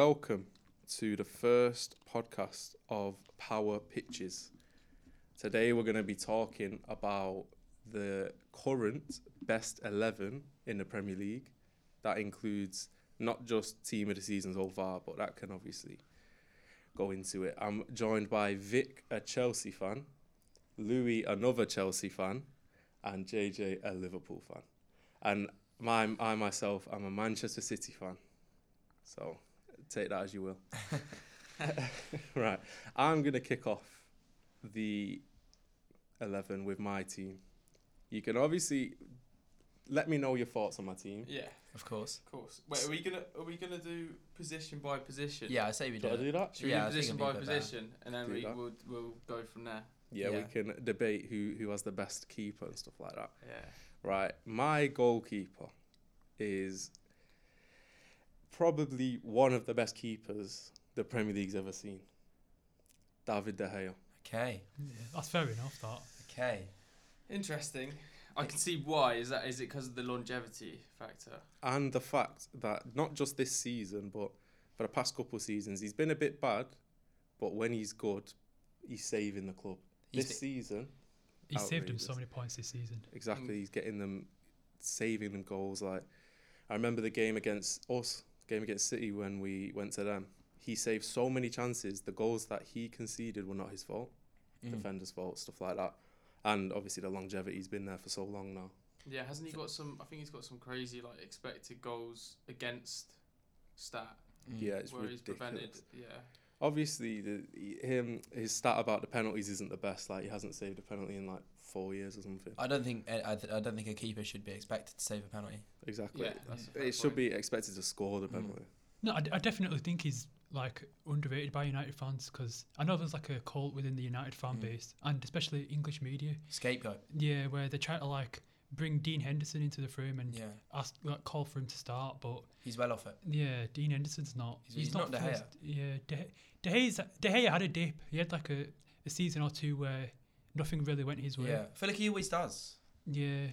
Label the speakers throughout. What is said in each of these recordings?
Speaker 1: Welcome to the first podcast of Power Pitches. Today we're going to be talking about the current best 11 in the Premier League. That includes not just team of the season so far, but that can obviously go into it. I'm joined by Vic, a Chelsea fan, Louis, another Chelsea fan, and JJ, a Liverpool fan. And my, I myself, I'm a Manchester City fan. So take that as you will. right. I'm going to kick off the 11 with my team. You can obviously let me know your thoughts on my team.
Speaker 2: Yeah,
Speaker 3: Of course.
Speaker 2: of course. Wait, are we gonna are we gonna do position by position?
Speaker 3: Yeah, I say we do.
Speaker 1: Should I
Speaker 3: it.
Speaker 1: do that?
Speaker 2: Should we
Speaker 3: Yeah,
Speaker 2: do
Speaker 3: I think
Speaker 2: position
Speaker 3: it'd be
Speaker 2: by
Speaker 3: a bit better.
Speaker 2: position, and then
Speaker 1: Do
Speaker 2: we
Speaker 1: that.
Speaker 2: will we'll go from there?
Speaker 1: Yeah, we
Speaker 3: Yeah.
Speaker 1: can debate who, who has the best keeper and stuff like that.
Speaker 2: Yeah.
Speaker 1: Right. My goalkeeper is probably one of the best keepers the Premier League's ever seen. David De Gea.
Speaker 3: Okay.
Speaker 4: Yeah, that's fair enough. That
Speaker 3: Okay.
Speaker 2: Interesting. I can see why. Is that is it because of the longevity factor?
Speaker 1: and the fact that not just this season, but for the past couple of seasons, he's been a bit bad, but when he's good, he's saving the club.
Speaker 3: He's
Speaker 1: this
Speaker 3: the-
Speaker 1: season,
Speaker 4: he
Speaker 3: Oh,
Speaker 4: saved him
Speaker 1: Outrageous.
Speaker 4: so many points this season.
Speaker 1: exactly,
Speaker 2: Mm.
Speaker 1: he's getting them, saving them goals. Like I remember the game against us, game against City when we went to them. He saved so many chances. The goals that he conceded were not his fault,
Speaker 3: Mm.
Speaker 1: defenders' fault, stuff like that. And obviously the longevity's been there for so long now.
Speaker 2: Yeah. Hasn't he got some? I think he's got some crazy like expected goals against stat
Speaker 3: Mm.
Speaker 1: Yeah, it's
Speaker 2: where he's prevented.
Speaker 1: ridiculous.
Speaker 2: Yeah.
Speaker 1: Obviously, the, he- him his stat about the penalties isn't the best. Like he hasn't saved a penalty in like four years or something.
Speaker 3: I don't think I, I th- I don't think a keeper should be expected to save a penalty.
Speaker 1: Exactly.
Speaker 2: Yeah. That's a fair
Speaker 1: It should
Speaker 2: point.
Speaker 1: be expected to score the
Speaker 3: Mm.
Speaker 1: penalty.
Speaker 4: No, I, d- I definitely think he's like underrated by United fans because I know there's like a cult within the United fan
Speaker 3: Mm.
Speaker 4: base and especially English media.
Speaker 3: Scapegoat.
Speaker 4: Yeah, where they try to like bring Dean Henderson into the frame and
Speaker 3: Yeah.
Speaker 4: ask like call for him to start, but
Speaker 3: He's well off it.
Speaker 4: yeah, Dean Henderson's not.
Speaker 3: He's- he's not De Gea.
Speaker 4: first- Yeah, De, De Gea's De Gea had a dip. He had like a, a season or two where nothing really went his way.
Speaker 3: Yeah. I feel like he always does.
Speaker 4: yeah.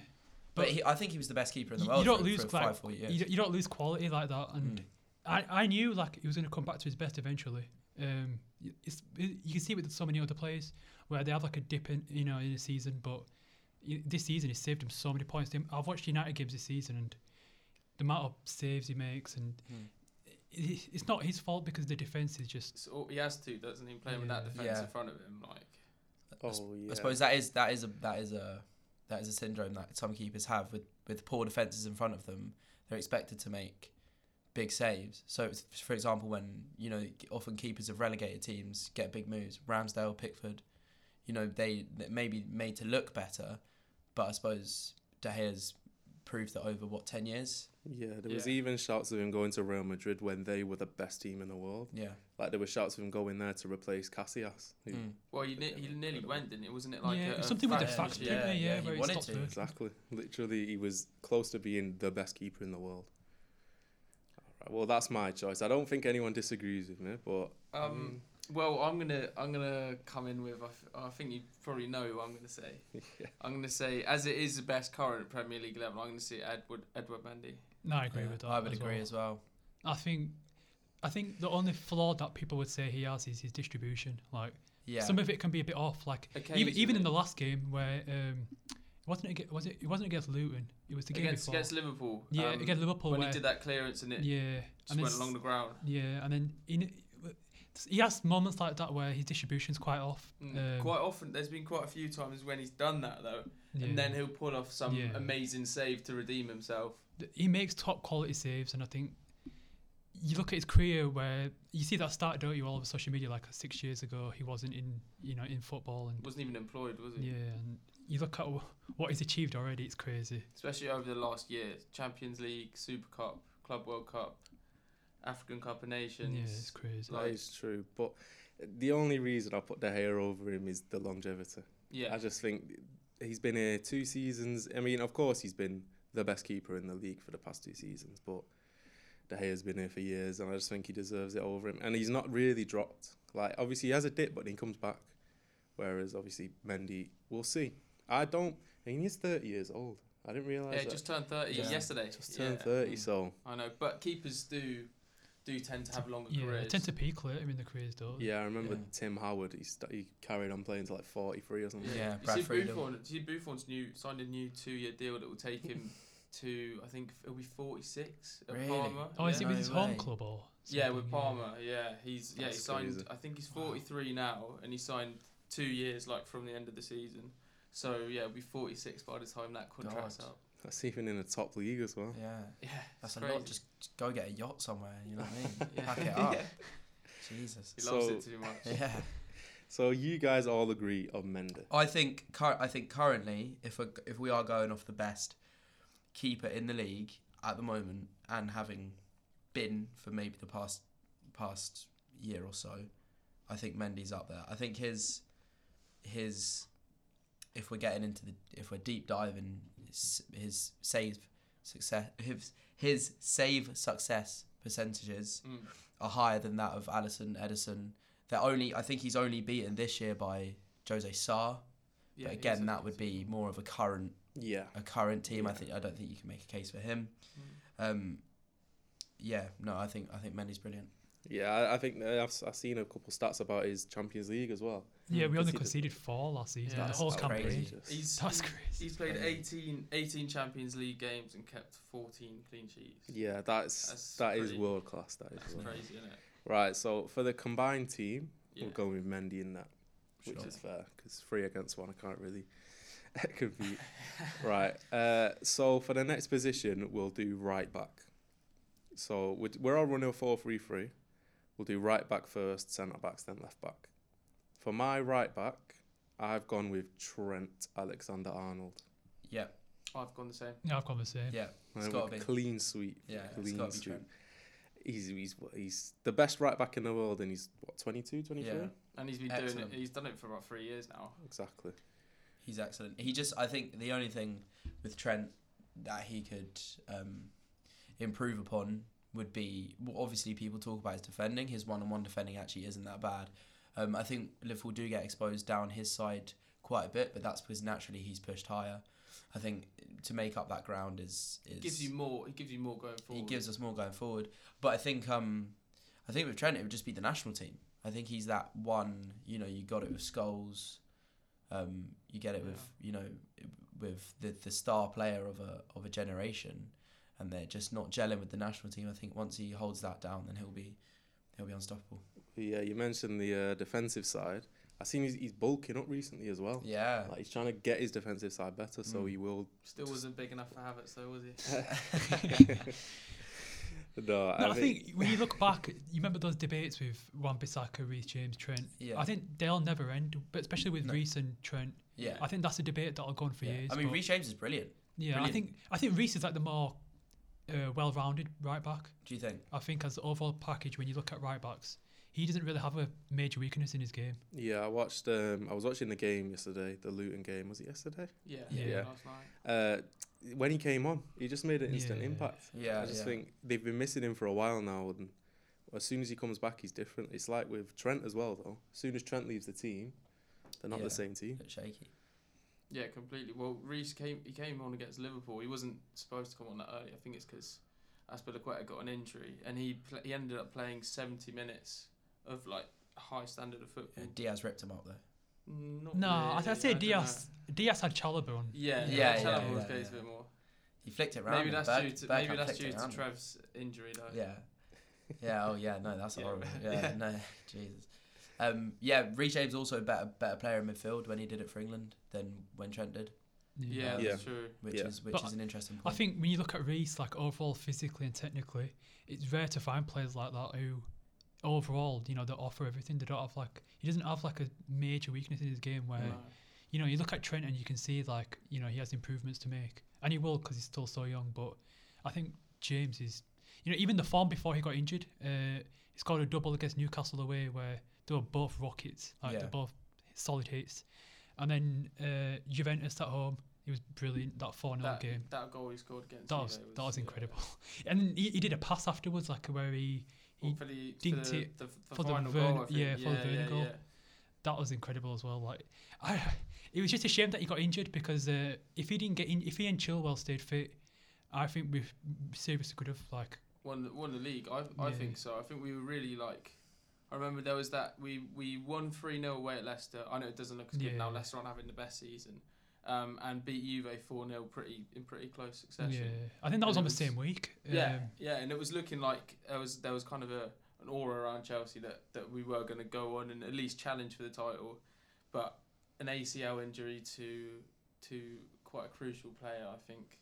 Speaker 3: But,
Speaker 4: But
Speaker 3: he, I think he was the best keeper in the
Speaker 4: You-
Speaker 3: world.
Speaker 4: you don't
Speaker 3: for,
Speaker 4: lose
Speaker 3: for
Speaker 4: like-
Speaker 3: five, four years.
Speaker 4: you, you don't lose quality like that. And
Speaker 3: Mm.
Speaker 4: I, I knew like he was going to come back to his best eventually. Um, y- it's, y- you can see with so many other players where they have like a dip in you know in a season, but y- this season he saved him so many points. Them- I've watched United games this season and the amount of saves he makes and
Speaker 3: Mm.
Speaker 4: i- i- it's not his fault because the defense is just
Speaker 2: It's all, he has to, doesn't he? Playing with that
Speaker 4: Yeah.
Speaker 2: defense
Speaker 3: Yeah.
Speaker 2: in front of him, like.
Speaker 3: I s-
Speaker 1: Oh yeah.
Speaker 3: I suppose that is that is a that is a that is a syndrome that some keepers have with with poor defenses in front of them. They're expected to make big saves. So it's, for example, when you know often keepers of relegated teams get big moves, Ramsdale, Pickford, you know they they may be made to look better, but I suppose De Gea's proved that over what ten years.
Speaker 1: yeah. There was
Speaker 2: Yeah.
Speaker 1: even shouts of him going to Real Madrid when they were the best team in the world.
Speaker 3: Yeah,
Speaker 1: Like there were shouts of him going there to replace Casillas. who-
Speaker 3: Mm.
Speaker 2: Well, he, ne-
Speaker 1: Okay,
Speaker 2: he
Speaker 1: well,
Speaker 2: nearly
Speaker 1: incredible.
Speaker 2: went, didn't it? Wasn't it like
Speaker 4: yeah
Speaker 2: a, a
Speaker 4: something with the
Speaker 3: fact-
Speaker 4: facts,
Speaker 3: uh, yeah,
Speaker 4: didn't they?
Speaker 3: yeah,
Speaker 4: yeah,
Speaker 3: he
Speaker 4: where it
Speaker 3: wanted
Speaker 4: stopped
Speaker 3: to.
Speaker 4: working.
Speaker 1: Exactly. Literally, he was close to being the best keeper in the world. All right, well, that's my choice. I don't think anyone disagrees with me, but
Speaker 2: Um, Well, I'm gonna I'm gonna come in with I, th- I think you probably know what I'm gonna say.
Speaker 1: yeah.
Speaker 2: I'm gonna say as it is the best current Premier League level, I'm gonna say Edward Edward Mendy.
Speaker 4: No, I agree
Speaker 3: Yeah,
Speaker 4: with that.
Speaker 3: I would
Speaker 4: as
Speaker 3: agree
Speaker 4: well.
Speaker 3: as well.
Speaker 4: I think I think the only flaw that people would say he has is his distribution. Like
Speaker 3: Yeah,
Speaker 4: some of it can be a bit off. Like even even in the last game where um, it wasn't against, was it? It wasn't against Luton. It was the game
Speaker 2: against,
Speaker 4: before.
Speaker 2: against Liverpool.
Speaker 4: yeah,
Speaker 2: um,
Speaker 4: against Liverpool.
Speaker 2: when
Speaker 4: where,
Speaker 2: he did that clearance and it
Speaker 4: yeah,
Speaker 2: just went
Speaker 4: s-
Speaker 2: along the ground.
Speaker 4: yeah, and then in, he has moments like that where his distribution's quite off.
Speaker 2: Mm.
Speaker 4: um,
Speaker 2: quite often, there's been quite a few times when he's done that though,
Speaker 4: yeah.
Speaker 2: and then he'll pull off some
Speaker 4: Yeah.
Speaker 2: amazing save to redeem himself.
Speaker 4: th- he makes top quality saves, and I think you look at his career where you see that start, don't you, all over social media? Like six years ago, he wasn't in you know in football, and
Speaker 2: Wasn't even employed, was he?
Speaker 4: yeah, and you look at wh- what he's achieved already. It's crazy.
Speaker 2: Especially over the last year, Champions League, Super Cup, Club World Cup, African Cup of Nations.
Speaker 4: Yeah, it's crazy.
Speaker 1: that is true. But the only reason I put De Gea over him is the longevity.
Speaker 2: Yeah.
Speaker 1: I just think he's been here two seasons. I mean, of course, he's been the best keeper in the league for the past two seasons, but De Gea's been here for years, and I just think he deserves it over him. And he's not really dropped. Like, obviously, he has a dip, but then he comes back. Whereas, obviously, Mendy, we'll see. I don't. I mean, he's 30 years old. I didn't realise
Speaker 2: Yeah, Mm.
Speaker 1: that.
Speaker 2: just turned 30
Speaker 3: Yeah.
Speaker 2: yesterday.
Speaker 1: Just turned
Speaker 2: Yeah.
Speaker 1: 30, so
Speaker 2: I know, but keepers do do tend to have longer
Speaker 4: Yeah,
Speaker 2: careers.
Speaker 4: they tend to peak later in the careers, though.
Speaker 1: Yeah, I remember
Speaker 3: Yeah.
Speaker 1: Tim Howard. He st- he carried on playing to like forty three or something.
Speaker 3: Yeah.
Speaker 2: you
Speaker 3: Brad
Speaker 2: see
Speaker 3: Friedel.
Speaker 2: Buffon. you See Buffon's new signed a new two-year deal that will take him to I think it'll be forty-six at
Speaker 3: Really?
Speaker 2: Parma.
Speaker 4: Oh, is
Speaker 2: yeah.
Speaker 4: it with
Speaker 3: No
Speaker 4: his home
Speaker 3: way.
Speaker 4: club or?
Speaker 2: Yeah,
Speaker 4: something?
Speaker 2: with Palmer. Yeah, he's yeah he
Speaker 1: That's
Speaker 2: signed.
Speaker 1: crazy.
Speaker 2: I think he's
Speaker 3: Wow.
Speaker 2: 43 now, and he signed two years like from the end of the season. So yeah, it'll be 46 by the time that contract's
Speaker 3: God.
Speaker 2: up.
Speaker 1: That's even in the top league as well.
Speaker 3: Yeah,
Speaker 2: Yeah, it's
Speaker 3: that's a
Speaker 2: crazy.
Speaker 3: lot. Just, just go get a yacht somewhere. You know what I mean?
Speaker 2: Yeah.
Speaker 3: Pack it up.
Speaker 2: Yeah.
Speaker 3: Jesus.
Speaker 2: He loves it
Speaker 1: So-
Speaker 2: too much.
Speaker 3: Yeah.
Speaker 1: So you guys all agree on Mender.
Speaker 3: I think cur- I think currently, if a, if we are going off the best keeper in the league at the moment, and having been for maybe the past past year or so, I think Mendy's up there. I think his his if we're getting into the if we're deep diving his, his save success his his save success percentages
Speaker 2: Mm.
Speaker 3: are higher than that of Allison Edison. They're only I think he's only beaten this year by Jose Sarr.
Speaker 2: Yeah,
Speaker 3: but
Speaker 2: he's
Speaker 3: again,
Speaker 2: a-
Speaker 3: that would be more of a current
Speaker 1: Yeah.
Speaker 3: a current team. I think I don't think you can make a case for him.
Speaker 2: Mm.
Speaker 3: Um, yeah, no, I think I think Mendy's brilliant.
Speaker 1: Yeah, I, I think that I've, s- I've seen a couple stats about his Champions League as well.
Speaker 4: Yeah, we
Speaker 1: Conceded.
Speaker 4: only conceded four last season.
Speaker 2: Yeah,
Speaker 4: the
Speaker 2: that's
Speaker 4: whole
Speaker 2: about
Speaker 4: campaign.
Speaker 3: crazy.
Speaker 1: Just-
Speaker 2: He's
Speaker 4: That's
Speaker 2: he's-
Speaker 4: crazy.
Speaker 2: He's played
Speaker 3: Crazy.
Speaker 2: 18, 18 Champions League games and kept 14 clean sheets.
Speaker 1: yeah, that's,
Speaker 2: That's
Speaker 1: that is
Speaker 2: pretty-
Speaker 1: world class. That is
Speaker 2: That's
Speaker 1: world.
Speaker 2: crazy, isn't it?
Speaker 1: right. So for the combined team,
Speaker 2: Yeah.
Speaker 1: we're going with Mendy in that, which
Speaker 3: Sure.
Speaker 1: is fair because three against one, I can't really compete. right. Uh, so for the next position, we'll do right back. So we'd- we're all running a four-three-three. We'll do right back first, centre backs, then left back. For my right back, I've gone with Trent Alexander Arnold.
Speaker 3: Yeah,
Speaker 2: I've gone the same.
Speaker 4: Yeah, I've gone the same.
Speaker 3: yeah, It's gotta be.
Speaker 1: clean sweep.
Speaker 3: yeah. It's
Speaker 1: clean
Speaker 3: got to
Speaker 1: sweep.
Speaker 3: be Trent.
Speaker 1: He's, he's he's the best right back in the world, and he's what 22, 23?
Speaker 3: Yeah.
Speaker 2: And he's been doing
Speaker 3: Excellent.
Speaker 2: it. He's done it for about three years now.
Speaker 1: Exactly.
Speaker 3: He's excellent. He just I think the only thing with Trent that he could um, improve upon would be well, obviously people talk about his defending. His one-on-one defending actually isn't that bad. Um, I think Liverpool do get exposed down his side quite a bit, but that's because naturally he's pushed higher. I think to make up that ground is is
Speaker 2: He gives you more. He gives you more going
Speaker 3: he
Speaker 2: forward.
Speaker 3: gives us more going forward. But I think um, I think with Trent it would just be the national team. I think he's that one. You know, you got it with Skulls. Um, you get it with you know with the the star player of a of a generation, and they're just not gelling with the national team. I think once he holds that down, then he'll be he'll be unstoppable.
Speaker 1: Yeah, you mentioned the uh, defensive side. I seen he's, he's bulking up recently as well.
Speaker 3: Yeah.
Speaker 1: Like he's trying to get his defensive side better, so
Speaker 3: Mm.
Speaker 1: he will.
Speaker 2: Still wasn't big enough for Havertz, though, was he?
Speaker 1: No,
Speaker 4: No, I think when you look back, you remember those debates with Wan Bissaka, Reece James, Trent.
Speaker 3: Yeah.
Speaker 4: I think they'll never end, but especially with
Speaker 3: No.
Speaker 4: Reece and Trent.
Speaker 3: yeah.
Speaker 4: I think that's a debate that'll go on for
Speaker 3: yeah.
Speaker 4: years.
Speaker 3: I mean,
Speaker 4: but-
Speaker 3: Reece James is brilliant.
Speaker 4: yeah, I
Speaker 3: brilliant.
Speaker 4: think I think Reece is like the more uh, well-rounded right back.
Speaker 3: Do you think?
Speaker 4: I think as the overall package, when you look at right backs, he doesn't really have a major weakness in his game.
Speaker 1: Yeah, I watched. Um, I was watching the game yesterday, the Luton game. Was it yesterday?
Speaker 2: Yeah.
Speaker 4: Yeah.
Speaker 1: Yeah.
Speaker 2: Last night.
Speaker 1: Uh, when he came on, he just made an instant
Speaker 4: Yeah.
Speaker 1: impact.
Speaker 3: Yeah.
Speaker 1: I just
Speaker 3: yeah.
Speaker 1: think they've been missing him for a while now, and as soon as he comes back, he's different. It's like with Trent as well, though. As soon as Trent leaves the team, they're not
Speaker 3: Yeah.
Speaker 1: the same team.
Speaker 3: Bit shaky.
Speaker 2: Yeah, completely. Well, Reese came. He came on against Liverpool. He wasn't supposed to come on that early. I think it's because Aspilaqueta got an injury, and he pl- he ended up playing seventy minutes of like high standard of
Speaker 3: Yeah,
Speaker 2: football.
Speaker 3: Uh, Diaz ripped him up though.
Speaker 2: Not
Speaker 4: No, I'd-
Speaker 2: really,
Speaker 4: I'd say
Speaker 2: I don't
Speaker 4: Diaz. Diaz had Chalobah on.
Speaker 2: know. Yeah,
Speaker 3: Yeah,
Speaker 2: yeah,
Speaker 3: yeah,
Speaker 2: Chalobah
Speaker 3: yeah,
Speaker 2: was
Speaker 3: yeah,
Speaker 2: goes a
Speaker 3: yeah.
Speaker 2: bit more.
Speaker 3: He flicked it round.
Speaker 2: Maybe
Speaker 3: and
Speaker 2: that's
Speaker 3: Berg-
Speaker 2: due to
Speaker 3: Bergkamp
Speaker 2: maybe that's
Speaker 3: flicked it
Speaker 2: due to
Speaker 3: round.
Speaker 2: Trev's injury though.
Speaker 3: Yeah. Yeah. Oh, yeah. No, that's
Speaker 2: Yeah,
Speaker 3: horrible.
Speaker 2: right.
Speaker 3: Yeah.
Speaker 2: Yeah.
Speaker 3: No. Jesus. Um. Yeah. Reece James also a better better player in midfield when he did it for England than when Trent did,
Speaker 2: Yeah,
Speaker 1: Yeah.
Speaker 2: that's true.
Speaker 3: which
Speaker 1: Yeah.
Speaker 3: is which
Speaker 4: But
Speaker 3: is an interesting
Speaker 4: I
Speaker 3: point.
Speaker 4: think when you look at Reese, like overall physically and technically, it's rare to find players like that who, overall, you know, they offer everything. They don't have like he doesn't have like a major weakness in his game where
Speaker 2: No.
Speaker 4: you know you look at Trent and you can see like you know he has improvements to make, and he will because he's still so young. But I think James is, you know, even the form before he got injured, uh, he scored a double against Newcastle away where they were both rockets, like
Speaker 3: Yeah.
Speaker 4: they're both solid hits, and then uh, Juventus at home. He was brilliant that 4 0
Speaker 2: that,
Speaker 4: game.
Speaker 2: that goal he scored against.
Speaker 4: That
Speaker 2: Juve
Speaker 4: was, that was
Speaker 2: yeah.
Speaker 4: incredible. And he, he did a pass afterwards, like where he
Speaker 2: Well,
Speaker 4: he-
Speaker 2: for the,
Speaker 4: dinked
Speaker 2: for the,
Speaker 4: it
Speaker 2: the, the
Speaker 4: for the
Speaker 2: final
Speaker 4: Vern-
Speaker 2: goal, I think.
Speaker 4: yeah, for the Werner
Speaker 2: yeah,
Speaker 4: goal.
Speaker 2: yeah.
Speaker 4: that was incredible as well. Like, I it was just a shame that he got injured because uh, if he didn't get in, if he and Chilwell stayed fit, I think we seriously could have like
Speaker 2: won the, won the league. I I
Speaker 4: Yeah.
Speaker 2: think so. I think we were really like. I remember there was that we we won three 0 away at Leicester. I know it doesn't look as good now.
Speaker 4: Yeah.
Speaker 2: Leicester aren't having the best season, um, and beat Juve four 0 pretty in pretty close
Speaker 4: Yeah,
Speaker 2: succession.
Speaker 4: I think
Speaker 2: And
Speaker 4: that was on
Speaker 2: it
Speaker 4: the
Speaker 2: was-
Speaker 4: same week.
Speaker 2: Yeah,
Speaker 4: Um,
Speaker 2: yeah, and it was looking like there was there was kind of a an aura around Chelsea that, that we were going to go on and at least challenge for the title, but an ACL injury to to quite a crucial player, I think,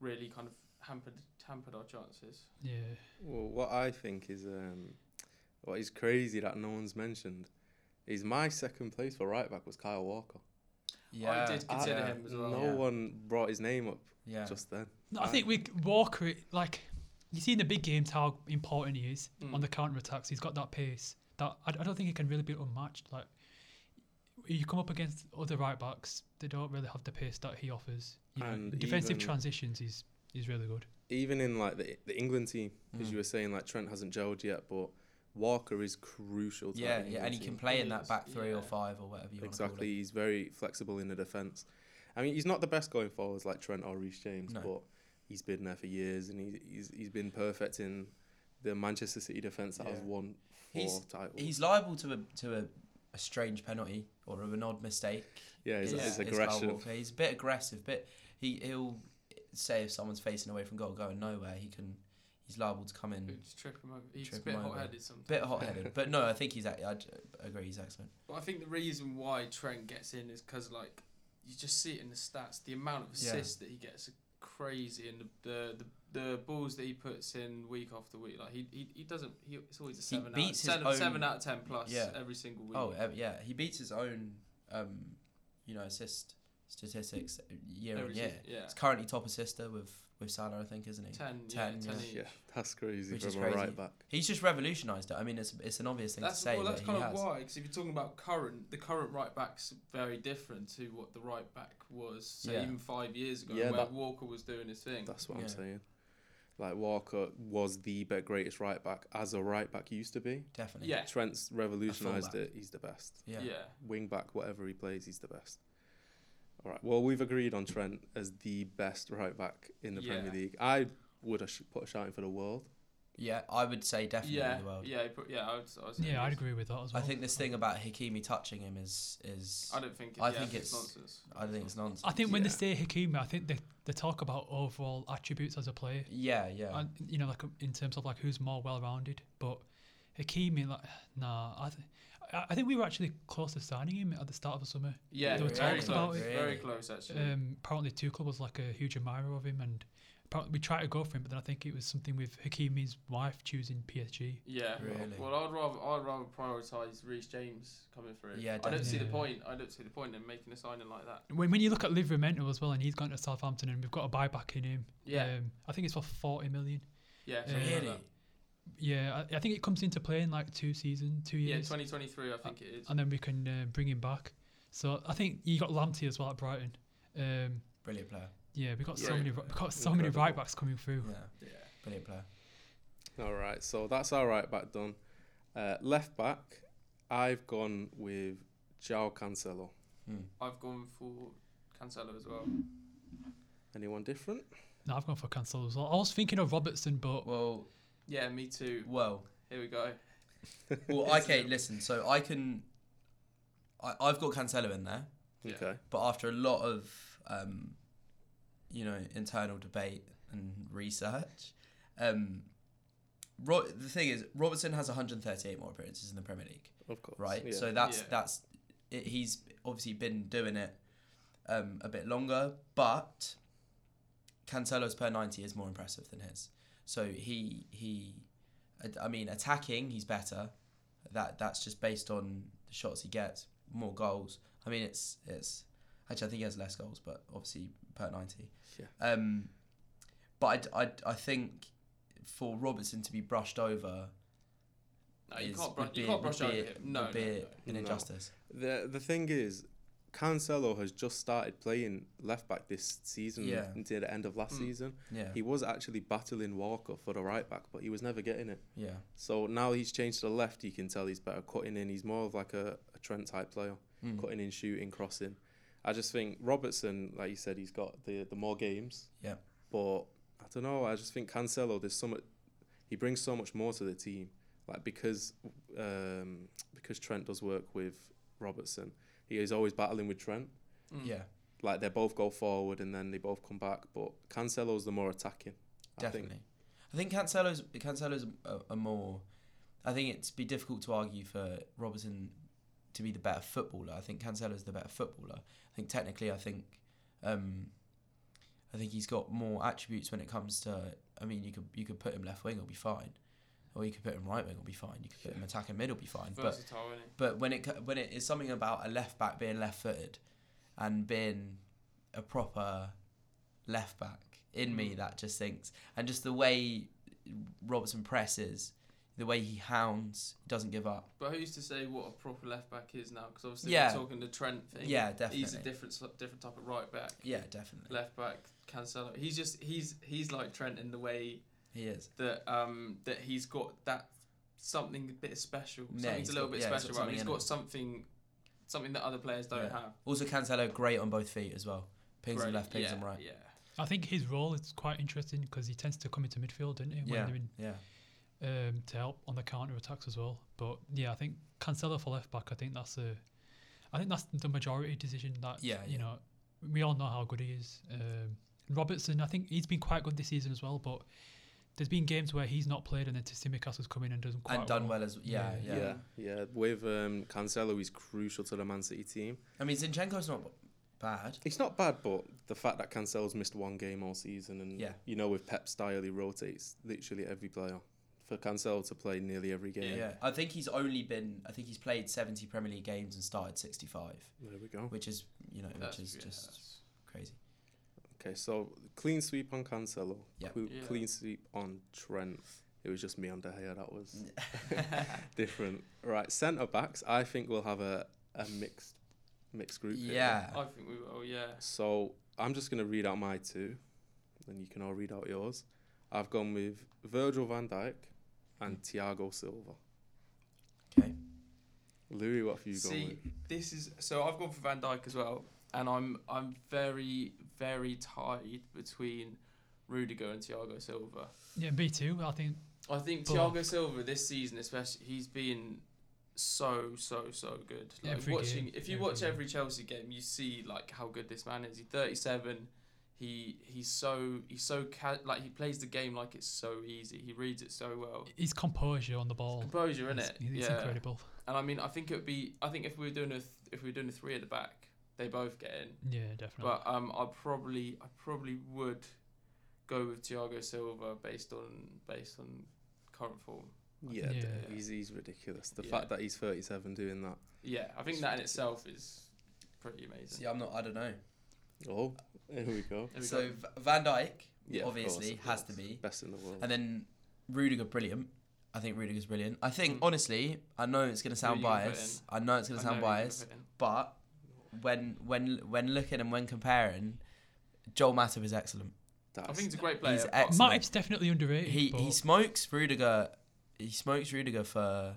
Speaker 2: really kind of hampered hampered our chances.
Speaker 4: yeah.
Speaker 1: Well, what I think is um, what is crazy that no one's mentioned is my second place for right back was Kyle Walker.
Speaker 3: Yeah.
Speaker 2: I did consider
Speaker 1: Uh,
Speaker 2: him as well.
Speaker 1: No
Speaker 3: Ah, Yeah.
Speaker 1: one brought his name up
Speaker 3: Yeah.
Speaker 1: just then.
Speaker 4: No, I
Speaker 1: Right.
Speaker 4: think we Walker it- like you see in the big games how important he is
Speaker 2: Mm.
Speaker 4: on the counter attacks. He's got that pace that I, I don't think he can really be unmatched. Like you come up against other right backs, they don't really have the pace that he offers. You know,
Speaker 1: And
Speaker 4: defensive
Speaker 1: even-
Speaker 4: transitions, he's he's really good.
Speaker 1: Even in like the the England team, as
Speaker 3: Mm.
Speaker 1: you were saying, like Trent hasn't gelled yet, but Walker is crucial. To
Speaker 3: yeah,
Speaker 1: that
Speaker 3: yeah,
Speaker 1: England
Speaker 3: and he
Speaker 1: team.
Speaker 3: can play in that
Speaker 2: Yes,
Speaker 3: back three
Speaker 2: yeah.
Speaker 3: or five or whatever you want to call
Speaker 1: Exactly, he's very flexible in the defense. I mean, he's not the best going forwards like Trent or Reece James,
Speaker 3: No.
Speaker 1: but he's been there for years and he, he's he's been perfect in the Manchester City defense that has
Speaker 2: Yeah.
Speaker 1: won four
Speaker 3: He's-
Speaker 1: titles.
Speaker 3: it. He's liable to a to a, a strange penalty or an odd mistake.
Speaker 1: yeah, his,
Speaker 3: is-
Speaker 1: his
Speaker 3: is Kyle
Speaker 1: aggression.
Speaker 3: Walker. He's a bit aggressive, but he he'll say if someone's facing away from goal, going nowhere, he can. He's liable to come in.
Speaker 2: Just trip him over. He's
Speaker 3: Mm. Trip
Speaker 2: a bit
Speaker 3: him over.
Speaker 2: hot-headed sometimes.
Speaker 3: Bit hot headed, but no, I think he's. ac- I d- agree, he's excellent.
Speaker 2: But I think the reason why Trent gets in is because like you just see it in the stats, the amount of
Speaker 3: Yeah.
Speaker 2: assists that he gets are crazy, and the, the the the balls that he puts in week after week. Like he he, he doesn't. He, it's always a seven out
Speaker 3: beats his
Speaker 2: seven,
Speaker 3: own-
Speaker 2: seven out of ten plus
Speaker 3: Yeah.
Speaker 2: every single week.
Speaker 3: Oh ev- yeah, he beats his own, um, you know, assist statistics year
Speaker 2: every
Speaker 3: on year.
Speaker 2: season, yeah.
Speaker 3: He's currently top assister with with Salah, I think, isn't he?
Speaker 2: Ten,
Speaker 3: Ten,
Speaker 2: yeah, ten
Speaker 3: yeah.
Speaker 2: each.
Speaker 1: Yeah, that's crazy
Speaker 3: Which
Speaker 1: from
Speaker 3: is
Speaker 1: a
Speaker 3: crazy.
Speaker 1: right back.
Speaker 3: He's just revolutionised it. I mean, it's it's an obvious thing to
Speaker 2: That's
Speaker 3: say,
Speaker 2: well, that's
Speaker 3: but
Speaker 2: kind
Speaker 3: he
Speaker 2: of
Speaker 3: has.
Speaker 2: why. Because if you're talking about current, the current right back's very different to what the right back was, say,
Speaker 3: Yeah.
Speaker 2: even five years ago,
Speaker 1: Yeah,
Speaker 2: where
Speaker 1: that-
Speaker 2: Walker was doing his thing.
Speaker 1: That's what
Speaker 3: Yeah.
Speaker 1: I'm saying. Like Walker was the be- greatest right back as a right back used to be.
Speaker 3: Definitely.
Speaker 2: Yeah,
Speaker 1: Trent's revolutionized
Speaker 3: fullback.
Speaker 1: it. He's the best.
Speaker 3: Yeah.
Speaker 2: yeah.
Speaker 1: Wing back, whatever he plays, he's the best. All right. Well, we've agreed on Trent as the best right back in the Premier
Speaker 2: Yeah.
Speaker 1: League. I would have sh- put a shout in for the world.
Speaker 3: Yeah, I would say definitely
Speaker 2: Yeah,
Speaker 3: the world.
Speaker 2: yeah, he put- yeah. I would, I would say
Speaker 4: Yeah, I'd
Speaker 2: yes.
Speaker 4: agree with that as
Speaker 3: I
Speaker 4: well.
Speaker 3: think this thing about Hakimi touching him is is
Speaker 2: I don't think. It,
Speaker 3: I
Speaker 2: yeah,
Speaker 3: think
Speaker 2: it's
Speaker 3: it's-
Speaker 2: nonsense.
Speaker 3: I don't think it's nonsense.
Speaker 4: I think when they
Speaker 2: yeah.
Speaker 4: say Hakimi, I think they they talk about overall attributes as a player.
Speaker 3: yeah, yeah.
Speaker 4: and you know, like um, in terms of like who's more well-rounded. But Hakimi, like, nah, I, th- I- I think we were actually close to signing him at the start of the summer.
Speaker 2: Yeah,
Speaker 4: There were
Speaker 2: very
Speaker 4: talks
Speaker 2: close.
Speaker 4: about
Speaker 3: it.
Speaker 2: Very
Speaker 3: Really?
Speaker 2: close, actually.
Speaker 4: Um, apparently Tuchel was like a huge admirer of him, and apparently we tried to go for him, but then I think it was something with Hakimi's wife choosing PSG.
Speaker 2: yeah.
Speaker 3: Really?
Speaker 2: Well, I'd rather I'd rather prioritise Reece James coming through.
Speaker 3: Yeah,
Speaker 2: I don't see the
Speaker 4: definitely.
Speaker 2: point. I don't see the point in making a signing like that.
Speaker 4: When, when you look at Livramento as well, and he's gone to Southampton, and we've got a buyback in him.
Speaker 2: Yeah.
Speaker 4: um, I think it's for forty million.
Speaker 2: Yeah,
Speaker 4: Yeah.
Speaker 2: something like
Speaker 3: really?
Speaker 2: that.
Speaker 4: Yeah, I, I think it comes into play in like two season, two
Speaker 2: Yeah,
Speaker 4: years,
Speaker 2: 2023, I think it is.
Speaker 4: and then we can uh, bring him back. So I think you got Lamptey as well at Brighton. Um,
Speaker 3: Brilliant player.
Speaker 4: Yeah, we got so
Speaker 2: Yeah.
Speaker 4: many we got so many
Speaker 1: Incredible.
Speaker 4: right backs coming through.
Speaker 3: Yeah,
Speaker 2: Yeah.
Speaker 3: brilliant player.
Speaker 1: All right. So that's our right back done. Uh, left back, I've gone with Jao Cancelo.
Speaker 3: Hmm.
Speaker 2: I've gone for Cancelo as well.
Speaker 1: Anyone different?
Speaker 4: No, I've gone for Cancelo as well. I was thinking of Robertson, but
Speaker 3: Well,
Speaker 2: Yeah, me too.
Speaker 3: well,
Speaker 2: Here we go.
Speaker 3: well. Okay, listen. So I can, I I've got Cancelo in there,
Speaker 2: Yeah.
Speaker 1: Okay.
Speaker 3: but after a lot of, um, you know, internal debate and research, um, Ro- the thing is, Robertson has 138 more appearances in the Premier League.
Speaker 1: Of course.
Speaker 3: right?
Speaker 1: Yeah.
Speaker 3: So that's
Speaker 2: Yeah.
Speaker 3: that's it, he's obviously been doing it um, a bit longer, but Cancelo's per ninety is more impressive than his. So he he, I- I mean, attacking he's better. That that's just based on the shots he gets, more goals. I mean, it's it's actually I think he has less goals, but obviously per ninety.
Speaker 1: Yeah.
Speaker 3: Um, but I, I, I think for Robertson to be brushed over
Speaker 2: No, you
Speaker 3: is-
Speaker 2: can't, brush
Speaker 3: would be-
Speaker 2: you can't
Speaker 3: would
Speaker 2: brush
Speaker 3: be-
Speaker 2: over him. No, no,
Speaker 3: would be
Speaker 2: no.
Speaker 3: an
Speaker 1: No.
Speaker 3: injustice.
Speaker 1: The the thing is, Cancelo has just started playing left back this season
Speaker 3: Yeah.
Speaker 1: until the end of last
Speaker 2: Mm.
Speaker 1: season.
Speaker 3: Yeah,
Speaker 1: He was actually battling Walker for the right back, but he was never getting it.
Speaker 3: yeah,
Speaker 1: So now he's changed to the left. You can tell he's better cutting in. He's more of like a, a Trent type player,
Speaker 3: Mm.
Speaker 1: cutting in, shooting, crossing. I just think Robertson, like you said, he's got the the more games.
Speaker 3: Yeah.
Speaker 1: But I don't know. I just think Cancelo. There's something he brings so much more to the team. Like because um, because Trent does work with Robertson, he is always battling with Trent.
Speaker 2: Mm.
Speaker 3: Yeah,
Speaker 1: Like they both go forward and then they both come back. But Cancelo's the more attacking. I
Speaker 3: definitely.
Speaker 1: think.
Speaker 3: I think, Cancelo's Cancelo's a, a more. I think it's be difficult to argue for Robertson to be the better footballer. I think Cancelo's the better footballer. I think technically, I think, um, I think he's got more attributes when it comes to. I mean, you could you could put him left wing, it'll be fine, or you could put him right wing, it'll be fine. You could put him attack and mid, it'll be fine. But
Speaker 2: Versatile, innit?
Speaker 3: But when it co- when it is something about a left back being left footed, and being a proper left back in me,
Speaker 2: Mm.
Speaker 3: that just thinks and just the way Robertson presses, the way he hounds, he doesn't give up.
Speaker 2: But who's to say what a proper left back is now? Because obviously
Speaker 3: Yeah.
Speaker 2: we're talking the Trent thing.
Speaker 3: Yeah, definitely.
Speaker 2: He's a different s- different type of right back.
Speaker 3: yeah, definitely.
Speaker 2: Left back Cancelo. He's just he's he's like Trent in the way
Speaker 3: He is.
Speaker 2: that um that he's got that something a bit special.
Speaker 3: Yeah,
Speaker 2: Something's
Speaker 3: he's
Speaker 2: a little
Speaker 3: got-
Speaker 2: bit
Speaker 3: yeah, he's got
Speaker 2: special about him.
Speaker 3: something
Speaker 2: He's
Speaker 3: in
Speaker 2: got
Speaker 3: him.
Speaker 2: something something that other players don't
Speaker 3: Yeah.
Speaker 2: have.
Speaker 3: Also, Cancelo great on both feet as well. Pings
Speaker 2: Great.
Speaker 3: him left, pings
Speaker 2: yeah,
Speaker 3: him right.
Speaker 2: Yeah.
Speaker 4: I think his role is quite interesting because he tends to come into midfield, doesn't he? When
Speaker 3: Yeah,
Speaker 4: they're in,
Speaker 3: yeah,
Speaker 4: um, to help on the counter attacks as well. But yeah, I think Cancelo for left back. I think that's a, I think that's the majority decision that
Speaker 3: Yeah,
Speaker 4: you
Speaker 3: yeah.
Speaker 4: know we all know how good he is. Um, Robertson, I think he's been quite good this season as well. But there's been games where he's not played and then Tsimikas has come in and doesn't quite
Speaker 3: and done well as yeah,
Speaker 4: Yeah,
Speaker 3: yeah.
Speaker 1: Yeah, yeah. With um, Cancelo, he's crucial to the Man City team.
Speaker 3: I mean, Zinchenko's not bad.
Speaker 1: It's not bad, but the fact that Cancelo's missed one game all season, and
Speaker 3: Yeah.
Speaker 1: you know, with Pep's style, he rotates literally every player. For Cancelo to play nearly every
Speaker 3: Yeah.
Speaker 1: game,
Speaker 3: I think he's only been. I think he's played seventy Premier League games and started sixty-five,
Speaker 1: there we go.
Speaker 3: which is you know,
Speaker 2: That's-
Speaker 3: which is
Speaker 2: yeah,
Speaker 3: just
Speaker 2: that's-
Speaker 3: crazy.
Speaker 1: Okay, so clean sweep on Cancelo.
Speaker 3: Yeah.
Speaker 1: Cle-
Speaker 2: Yeah.
Speaker 1: Clean sweep on Trent. It was just me and De Gea. That was different. Right, centre backs. I think we'll have a, a mixed mixed group. here.
Speaker 3: Yeah.
Speaker 2: I think we will. Yeah.
Speaker 1: So I'm just gonna read out my two, and you can all read out yours. I've gone with Virgil Van Dijk and Thiago Silva.
Speaker 3: Okay.
Speaker 1: Louis, what have you gone
Speaker 2: See, this is so I've gone for Van Dyke as well, and I'm I'm very very tied between Rudiger and Thiago Silva.
Speaker 4: Yeah, me too. I think
Speaker 2: I think
Speaker 4: But-
Speaker 2: Thiago Silva this season, especially, he's been so so so good. Like
Speaker 4: Every
Speaker 2: watching,
Speaker 4: game,
Speaker 2: if you
Speaker 4: every
Speaker 2: watch
Speaker 4: game.
Speaker 2: every Chelsea game, you see like how good this man is. He's 37. He he's so he's so ca- like he plays the game like it's so easy. He reads it so well.
Speaker 4: his composure on the ball.
Speaker 2: Composure in
Speaker 4: is-
Speaker 2: it,
Speaker 4: It's
Speaker 2: yeah.
Speaker 4: incredible.
Speaker 2: And I mean, I think it would be. I think if we were doing a th- if we were doing a three at the back, they both get in.
Speaker 4: Yeah, definitely.
Speaker 2: But um, I probably I probably would go with Thiago Silva based on based on current form.
Speaker 1: with? Yeah,
Speaker 4: Yeah.
Speaker 1: d- he's he's ridiculous. The
Speaker 2: Yeah.
Speaker 1: fact that he's 37 doing that.
Speaker 2: Yeah, I think that in itself is pretty amazing.
Speaker 3: See, I'm not. I don't know.
Speaker 1: Oh, here we go.
Speaker 2: There we
Speaker 3: So
Speaker 2: go.
Speaker 3: V- Van Dijk
Speaker 1: Yeah, of
Speaker 3: obviously
Speaker 1: course, of
Speaker 3: has to
Speaker 1: course.
Speaker 3: be,
Speaker 1: best in the world.
Speaker 3: and then Rudiger brilliant. I think Rudiger's brilliant. I think
Speaker 2: Mm.
Speaker 3: honestly, I know it's gonna sound
Speaker 2: Rudiger put
Speaker 3: biased.
Speaker 2: in.
Speaker 3: I know it's gonna
Speaker 2: I
Speaker 3: sound
Speaker 2: know you're
Speaker 3: biased,
Speaker 2: gonna put in.
Speaker 3: but when when when looking and when comparing, Joel Matip is excellent.
Speaker 1: That's-
Speaker 2: I think he's a great player.
Speaker 3: He's
Speaker 2: but
Speaker 3: excellent.
Speaker 4: Matip's definitely underrated.
Speaker 3: He
Speaker 4: but
Speaker 3: he smokes Rudiger. He smokes Rudiger for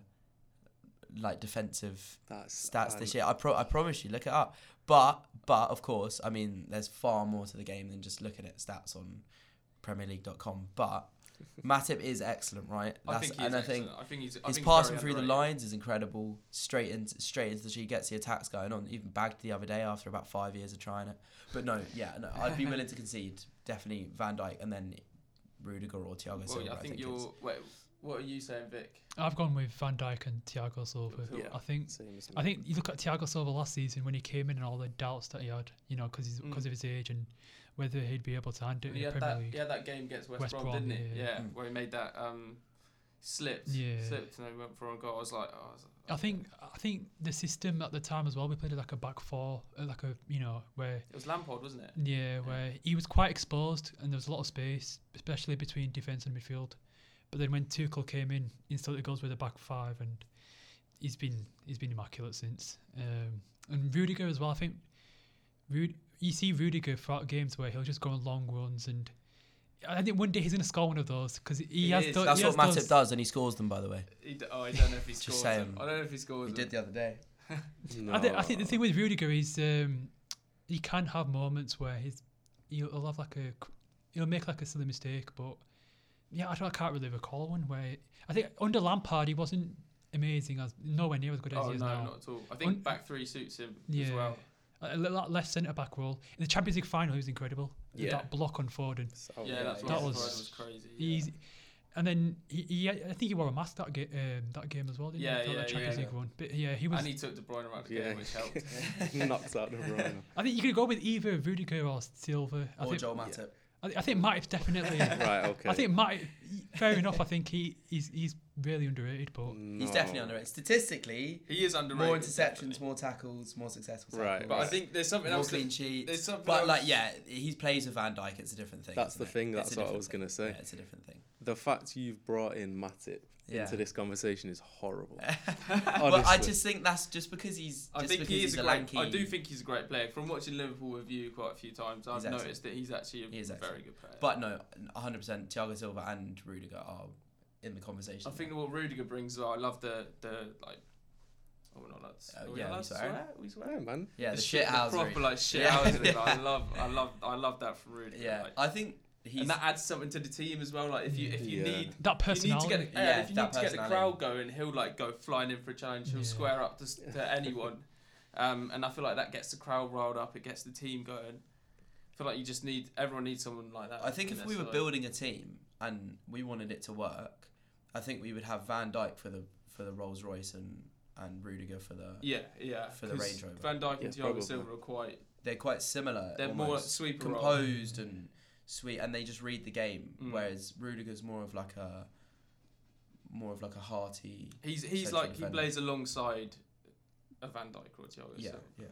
Speaker 3: like defensive
Speaker 1: that's
Speaker 3: stats this
Speaker 1: an-
Speaker 3: year. I pro- I promise you, look it up. But but of course, I mean, there's far more to the game than just looking at stats on PremierLeague.com. But Matip is excellent, right?
Speaker 2: I think he's
Speaker 3: and I think
Speaker 2: excellent. I think he's. I
Speaker 3: his
Speaker 2: think he's
Speaker 3: passing
Speaker 2: very
Speaker 3: through the
Speaker 2: underrated.
Speaker 3: lines is incredible. Straight into straight into the she gets the attacks going on. Even bagged the other day after about five years of trying it. But no, yeah, no, I'd be willing to concede definitely Van Dijk and then Rudiger or Thiago
Speaker 2: Well,
Speaker 3: Silva.
Speaker 2: yeah, I think
Speaker 3: is-
Speaker 2: you're. Wait, what are you saying, Vic?
Speaker 4: I've gone with Van Dijk and Thiago Silva.
Speaker 1: Yeah.
Speaker 4: I think
Speaker 1: Same as me.
Speaker 4: I think you look at Thiago Silva last season when he came in and all the doubts that he had, you know, because
Speaker 2: Mm.
Speaker 4: because of his age and whether he'd be able to handle it
Speaker 2: He
Speaker 4: in the
Speaker 2: had
Speaker 4: Premier
Speaker 2: that.
Speaker 4: League.
Speaker 2: He had that game against West,
Speaker 4: West
Speaker 2: Brom,
Speaker 4: Brom,
Speaker 2: didn't it?
Speaker 4: yeah.
Speaker 2: Yeah,
Speaker 3: Mm.
Speaker 2: where he made that um, slipped.
Speaker 4: Yeah.
Speaker 2: Slipped and then went for a goal. I was like, oh, I was like,
Speaker 4: I think I think the system at the time as well. We played like a back four, uh, like a you know where
Speaker 2: it was Lampard, wasn't it?
Speaker 4: yeah where he was quite exposed and there was a lot of space, especially between defence and midfield. But then when Tuchel came in, instantly goes with a back five, and he's been he's been immaculate since. Um, and Rudiger as well. I think Rud- you see Rudiger throughout games where he'll just go on long runs, and I think one day he's gonna score one of those because he,
Speaker 2: He
Speaker 4: has.
Speaker 2: is.
Speaker 4: Those,
Speaker 3: That's
Speaker 4: he
Speaker 3: what
Speaker 4: has
Speaker 3: Matip
Speaker 4: those-
Speaker 3: does, and he scores them. By the way,
Speaker 2: He d- oh, I don't know if he
Speaker 3: Just
Speaker 2: scores.
Speaker 3: saying.
Speaker 2: them. I don't know if he scores. them.
Speaker 3: the other day.
Speaker 1: No.
Speaker 4: I, think, I think the thing with Rudiger is um, he can have moments where he's he'll, he'll have like a c- he'll make like a silly mistake, but yeah, I, don't, I can't really recall one where I think under Lampard he wasn't amazing as nowhere near as good as
Speaker 2: Oh
Speaker 4: he
Speaker 2: no,
Speaker 4: is now.
Speaker 2: not at all. I think
Speaker 4: Un-
Speaker 2: back three suits him as
Speaker 4: Yeah.
Speaker 2: well.
Speaker 4: A li- lot less centre back role in the Champions League final. He was incredible.
Speaker 1: Yeah.
Speaker 4: that block on Foden.
Speaker 1: So,
Speaker 2: Oh, yeah, that's
Speaker 4: That
Speaker 2: what was,
Speaker 4: was-
Speaker 2: was crazy. Yeah.
Speaker 4: He's, and then he, he, I think he wore a mask that game, um, that game as well, didn't
Speaker 2: Yeah,
Speaker 4: he? That-
Speaker 2: yeah,
Speaker 4: that Champions
Speaker 2: yeah.
Speaker 4: League one. But yeah, he was.
Speaker 2: and he took De Bruyne out of the
Speaker 1: Yeah.
Speaker 2: game, which helped.
Speaker 1: Knocked out the runner.
Speaker 4: I think you could go with either Rudiger or Silva. I
Speaker 3: or
Speaker 4: think,
Speaker 3: Joel
Speaker 1: yeah.
Speaker 3: Matip.
Speaker 4: I, thi- I think Matip's definitely.
Speaker 1: Right, okay.
Speaker 4: I think Matip. Fair enough. I think he he's, he's really underrated, but
Speaker 1: No.
Speaker 3: He's definitely underrated. Statistically,
Speaker 2: He is underrated.
Speaker 3: more interceptions,
Speaker 2: definitely.
Speaker 3: more tackles, more successful tackles.
Speaker 1: Right,
Speaker 2: But I think there's something
Speaker 3: more
Speaker 2: else.
Speaker 3: clean
Speaker 2: That,
Speaker 3: sheets.
Speaker 2: there's something
Speaker 3: But
Speaker 2: else-
Speaker 3: like, yeah, he plays with Van Dyke. It's a different thing.
Speaker 1: That's
Speaker 3: isn't
Speaker 1: the
Speaker 3: it?
Speaker 1: thing,
Speaker 3: It's
Speaker 1: that's
Speaker 3: a
Speaker 1: what I
Speaker 3: different
Speaker 1: was
Speaker 3: thing.
Speaker 1: gonna say.
Speaker 3: Yeah, it's a different thing.
Speaker 1: The fact you've brought in Matip
Speaker 3: Yeah.
Speaker 1: into this conversation is horrible.
Speaker 3: Well, I
Speaker 1: Honestly.
Speaker 3: just think that's just because he's. Just
Speaker 2: I think
Speaker 3: because
Speaker 2: he is
Speaker 3: he's
Speaker 2: a
Speaker 3: a
Speaker 2: great.
Speaker 3: lanky.
Speaker 2: I do think he's a great player. From watching Liverpool with you quite a few times, I've
Speaker 3: He's excellent.
Speaker 2: noticed that he's actually a
Speaker 3: He is
Speaker 2: very
Speaker 3: excellent.
Speaker 2: good player.
Speaker 3: But no, 100% Thiago Silva and Rudiger are in the conversation.
Speaker 2: I think what Rudiger brings, well, I love the the like. Oh, we're not allowed to,
Speaker 3: Uh,
Speaker 2: are we
Speaker 3: yeah,
Speaker 2: allowed
Speaker 3: we
Speaker 2: to
Speaker 3: swear.
Speaker 2: swear? We swear.
Speaker 1: Yeah, man.
Speaker 3: yeah, the,
Speaker 2: The
Speaker 3: shit house.
Speaker 2: the proper like shit
Speaker 3: Yeah.
Speaker 2: I love, I love, I love that from Rudiger.
Speaker 3: Yeah,
Speaker 2: like.
Speaker 3: I think he's.
Speaker 2: and that adds something to the team as well. Like if you if you
Speaker 1: Yeah.
Speaker 2: need
Speaker 4: that
Speaker 2: if you need
Speaker 4: personality.
Speaker 2: to get yeah,
Speaker 3: Yeah,
Speaker 2: if you need
Speaker 3: that
Speaker 2: to get the
Speaker 3: personality.
Speaker 2: crowd going, he'll like go flying in for a challenge. He'll
Speaker 4: Yeah.
Speaker 2: square up to, s- to anyone, um, and I feel like that gets the crowd riled up. It gets the team going. I feel like you just need everyone needs someone like that.
Speaker 3: I think
Speaker 2: in
Speaker 3: if
Speaker 2: their
Speaker 3: we were
Speaker 2: side.
Speaker 3: building a team and we wanted it to work, I think we would have Van Dyke for the for the Rolls Royce and and Rudiger for the.
Speaker 2: yeah, yeah,
Speaker 3: for the
Speaker 2: 'cause
Speaker 3: Range Rover.
Speaker 2: Van Dijk and
Speaker 1: Yeah,
Speaker 2: Thiago
Speaker 1: probably.
Speaker 2: Silva are quite
Speaker 3: They're quite similar.
Speaker 2: they're more like
Speaker 3: almost.
Speaker 2: sweeper roles.
Speaker 3: composed and sweet, and they just read the game.
Speaker 2: Mm.
Speaker 3: Whereas Rudiger's more of like a more of like a hearty.
Speaker 2: He's he's
Speaker 3: central
Speaker 2: like he
Speaker 3: defender.
Speaker 2: plays alongside a Van Dijk or Thiago
Speaker 3: Yeah,
Speaker 2: Silva.
Speaker 3: yeah.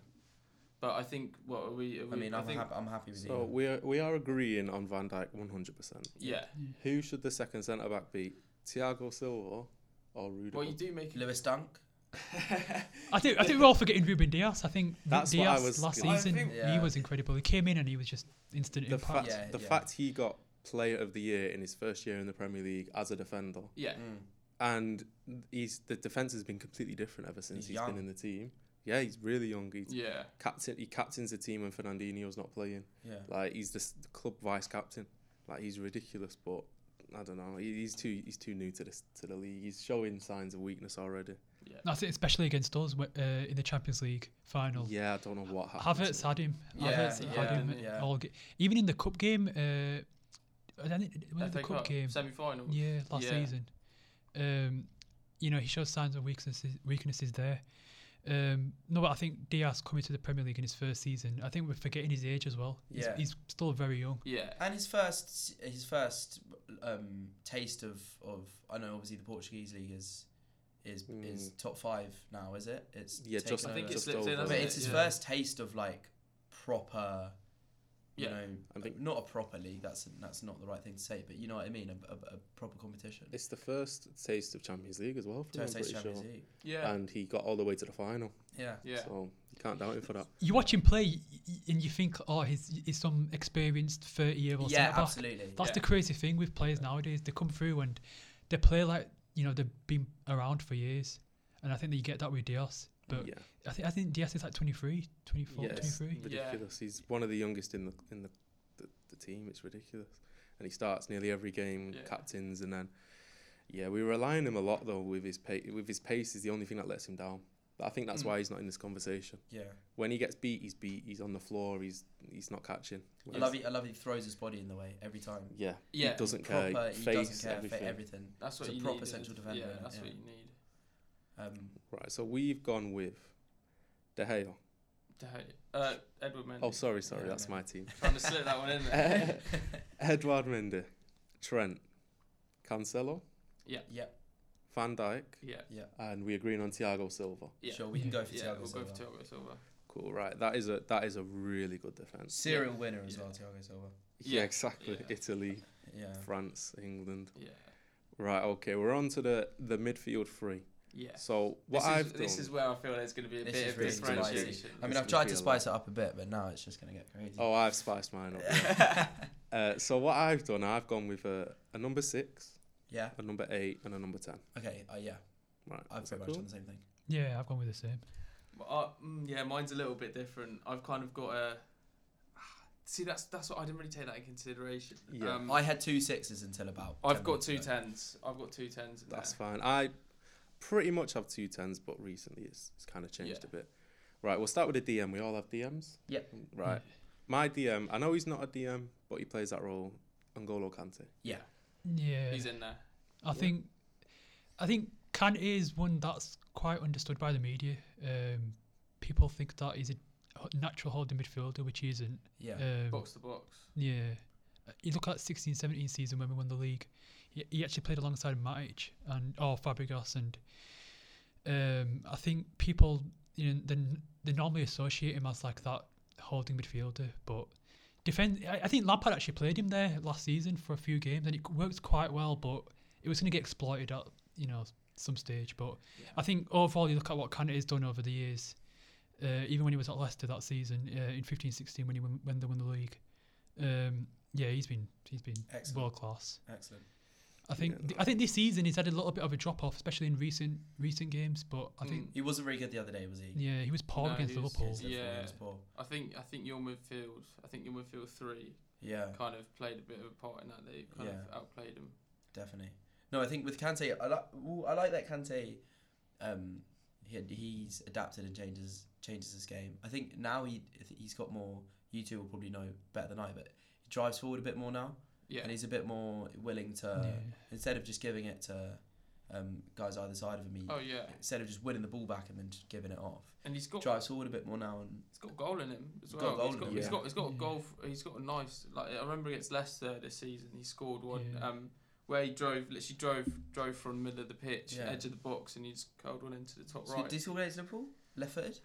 Speaker 2: But I think what are we? Are we
Speaker 3: I mean, I'm,
Speaker 2: think
Speaker 3: hap- I'm happy with
Speaker 1: So
Speaker 3: you.
Speaker 1: we are, we are agreeing on Van Dijk 100%.
Speaker 2: yeah.
Speaker 1: Who should the second centre back be? Thiago Silva or Rudiger?
Speaker 2: Well, you do make.
Speaker 3: Lewis Dunk.
Speaker 4: I think I think we're all forgetting Ruben Diaz. I think
Speaker 1: That's what I
Speaker 4: Diaz
Speaker 1: was
Speaker 4: last
Speaker 1: gonna-
Speaker 2: I
Speaker 4: season
Speaker 2: think-
Speaker 3: Yeah.
Speaker 4: he was incredible. He came in and he was just instant
Speaker 1: the fact,
Speaker 4: impact.
Speaker 3: Yeah,
Speaker 1: the
Speaker 3: yeah.
Speaker 1: fact he got Player of the Year in his first year in the Premier League as a defender,
Speaker 2: Yeah,
Speaker 3: Mm.
Speaker 1: and he's the defense has been completely different ever since
Speaker 3: He's
Speaker 1: he's
Speaker 3: young.
Speaker 1: been in the team. Yeah, he's really young. He's
Speaker 2: yeah.
Speaker 1: captain. He captains the team when Fernandinho's not playing.
Speaker 3: Yeah.
Speaker 1: Like he's the s- the club vice captain. Like he's ridiculous, but I don't know. He, he's too he's too new to this to the league. He's showing signs of weakness already.
Speaker 4: That's it, especially against us wh- uh, in the Champions League final.
Speaker 1: Yeah, I don't know what happened.
Speaker 4: Havertz had him.
Speaker 3: Yeah,
Speaker 4: Havertz had
Speaker 2: yeah,
Speaker 4: him
Speaker 3: yeah.
Speaker 4: all ga- even in the cup game. Uh, I don't think- was it the
Speaker 2: FA
Speaker 4: cup
Speaker 2: Cup
Speaker 4: game.
Speaker 2: semi-final.
Speaker 4: Yeah, last
Speaker 2: Yeah.
Speaker 4: season. Um, you know, he shows signs of weaknesses weaknesses there. Um, no, but I think Diaz coming to the Premier League in his first season. I think we're forgetting his age as well.
Speaker 3: Yeah.
Speaker 4: He's, he's still very young.
Speaker 2: Yeah,
Speaker 3: And his first his first um, taste of, of I know obviously the Portuguese league is is is top five now, is it? It's
Speaker 1: Mm. Yeah,
Speaker 3: taken
Speaker 1: just
Speaker 2: I think
Speaker 3: over.
Speaker 2: it
Speaker 1: just
Speaker 2: slipped in,
Speaker 1: over.
Speaker 2: hasn't
Speaker 3: But it's his
Speaker 2: yeah.
Speaker 3: first taste of like proper, you
Speaker 2: Yeah.
Speaker 3: know,
Speaker 1: I think-
Speaker 3: not a proper league. That's that's not the right thing to say, but you know what I mean. A, a, a proper competition.
Speaker 1: It's the first taste of Champions League as well for him,
Speaker 3: First
Speaker 1: I'm
Speaker 3: taste
Speaker 1: pretty sure.
Speaker 3: Champions League.
Speaker 2: yeah,
Speaker 1: And he got all the way to the final,
Speaker 3: Yeah.
Speaker 2: yeah.
Speaker 1: so you can't doubt him for that.
Speaker 4: You watch him play y- y- and you think, oh, he's, he's some experienced 30 year old
Speaker 3: Yeah,
Speaker 4: centre back.
Speaker 3: absolutely.
Speaker 4: That's
Speaker 2: Yeah.
Speaker 4: the crazy thing with players nowadays. They come through and they play like, you know, they've been around for years. And I think that you get that with Diaz. But
Speaker 1: yeah,
Speaker 4: I, think I think Diaz is like 23, 24,
Speaker 1: Yeah, it's
Speaker 4: 23.
Speaker 2: Yeah.
Speaker 1: ridiculous. He's one of the youngest in the in the, the, the team. It's ridiculous, and he starts nearly every game,
Speaker 2: Yeah.
Speaker 1: captains, and then yeah, we rely on him a lot though. With his pace, with his pace is the only thing that lets him down. But I think that's
Speaker 2: Mm.
Speaker 1: why he's not in this conversation.
Speaker 3: Yeah.
Speaker 1: When he gets beat, he's beat. He's on the floor. He's he's not catching.
Speaker 3: I
Speaker 1: Whereas-
Speaker 3: love. He, I love. He throws his body in the way every time.
Speaker 1: Yeah,
Speaker 2: Yeah,
Speaker 1: he doesn't
Speaker 3: Proper.
Speaker 1: care.
Speaker 3: he
Speaker 1: face
Speaker 3: doesn't care. fa-
Speaker 1: everything.
Speaker 3: everything.
Speaker 2: That's what
Speaker 3: It's a
Speaker 2: you
Speaker 3: proper
Speaker 2: need. isn't
Speaker 3: central
Speaker 2: it?
Speaker 3: defender,
Speaker 2: Yeah, that's
Speaker 3: yeah.
Speaker 2: what you need.
Speaker 3: Um,
Speaker 1: Right, so we've gone with De Gea.
Speaker 2: To hate- Uh, Edward Mendy.
Speaker 1: Oh, sorry, sorry,
Speaker 3: Yeah,
Speaker 1: that's
Speaker 3: no.
Speaker 1: my team.
Speaker 2: Trying to slip that one in there.
Speaker 1: Edward Mendy, Trent, Cancelo,
Speaker 3: yeah.
Speaker 1: Van Dijk,
Speaker 2: yeah.
Speaker 1: and we're agreeing on Thiago Silva.
Speaker 2: Yeah.
Speaker 3: Sure. We can go for
Speaker 2: Yeah,
Speaker 3: Thiago
Speaker 2: we'll
Speaker 3: Silva.
Speaker 2: go for Thiago Silva.
Speaker 1: Cool, right. That is a that is a really good defense.
Speaker 3: Serial winner as
Speaker 2: Yeah.
Speaker 3: well. Thiago Silva.
Speaker 1: Yeah,
Speaker 2: Yeah,
Speaker 1: exactly.
Speaker 2: yeah.
Speaker 1: Italy,
Speaker 3: Yeah.
Speaker 1: France, England.
Speaker 2: Yeah,
Speaker 1: Right, okay. We're on to the the midfield three.
Speaker 2: yeah.
Speaker 1: So what
Speaker 2: this
Speaker 1: I've
Speaker 2: is,
Speaker 1: done
Speaker 2: This is where I feel there's going to be a
Speaker 3: This
Speaker 2: bit
Speaker 3: is
Speaker 2: of
Speaker 3: really
Speaker 2: differentiation.
Speaker 3: I mean,
Speaker 1: It's
Speaker 3: I've tried
Speaker 1: gonna be
Speaker 3: to
Speaker 1: a lot.
Speaker 3: spice it up a bit, but now it's just gonna get crazy.
Speaker 1: Oh, I've spiced mine up. yeah. uh, so what I've done, I've gone with a, a number six,
Speaker 3: Yeah.
Speaker 1: a number eight, and a number ten.
Speaker 3: Okay. Uh, yeah.
Speaker 1: Right.
Speaker 3: I've
Speaker 1: is that
Speaker 3: pretty
Speaker 1: cool?
Speaker 3: much done the same thing.
Speaker 4: Yeah, I've gone with the same.
Speaker 2: But, uh, mm, yeah, mine's a little bit different. I've kind of got a. see, that's that's what I didn't really take that in consideration.
Speaker 1: Yeah.
Speaker 2: Um,
Speaker 3: I had two sixes until about.
Speaker 2: I've
Speaker 3: 10
Speaker 2: got
Speaker 3: minutes
Speaker 2: two
Speaker 3: ago.
Speaker 2: tens. I've got two tens. in
Speaker 1: That's
Speaker 2: there.
Speaker 1: fine. I pretty much have two tens, but recently it's, it's kind of changed a bit. Right, we'll start with the DM. We all have DMs.
Speaker 3: Yep.
Speaker 1: Right. My DM, I know he's not a DM, but he plays that role, N'Golo Kante.
Speaker 4: Yeah.
Speaker 2: He's in there.
Speaker 4: I think I think Kant is one that's quite understood by the media. Um, people think that he's a h- natural holding midfielder, which he isn't.
Speaker 3: Yeah.
Speaker 4: Um,
Speaker 2: Box to box.
Speaker 4: yeah. Uh, You look at 16 17 season when we won the league, he, he actually played alongside Matic and or Fabregas, and um, I think people you know they, n- they normally associate him as like that holding midfielder, but defend. I, I think Lampard actually played him there last season for a few games, and it worked quite well, but it was going to get exploited at you know some stage. But
Speaker 2: Yeah.
Speaker 4: I think overall, you look at what Kante has done over the years. Uh, even when he was at Leicester that season uh, in 15-16 when he won, when they won the league, um, yeah, he's been he's been
Speaker 3: Excellent.
Speaker 4: world class.
Speaker 3: Excellent.
Speaker 4: I think
Speaker 1: Yeah,
Speaker 4: th- I think this season he's had a little bit of a drop off, especially in recent recent games. But I think
Speaker 2: Mm.
Speaker 3: He wasn't very good the other day, was he?
Speaker 4: yeah, he was poor
Speaker 2: No,
Speaker 4: against
Speaker 2: he was-
Speaker 4: Liverpool.
Speaker 3: Yes, definitely,
Speaker 2: Yeah.
Speaker 3: He was poor.
Speaker 2: I think I think your midfield. I think your midfield three
Speaker 3: Yeah.
Speaker 2: kind of played a bit of a part in that. They kind
Speaker 3: Yeah.
Speaker 2: of outplayed him.
Speaker 3: Definitely. No, I think with Kante, I like ooh, I like that Kante. Um, he he's adapted and changes changes his game. I think now he he's got more. You two will probably know better than I, but he drives forward a bit more now,
Speaker 2: Yeah.
Speaker 3: and he's a bit more willing to
Speaker 4: Yeah.
Speaker 3: instead of just giving it to um, guys either side of him. He,
Speaker 2: oh yeah.
Speaker 3: Instead of just winning the ball back and then just giving it off,
Speaker 2: And he's got
Speaker 3: drives forward a bit more now and
Speaker 2: He's got a goal in him as
Speaker 3: He's got a
Speaker 2: well.
Speaker 3: goal
Speaker 2: He's
Speaker 3: in
Speaker 2: got,
Speaker 1: him,
Speaker 2: he's
Speaker 1: yeah.
Speaker 2: got he's got a
Speaker 4: Yeah.
Speaker 2: goal. f- He's got a nice like I remember against Leicester this season. He scored one
Speaker 4: Yeah.
Speaker 2: um, where he drove literally drove drove from the middle of the pitch,
Speaker 3: Yeah.
Speaker 2: edge of the box, and he just curled one into the top
Speaker 3: so
Speaker 2: right
Speaker 3: did he score against Liverpool? Left footed?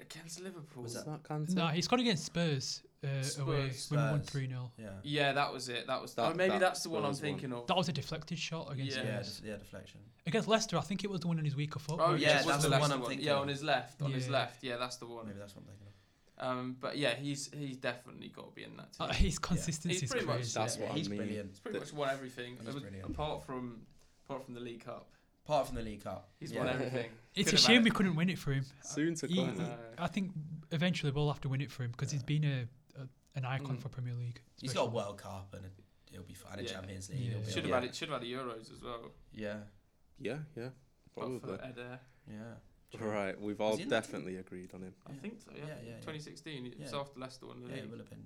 Speaker 2: against Liverpool.
Speaker 3: Was
Speaker 1: It's
Speaker 3: that-
Speaker 1: not Kante.
Speaker 4: Nah, he scored against Spurs, uh, away
Speaker 2: Spurs.
Speaker 4: when we won
Speaker 3: Spurs.
Speaker 4: three 0
Speaker 3: Yeah.
Speaker 2: Yeah, that was it. That was
Speaker 1: That-
Speaker 2: oh, maybe
Speaker 1: that
Speaker 2: that's the one I'm
Speaker 1: Spurs one.
Speaker 2: thinking of.
Speaker 4: That was a deflected shot against
Speaker 2: Yeah.
Speaker 3: Yeah,
Speaker 4: Spurs.
Speaker 3: def- yeah, deflection.
Speaker 4: Against Leicester, I think it was the one on his weaker foot.
Speaker 2: Oh
Speaker 4: where he
Speaker 3: yeah,
Speaker 2: yeah,
Speaker 4: just-
Speaker 3: that's
Speaker 2: that's
Speaker 3: the
Speaker 2: the
Speaker 3: one
Speaker 2: one
Speaker 3: I'm thinking
Speaker 2: Yeah,
Speaker 3: of.
Speaker 2: on his left, on his
Speaker 4: Yeah.
Speaker 2: left. Yeah, that's the one.
Speaker 3: Maybe that's what I'm thinking of.
Speaker 2: Um, but yeah, he's he's definitely got to be in that team.
Speaker 4: uh, his consistency
Speaker 2: He's
Speaker 4: is
Speaker 2: pretty much-
Speaker 4: crazy.
Speaker 1: That's
Speaker 3: yeah,
Speaker 1: what I
Speaker 3: he's
Speaker 1: mean.
Speaker 3: brilliant.
Speaker 2: he's pretty
Speaker 1: the-
Speaker 2: much won everything.
Speaker 3: He's
Speaker 2: It was-
Speaker 3: brilliant.
Speaker 2: apart from apart from the League Cup.
Speaker 3: Apart from the League Cup,
Speaker 2: He's
Speaker 3: yeah.
Speaker 2: won everything.
Speaker 4: It's
Speaker 2: Could
Speaker 4: a
Speaker 2: have
Speaker 4: shame
Speaker 2: had
Speaker 4: we
Speaker 2: it.
Speaker 4: couldn't win it for him.
Speaker 1: Soon to
Speaker 4: He-
Speaker 1: come.
Speaker 4: he-
Speaker 2: No.
Speaker 4: I think eventually we'll have to win it for him because he's
Speaker 3: Yeah.
Speaker 4: been a, a an icon
Speaker 2: Mm.
Speaker 4: for Premier League.
Speaker 3: He's got a
Speaker 4: especially.
Speaker 3: World Cup and a- he'll be fine. And a
Speaker 2: Yeah.
Speaker 3: Champions League.
Speaker 4: Yeah.
Speaker 3: He'll be
Speaker 2: Should have
Speaker 3: all
Speaker 2: had
Speaker 3: right.
Speaker 2: it. Should have had the Euros as well.
Speaker 3: Yeah,
Speaker 1: yeah, yeah.
Speaker 2: But
Speaker 1: Probably.
Speaker 2: for Eder,
Speaker 3: yeah. True.
Speaker 1: Right, we've all
Speaker 3: he in that
Speaker 1: definitely agreed on him.
Speaker 2: I
Speaker 3: Yeah.
Speaker 2: think so. Yeah,
Speaker 3: Yeah, yeah, yeah.
Speaker 2: 2016. It was
Speaker 3: Yeah.
Speaker 2: after Leicester won the
Speaker 3: Yeah, it
Speaker 2: league.
Speaker 3: will have been.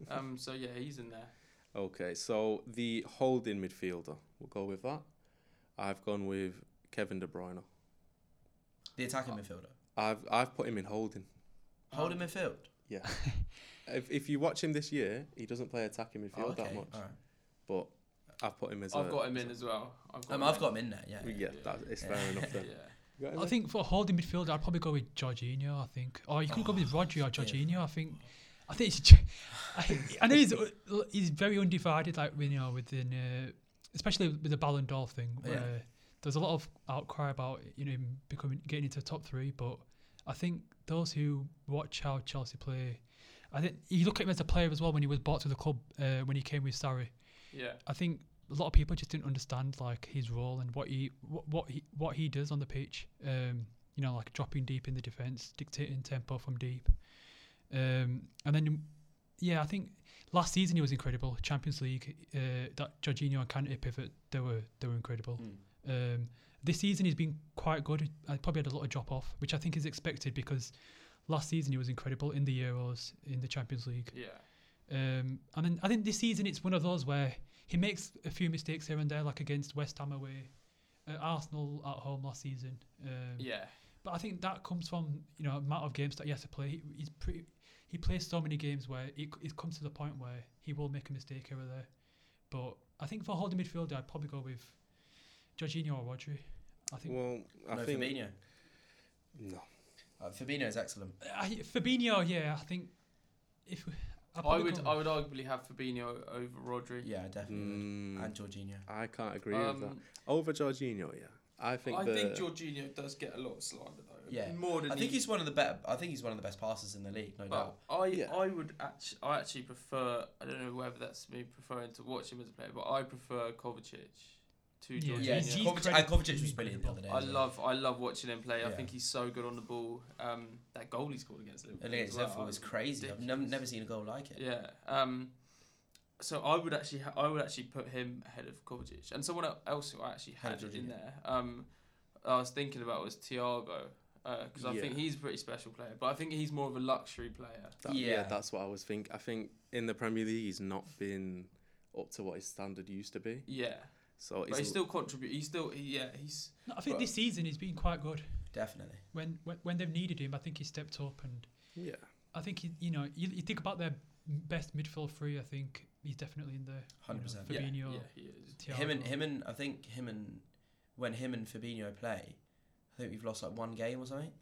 Speaker 3: Yeah.
Speaker 2: um, so yeah, he's in there.
Speaker 1: Okay, so the holding midfielder, we'll go with that. I've gone with Kevin De Bruyne.
Speaker 3: The attacking
Speaker 2: Uh,
Speaker 3: midfielder.
Speaker 1: I've I've put him in holding.
Speaker 3: Holding midfield.
Speaker 1: Yeah. if if you watch him this year, he doesn't play attacking
Speaker 3: Oh,
Speaker 1: midfield that
Speaker 3: okay,
Speaker 1: much,
Speaker 3: all right.
Speaker 1: but I've put him as.
Speaker 2: I've
Speaker 1: a-
Speaker 2: got him in as well. I've got.
Speaker 3: Um,
Speaker 2: him
Speaker 3: I've
Speaker 2: in.
Speaker 3: got him in there. Yeah.
Speaker 1: Yeah,
Speaker 2: Yeah.
Speaker 1: That, it's
Speaker 3: Yeah.
Speaker 1: fair enough
Speaker 2: Yeah.
Speaker 1: then. You got him
Speaker 4: I
Speaker 1: in?
Speaker 4: think for a holding midfielder, I'd probably go with Jorginho, I think. Or you could go with Rodri or
Speaker 3: yeah.
Speaker 4: Jorginho, I think. I think it's, I, I know he's he's very undivided, like you know, within uh, especially with the Ballon d'Or thing.
Speaker 3: Yeah.
Speaker 4: Where There's a lot of outcry about you know him becoming getting into the top three, but I think those who watch how Chelsea play, I think you look at him as a player as well when he was bought to the club uh, when he came with Sarri.
Speaker 2: Yeah.
Speaker 4: I think a lot of people just didn't understand like his role and what he what, what he what he does on the pitch. Um, you know, like dropping deep in the defense, dictating tempo from deep. Um, and then, yeah, I think last season he was incredible. Champions League, uh, that Jorginho and Kante pivot, they were they were incredible.
Speaker 3: Mm.
Speaker 4: Um, this season he's been quite good. I probably had a lot of drop off, which I think is expected because last season he was incredible in the Euros, in the Champions League.
Speaker 2: Yeah.
Speaker 4: Um, and then I think this season it's one of those where he makes a few mistakes here and there, like against West Ham away, uh, Arsenal at home last season. Um,
Speaker 2: Yeah.
Speaker 4: But I think that comes from you know amount of games that he has to play. He, he's pretty. He plays so many games where it, it comes to the point where he will make a mistake here or there. But I think for holding midfielder, I'd probably go with Jorginho or Rodri. I think
Speaker 1: Well, I
Speaker 3: no,
Speaker 1: think
Speaker 3: Fabinho.
Speaker 1: no.
Speaker 3: Uh, Fabinho is excellent.
Speaker 4: I, Fabinho, yeah, I think if I'd
Speaker 2: I
Speaker 4: probably
Speaker 2: would.
Speaker 4: go
Speaker 2: I would
Speaker 4: with-
Speaker 2: arguably have Fabinho over Rodri.
Speaker 3: Yeah, definitely.
Speaker 1: Mm,
Speaker 3: would. And Jorginho.
Speaker 1: I can't agree with that.
Speaker 2: Um,
Speaker 1: Over Jorginho, yeah. I think
Speaker 2: I
Speaker 1: the
Speaker 2: think Jorginho does get a lot of slander though.
Speaker 3: Yeah.
Speaker 2: More than
Speaker 3: I think
Speaker 2: he
Speaker 3: he's one of the better. I think he's one of the best passers in the league, no doubt.
Speaker 2: But I,
Speaker 1: Yeah.
Speaker 2: I would actually, I actually prefer. I don't know whether that's me preferring to watch him as a player, but I prefer Kovacic. to
Speaker 4: Yeah.
Speaker 2: Jorginho.
Speaker 4: Jorginho.
Speaker 3: Yeah,
Speaker 4: He's- he's
Speaker 3: Kovacic, and
Speaker 4: credible.
Speaker 3: Kovacic was brilliant the other day.
Speaker 2: I
Speaker 3: as well.
Speaker 2: love I love watching him play. I
Speaker 3: Yeah.
Speaker 2: think he's so good on the ball. Um, that goal he scored against Liverpool.
Speaker 3: Against
Speaker 2: as well,
Speaker 3: Liverpool
Speaker 2: I
Speaker 3: was
Speaker 2: was
Speaker 3: crazy. I've never,
Speaker 2: ridiculous.
Speaker 3: never seen a goal like it.
Speaker 2: Yeah. Um, so I would actually, ha- I would actually put him ahead of Kovacic, and someone el- else who I actually
Speaker 3: Ahead
Speaker 2: had
Speaker 3: of
Speaker 2: in
Speaker 3: Jorginho.
Speaker 2: there. Um, I was thinking about was Thiago, because I
Speaker 1: Yeah.
Speaker 2: think he's a pretty special player, but I think he's more of a luxury player.
Speaker 1: That- yeah.
Speaker 3: Yeah.
Speaker 1: that's what I was thinking. I think in the Premier League, he's not been up to what his standard used to be.
Speaker 2: Yeah,
Speaker 1: So
Speaker 2: but he
Speaker 1: it's
Speaker 2: still contribute. He still, he, yeah, he's
Speaker 4: No, I think
Speaker 2: Well-
Speaker 4: this season he's been quite good.
Speaker 3: Definitely.
Speaker 4: When, when when they've needed him, I think he stepped up, and
Speaker 1: yeah,
Speaker 4: I think he, you know you, you think about their best midfield three. I think he's definitely in there. you know,
Speaker 3: 100%.
Speaker 2: yeah,
Speaker 4: Fabinho,
Speaker 2: yeah, he is.
Speaker 3: Him and
Speaker 4: Thiago.
Speaker 3: him and I think him and when him and Fabinho play, I think we've lost like one game or something.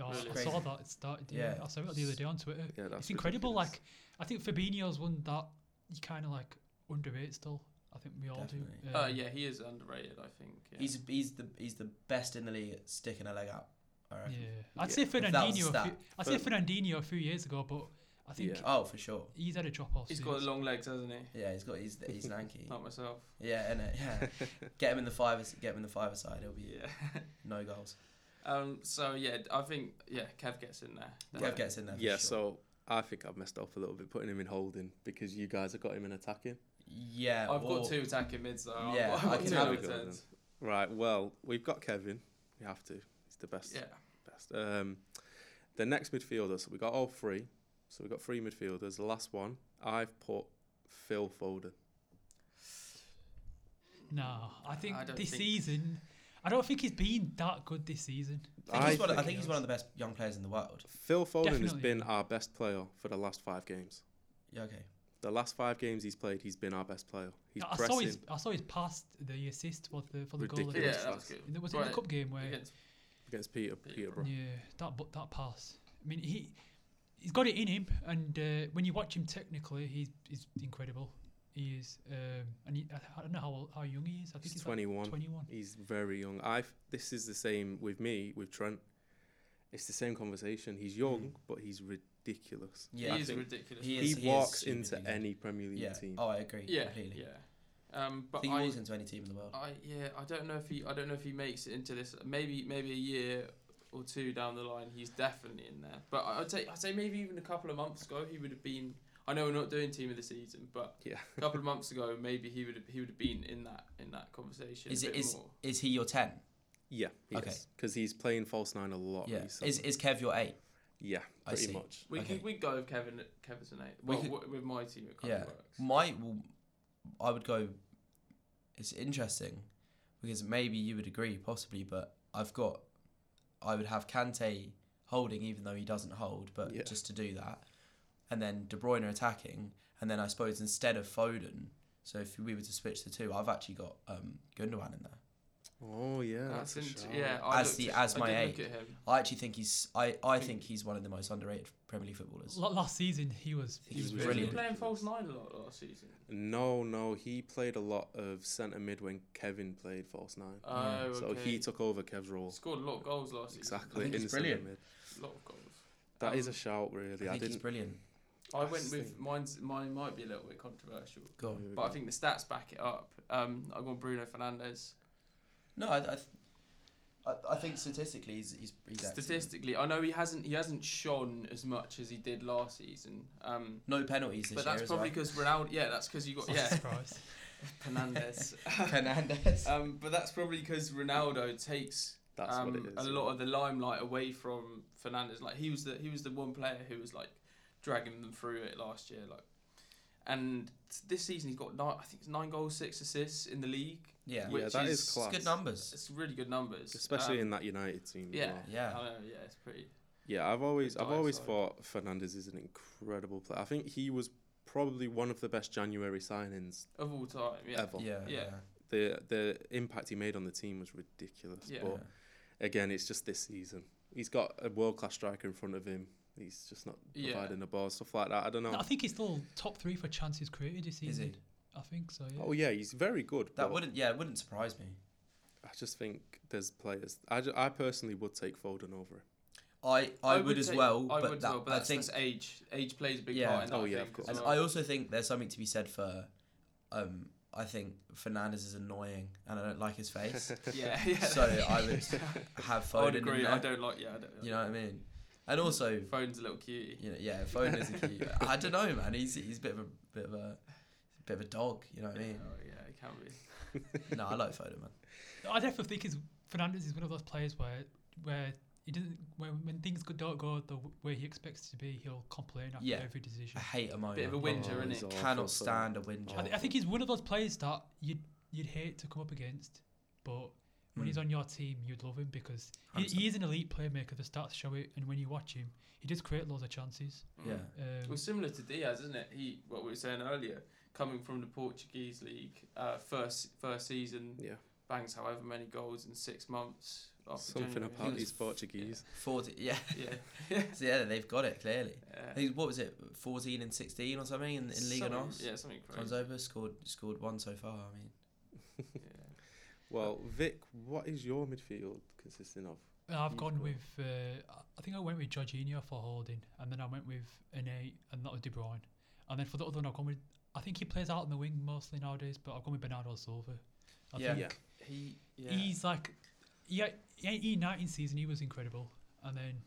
Speaker 4: Oh,
Speaker 2: Really?
Speaker 4: I
Speaker 3: Crazy.
Speaker 4: saw that. It started. Yeah,
Speaker 3: Yeah.
Speaker 4: I saw it the other day on Twitter.
Speaker 1: yeah. That's
Speaker 4: it's incredible.
Speaker 1: ridiculous.
Speaker 4: Like I think Fabinho's one that you kind of like underrate still. I think we all
Speaker 3: Definitely.
Speaker 4: do.
Speaker 2: Uh,
Speaker 4: Um,
Speaker 2: yeah, he is underrated. I think. Yeah.
Speaker 3: He's he's the he's the best in the league at sticking a leg out. I
Speaker 4: Yeah,
Speaker 3: reckon.
Speaker 4: I'd
Speaker 1: Yeah.
Speaker 4: say
Speaker 3: If that was a
Speaker 4: Fernandinho. A few,
Speaker 3: stat.
Speaker 4: I'd say
Speaker 1: Fer-
Speaker 4: Fernandinho a few years ago, but I think
Speaker 1: Yeah.
Speaker 3: Oh, for sure.
Speaker 4: he's had a drop off.
Speaker 2: he's got long legs, hasn't he?
Speaker 3: Yeah, he's got he's he's lanky.
Speaker 2: Not myself.
Speaker 3: Yeah, and uh, yeah, get him in the five get him in the five side. It'll be uh,
Speaker 2: Yeah.
Speaker 3: no goals.
Speaker 2: um. So yeah, I think yeah, Kev gets in there.
Speaker 3: Kev gets in there. For
Speaker 1: yeah.
Speaker 3: sure.
Speaker 1: So I think I've messed up a little bit putting him in holding because you guys have got him in attacking.
Speaker 3: yeah.
Speaker 2: I've
Speaker 3: or-
Speaker 2: got two attacking mids though. I've
Speaker 3: Yeah,
Speaker 2: got- I've
Speaker 3: I
Speaker 2: got
Speaker 3: can
Speaker 2: two
Speaker 3: have
Speaker 2: number
Speaker 1: it.
Speaker 2: 10s.
Speaker 1: Right. Well, we've got Kevin. We have to. He's the best.
Speaker 2: Yeah.
Speaker 1: Best. Um, the next midfielder. So we got all three. So we got three midfielders. The last one I've put Phil Foden.
Speaker 4: Nah, I think
Speaker 2: I don't
Speaker 4: this
Speaker 2: think-
Speaker 4: season. I don't think he's been that good this season.
Speaker 3: I think, he's
Speaker 1: I
Speaker 3: one of, I
Speaker 1: think
Speaker 3: think he's one of the best young players in the world.
Speaker 1: Phil Foden has
Speaker 4: Definitely.
Speaker 1: been our best player for the last five games.
Speaker 3: Yeah. Okay.
Speaker 1: The last five games he's played, he's been our best player. He's
Speaker 4: I
Speaker 1: pressing.
Speaker 4: saw his I saw his pass the assist for the for the goal.
Speaker 1: Ridiculous.
Speaker 2: Yeah,
Speaker 4: against-
Speaker 2: that was good.
Speaker 4: And it was in the
Speaker 2: Right,
Speaker 4: cup game where
Speaker 2: Against-
Speaker 1: against Peter Peterborough.
Speaker 4: yeah that bu- that pass. I mean he he's got it in him, and uh, when you watch him technically, he's he's incredible. He is, um, and he, I, I don't know how old- how young he is. I think he's,
Speaker 1: He's
Speaker 4: like
Speaker 1: 21.
Speaker 4: 21.
Speaker 1: He's very young. I this is the same with me with Trent. It's the same conversation. He's young, but he's ridiculous.
Speaker 3: Mm-hmm. Yeah.
Speaker 1: I
Speaker 2: he is
Speaker 1: think
Speaker 2: ridiculous.
Speaker 3: He
Speaker 1: he
Speaker 3: is-
Speaker 1: walks
Speaker 3: stupidly
Speaker 1: into
Speaker 3: good.
Speaker 1: any Premier League
Speaker 3: Yeah.
Speaker 1: team.
Speaker 3: Oh, I agree
Speaker 2: yeah,
Speaker 3: completely.
Speaker 2: yeah. Um,
Speaker 3: I
Speaker 2: but
Speaker 3: think he
Speaker 2: I, Oh.
Speaker 3: walks into any team in the world.
Speaker 2: I, yeah, I don't know if he, I don't know if he makes it into this. Maybe, maybe a year or two down the line, he's definitely in there. But I- I'd say, I'd say maybe even a couple of months ago, he would have been. I know we're not doing team of the season, but
Speaker 1: Yeah.
Speaker 2: a couple of months ago, maybe he would have, he would have been in that, in that conversation.
Speaker 3: Is
Speaker 2: a
Speaker 3: it
Speaker 2: bit
Speaker 3: is
Speaker 2: more.
Speaker 3: is he your ten?
Speaker 1: Yeah, he
Speaker 3: Okay.
Speaker 1: Because he's playing false nine a lot.
Speaker 3: Yeah.
Speaker 1: recently.
Speaker 3: Is is Kev your eight?
Speaker 1: yeah,
Speaker 3: I
Speaker 1: pretty
Speaker 3: see.
Speaker 1: much.
Speaker 2: We
Speaker 3: Okay.
Speaker 2: could we go with Kevin Kevin's an eight.
Speaker 3: We
Speaker 2: Well,
Speaker 3: could-
Speaker 2: w with my team, it kind
Speaker 3: Yeah.
Speaker 2: of works.
Speaker 3: My well, I would go. It's interesting because maybe you would agree, possibly, but I've got. I would have Kante holding, even though he doesn't hold, but
Speaker 1: Yeah.
Speaker 3: just to do that, and then De Bruyne attacking, and then I suppose instead of Foden. So if we were to switch the two, I've actually got um, Gundogan in there.
Speaker 1: Oh yeah, that's,
Speaker 2: That's
Speaker 1: a
Speaker 2: int-
Speaker 1: shout.
Speaker 2: yeah. I
Speaker 3: As
Speaker 2: looked
Speaker 3: the-
Speaker 2: at-
Speaker 3: as
Speaker 2: I
Speaker 3: my
Speaker 2: did
Speaker 3: eight.
Speaker 2: Look at him.
Speaker 3: I actually think he's. I, I think he's one of the most underrated Premier League footballers.
Speaker 4: La- last season he was he
Speaker 3: He's
Speaker 4: was
Speaker 2: Was
Speaker 3: brilliant.
Speaker 2: he playing
Speaker 4: brilliant.
Speaker 2: false nine a lot last season?
Speaker 1: No, no, he played a lot of centre mid when Kevin played false nine.
Speaker 2: Oh,
Speaker 3: Yeah.
Speaker 2: okay.
Speaker 1: So he took over Kev's role.
Speaker 2: scored a lot of goals last season.
Speaker 1: Exactly.
Speaker 3: think
Speaker 1: in
Speaker 3: he's
Speaker 1: the centre
Speaker 3: brilliant.
Speaker 1: mid.
Speaker 2: A lot of goals.
Speaker 1: That is
Speaker 2: Um,
Speaker 1: a shout, really.
Speaker 3: I
Speaker 1: I,
Speaker 3: think he's
Speaker 1: didn't.
Speaker 3: brilliant.
Speaker 2: I
Speaker 1: I
Speaker 2: went with
Speaker 1: think-
Speaker 2: mine's. Mine might be a little bit controversial,
Speaker 3: Go on.
Speaker 2: but I think the stats back it up. Um, I want Bruno Fernandez.
Speaker 3: No, I. I th- I, I think statistically he's he's, he's excellent.
Speaker 2: Statistically, I know he hasn't. He hasn't shone as much as he did last season. Um,
Speaker 3: No penalties this
Speaker 2: but
Speaker 3: year
Speaker 2: that's
Speaker 3: as
Speaker 2: probably
Speaker 3: well.
Speaker 2: because Ronaldo. Yeah, that's because you got yeah
Speaker 4: Surprised.
Speaker 2: Fernandez.
Speaker 3: Fernandez.
Speaker 2: um, but that's probably because Ronaldo takes
Speaker 1: That's
Speaker 2: um,
Speaker 1: what it is.
Speaker 2: a
Speaker 1: yeah.
Speaker 2: lot of the limelight away from Fernandez. Like he was the he was the one player who was like dragging them through it last year. Like, and this season he's got nine. I think it's nine goals, six assists in the league.
Speaker 3: yeah,
Speaker 1: Yeah,
Speaker 2: which
Speaker 1: that
Speaker 2: is-
Speaker 1: is
Speaker 2: it's
Speaker 1: class.
Speaker 3: good numbers.
Speaker 2: It's really good numbers,
Speaker 1: especially in that United team. as
Speaker 2: yeah,
Speaker 1: well.
Speaker 3: Yeah.
Speaker 2: I know, yeah, it's pretty.
Speaker 1: yeah. I've always,
Speaker 2: Good
Speaker 1: I've always
Speaker 2: eyesight.
Speaker 1: thought Fernandez is an incredible player. I think he was probably one of the best January signings
Speaker 2: Of all time, yeah.
Speaker 1: ever.
Speaker 3: Yeah,
Speaker 2: Yeah.
Speaker 1: The the impact he made on the team was ridiculous.
Speaker 2: Yeah.
Speaker 1: But again, it's just this season. He's got a world class striker in front of him. He's just not
Speaker 2: Yeah.
Speaker 1: providing the ball, stuff like that. I don't know.
Speaker 4: No, I think he's still top three for chances created this
Speaker 3: Is
Speaker 4: season.
Speaker 3: he?
Speaker 4: I think so. Yeah.
Speaker 1: Oh yeah, he's very good.
Speaker 3: That
Speaker 1: but
Speaker 3: wouldn't. Yeah, it wouldn't surprise me.
Speaker 1: I just think there's players. I, ju- I personally would take Foden over. him.
Speaker 3: I, I, would, as
Speaker 2: take-
Speaker 3: well,
Speaker 2: I
Speaker 3: but
Speaker 2: would
Speaker 3: that,
Speaker 2: as well, but
Speaker 3: I
Speaker 2: that's,
Speaker 3: think,
Speaker 2: that's age. Age plays a big
Speaker 3: Yeah.
Speaker 2: part in that.
Speaker 1: Oh, yeah,
Speaker 2: I
Speaker 1: of
Speaker 2: think, as
Speaker 1: course.
Speaker 3: and
Speaker 2: well.
Speaker 3: I also think there's something to be said for, um, I think Fernandez is annoying and I don't like his face.
Speaker 2: yeah, yeah.
Speaker 3: so I would have
Speaker 2: I
Speaker 3: Foden
Speaker 2: would
Speaker 3: in
Speaker 2: agree.
Speaker 3: there.
Speaker 2: I don't like. Yeah, I don't.
Speaker 3: You know what I mean? And also,
Speaker 2: Phone's a little cutie.
Speaker 3: you know, yeah, Foden is a cute. I don't know, man. He's he's a bit of a bit of a bit of a dog. You know what I mean?
Speaker 2: Oh, yeah, it can be.
Speaker 3: No, I like Foden, man.
Speaker 4: I definitely think is Fernandez is one of those players where where he doesn't when when things go- don't go the w- way he expects to be, he'll complain after
Speaker 3: Yeah.
Speaker 4: every
Speaker 3: I
Speaker 4: decision.
Speaker 3: hate a moaner.
Speaker 2: Bit of a whinger,
Speaker 1: Oh,
Speaker 2: innit?
Speaker 1: he's awful,
Speaker 3: Cannot
Speaker 1: so-
Speaker 3: stand a whinger.
Speaker 4: I, th- I think he's one of those players that you'd you'd hate to come up against, but when he's
Speaker 3: Mm.
Speaker 4: on your team, you'd love him because
Speaker 1: Mm.
Speaker 4: he,
Speaker 3: 100%.
Speaker 4: he is an elite playmaker. The stats show it, and when you watch him, he does create loads of chances.
Speaker 3: Yeah.
Speaker 2: Mm.
Speaker 1: Mm.
Speaker 4: Um,
Speaker 2: Well, similar to Diaz, isn't it? He what we were saying earlier, coming from the Portuguese league, uh, first first season
Speaker 1: Yeah,
Speaker 2: bangs however many goals in six months. after
Speaker 1: something
Speaker 2: January.
Speaker 1: about
Speaker 3: Oh, was-
Speaker 1: these Portuguese.
Speaker 3: Forty. Yeah.
Speaker 2: Yeah, yeah.
Speaker 3: So yeah, they've got it clearly. I
Speaker 2: yeah.
Speaker 3: think what was it, fourteen and sixteen or something in, in
Speaker 2: Something-
Speaker 3: Liga Nos?
Speaker 2: Yeah, something
Speaker 3: Comes
Speaker 2: crazy.
Speaker 3: over, scored scored one so far. I mean,
Speaker 2: Yeah.
Speaker 1: Well, Vic, what is your midfield consisting of?
Speaker 4: I've
Speaker 1: You've
Speaker 4: gone
Speaker 1: got-
Speaker 4: with uh, I- I think I went with Jorginho for holding, and then I went with an eight, and that was De Bruyne. And then for the other one, I've gone with I think he plays out on the wing mostly nowadays, but I've gone with Bernardo Silva. I
Speaker 3: Yeah.
Speaker 4: think
Speaker 1: Yeah.
Speaker 2: He yeah.
Speaker 4: he's like yeah, yeah, E nineteen season he was incredible, and then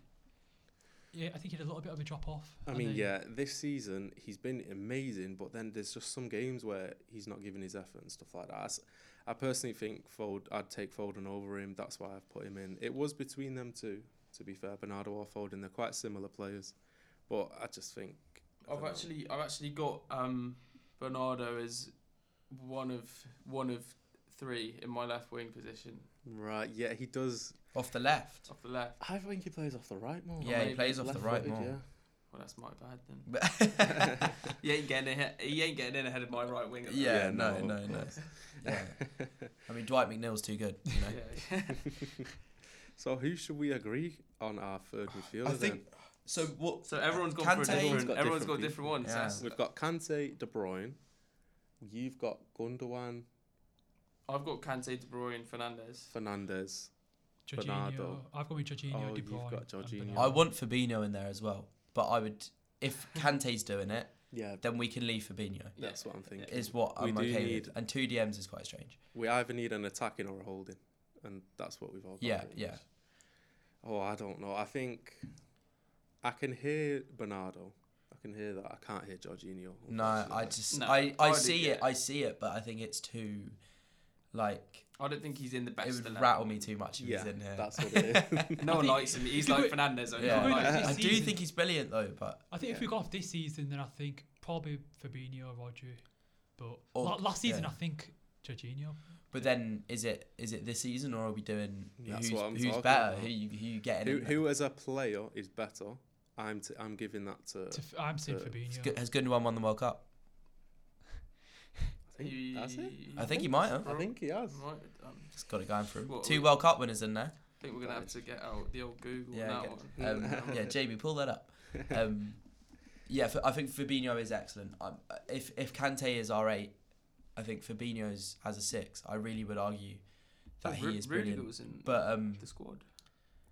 Speaker 4: yeah, I think he had a little bit of a drop off.
Speaker 1: I
Speaker 4: and
Speaker 1: mean,
Speaker 4: then-
Speaker 1: yeah, this season he's been amazing, but then there's just some games where he's not giving his effort and stuff like that. I s- I, personally think Fold, I'd take Foden over him. That's why I've put him in. It was between them two, to be fair, Bernardo or Foden. They're quite similar players, but I just think I
Speaker 2: I've
Speaker 1: dunno.
Speaker 2: actually I've actually got um, Bernardo as one of one of three in my left wing position
Speaker 1: right. Yeah, he does.
Speaker 3: off the left.
Speaker 2: off the left.
Speaker 1: I think he plays off the right more.
Speaker 3: Yeah, he
Speaker 2: maybe
Speaker 3: plays off the right
Speaker 1: Left-footed,
Speaker 3: more.
Speaker 2: Well, that's my bad then.
Speaker 3: yeah,
Speaker 2: He ain't getting ahead, he ain't getting in ahead of my right wing. at the
Speaker 1: Yeah,
Speaker 3: no,
Speaker 1: no,
Speaker 3: no,
Speaker 1: of
Speaker 3: no. Yeah. I mean, Dwight McNeil's too good. You know?
Speaker 2: moment. Yeah.
Speaker 1: So who should we agree on our third midfielder?
Speaker 3: I think. So what?
Speaker 2: so everyone's gone for a
Speaker 3: Kante-
Speaker 2: different.
Speaker 1: got
Speaker 2: everyone's
Speaker 1: different
Speaker 2: got different ones.
Speaker 3: Yeah.
Speaker 2: That's-
Speaker 1: then we've got Kante, De Bruyne. You've got Gundogan,
Speaker 2: I've got Kante, De Bruyne, Fernandez.
Speaker 1: Fernandez.
Speaker 4: Jorginho.
Speaker 1: Bernardo.
Speaker 4: I've gone with
Speaker 1: Oh,
Speaker 4: Jorginho, De
Speaker 1: you've
Speaker 4: Bruyne.
Speaker 1: got
Speaker 4: and
Speaker 1: Jorginho.
Speaker 4: Bernardo.
Speaker 3: I want Fabinho in there as well, but I would if Kante's doing it,
Speaker 1: Yeah,
Speaker 3: then we can leave Fabinho.
Speaker 1: that's what I'm thinking.
Speaker 3: Is what
Speaker 1: We
Speaker 3: I'm
Speaker 1: do
Speaker 3: okay
Speaker 1: need-
Speaker 3: with. And two DMs is quite strange.
Speaker 1: We either need an attacking or a holding, and that's what we've all got.
Speaker 3: Yeah,
Speaker 1: pretty
Speaker 3: yeah.
Speaker 1: much. Oh, I don't know. I think I can hear Bernardo. I can hear that. I can't hear Jorginho.
Speaker 3: No, I
Speaker 1: unfortunately.
Speaker 3: just
Speaker 2: No,
Speaker 3: I, I
Speaker 2: I'd-
Speaker 3: see
Speaker 2: yeah.
Speaker 3: it, I see it, but I think it's too like
Speaker 2: I don't think he's in the best.
Speaker 3: it would
Speaker 2: eleven.
Speaker 3: rattle me too much if
Speaker 1: Yeah,
Speaker 3: he's in here.
Speaker 1: that's what it is.
Speaker 2: No one
Speaker 4: I think-
Speaker 2: likes him. He's
Speaker 4: if you
Speaker 2: like
Speaker 4: go-
Speaker 2: Fernandez.
Speaker 3: Yeah.
Speaker 2: Yeah. Like,
Speaker 4: This
Speaker 3: I do
Speaker 4: season-
Speaker 3: think he's brilliant though, but
Speaker 4: I think if
Speaker 1: Yeah.
Speaker 4: we go off this season, then I think probably Fabinho or Roger. But
Speaker 3: Or-
Speaker 4: la- last season,
Speaker 3: Oh, yeah.
Speaker 4: I think Jorginho.
Speaker 3: but then is it is it this season or are we doing
Speaker 1: That's
Speaker 3: who's,
Speaker 1: what I'm
Speaker 3: who's
Speaker 1: talking
Speaker 3: better?
Speaker 1: about.
Speaker 3: Who you who you getting
Speaker 1: who,
Speaker 3: in there?
Speaker 1: who as a player is better? I'm t- I'm giving that to.
Speaker 4: To, f- I'm saying
Speaker 1: Uh,
Speaker 3: Has
Speaker 4: Fabinho.
Speaker 3: Gu- has Gundogan won the World Cup?
Speaker 1: I think that's it.
Speaker 2: he-
Speaker 3: I think he might have.
Speaker 1: I think he has.
Speaker 2: Right, um,
Speaker 3: It's got it going for him.
Speaker 2: What,
Speaker 3: Two
Speaker 2: we-
Speaker 3: World Cup winners in there.
Speaker 2: I think we're gonna have to get out the old Google
Speaker 3: Yeah,
Speaker 2: on that
Speaker 3: get-
Speaker 2: one.
Speaker 3: Um,
Speaker 2: Mm.
Speaker 3: yeah, JB, pull that up. Um, yeah, Fa- I think Fabinho is excellent. Um, if if Kante is our eight, I think Fabinho's as a six. I really would argue that
Speaker 2: Ru-
Speaker 3: he is
Speaker 2: Rudiger
Speaker 3: brilliant.
Speaker 2: was in
Speaker 3: But um,
Speaker 2: the squad.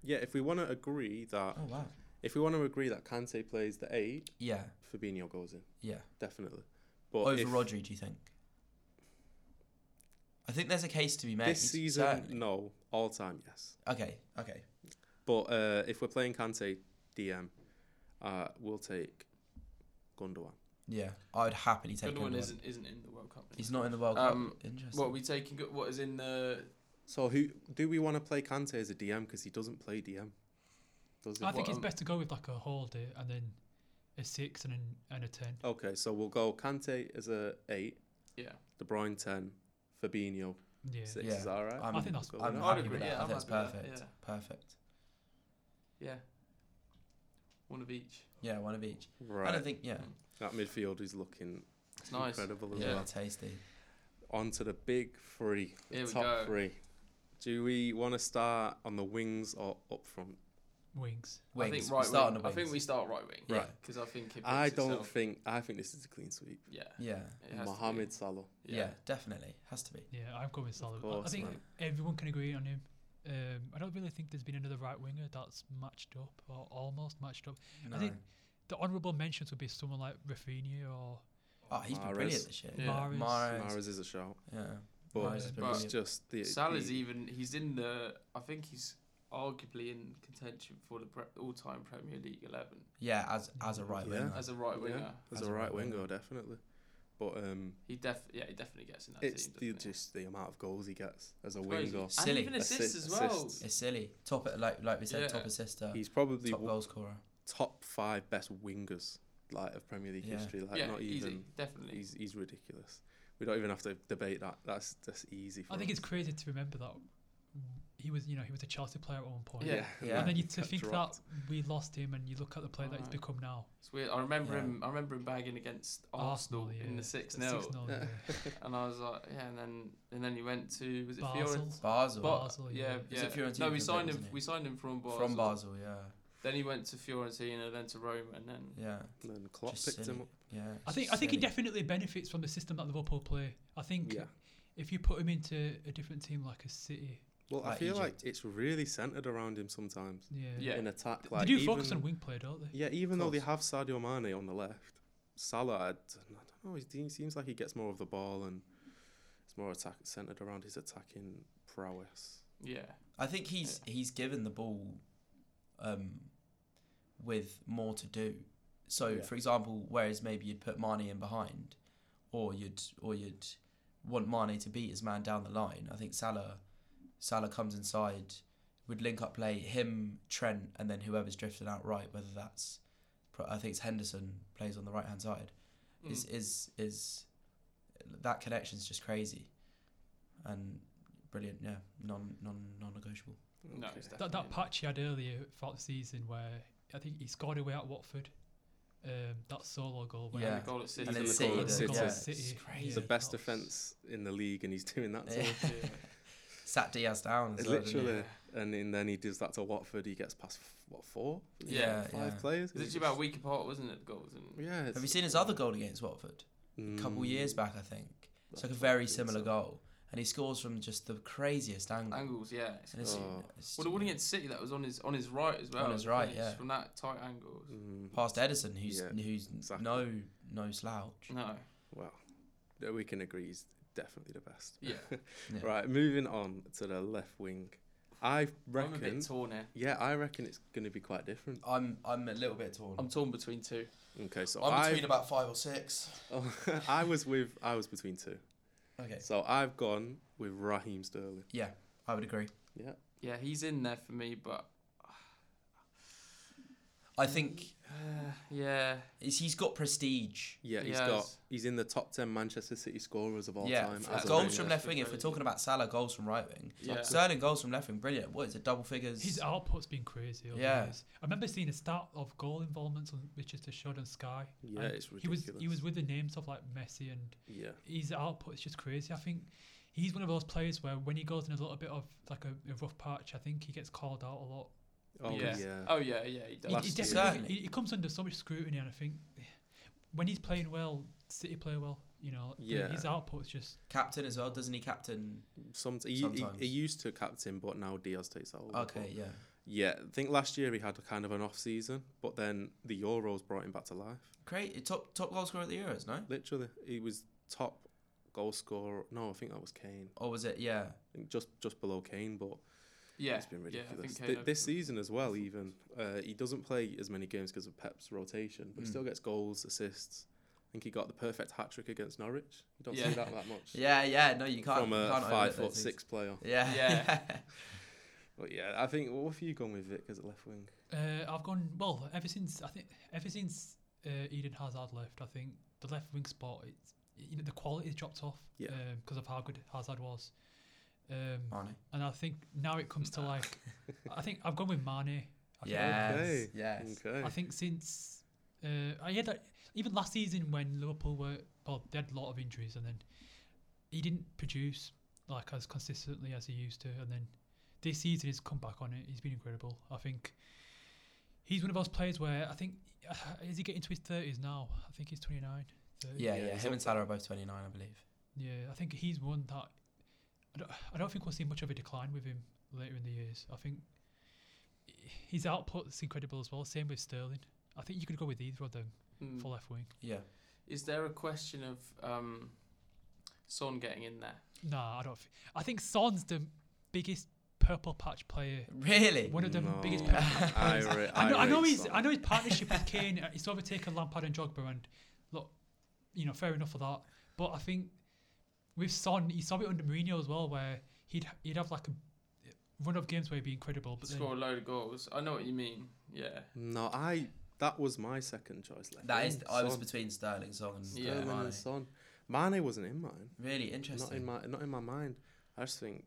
Speaker 1: Yeah, if we want to agree that
Speaker 3: oh wow,
Speaker 1: if we want to agree that Kante plays the eight,
Speaker 3: yeah,
Speaker 1: Fabinho goes in
Speaker 3: yeah.
Speaker 1: definitely. But
Speaker 3: Over
Speaker 1: if
Speaker 3: Rodri, do you think? I think there's a case to be made.
Speaker 1: this season,
Speaker 3: certainly.
Speaker 1: no, all time yes.
Speaker 3: Okay, okay.
Speaker 1: But uh, if we're playing Kante DM, uh, we'll take Gundogan.
Speaker 3: Yeah, I would happily take
Speaker 2: Good
Speaker 3: him.
Speaker 2: one isn't isn't in the World Cup.
Speaker 3: He's not in the World
Speaker 2: Um,
Speaker 3: Cup. Interesting.
Speaker 2: What are we taking? Good, what is in the?
Speaker 1: So who do we want to play Kante as a DM because he doesn't play DM? Does he?
Speaker 4: I think
Speaker 2: What,
Speaker 4: it's
Speaker 2: um,
Speaker 4: best to go with like a holder and then a six and an, and a ten.
Speaker 1: Okay, so we'll go Kante as a eight,
Speaker 2: Yeah.
Speaker 1: De Bruyne ten, Fabinho
Speaker 4: Yeah.
Speaker 1: six.
Speaker 3: Yeah.
Speaker 1: Is that all right?
Speaker 3: I'm-
Speaker 4: I think that's-
Speaker 1: We'll go
Speaker 3: I'm
Speaker 1: with
Speaker 2: I'd
Speaker 3: happy
Speaker 2: agree,
Speaker 3: with that.
Speaker 2: yeah,
Speaker 3: I
Speaker 2: I'm
Speaker 3: think it's
Speaker 2: happy with that,
Speaker 3: perfect. Perfect.
Speaker 2: Yeah. One of each.
Speaker 3: Yeah, one of each.
Speaker 1: that.
Speaker 3: I don't
Speaker 1: Right.
Speaker 3: think. Yeah,
Speaker 1: That midfield is looking
Speaker 2: It's nice.
Speaker 1: incredible as
Speaker 3: yeah,
Speaker 1: well.
Speaker 3: tasty.
Speaker 1: On to the big three, the
Speaker 2: Here we
Speaker 1: top
Speaker 2: go.
Speaker 1: three. Do we want to start on the wings or up front?
Speaker 4: Wings.
Speaker 3: Wings.
Speaker 2: I think
Speaker 3: we
Speaker 2: right
Speaker 3: start
Speaker 2: wing.
Speaker 3: on the
Speaker 2: I think we
Speaker 3: wings.
Speaker 2: start right wing.
Speaker 3: Yeah.
Speaker 1: Right.
Speaker 2: Because I think it
Speaker 1: I
Speaker 2: picks
Speaker 1: don't
Speaker 2: itself.
Speaker 1: think. I think this is a clean sweep.
Speaker 2: Yeah.
Speaker 3: Yeah.
Speaker 2: it has to be.
Speaker 1: Mohamed Salah.
Speaker 3: yeah, definitely has to be.
Speaker 4: Yeah, I'm going with Salah. I- I
Speaker 1: course,
Speaker 4: think
Speaker 1: man.
Speaker 4: everyone can agree on him. Um, I don't really think there's been another right winger that's matched up or almost matched up.
Speaker 3: No.
Speaker 4: think- The honourable mentions would be someone like Rafinha or
Speaker 3: Oh, he's been
Speaker 1: Mahrez.
Speaker 3: brilliant this year.
Speaker 2: Yeah.
Speaker 4: Mahrez.
Speaker 3: Mahrez.
Speaker 1: Mahrez is a shout,
Speaker 3: Yeah.
Speaker 1: but
Speaker 3: Mahrez has been
Speaker 1: it's
Speaker 3: brilliant.
Speaker 1: just the
Speaker 2: Salah's
Speaker 1: the-
Speaker 2: even he's in the I think he's arguably in contention for the pre- all-time Premier League 11
Speaker 3: Yeah, as as a right
Speaker 1: Yeah.
Speaker 3: winger.
Speaker 2: as a right winger.
Speaker 1: Ah. Yeah, as,
Speaker 3: As
Speaker 1: a right winger, definitely. But um,
Speaker 2: He def yeah he definitely gets in that
Speaker 1: it's
Speaker 2: team.
Speaker 1: the,
Speaker 2: doesn't he?
Speaker 1: just the amount of goals he gets as a
Speaker 2: Crazy.
Speaker 1: winger.
Speaker 2: and
Speaker 3: Silly.
Speaker 2: even assists
Speaker 1: Assist-
Speaker 2: as well.
Speaker 1: assists.
Speaker 3: It's silly. Top like like we said,
Speaker 2: Yeah.
Speaker 3: top assister,
Speaker 1: He's probably
Speaker 3: top
Speaker 1: top,
Speaker 3: goal scorer.
Speaker 1: top five best wingers like of Premier League
Speaker 3: Yeah.
Speaker 1: history. Like
Speaker 2: yeah,
Speaker 1: not even
Speaker 2: easy, definitely.
Speaker 1: he's he's ridiculous. We don't even have to debate that. That's that's easy. For
Speaker 4: I think
Speaker 1: us.
Speaker 4: it's crazy to remember that he was, you know, he was a Chelsea player at one point.
Speaker 2: Yeah.
Speaker 3: Yeah.
Speaker 4: And then you to
Speaker 1: Got
Speaker 4: think
Speaker 1: dropped.
Speaker 4: that we lost him, and you look at the player that he's
Speaker 2: Alright.
Speaker 4: become now.
Speaker 2: It's weird. I remember
Speaker 3: Yeah.
Speaker 2: him. I remember him bagging against Arsenal,
Speaker 4: Arsenal, yeah,
Speaker 2: in the
Speaker 4: at
Speaker 2: six 0
Speaker 4: Six 0 yeah.
Speaker 1: Yeah.
Speaker 2: and I was like, yeah. And then and then he went to was it
Speaker 4: Basel.
Speaker 2: Fiorentina?
Speaker 3: Basel.
Speaker 2: But-
Speaker 4: Basel,
Speaker 2: yeah,
Speaker 4: yeah.
Speaker 2: yeah.
Speaker 3: Was it Fiorentina
Speaker 2: no,
Speaker 3: for a
Speaker 2: we
Speaker 3: bit,
Speaker 2: signed him.
Speaker 3: wasn't he?
Speaker 2: We signed him from Basel.
Speaker 3: From Basel, yeah.
Speaker 2: Then he went to Fiorentina, then to Roma, and then
Speaker 3: Yeah.
Speaker 1: And then Klopp
Speaker 3: Just
Speaker 1: picked him
Speaker 3: silly.
Speaker 1: up.
Speaker 3: Yeah.
Speaker 4: I think I think he
Speaker 3: Silly.
Speaker 4: definitely benefits from the system that Liverpool play. I think
Speaker 1: Yeah.
Speaker 4: if you put him into a different team like a City,
Speaker 1: Well, I
Speaker 3: Like
Speaker 1: feel like
Speaker 3: Egypt.
Speaker 1: it's really centered around him sometimes
Speaker 4: yeah,
Speaker 2: Yeah.
Speaker 1: in attack.
Speaker 4: they
Speaker 1: Like
Speaker 4: do
Speaker 1: even,
Speaker 4: focus on wing play, don't they?
Speaker 1: Yeah, even though they
Speaker 3: course.
Speaker 1: have Sadio Mane on the left, Salah, I don't, I don't know. he's- He seems like he gets more of the ball and it's more attack centered around his attacking prowess.
Speaker 2: yeah,
Speaker 3: I think he's he's given the ball um, with more to do. So,
Speaker 1: Yeah.
Speaker 3: for example, whereas maybe you'd put Mane in behind, or you'd or you'd want Mane to beat his man down the line. I think Salah Salah comes inside, would link up play him Trent, and then whoever's drifted out right, whether that's pro- I think it's Henderson plays on the right hand side. Is
Speaker 2: Mm.
Speaker 3: is is that connection's just crazy, and brilliant. Yeah, non non non negotiable.
Speaker 2: no,
Speaker 1: Okay.
Speaker 2: it's
Speaker 4: That,
Speaker 2: definitely
Speaker 4: that
Speaker 2: not.
Speaker 4: patch he had earlier throughout the season where I think he scored away at Watford, um, that solo goal. Where
Speaker 2: And
Speaker 3: Yeah.
Speaker 2: the goal at City.
Speaker 1: And then
Speaker 2: as
Speaker 1: City
Speaker 2: well.
Speaker 1: did, City. yeah.
Speaker 4: City,
Speaker 3: It's crazy.
Speaker 4: yeah.
Speaker 1: the best
Speaker 4: that was-
Speaker 1: defense in the league, and he's doing that. To
Speaker 3: Yeah.
Speaker 1: us.
Speaker 2: Yeah.
Speaker 3: Sat Diaz down. As
Speaker 1: It's
Speaker 3: well, didn't he?
Speaker 1: literally, and, then- then he does that to Watford. He gets past f- what four?
Speaker 3: Yeah,
Speaker 1: five
Speaker 3: yeah.
Speaker 1: players.
Speaker 2: It's literally about a week apart, wasn't it? The goals and
Speaker 1: Yeah, Mm.
Speaker 3: Have you seen his other goal against Watford? A couple
Speaker 1: Hmm.
Speaker 3: years back, I think. It's like a very similar goal, and he scores from just the craziest angle.
Speaker 2: angles. Yeah. It's
Speaker 3: And it's,
Speaker 1: Oh.
Speaker 3: it's-
Speaker 2: well, the one against City that was on his on his right as well.
Speaker 3: his
Speaker 2: the
Speaker 3: right,
Speaker 2: finish
Speaker 3: yeah.
Speaker 2: From that tight angle.
Speaker 1: Mm,
Speaker 3: past Edison, who's
Speaker 1: Yeah,
Speaker 3: who's
Speaker 1: exactly.
Speaker 3: no no slouch.
Speaker 2: No.
Speaker 1: well, yeah, we can agree he's definitely the best.
Speaker 2: Yeah.
Speaker 3: Yeah.
Speaker 1: Right, moving on to the left wing. I
Speaker 2: I'm a bit
Speaker 1: reckon.
Speaker 2: torn here.
Speaker 1: Yeah, I reckon it's going to be quite different.
Speaker 3: I'm I'm a little bit torn.
Speaker 2: I'm torn between two.
Speaker 1: Okay, so
Speaker 3: I'm
Speaker 1: I
Speaker 3: between about five or six.
Speaker 1: I was with I was between two.
Speaker 3: Okay.
Speaker 1: So I've gone with Raheem Sterling.
Speaker 3: Yeah, I would agree.
Speaker 1: Yeah.
Speaker 2: Yeah, he's in there for me, but
Speaker 3: I think
Speaker 2: uh, yeah,
Speaker 3: he's, he's got prestige.
Speaker 1: Yeah, he's
Speaker 2: Yeah,
Speaker 1: got
Speaker 2: it's-
Speaker 1: he's in the top ten Manchester City scorers of all
Speaker 3: yeah,
Speaker 1: time.
Speaker 2: that's
Speaker 1: as a
Speaker 3: goals
Speaker 1: winger.
Speaker 3: from
Speaker 2: That's
Speaker 3: left wing. If we're
Speaker 2: crazy.
Speaker 3: talking about Salah, goals from right wing.
Speaker 2: yeah.
Speaker 3: Sterling goals from left wing, brilliant. What is it? Double figures.
Speaker 4: His output's been crazy. over
Speaker 3: Yeah.
Speaker 4: the years. I remember seeing a stat of goal involvements on Richester showed on Sky.
Speaker 1: Yeah,
Speaker 4: and
Speaker 1: it's
Speaker 4: He was he
Speaker 1: ridiculous.
Speaker 4: was with the names of like Messi and
Speaker 1: Yeah.
Speaker 4: his output is just crazy. I think he's one of those players where when he goes in a little bit of like a, a rough patch, I think he gets called out a lot.
Speaker 1: Oh
Speaker 2: yeah.
Speaker 1: yeah.
Speaker 2: Oh yeah, yeah, he does.
Speaker 4: He, he
Speaker 1: Last year-
Speaker 4: definitely
Speaker 3: Certainly.
Speaker 4: he, he comes under so much scrutiny, and I think when he's playing well, City play well. You know,
Speaker 1: Yeah.
Speaker 4: his output's just
Speaker 3: captain as well, doesn't he? Captain.
Speaker 1: Some, he, he,
Speaker 3: Sometimes.
Speaker 1: he used to captain, but now Diaz takes over.
Speaker 3: Okay,
Speaker 1: But
Speaker 3: yeah.
Speaker 1: Yeah, I think last year he had a kind of an off season, but then the Euros brought him back to life.
Speaker 3: Great. Top top goal scorer at the Euros, no?
Speaker 1: Literally, he was top goal scorer. No, I think that was Kane.
Speaker 3: Or was it? Yeah.
Speaker 1: I think just just below Kane, but
Speaker 2: yeah,
Speaker 1: it's been
Speaker 2: yeah, I
Speaker 1: ridiculous.
Speaker 2: think
Speaker 1: Th-
Speaker 2: Kane
Speaker 1: this
Speaker 2: opened-
Speaker 1: season as well, even uh, he doesn't play as many games because of Pep's rotation, but he
Speaker 3: Mm.
Speaker 1: still gets goals, assists. I think he got the perfect hat trick against Norwich. You don't
Speaker 2: Yeah.
Speaker 1: see that that much
Speaker 3: Yeah, yeah. No, you can't.
Speaker 1: from
Speaker 3: you
Speaker 1: a
Speaker 3: can't overlook
Speaker 1: five
Speaker 3: those
Speaker 1: foot
Speaker 3: things.
Speaker 1: six player.
Speaker 3: Yeah.
Speaker 2: Yeah.
Speaker 1: But yeah, I think what have you gone with Vic as a left wing?
Speaker 4: Uh, I've gone well ever since I think ever since uh, Eden Hazard left. I think the left wing spot, it's, you know, the quality's dropped off
Speaker 1: Yeah.
Speaker 4: because of how good Hazard was. Um,
Speaker 3: Arnie.
Speaker 4: and I think now it comes to like, I think I've gone with Mane. I think-
Speaker 3: Yes.
Speaker 1: Okay.
Speaker 3: Yes.
Speaker 1: Okay.
Speaker 4: I think since uh, I had that even last season when Liverpool were well, they had a lot of injuries and then he didn't produce like as consistently as he used to, and then this season he's come back on it. He's been incredible. I think he's one of those players where I think is he getting to his thirties now? I think he's twenty nine.
Speaker 3: Yeah,
Speaker 1: Yeah,
Speaker 3: yeah.
Speaker 1: he's
Speaker 3: Him
Speaker 1: up
Speaker 3: and Salah are both 29, I believe.
Speaker 4: Yeah, I think he's one that I don't, I don't think we'll see much of a decline with him later in the years. I think his output's incredible as well. Same with Sterling. I think you could go with either of them
Speaker 2: Mm.
Speaker 4: for left wing.
Speaker 3: Yeah.
Speaker 2: Is there a question of um, Son getting in there?
Speaker 4: Nah, I don't. F- I think Son's the biggest purple patch player.
Speaker 3: Really?
Speaker 4: One of the
Speaker 1: No,
Speaker 4: biggest purple patch
Speaker 1: I
Speaker 4: players.
Speaker 1: re-
Speaker 4: I know, I
Speaker 1: rate
Speaker 4: know his,
Speaker 1: Son.
Speaker 4: I know his partnership with Kane. uh, It's overtaken Lampard and Drogba, and look, you know, fair enough for that. But I think with Son, he saw it under Mourinho as well, where he'd he'd have like a run of games where he'd be incredible, but then
Speaker 2: Score a load of goals. I know what you mean. Yeah.
Speaker 1: No, I. That was my second choice. Left
Speaker 3: That is.
Speaker 1: wing,
Speaker 3: I was
Speaker 1: Son.
Speaker 3: between Sterling, Song, and uh,
Speaker 2: Yeah,
Speaker 1: Sterling
Speaker 3: Mane.
Speaker 1: and Son. Mane wasn't in mine.
Speaker 3: Really
Speaker 1: Not in
Speaker 3: interesting.
Speaker 1: my not in my mind. I just think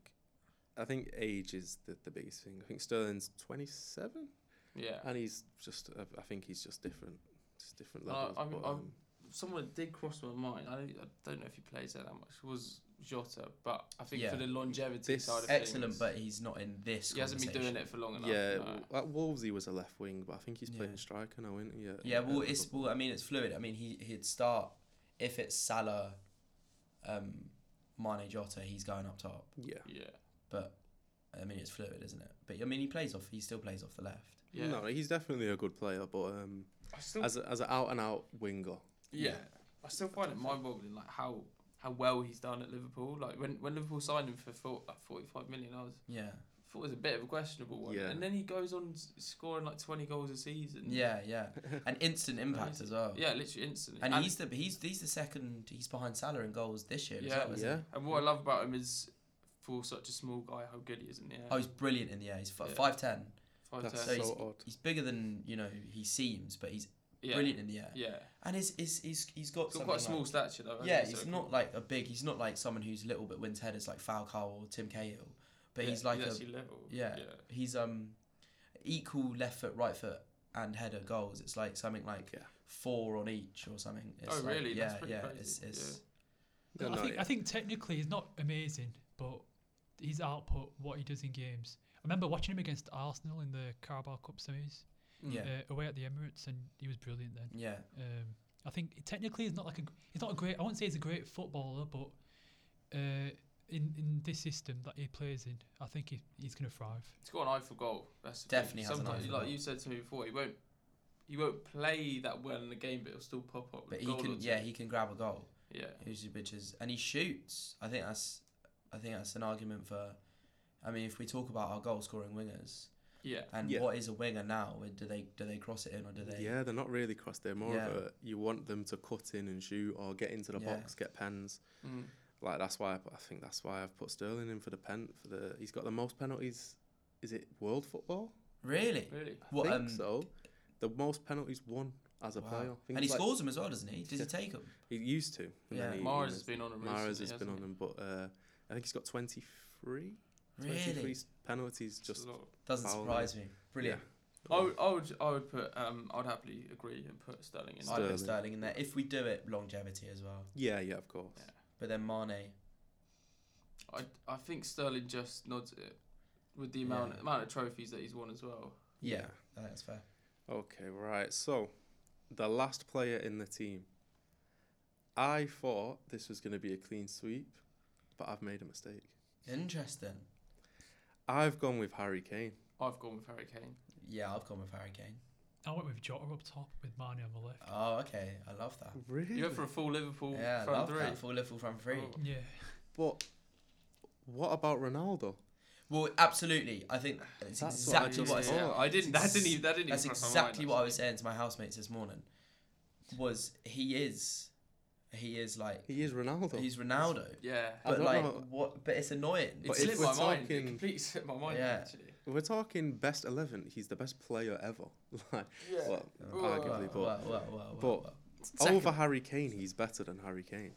Speaker 1: I think age is the, the biggest thing. I think Sterling's twenty seven,
Speaker 2: Yeah.
Speaker 1: and he's just. uh, I think he's just different. Just different
Speaker 2: Uh,
Speaker 1: levels.
Speaker 2: I'm-
Speaker 1: but,
Speaker 2: I'm-
Speaker 1: um,
Speaker 2: Someone that did cross my mind. I, I don't know if he plays there that much. Was Jota, but I think
Speaker 3: Yeah.
Speaker 2: for the longevity
Speaker 1: This-
Speaker 2: side of
Speaker 3: Excellent,
Speaker 2: things,
Speaker 3: but he's not in this.
Speaker 2: he hasn't been doing
Speaker 3: conversation.
Speaker 2: it for long enough.
Speaker 1: yeah,
Speaker 2: no.
Speaker 1: w- at Wolves he was a left wing, but I think he's playing
Speaker 3: Yeah.
Speaker 1: striker now, isn't he? Yeah.
Speaker 3: Yeah, well, it's well. I mean, it's fluid. I mean, he he'd start if it's Salah, um, Mane, Jota. He's going up top,
Speaker 1: yeah.
Speaker 2: yeah,
Speaker 3: but I mean, it's fluid, isn't it? But I mean, he plays off. He still plays off the left.
Speaker 2: yeah.
Speaker 1: No, he's definitely a good player, but um,
Speaker 2: I still,
Speaker 1: as a, as an out and out winger,
Speaker 2: yeah. I still find it mind-boggling, like how how well he's done at Liverpool. Like when when Liverpool signed him for four, like forty-five million, I was
Speaker 3: Yeah,
Speaker 2: thought it was a bit of a questionable one.
Speaker 1: Yeah.
Speaker 2: And then he goes on s- scoring like twenty goals a season.
Speaker 3: yeah, yeah. And instant impact as well.
Speaker 2: Yeah, literally instantly.
Speaker 3: And, he's the he's he's the second. He's behind Salah in goals this year.
Speaker 2: Yeah.
Speaker 3: as well, isn't
Speaker 1: yeah.
Speaker 3: he?
Speaker 2: and what I love about him is for such a small guy, how good he is in the air.
Speaker 3: Oh, he's brilliant in the air. He's f-
Speaker 2: Yeah.
Speaker 3: five ten.
Speaker 2: Five
Speaker 1: That's
Speaker 2: ten.
Speaker 3: So
Speaker 1: so,
Speaker 3: he's-
Speaker 1: odd.
Speaker 3: He's bigger than you know he seems, but he's
Speaker 2: yeah.
Speaker 3: brilliant in the air.
Speaker 2: Yeah.
Speaker 3: And his his he's he's got,
Speaker 2: He's got quite a
Speaker 3: something
Speaker 2: small
Speaker 3: like-
Speaker 2: stature though. hasn't
Speaker 3: Yeah,
Speaker 2: he?
Speaker 3: he's
Speaker 2: So-
Speaker 3: not like a big. He's not like someone who's a little bit wind headed, like Falcao or Tim Cahill. But
Speaker 2: Yeah,
Speaker 3: he's like a
Speaker 2: actually level.
Speaker 3: yeah.
Speaker 2: Yeah.
Speaker 3: he's um equal left foot, right foot, and header goals. It's like something like
Speaker 1: Yeah.
Speaker 3: four on each or something. It's
Speaker 2: Oh,
Speaker 3: like-
Speaker 2: really?
Speaker 3: Yeah,
Speaker 2: That's pretty
Speaker 3: yeah.
Speaker 2: crazy.
Speaker 3: It's it's
Speaker 1: Yeah,
Speaker 4: I
Speaker 1: no,
Speaker 4: think
Speaker 1: yeah.
Speaker 4: I think technically he's not amazing, but his output, what he does in games. I remember watching him against Arsenal in the Carabao Cup series
Speaker 2: Mm.
Speaker 3: Yeah.
Speaker 4: uh, away at the Emirates, and he was brilliant then.
Speaker 3: yeah.
Speaker 4: Um, I think technically he's not like a gr- he's not a great. I won't say he's a great footballer, but uh, in in this system that he plays in, I think he, he's gonna thrive.
Speaker 2: He's got an eye for goal. That's the
Speaker 3: Definitely
Speaker 2: thing.
Speaker 3: has an eye
Speaker 2: Sometimes,
Speaker 3: for
Speaker 2: like
Speaker 3: goal.
Speaker 2: you said to me before, he won't he won't play that well in the game, but he'll still pop up. with
Speaker 3: But
Speaker 2: a
Speaker 3: he
Speaker 2: goal or
Speaker 3: can
Speaker 2: two.
Speaker 3: yeah he can grab a goal.
Speaker 2: yeah.
Speaker 3: Who's which is and he shoots. I think that's I think that's an argument for. I mean, if we talk about our goal scoring wingers
Speaker 2: Yeah.
Speaker 3: and
Speaker 1: Yeah.
Speaker 3: what is a winger now, do they do they cross it in or do they?
Speaker 1: Yeah, they're not really crossed. They're more of
Speaker 3: Yeah.
Speaker 1: a you want them to cut in and shoot or get into the
Speaker 3: Yeah.
Speaker 1: box, get pens.
Speaker 2: Mm.
Speaker 1: Like that's why I, I think that's why I've put Sterling in for the pen for the. He's got the most penalties. Is it world football?
Speaker 3: Really?
Speaker 2: Really.
Speaker 1: I
Speaker 3: What,
Speaker 1: think
Speaker 3: um,
Speaker 1: so. The most penalties won as a
Speaker 3: Wow.
Speaker 1: player. I think
Speaker 3: And he
Speaker 1: it's like-
Speaker 3: scores them as well, doesn't he? Does he
Speaker 1: Yeah.
Speaker 3: take them?
Speaker 1: He used to. and
Speaker 3: Yeah.
Speaker 1: then he-
Speaker 2: Mars
Speaker 1: he
Speaker 2: has been on a
Speaker 1: Mahrez
Speaker 2: recently,
Speaker 1: has been
Speaker 2: hasn't
Speaker 1: on
Speaker 2: he?
Speaker 1: him, but uh, I think he's got 23, 23
Speaker 3: Really?
Speaker 1: s- oh, penalties.
Speaker 2: It's a
Speaker 1: Just
Speaker 2: lot. Oh.
Speaker 3: Doesn't
Speaker 1: Foul,
Speaker 3: surprise me. Brilliant.
Speaker 2: I would, I would, I would put, um, I'd happily agree and put Sterling in.
Speaker 1: Yeah.
Speaker 3: I
Speaker 2: there.
Speaker 3: put
Speaker 1: Sterling.
Speaker 3: Sterling in there. If we do it, longevity as well.
Speaker 1: yeah, yeah, of course.
Speaker 2: Yeah.
Speaker 3: But then Mane.
Speaker 2: I, I think Sterling just nods it with the
Speaker 3: Yeah.
Speaker 2: amount, amount of trophies that he's won as well.
Speaker 3: Yeah, I think that's fair.
Speaker 1: Okay, right. So, the last player in the team. I thought this was going to be a clean sweep, but I've made a mistake.
Speaker 3: Interesting.
Speaker 1: I've gone with Harry Kane.
Speaker 2: I've gone with Harry Kane.
Speaker 3: Yeah, I've gone with Harry Kane.
Speaker 4: I went with Jota up top with Mane on the left.
Speaker 3: Oh, okay. I love that.
Speaker 1: Really?
Speaker 2: You went for a full Liverpool
Speaker 3: Yeah, I
Speaker 2: front
Speaker 3: love
Speaker 2: three.
Speaker 3: that. Full Liverpool front three.
Speaker 2: Oh.
Speaker 4: Yeah,
Speaker 1: But what about Ronaldo?
Speaker 3: Well, absolutely. I think that's,
Speaker 1: That's what I
Speaker 3: exactly what I
Speaker 1: just
Speaker 3: said.
Speaker 1: thought.
Speaker 2: I didn't. That didn't even. That didn't
Speaker 3: That's
Speaker 2: even cross my mind,
Speaker 3: exactly what I was
Speaker 2: actually.
Speaker 3: saying to my housemates this morning. Was he is, he is like
Speaker 1: He is Ronaldo.
Speaker 3: he's Ronaldo,
Speaker 2: Yeah,
Speaker 1: I
Speaker 3: but
Speaker 1: don't
Speaker 3: like
Speaker 1: know.
Speaker 3: what? But it's annoying.
Speaker 2: it
Speaker 1: But if
Speaker 2: slipped
Speaker 1: we're
Speaker 2: my mind. It
Speaker 1: talking-
Speaker 2: completely slipped my mind.
Speaker 3: Yeah.
Speaker 2: Actually.
Speaker 1: We're talking best 11. He's the best player ever. like,
Speaker 2: Yeah.
Speaker 1: well,
Speaker 3: Well,
Speaker 1: arguably, but
Speaker 3: well, well, well,
Speaker 1: but-
Speaker 3: well.
Speaker 2: Second.
Speaker 1: over Harry Kane, he's better than Harry Kane.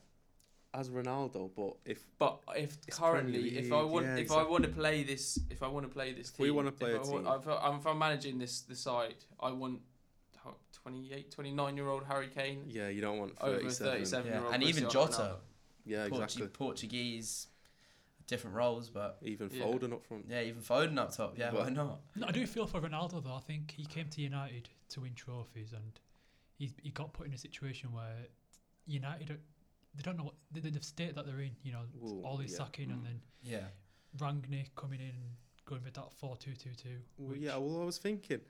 Speaker 1: As Ronaldo, but if
Speaker 2: But if
Speaker 1: It's
Speaker 2: currently,
Speaker 1: Premier
Speaker 2: if I
Speaker 1: League,
Speaker 2: want,
Speaker 1: yeah,
Speaker 2: if I
Speaker 1: exactly.
Speaker 2: want to play this, if I want to play this
Speaker 1: If
Speaker 2: team,
Speaker 1: we wanna play
Speaker 2: if
Speaker 1: a
Speaker 2: I want-
Speaker 1: team.
Speaker 2: if, I, am if I'm managing this the side, I want how- 28, 29 year old Harry Kane
Speaker 1: yeah, you don't want
Speaker 2: over
Speaker 1: 37.
Speaker 2: 37 year
Speaker 3: yeah.
Speaker 2: old.
Speaker 3: and even
Speaker 2: Cristiano
Speaker 3: Jota,
Speaker 1: Yeah,
Speaker 3: Portu-
Speaker 1: exactly.
Speaker 3: Portuguese, different roles, but
Speaker 1: Even
Speaker 2: Yeah.
Speaker 1: Foden up front.
Speaker 3: yeah, even Foden up top. Yeah,
Speaker 1: But-
Speaker 3: why not?
Speaker 4: no, I do feel for Ronaldo though. I think he came to United to win trophies, and he he got put in a situation where United are, they don't know what the, the the state that they're in. You know,
Speaker 1: Well,
Speaker 4: all this
Speaker 1: yeah.
Speaker 4: sacking
Speaker 2: Mm.
Speaker 4: and then
Speaker 3: Yeah,
Speaker 4: Rangnick coming in and going with that four two two two.
Speaker 1: Well, yeah, well, I was thinking,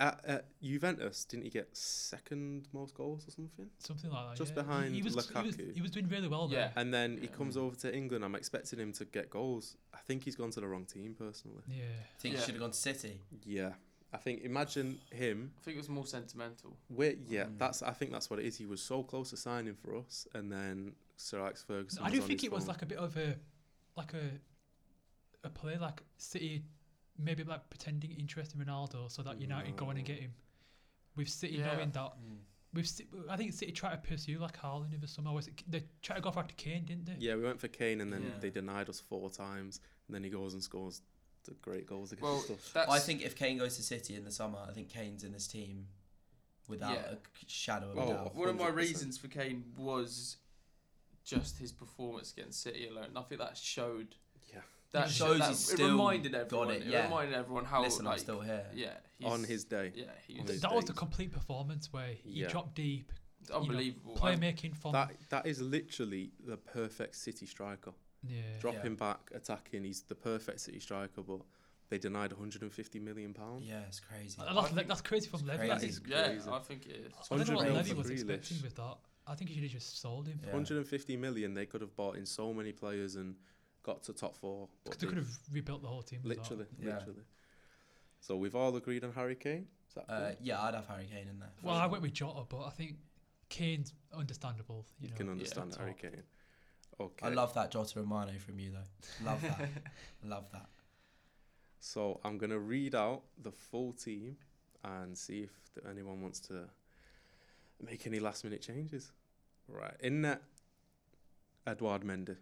Speaker 1: at, at Juventus, didn't he get second most goals or something?
Speaker 4: something like that.
Speaker 1: Just
Speaker 4: yeah.
Speaker 1: behind
Speaker 4: he, he was, He was,
Speaker 1: Lukaku.
Speaker 4: he was doing really well there.
Speaker 1: And then he
Speaker 2: Yeah.
Speaker 1: comes over to England. I'm expecting him to get goals. I think he's gone to the wrong team personally.
Speaker 4: Yeah.
Speaker 3: think
Speaker 2: Yeah.
Speaker 3: he should have gone to City.
Speaker 1: Yeah. I think imagine him
Speaker 2: I think it was more sentimental.
Speaker 1: Where yeah,
Speaker 3: Mm.
Speaker 1: that's I think that's what it is. He was so close to signing for us, and then Sir Alex Ferguson.
Speaker 4: I do
Speaker 1: on
Speaker 4: think
Speaker 1: his
Speaker 4: it was
Speaker 1: phone.
Speaker 4: like a bit of a, like a, a play like City, maybe like pretending interest in Ronaldo so that United go in and get him. With City
Speaker 2: Yeah.
Speaker 4: knowing that,
Speaker 2: Mm.
Speaker 4: with Ci- I think City tried to pursue like Harlan over summer. Was it, they tried to go after Kane, didn't they?
Speaker 1: yeah, we went for Kane, and then
Speaker 2: Yeah.
Speaker 1: they denied us four times, and then he goes and scores the great goals against
Speaker 2: Well,
Speaker 1: us.
Speaker 2: that's
Speaker 3: I think if Kane goes to City in the summer, I think Kane's in his team without
Speaker 2: Yeah.
Speaker 3: a shadow of a
Speaker 1: Oh,
Speaker 3: doubt.
Speaker 2: one of my
Speaker 1: 100%.
Speaker 2: reasons for Kane was just his performance against City alone. And I think that showed.
Speaker 1: Yeah.
Speaker 2: That
Speaker 3: It
Speaker 2: showed
Speaker 3: shows
Speaker 2: that,
Speaker 3: he's
Speaker 2: it
Speaker 3: still
Speaker 2: reminded
Speaker 3: got
Speaker 2: everyone.
Speaker 3: it, yeah.
Speaker 2: reminded everyone how
Speaker 3: Listen,
Speaker 2: like
Speaker 3: I'm still here.
Speaker 2: yeah he's,
Speaker 1: on his day.
Speaker 2: yeah he
Speaker 1: on
Speaker 2: was
Speaker 1: his
Speaker 4: That was the
Speaker 1: days.
Speaker 4: complete performance where he
Speaker 1: Yeah.
Speaker 4: dropped deep,
Speaker 2: unbelievable. I-
Speaker 4: playmaking from
Speaker 1: That that is literally the perfect City striker.
Speaker 4: yeah.
Speaker 1: Dropping back, attacking. He's the perfect City striker, but they denied 150 million pounds.
Speaker 3: Yeah, it's crazy.
Speaker 4: And That's,
Speaker 2: I think
Speaker 4: that's crazy from
Speaker 3: it's
Speaker 4: Levy.
Speaker 1: That
Speaker 3: crazy.
Speaker 1: is
Speaker 2: yeah,
Speaker 1: crazy.
Speaker 2: I think it is.
Speaker 4: I don't know what
Speaker 1: 100
Speaker 4: Levy
Speaker 1: for
Speaker 4: was
Speaker 1: Grealish.
Speaker 4: expecting with that. I think he should have just sold him.
Speaker 3: Yeah.
Speaker 1: 150 million. They could have bought in so many players and got to top four. but
Speaker 4: 'Cause They
Speaker 1: they-
Speaker 4: could have rebuilt the whole team. with that.
Speaker 1: literally,
Speaker 3: Yeah.
Speaker 1: literally. So we've all agreed on Harry Kane. Is that
Speaker 3: Uh,
Speaker 1: cool?
Speaker 3: yeah, I'd have Harry Kane in there.
Speaker 4: Well, I went with Jota, but I think Kane's understandable. You
Speaker 1: You
Speaker 4: know,
Speaker 1: can
Speaker 4: at
Speaker 1: understand
Speaker 4: the
Speaker 1: Harry
Speaker 4: top.
Speaker 1: Kane. Okay.
Speaker 3: I love that Jota and Mane from you though. Love that. Love that.
Speaker 1: So I'm gonna read out the full team and see if th- anyone wants to make any last minute changes. Right. In net, Eduard Mendy.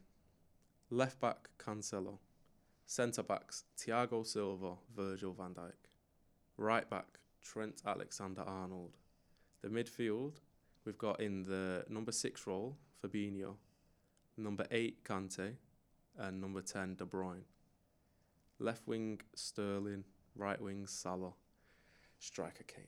Speaker 1: Left back, Cancelo. Centre backs, Thiago Silva, Virgil van Dijk. Right back, Trent Alexander Arnold. The midfield, we've got in the number six role, Fabinho. Number eight, Kante. And number 10, De Bruyne. Left wing Sterling, right wing Salah, striker Kane.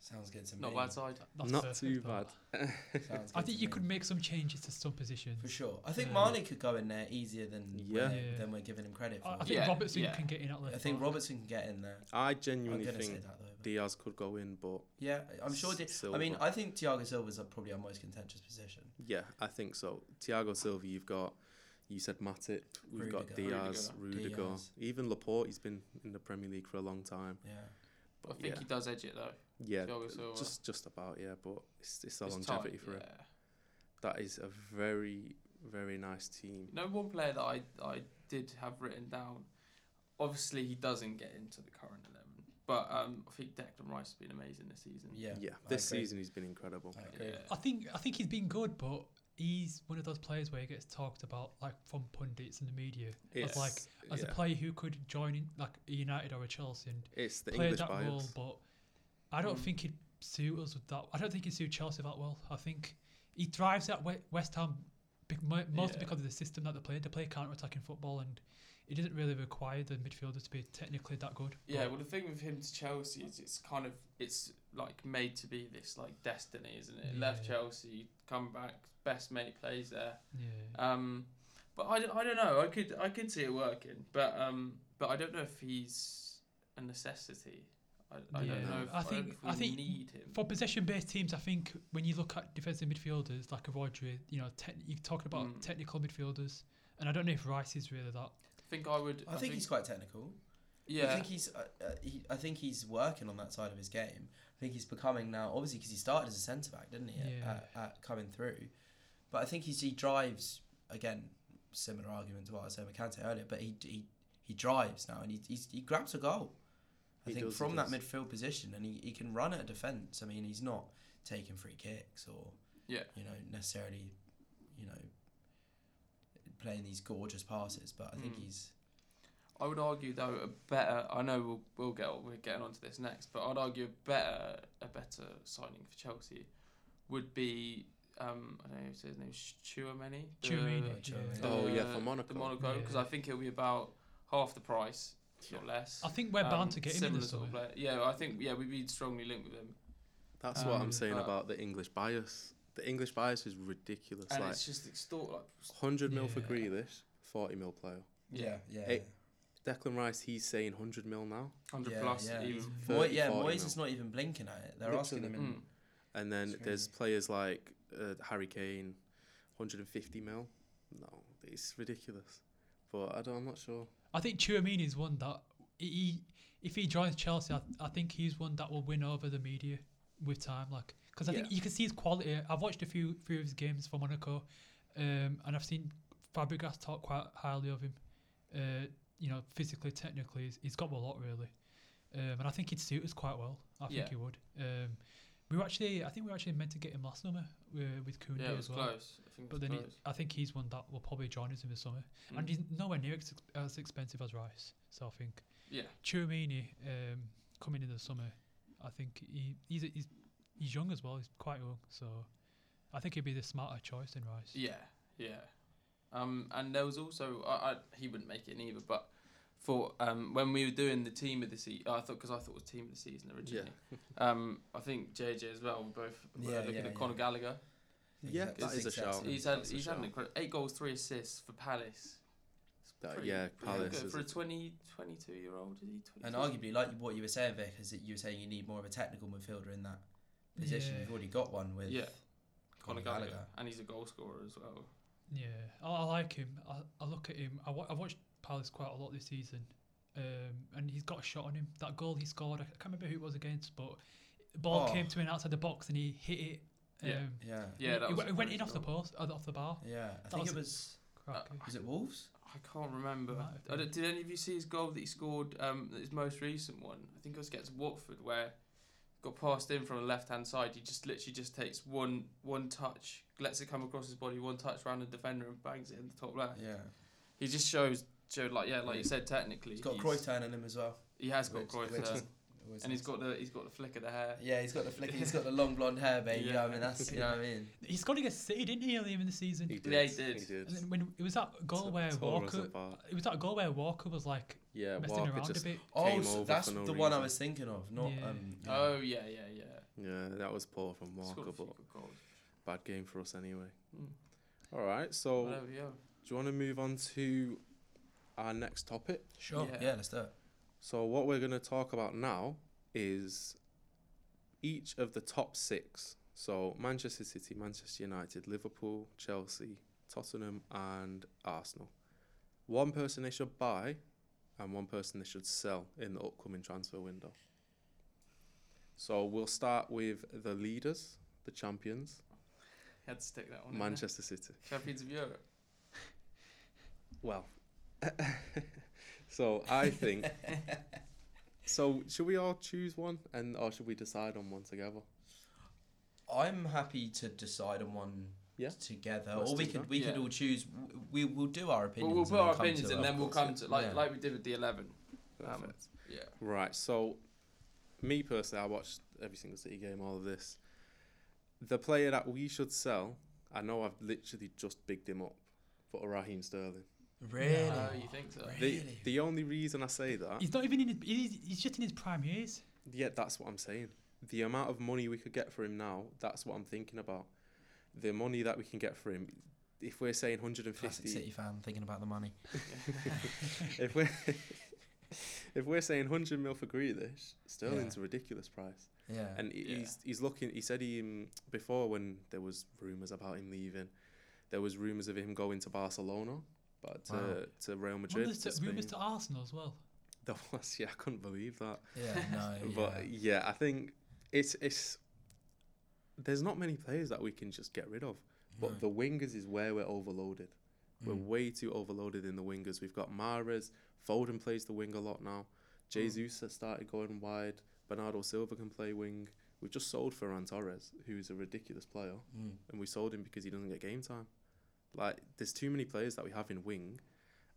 Speaker 3: Sounds good to me.
Speaker 2: Not bad side.
Speaker 4: That's
Speaker 1: Not
Speaker 4: perfect,
Speaker 1: too
Speaker 4: that.
Speaker 1: bad.
Speaker 3: Sounds
Speaker 4: I
Speaker 3: good
Speaker 4: think
Speaker 3: to
Speaker 4: you
Speaker 3: me.
Speaker 4: could make some changes to some positions.
Speaker 3: for sure. I think
Speaker 4: Yeah.
Speaker 3: Mane could go in there easier than
Speaker 1: Yeah.
Speaker 3: we're,
Speaker 4: Yeah.
Speaker 3: than we're giving him credit for.
Speaker 4: I, I think
Speaker 2: Yeah,
Speaker 4: Robertson
Speaker 2: yeah.
Speaker 4: can get in at left.
Speaker 3: I think
Speaker 4: back.
Speaker 3: Robertson can get in there.
Speaker 1: I
Speaker 3: I'm
Speaker 1: genuinely
Speaker 3: gonna say
Speaker 1: think
Speaker 3: that though. but-
Speaker 1: Diaz could go in, but
Speaker 3: Yeah, I'm sure. Di- I mean,
Speaker 1: Silva.
Speaker 3: I think Thiago Silva's uh, probably our most contentious position.
Speaker 1: yeah, I think so. Thiago Silva, you've got, you said Matic, we've got
Speaker 3: Rudiger.
Speaker 1: Diaz, Rudiger,
Speaker 3: Diaz.
Speaker 1: even Laporte. He's been in the Premier League for a long time.
Speaker 3: Yeah,
Speaker 2: I
Speaker 1: But
Speaker 2: think he does edge it though.
Speaker 1: yeah, yeah,
Speaker 2: Thiago Silva.
Speaker 1: just just about yeah. But it's it's the
Speaker 2: It's
Speaker 1: longevity
Speaker 2: tight,
Speaker 1: for him.
Speaker 2: yeah.
Speaker 1: That is a very very nice team.
Speaker 2: No one player that I I did have written down. Obviously, he doesn't get into the current eleven, but um, I think Declan Rice has been amazing this season.
Speaker 3: yeah,
Speaker 1: Yeah,
Speaker 3: I
Speaker 1: this
Speaker 3: agree.
Speaker 1: season he's been incredible.
Speaker 3: I agree.
Speaker 2: Yeah.
Speaker 4: I think I think he's been good, but he's one of those players where he gets talked about like from pundits and the media as like
Speaker 1: It's-
Speaker 4: as
Speaker 1: yeah.
Speaker 4: a player who could join in, like a United or a Chelsea and
Speaker 1: It's the
Speaker 4: play
Speaker 1: English
Speaker 4: that
Speaker 1: bias.
Speaker 4: role, but I don't
Speaker 2: Mm.
Speaker 4: think he'd suit us with that. I don't think he'd suit Chelsea that well. I think he thrives at We- West Ham be- mo- mostly
Speaker 2: Yeah.
Speaker 4: because of the system that they play. They play counter-attacking football, and it doesn't really require the midfielder to be technically that good.
Speaker 2: Yeah,
Speaker 4: but
Speaker 2: well, the thing with him to Chelsea is it's kind of it's like made to be this like destiny, isn't it? Left
Speaker 4: Yeah.
Speaker 2: Chelsea, come back, best mate plays there.
Speaker 4: yeah.
Speaker 2: Um, but I, don't- I don't know. I could I could see it working, but um, but I don't know if he's a necessity. I, I
Speaker 4: Yeah.
Speaker 2: don't know. If,
Speaker 4: I
Speaker 2: don't
Speaker 4: think-
Speaker 2: know if
Speaker 4: I
Speaker 2: we
Speaker 4: think
Speaker 2: need him.
Speaker 4: For possession-based teams, I think when you look at defensive midfielders like a Rodri, you know, te- you're talking about
Speaker 2: Mm.
Speaker 4: technical midfielders, and I don't know if Rice is really that.
Speaker 2: I think I would.
Speaker 3: I think he's quite technical.
Speaker 2: Yeah.
Speaker 3: I think he's. Uh, uh, he, I think he's working on that side of his game. I think he's becoming now, obviously, because he started as a centre back, didn't he? at-
Speaker 4: Yeah.
Speaker 3: At, at coming through, but I think he's, he drives again. Similar argument to what I was saying with Kante earlier, but he he, he drives now and he he's, he grabs a goal. I
Speaker 1: He
Speaker 3: think
Speaker 1: does, he
Speaker 3: from that
Speaker 1: does.
Speaker 3: midfield position, and he, he can run at a defence. I mean, he's not taking free kicks or
Speaker 2: Yeah.
Speaker 3: you know necessarily, you know, playing these gorgeous passes. But I think
Speaker 2: Mm.
Speaker 3: he's
Speaker 2: I would argue though a better. I know we'll we'll get on- we're getting onto this next, but I'd argue a better a better signing for Chelsea would be um I don't know if his name Chouameni. the-
Speaker 4: Tchouameni,
Speaker 3: Chouameni.
Speaker 4: yeah.
Speaker 1: Oh, yeah, for
Speaker 2: the
Speaker 1: Monaco.
Speaker 2: Monaco, because
Speaker 4: Yeah.
Speaker 2: I think it'll be about half the price, if not less.
Speaker 4: I think we're
Speaker 2: Um,
Speaker 4: bound to get him in
Speaker 2: similar
Speaker 4: this
Speaker 2: sort of player. Yeah, I think yeah we'd be strongly linked with him,
Speaker 1: That's what
Speaker 2: Um,
Speaker 1: I'm saying
Speaker 2: but-
Speaker 1: about the English bias. The English bias is ridiculous.
Speaker 2: and
Speaker 1: like
Speaker 2: it's just extort like
Speaker 1: 100 mil for
Speaker 4: Yeah.
Speaker 1: Grealish, 40 mil player.
Speaker 2: Yeah.
Speaker 3: yeah.
Speaker 1: It- Declan Rice, he's saying 100 mil now.
Speaker 2: 100
Speaker 3: Yeah,
Speaker 2: plus.
Speaker 3: yeah.
Speaker 2: Even.
Speaker 1: Thirty,
Speaker 3: Moy, yeah,
Speaker 1: 40
Speaker 3: Moyes
Speaker 1: mil.
Speaker 3: is not even blinking at it. They're asking him.
Speaker 1: Literally.
Speaker 3: In,
Speaker 2: Mm.
Speaker 1: And then
Speaker 3: It's
Speaker 1: there's
Speaker 3: crazy.
Speaker 1: players like uh, Harry Kane, 150 mil. No, it's ridiculous. But I don't, I'm not sure.
Speaker 4: I think Chouamini's one that he- he, if he joins Chelsea, I, I think he's one that will win over the media with time. Like, because I think
Speaker 1: Yeah.
Speaker 4: you can see his quality. I've watched a few few of his games for Monaco, um, and I've seen Fabregas talk quite highly of him. Uh, you know, physically, technically, he's, he's got a lot really, um, and I think he'd suit us quite well. I think
Speaker 2: Yeah.
Speaker 4: he would. Um, we were actually, I think we were actually meant to get him last summer uh, with Koundé
Speaker 2: Yeah, it was
Speaker 4: as well.
Speaker 2: close. I think it
Speaker 4: But
Speaker 2: was
Speaker 4: then he,
Speaker 2: close.
Speaker 4: I think he's one that will probably join us in the summer. And
Speaker 2: Mm.
Speaker 4: he's nowhere near ex- as expensive as Rice. So I think
Speaker 2: Yeah.
Speaker 4: Chouamini um, coming in the summer, I think he, he's, he's he's young as well. He's quite young. So I think he'd be the smarter choice than Rice.
Speaker 2: Yeah, yeah. Um, and there was also I, I he wouldn't make it in either, but for um when we were doing the team of the season, I thought because I thought it was team of the season originally. Um, I think JJ as well. We both were
Speaker 3: Yeah,
Speaker 2: looking
Speaker 3: yeah,
Speaker 2: at Conor
Speaker 3: yeah.
Speaker 2: Gallagher.
Speaker 1: Yeah,
Speaker 3: Exactly.
Speaker 1: that is a
Speaker 3: Six outs.
Speaker 1: shout.
Speaker 2: He's had
Speaker 1: Oh, That's a
Speaker 2: he's had an
Speaker 1: shout.
Speaker 2: incredible eight goals, three assists for Palace. It's
Speaker 1: That-
Speaker 2: pretty-
Speaker 1: yeah,
Speaker 2: pretty
Speaker 1: Palace
Speaker 2: good
Speaker 1: is
Speaker 2: for
Speaker 1: a-
Speaker 2: a 20, 22 year old. Is he 22?
Speaker 3: And arguably, like what you were saying, Vic, is that you were saying you need more of a technical midfielder in that position.
Speaker 4: Yeah.
Speaker 3: You've already got one with
Speaker 2: Yeah. Conor
Speaker 3: Conor
Speaker 2: Gallagher.
Speaker 3: Gallagher.
Speaker 2: and he's a goal scorer as well.
Speaker 4: Yeah, I, I like him. I, I look at him. I, wa- I watched Palace quite a lot this season, um, and he's got a shot on him. That goal he scored, I can't remember who it was against, but ball
Speaker 3: Oh.
Speaker 4: came to him outside the box and he hit it. Um,
Speaker 2: Yeah.
Speaker 3: Yeah,
Speaker 2: Yeah,
Speaker 4: it-
Speaker 2: that
Speaker 4: it,
Speaker 2: was
Speaker 4: went-
Speaker 2: a
Speaker 4: it went
Speaker 2: great
Speaker 4: in off the
Speaker 2: goal.
Speaker 4: post, uh, off the bar.
Speaker 3: yeah. I
Speaker 4: That
Speaker 3: think
Speaker 4: was
Speaker 3: it
Speaker 4: a-
Speaker 3: was
Speaker 4: Cracking.
Speaker 3: was it Wolves?
Speaker 2: I can't remember.
Speaker 4: Might have
Speaker 2: I don't-
Speaker 4: been.
Speaker 2: did any of you see his goal that he scored? Um, his most recent one, I think it was against Watford, where he got passed in from the left hand side. He just literally just takes one one touch, lets it come across his body, one touch round the defender, and bangs it in the top left.
Speaker 3: Yeah,
Speaker 2: He just shows showed like yeah, like you said, technically
Speaker 3: he's got
Speaker 2: he's-
Speaker 3: Cruyff turn in him as well.
Speaker 2: He has got
Speaker 3: which-
Speaker 2: Cruyff,
Speaker 3: which
Speaker 2: there,
Speaker 3: is- always
Speaker 2: and he's
Speaker 3: nice.
Speaker 2: got the he's got the flick of the hair.
Speaker 3: yeah, he's got the flick. He's got the long blonde hair, baby. Yeah. I
Speaker 2: Yeah.
Speaker 3: mean that's you know what I mean.
Speaker 4: He scored against City, didn't he, earlier in the season?
Speaker 1: He did.
Speaker 2: Yeah, he did.
Speaker 1: He did.
Speaker 4: And then when it was that goal
Speaker 1: T-
Speaker 4: where
Speaker 1: tore us
Speaker 4: Walker,
Speaker 1: apart.
Speaker 4: it was that goal where Walker was like
Speaker 1: Yeah,
Speaker 4: messing
Speaker 1: Walker
Speaker 4: around
Speaker 1: just.
Speaker 4: a bit.
Speaker 3: Oh,
Speaker 1: Came
Speaker 3: so
Speaker 1: over
Speaker 3: that's
Speaker 1: for no
Speaker 3: the one I
Speaker 1: reason.
Speaker 3: was thinking of. Not
Speaker 4: Yeah.
Speaker 3: um.
Speaker 2: Oh yeah, yeah, yeah.
Speaker 1: Yeah, that was poor from
Speaker 2: He's got
Speaker 1: Walker,
Speaker 2: a few
Speaker 1: but
Speaker 2: good goals.
Speaker 1: bad game for us anyway.
Speaker 2: Mm.
Speaker 1: All right,
Speaker 3: Oh.
Speaker 1: so
Speaker 2: Whatever, yeah.
Speaker 1: do you want to move on to our next topic?
Speaker 3: sure.
Speaker 2: Yeah.
Speaker 3: Yeah. let's do it.
Speaker 1: So what we're going to talk about now is each of the top six. So Manchester City, Manchester United, Liverpool, Chelsea, Tottenham, and Arsenal. One person they should buy, and one person they should sell in the upcoming transfer window. So we'll start with the leaders, the champions,
Speaker 2: Had to stick that one. in there.
Speaker 1: Manchester City.
Speaker 2: Champions of Europe.
Speaker 1: Well, so I think. so should we all choose one, and or should we decide on one together?
Speaker 3: I'm happy to decide on one
Speaker 1: Yeah.
Speaker 3: together,
Speaker 1: Let's
Speaker 3: or we
Speaker 1: do
Speaker 3: could
Speaker 1: that.
Speaker 3: we could
Speaker 2: Yeah.
Speaker 3: all choose. w- We will do our
Speaker 2: Well,
Speaker 3: opinions.
Speaker 2: we'll put our
Speaker 3: come to
Speaker 2: opinions
Speaker 3: a-
Speaker 2: and then we'll come to like
Speaker 3: Yeah.
Speaker 2: like we did with the eleven. Um,
Speaker 1: Perfect.
Speaker 2: Yeah.
Speaker 1: Right. So, me personally, I watched every single City game. All of this. The player that we should sell, I know I've literally just bigged him up, but Raheem Sterling.
Speaker 3: Really?
Speaker 2: Oh,
Speaker 1: Uh,
Speaker 4: No.
Speaker 2: you think so?
Speaker 3: Right.
Speaker 1: The,
Speaker 3: Really?
Speaker 1: the only reason I say that,
Speaker 4: He's not even in his. He's, he's just in his prime years.
Speaker 1: yeah, that's what I'm saying. The amount of money we could get for him now, that's what I'm thinking about. The money that we can get for him, if we're saying
Speaker 3: Classic
Speaker 1: 150,
Speaker 3: City fan thinking about the money.
Speaker 1: if we're if we're saying 100 mil for Grealish, Sterling's a ridiculous price.
Speaker 3: Yeah.
Speaker 1: And he-
Speaker 2: Yeah.
Speaker 1: he's he's looking. He said he um, before when there was rumors about him leaving, there was rumors of him going to Barcelona, but to,
Speaker 3: Wow.
Speaker 1: to Real Madrid.
Speaker 4: Rumours
Speaker 1: to
Speaker 4: to, rumours
Speaker 1: Spain.
Speaker 4: to Arsenal as well.
Speaker 1: There was yeah, I couldn't believe that.
Speaker 3: yeah. No.
Speaker 1: But
Speaker 3: yeah.
Speaker 1: yeah, I think it's it's. There's not many players that we can just get rid of, but
Speaker 3: No.
Speaker 1: the wingers is where we're overloaded. We're
Speaker 3: Mm.
Speaker 1: way too overloaded in the wingers. We've got Mares, Foden plays the wing a lot now.
Speaker 3: Mm.
Speaker 1: Jesus has started going wide. Bernardo Silva can play wing. We've just sold Ferran Torres, who's a ridiculous player,
Speaker 3: Mm.
Speaker 1: and we sold him because he doesn't get game time. Like, there's too many players that we have in wing,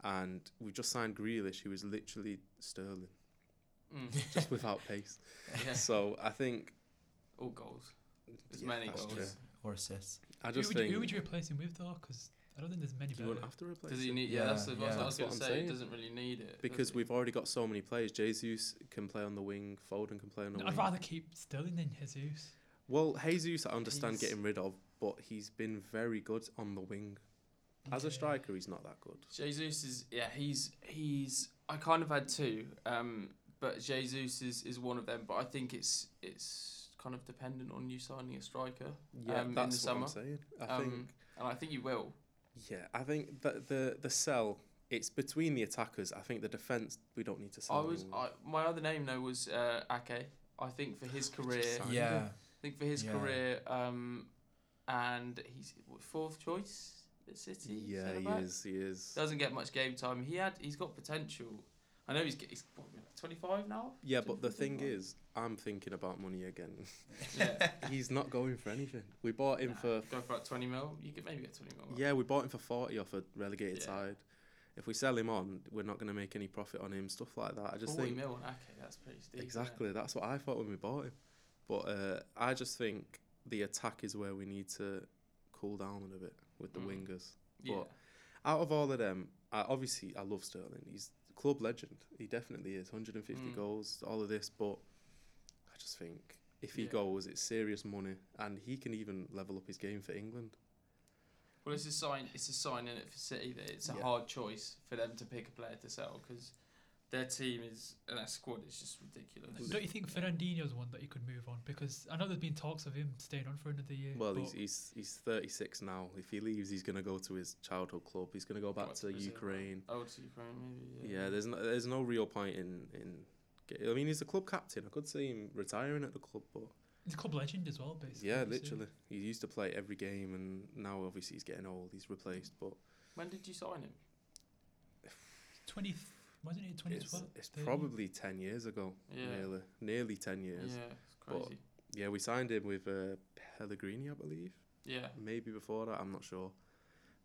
Speaker 1: and we've just signed Grealish, who is literally Sterling,
Speaker 2: Mm.
Speaker 1: just without pace.
Speaker 2: Yeah.
Speaker 1: So I think
Speaker 2: All goals. As
Speaker 1: Yeah,
Speaker 2: many
Speaker 1: that's
Speaker 2: goals.
Speaker 1: true.
Speaker 3: Or assists.
Speaker 1: I
Speaker 4: Who
Speaker 1: just
Speaker 4: would, you,
Speaker 1: think
Speaker 4: who would you replace him with though? Because I don't think there's many.
Speaker 1: you
Speaker 4: better.
Speaker 1: wouldn't have to replace
Speaker 2: Does
Speaker 1: him.
Speaker 2: he need? Yeah,
Speaker 3: Yeah,
Speaker 2: that's, the, that's
Speaker 3: yeah.
Speaker 2: what I was
Speaker 1: That's what
Speaker 2: gonna
Speaker 1: I'm
Speaker 2: say.
Speaker 1: saying.
Speaker 2: He doesn't really need it. does
Speaker 1: because
Speaker 2: he?
Speaker 1: we've already got so many players. Jesus can play on the wing, Foden can play on the
Speaker 4: No,
Speaker 1: wing.
Speaker 4: I'd rather keep Sterling than Jesus.
Speaker 1: Well, Jesus, I understand
Speaker 2: He's-
Speaker 1: getting rid of, but he's been very good on the wing. As a
Speaker 4: Yeah.
Speaker 1: striker, he's not that good.
Speaker 2: Jesus is yeah he's he's I kind of had two, um, but Jesus is, is one of them. But I think it's it's kind of dependent on you signing a striker.
Speaker 1: Yeah,
Speaker 2: um, in the
Speaker 1: that's what
Speaker 2: summer.
Speaker 1: I'm saying. I
Speaker 2: Um, and I think you will.
Speaker 1: think yeah, I think that the the sell it's between the attackers. I think the defense we don't need to sell.
Speaker 2: I was
Speaker 1: anyone.
Speaker 2: I, my other name though was uh, Ake. I think for his career,
Speaker 1: signed
Speaker 3: Yeah.
Speaker 1: him.
Speaker 2: I think for his
Speaker 3: Yeah.
Speaker 2: career, um, and he's what, fourth choice at City.
Speaker 1: yeah,
Speaker 2: centre
Speaker 1: he
Speaker 2: back?
Speaker 1: is. He is.
Speaker 2: Doesn't get much game time. He had he's got potential. I know he's get- he's twenty five now.
Speaker 1: Yeah, but the thing
Speaker 2: Something like-
Speaker 1: is, I'm thinking about money again.
Speaker 2: Yeah.
Speaker 1: He's not going for anything. We bought him
Speaker 2: Nah,
Speaker 1: for
Speaker 2: go for like twenty mil. You could maybe get twenty mil.
Speaker 1: yeah, we bought him for forty off a relegated
Speaker 2: Yeah.
Speaker 1: side. If we sell him on, we're not going to make any profit on him. Stuff like that. I just
Speaker 2: forty
Speaker 1: think
Speaker 2: mil on Ake. That's pretty steep. isn't it?
Speaker 1: Exactly. That's what I thought when we bought him. But uh, I just think the attack is where we need to cool down a bit with the
Speaker 2: Mm.
Speaker 1: wingers.
Speaker 2: Yeah.
Speaker 1: But- Out of all of them, I, obviously I love Sterling. He's a club legend. He definitely is. 150
Speaker 2: Mm.
Speaker 1: goals, all of this. But I just think if he
Speaker 2: Yeah.
Speaker 1: goes, it's serious money, and he can even level up his game for England.
Speaker 2: Well, it's a sign. It's a sign in it for City that it's a
Speaker 1: Yeah.
Speaker 2: hard choice for them to pick a player to sell because their team is and their squad is just ridiculous.
Speaker 4: Don't you think Fernandinho's one that he could move on? Because I know there's been talks of him staying on for another year.
Speaker 1: Well,
Speaker 4: but
Speaker 1: he's, e- he's he's 36 now. If he leaves, he's gonna go to his childhood club. He's gonna go back
Speaker 2: Like
Speaker 1: to
Speaker 2: Brazil.
Speaker 1: Ukraine.
Speaker 2: Oh, to Ukraine, maybe. Yeah.
Speaker 1: Yeah, there's no there's no real point in in. ge- I mean, he's the club captain. I could see him retiring at the club, but
Speaker 4: he's a club legend as well, basically.
Speaker 1: yeah,
Speaker 4: so-
Speaker 1: literally, he used to play every game, and now obviously he's getting old. He's replaced, but
Speaker 2: When did you sign him?
Speaker 4: 20, th- wasn't it
Speaker 1: it's
Speaker 4: 2012?
Speaker 1: it's
Speaker 4: 13?
Speaker 1: probably ten years ago,
Speaker 2: Yeah.
Speaker 1: nearly nearly ten
Speaker 2: Yeah,
Speaker 1: years.
Speaker 2: it's
Speaker 1: But-
Speaker 2: crazy.
Speaker 1: Yeah, we signed him with uh, Pellegrini, I believe.
Speaker 2: yeah.
Speaker 1: Maybe before that, I'm not sure,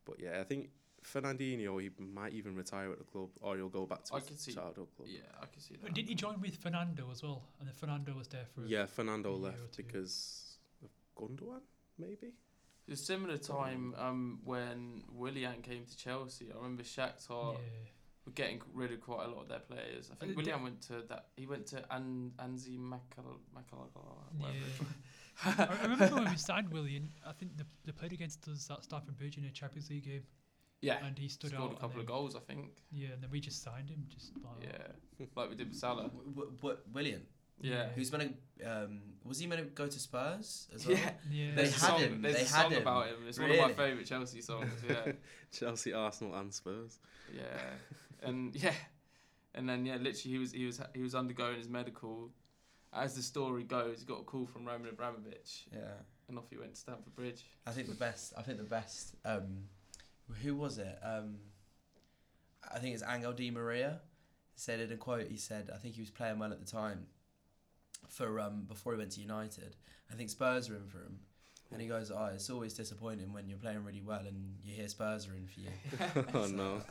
Speaker 1: but yeah, I think Fernandinho he might even retire at the club, or he'll go back to
Speaker 2: I
Speaker 1: his
Speaker 2: could see-
Speaker 1: childhood club.
Speaker 2: Yeah, I can see
Speaker 4: But
Speaker 2: that.
Speaker 4: Didn't he join with Fernando as well? And then Fernando was there for.
Speaker 1: Yeah, Fernando
Speaker 4: a year or
Speaker 1: left
Speaker 4: two.
Speaker 1: because of Gundogan, maybe.
Speaker 2: It was a similar time um, when Willian came to Chelsea. I remember
Speaker 1: Oh,
Speaker 2: Shakhtar
Speaker 4: yeah.
Speaker 2: were getting rid of quite a lot of their players. I think
Speaker 4: Uh, d-
Speaker 2: Willian went to that. He went to An Anzi Makal whatever.
Speaker 4: Yeah. I I remember when we signed William, I think they, they played against us at Stafford Bridge in a Champions League game,
Speaker 2: Yeah.
Speaker 4: and he stood out.
Speaker 2: Scored a
Speaker 4: and
Speaker 2: couple
Speaker 4: then-
Speaker 2: of goals, I think.
Speaker 4: Yeah, and then we just signed him. Just like that.
Speaker 2: Yeah, like we did with Salah.
Speaker 3: W- w- William,
Speaker 2: Yeah.
Speaker 4: Yeah.
Speaker 3: who's gonna um, was he gonna go to Spurs as well?
Speaker 2: Yeah.
Speaker 3: They
Speaker 4: Yeah.
Speaker 2: There's a
Speaker 3: had
Speaker 2: song,
Speaker 3: him,
Speaker 2: There's
Speaker 3: they
Speaker 2: a
Speaker 3: had
Speaker 2: song
Speaker 3: him.
Speaker 2: about him. It's one
Speaker 3: Really?
Speaker 2: of my favourite Chelsea songs. Yeah,
Speaker 1: Chelsea, Arsenal, and Spurs.
Speaker 2: yeah, and yeah, and then yeah, literally he was he was he was undergoing his medical. As the story goes, he got a call from Roman Abramovich,
Speaker 3: Yeah.
Speaker 2: and off he went to Stamford Bridge.
Speaker 3: I think the best. I think the best. Um, who was it? Um, I think it's Angel Di Maria. Said it in a quote. He said, "I think he was playing well at the time." For um, before he went to United, I think Spurs are in for him, and he goes, "Oh, it's always disappointing when you're playing really well and you hear Spurs are in for you."
Speaker 1: oh no.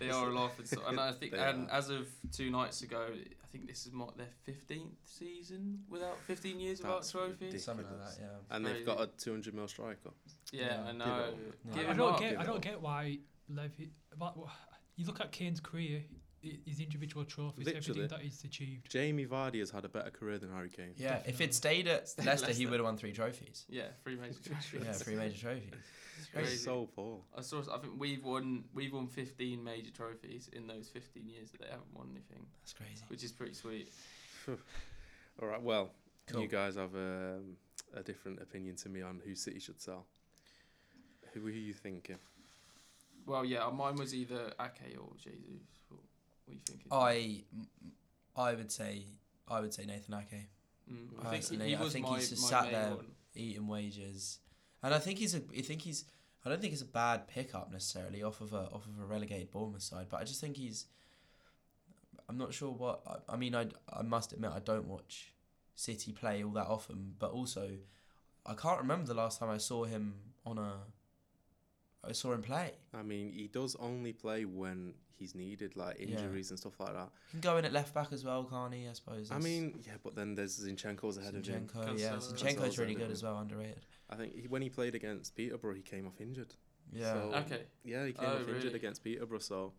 Speaker 2: They are a laughing stock, and I think
Speaker 1: They
Speaker 2: and
Speaker 1: are.
Speaker 2: as of two nights ago, I think this is what their fifteenth season without fifteen years without
Speaker 1: That's
Speaker 2: trophies.
Speaker 3: Something like
Speaker 1: Ridiculous.
Speaker 3: that. Yeah.
Speaker 1: And
Speaker 2: No,
Speaker 1: they've
Speaker 2: you-
Speaker 1: got a 200 mil striker.
Speaker 2: Yeah,
Speaker 3: Yeah.
Speaker 2: I
Speaker 1: Give
Speaker 2: know.
Speaker 1: it up.
Speaker 3: No.
Speaker 2: Give
Speaker 4: I
Speaker 2: him
Speaker 4: don't
Speaker 2: up.
Speaker 4: get.
Speaker 1: give
Speaker 4: I
Speaker 1: it
Speaker 4: don't
Speaker 1: up.
Speaker 4: get why Levy. But wha- you look at Kane's career, i- his individual trophies,
Speaker 1: Literally.
Speaker 4: everything that he's achieved.
Speaker 1: Jamie Vardy has had a better career than Harry Kane.
Speaker 3: Yeah. If
Speaker 4: Definitely.
Speaker 3: it stayed at
Speaker 2: Stayed at
Speaker 3: Leicester, he
Speaker 2: Leicester.
Speaker 3: would have won three trophies.
Speaker 2: Yeah, three major trophies.
Speaker 3: Yeah, three major trophies.
Speaker 2: It's
Speaker 1: He's
Speaker 2: crazy.
Speaker 1: so poor.
Speaker 2: I saw. I think we've won. We've won 15 major trophies in those 15 years that they haven't won anything,
Speaker 3: That's crazy.
Speaker 2: which is pretty sweet.
Speaker 1: All right, well,
Speaker 3: Cool.
Speaker 1: you guys have um, a different opinion to me on who City should sell. Who are you thinking?
Speaker 2: Well, yeah, mine was either Ake or Jesus. What were you thinking?
Speaker 3: I, I would say, I would say Nathan Ake.
Speaker 2: Mm, I think he,
Speaker 3: personally,
Speaker 2: he
Speaker 3: I
Speaker 2: was
Speaker 3: think
Speaker 2: my,
Speaker 3: he's just
Speaker 2: my
Speaker 3: sat
Speaker 2: main
Speaker 3: there.
Speaker 2: one.
Speaker 3: eating wages, and I think he's a. I think he's. I don't think it's a bad pickup necessarily off of a off of a relegated Bournemouth side, but I just think he's. I'm not sure what I, I mean. I I must admit I don't watch City play all that often, but also I can't remember the last time I saw him on a. I saw him play.
Speaker 1: I mean, he does only play when he's needed, like
Speaker 3: Yeah.
Speaker 1: injuries and stuff like that.
Speaker 3: He can go in at left back as well, can't he? I suppose.
Speaker 1: I mean, yeah, but then there's Zinchenko's ahead of him.
Speaker 3: Zinchenko, yeah,
Speaker 2: Cancelo.
Speaker 3: Zinchenko's
Speaker 1: Cancelo's
Speaker 3: really
Speaker 1: ahead of
Speaker 3: good as well, underrated.
Speaker 1: I think he, when he played against Peterborough, he came off injured.
Speaker 3: Yeah.
Speaker 1: So-
Speaker 2: Okay,
Speaker 1: Yeah, he came
Speaker 2: Oh,
Speaker 1: off injured
Speaker 2: really?
Speaker 1: against Peterborough, so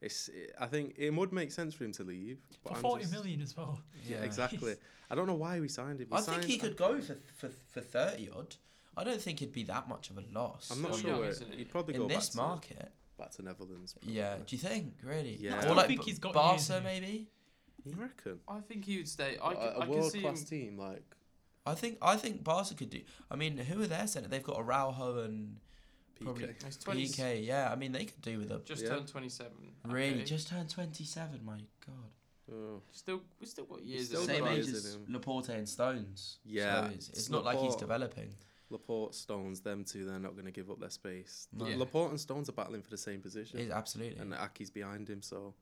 Speaker 1: it's. I think it would make sense for him to leave. but
Speaker 4: For
Speaker 1: I'm
Speaker 4: forty
Speaker 1: just-
Speaker 4: million as well.
Speaker 1: Yeah, exactly. I don't know why we signed him. We
Speaker 3: I think
Speaker 1: signed-
Speaker 3: he could go for, for for thirty odd. I don't think it'd be that much of a loss.
Speaker 1: I'm not
Speaker 2: Still
Speaker 1: sure.
Speaker 2: young,
Speaker 1: where,
Speaker 2: isn't he?
Speaker 1: he'd probably
Speaker 3: in
Speaker 1: go
Speaker 3: this
Speaker 1: back to-
Speaker 3: market.
Speaker 1: back to Netherlands.
Speaker 3: Yeah.
Speaker 1: probably.
Speaker 3: Do you think really?
Speaker 1: Yeah. I
Speaker 3: Or
Speaker 1: don't
Speaker 3: like
Speaker 4: think
Speaker 3: B-
Speaker 4: he's got years
Speaker 3: Barca
Speaker 4: in him.
Speaker 3: maybe.
Speaker 1: You reckon?
Speaker 2: I think he would stay.
Speaker 1: A
Speaker 2: I, c- I can
Speaker 1: world
Speaker 2: see him.
Speaker 1: class team like
Speaker 3: I think I think Barca could do. I mean, who are their centre? They've got Araujo and
Speaker 1: PK.
Speaker 3: Probably.
Speaker 2: He's 20,
Speaker 3: PK. Yeah, I mean they could do with a
Speaker 2: Just
Speaker 1: Yeah.
Speaker 2: turned 27.
Speaker 3: really
Speaker 2: Okay.
Speaker 3: just turned twenty-seven. My God.
Speaker 1: Oh.
Speaker 2: Still, we still got years.
Speaker 1: still
Speaker 2: of
Speaker 1: got
Speaker 3: Same
Speaker 2: it.
Speaker 1: guys
Speaker 3: age as
Speaker 1: in him.
Speaker 3: Laporte and Stones.
Speaker 1: Yeah,
Speaker 3: So it's,
Speaker 1: it's
Speaker 3: it's not like he's
Speaker 1: Laporte.
Speaker 3: developing.
Speaker 1: Laporte, Stones, them two, they're not going to give up their space.
Speaker 3: No.
Speaker 2: Yeah.
Speaker 1: Laporte and Stones are battling for the same position,
Speaker 3: Is absolutely.
Speaker 1: and Aki's behind him. So,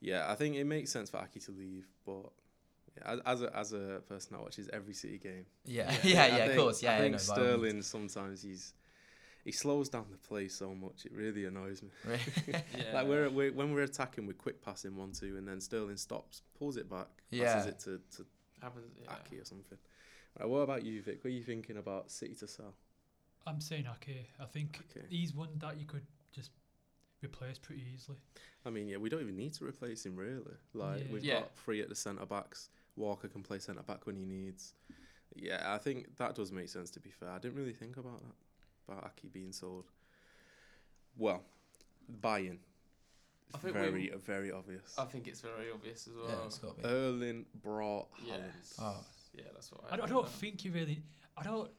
Speaker 1: yeah, I think it makes sense for Aki to leave. But yeah, as- as a, as a person that watches every City game,
Speaker 3: Yeah,
Speaker 2: Yeah.
Speaker 3: yeah,
Speaker 1: I
Speaker 3: yeah, of
Speaker 1: think-
Speaker 3: course. Yeah,
Speaker 1: I
Speaker 3: yeah,
Speaker 1: think
Speaker 3: no, by all means.
Speaker 1: Sterling sometimes he's he slows down the play so much. It really annoys me.
Speaker 2: Yeah.
Speaker 1: Like we're, we're when we're attacking, we're quick passing one two, and then Sterling stops, pulls it back,
Speaker 3: Yeah.
Speaker 1: passes it to, to
Speaker 2: Happens, yeah.
Speaker 1: Aki or something. Right, what about you, Vic? What are you thinking about City to sell?
Speaker 4: I'm saying Ake. I think
Speaker 1: Okay.
Speaker 4: he's one that you could just replace pretty easily.
Speaker 1: I mean, yeah, we don't even need to replace him really. Like
Speaker 4: Yeah.
Speaker 1: we've
Speaker 2: Yeah.
Speaker 1: got three at the centre backs. Walker can play centre back when he needs. Yeah, I think that does make sense. To be fair, I didn't really think about that about Aki being sold. Well, buy-in.
Speaker 2: I
Speaker 1: It's
Speaker 2: think we-
Speaker 1: very, very obvious.
Speaker 2: I think it's very obvious as well.
Speaker 3: yeah, it's got to be.
Speaker 1: Erling Braut
Speaker 2: Yeah.
Speaker 1: Haaland.
Speaker 3: Oh.
Speaker 2: Yeah, that's what
Speaker 4: I don't, I
Speaker 2: think
Speaker 4: don't
Speaker 2: now.
Speaker 4: think you really. I don't.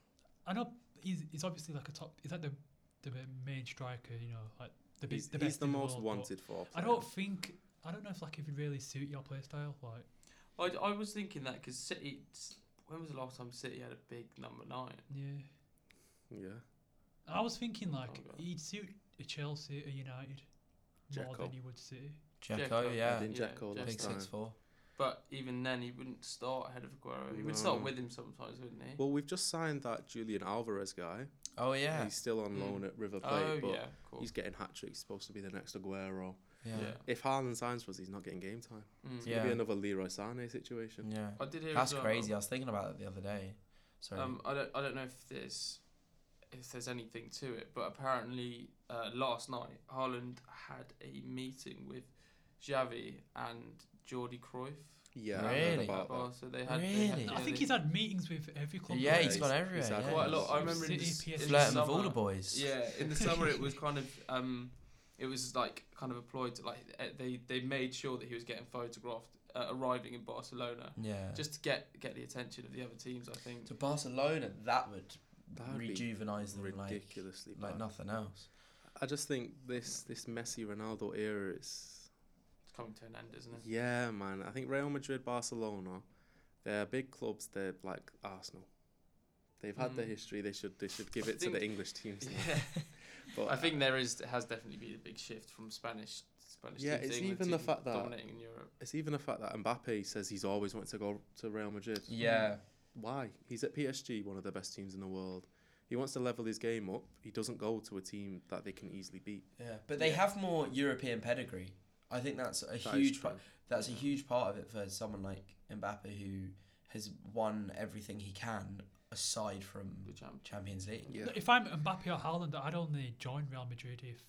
Speaker 4: I know he's, he's obviously like a top. He's like the the main striker. You know, like the big.
Speaker 1: He's
Speaker 4: the
Speaker 1: the, he's
Speaker 4: best
Speaker 1: the
Speaker 4: in the
Speaker 1: most
Speaker 4: world, but
Speaker 1: wanted for.
Speaker 4: I don't think. I don't know if like if it really suit your play style. Like
Speaker 2: I, I was thinking that because City. When was the last time City had a big number nine?
Speaker 4: yeah,
Speaker 1: Yeah.
Speaker 4: I was thinking like
Speaker 2: God.
Speaker 4: he'd suit a Chelsea, a United, more
Speaker 1: Dzeko.
Speaker 4: than he would City.
Speaker 3: Jacko, yeah.
Speaker 1: didn't Dzeko last
Speaker 3: Big
Speaker 1: time.
Speaker 3: six four.
Speaker 2: But even then, he wouldn't start ahead of Aguero. He would
Speaker 1: No.
Speaker 2: start with him sometimes, wouldn't he?
Speaker 1: Well, we've just signed that Julian Alvarez guy.
Speaker 3: Oh yeah.
Speaker 1: He's still on loan
Speaker 2: Mm.
Speaker 1: at River Plate,
Speaker 2: oh
Speaker 1: but
Speaker 2: yeah, cool.
Speaker 1: he's getting hat tricks. Supposed to be the next Aguero.
Speaker 3: Yeah.
Speaker 2: yeah.
Speaker 1: If Haaland signs for us, he's not getting game time.
Speaker 2: Mm.
Speaker 1: It's gonna be
Speaker 3: Yeah.
Speaker 1: another Leroy Sané situation.
Speaker 3: Yeah.
Speaker 2: I did hear.
Speaker 3: That's
Speaker 2: as well,
Speaker 3: crazy. I was thinking about it the other day. Sorry.
Speaker 2: Um, I don't, I don't know if there's, if there's anything to it, but apparently uh, last night Haaland had a meeting with Xavi and Jordi Cruyff.
Speaker 1: Yeah, I heard
Speaker 3: Really?
Speaker 1: about
Speaker 2: at Bar,
Speaker 1: that.
Speaker 2: so they had. They had
Speaker 3: Really?
Speaker 4: I
Speaker 2: yeah,
Speaker 4: think
Speaker 2: they-
Speaker 4: he's had meetings with every club.
Speaker 3: yeah,
Speaker 1: yeah,
Speaker 3: he's
Speaker 1: he's-
Speaker 3: gone everywhere.
Speaker 1: he's had
Speaker 3: yeah.
Speaker 2: quite a lot. I remember in
Speaker 4: City,
Speaker 2: the, s- in
Speaker 4: PSG.
Speaker 2: the
Speaker 3: flirting with all
Speaker 2: summer-
Speaker 3: the boys.
Speaker 2: Yeah, in the summer it was kind of um, it was like kind of employed to like eh, they they made sure that he was getting photographed uh, arriving in Barcelona
Speaker 3: Yeah.
Speaker 2: just to get get the attention of the other teams. I think.
Speaker 3: to Barcelona, that would
Speaker 1: That would be
Speaker 3: rejuvenize them
Speaker 1: Ridiculously
Speaker 3: like
Speaker 1: bad.
Speaker 3: like nothing else.
Speaker 1: I just think this this Messi Ronaldo era is.
Speaker 2: It's coming to an end, isn't it?
Speaker 1: Yeah, man. I think Real Madrid, Barcelona, they're big clubs. They're like Arsenal. They've had their
Speaker 2: Mm.
Speaker 1: history. They should they should give
Speaker 2: I
Speaker 1: it to the
Speaker 2: think-
Speaker 1: English teams. now.
Speaker 2: Yeah.
Speaker 1: But
Speaker 2: I think there is has definitely been a big shift from Spanish Spanish
Speaker 1: Yeah,
Speaker 2: teams
Speaker 1: it's
Speaker 2: to England
Speaker 1: even the
Speaker 2: to
Speaker 1: fact that-
Speaker 2: dominating in Europe.
Speaker 1: it's even the fact that Mbappe says he's always wanted to go to Real Madrid.
Speaker 3: Yeah.
Speaker 1: Why? He's at PSG, one of the best teams in the world. He wants to level his game up. He doesn't go to a team that they can easily beat.
Speaker 3: Yeah. But they have more European pedigree. I think that's a
Speaker 1: That is
Speaker 3: huge part.
Speaker 1: true.
Speaker 3: that's a
Speaker 1: Yeah.
Speaker 3: huge part of it for someone like Mbappe who has won everything he can aside from
Speaker 2: The champ.
Speaker 3: Champions League.
Speaker 1: Yeah.
Speaker 4: If I'm Mbappe or Haaland, I'd only join Real Madrid if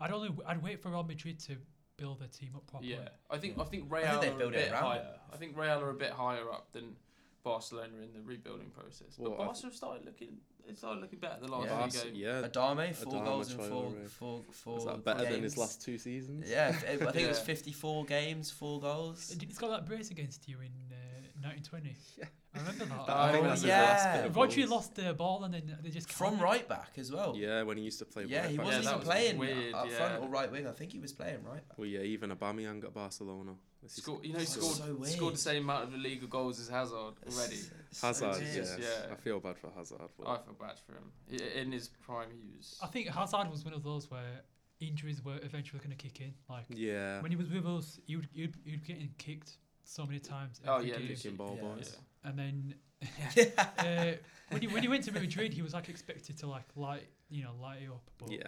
Speaker 4: I'd only I'd wait for Real Madrid to build their team up properly.
Speaker 2: Yeah, I think
Speaker 3: Yeah.
Speaker 2: I think
Speaker 3: I
Speaker 2: Real
Speaker 3: think they
Speaker 2: are a
Speaker 3: build it
Speaker 2: bit
Speaker 3: around
Speaker 2: higher.
Speaker 3: it.
Speaker 2: I think Real are a bit higher up than Barcelona in the rebuilding process.
Speaker 1: Well,
Speaker 2: but
Speaker 1: I-
Speaker 2: Barca have started looking. They started looking better the
Speaker 3: Yeah.
Speaker 2: last
Speaker 1: Barca-
Speaker 2: few games.
Speaker 1: yeah.
Speaker 3: Adame, four
Speaker 1: Adama
Speaker 3: goals in four,
Speaker 1: Traore.
Speaker 3: four, four.
Speaker 1: Is that better than his
Speaker 3: games.
Speaker 1: last two seasons?
Speaker 3: Yeah, f- I think it was
Speaker 2: Yeah.
Speaker 3: 54 games, four goals.
Speaker 4: He's got that brace against you in uh, 1920.
Speaker 1: Yeah.
Speaker 4: I remember that.
Speaker 1: I think
Speaker 3: Oh,
Speaker 1: that's
Speaker 3: yeah.
Speaker 1: his last bit of
Speaker 4: Rodri
Speaker 1: goals.
Speaker 4: lost the ball and then they just
Speaker 3: From
Speaker 4: counted.
Speaker 3: right back as well.
Speaker 1: Yeah, when he used to play.
Speaker 3: Yeah,
Speaker 1: right
Speaker 3: he
Speaker 1: back.
Speaker 2: Yeah,
Speaker 3: wasn't
Speaker 2: that
Speaker 3: even
Speaker 2: was
Speaker 3: playing
Speaker 2: weird,
Speaker 3: up front
Speaker 2: yeah.
Speaker 3: or right wing. I think he was playing right back.
Speaker 1: Well, yeah, even Aubameyang at Barcelona. This is-
Speaker 2: Score, you know, he
Speaker 3: That's
Speaker 2: scored
Speaker 3: so weird.
Speaker 2: scored the same amount of illegal goals as Hazard already.
Speaker 3: It's so
Speaker 1: Hazard,
Speaker 3: weird.
Speaker 2: Jesus,
Speaker 1: yes.
Speaker 2: yeah.
Speaker 1: I feel bad for Hazard. but-
Speaker 2: I feel bad for him. I- In his prime, he was.
Speaker 4: I think Hazard was one of those where injuries were eventually going to kick in. Like
Speaker 1: yeah.
Speaker 4: when he was with us, he would he'd, he'd getting kicked so many times.
Speaker 2: Oh,
Speaker 4: every
Speaker 2: yeah,
Speaker 4: game.
Speaker 1: Kicking ball
Speaker 3: Yeah.
Speaker 1: boys.
Speaker 4: and then uh, when he when he went to Madrid, he was like expected to like light you know light it up. But
Speaker 1: Yeah.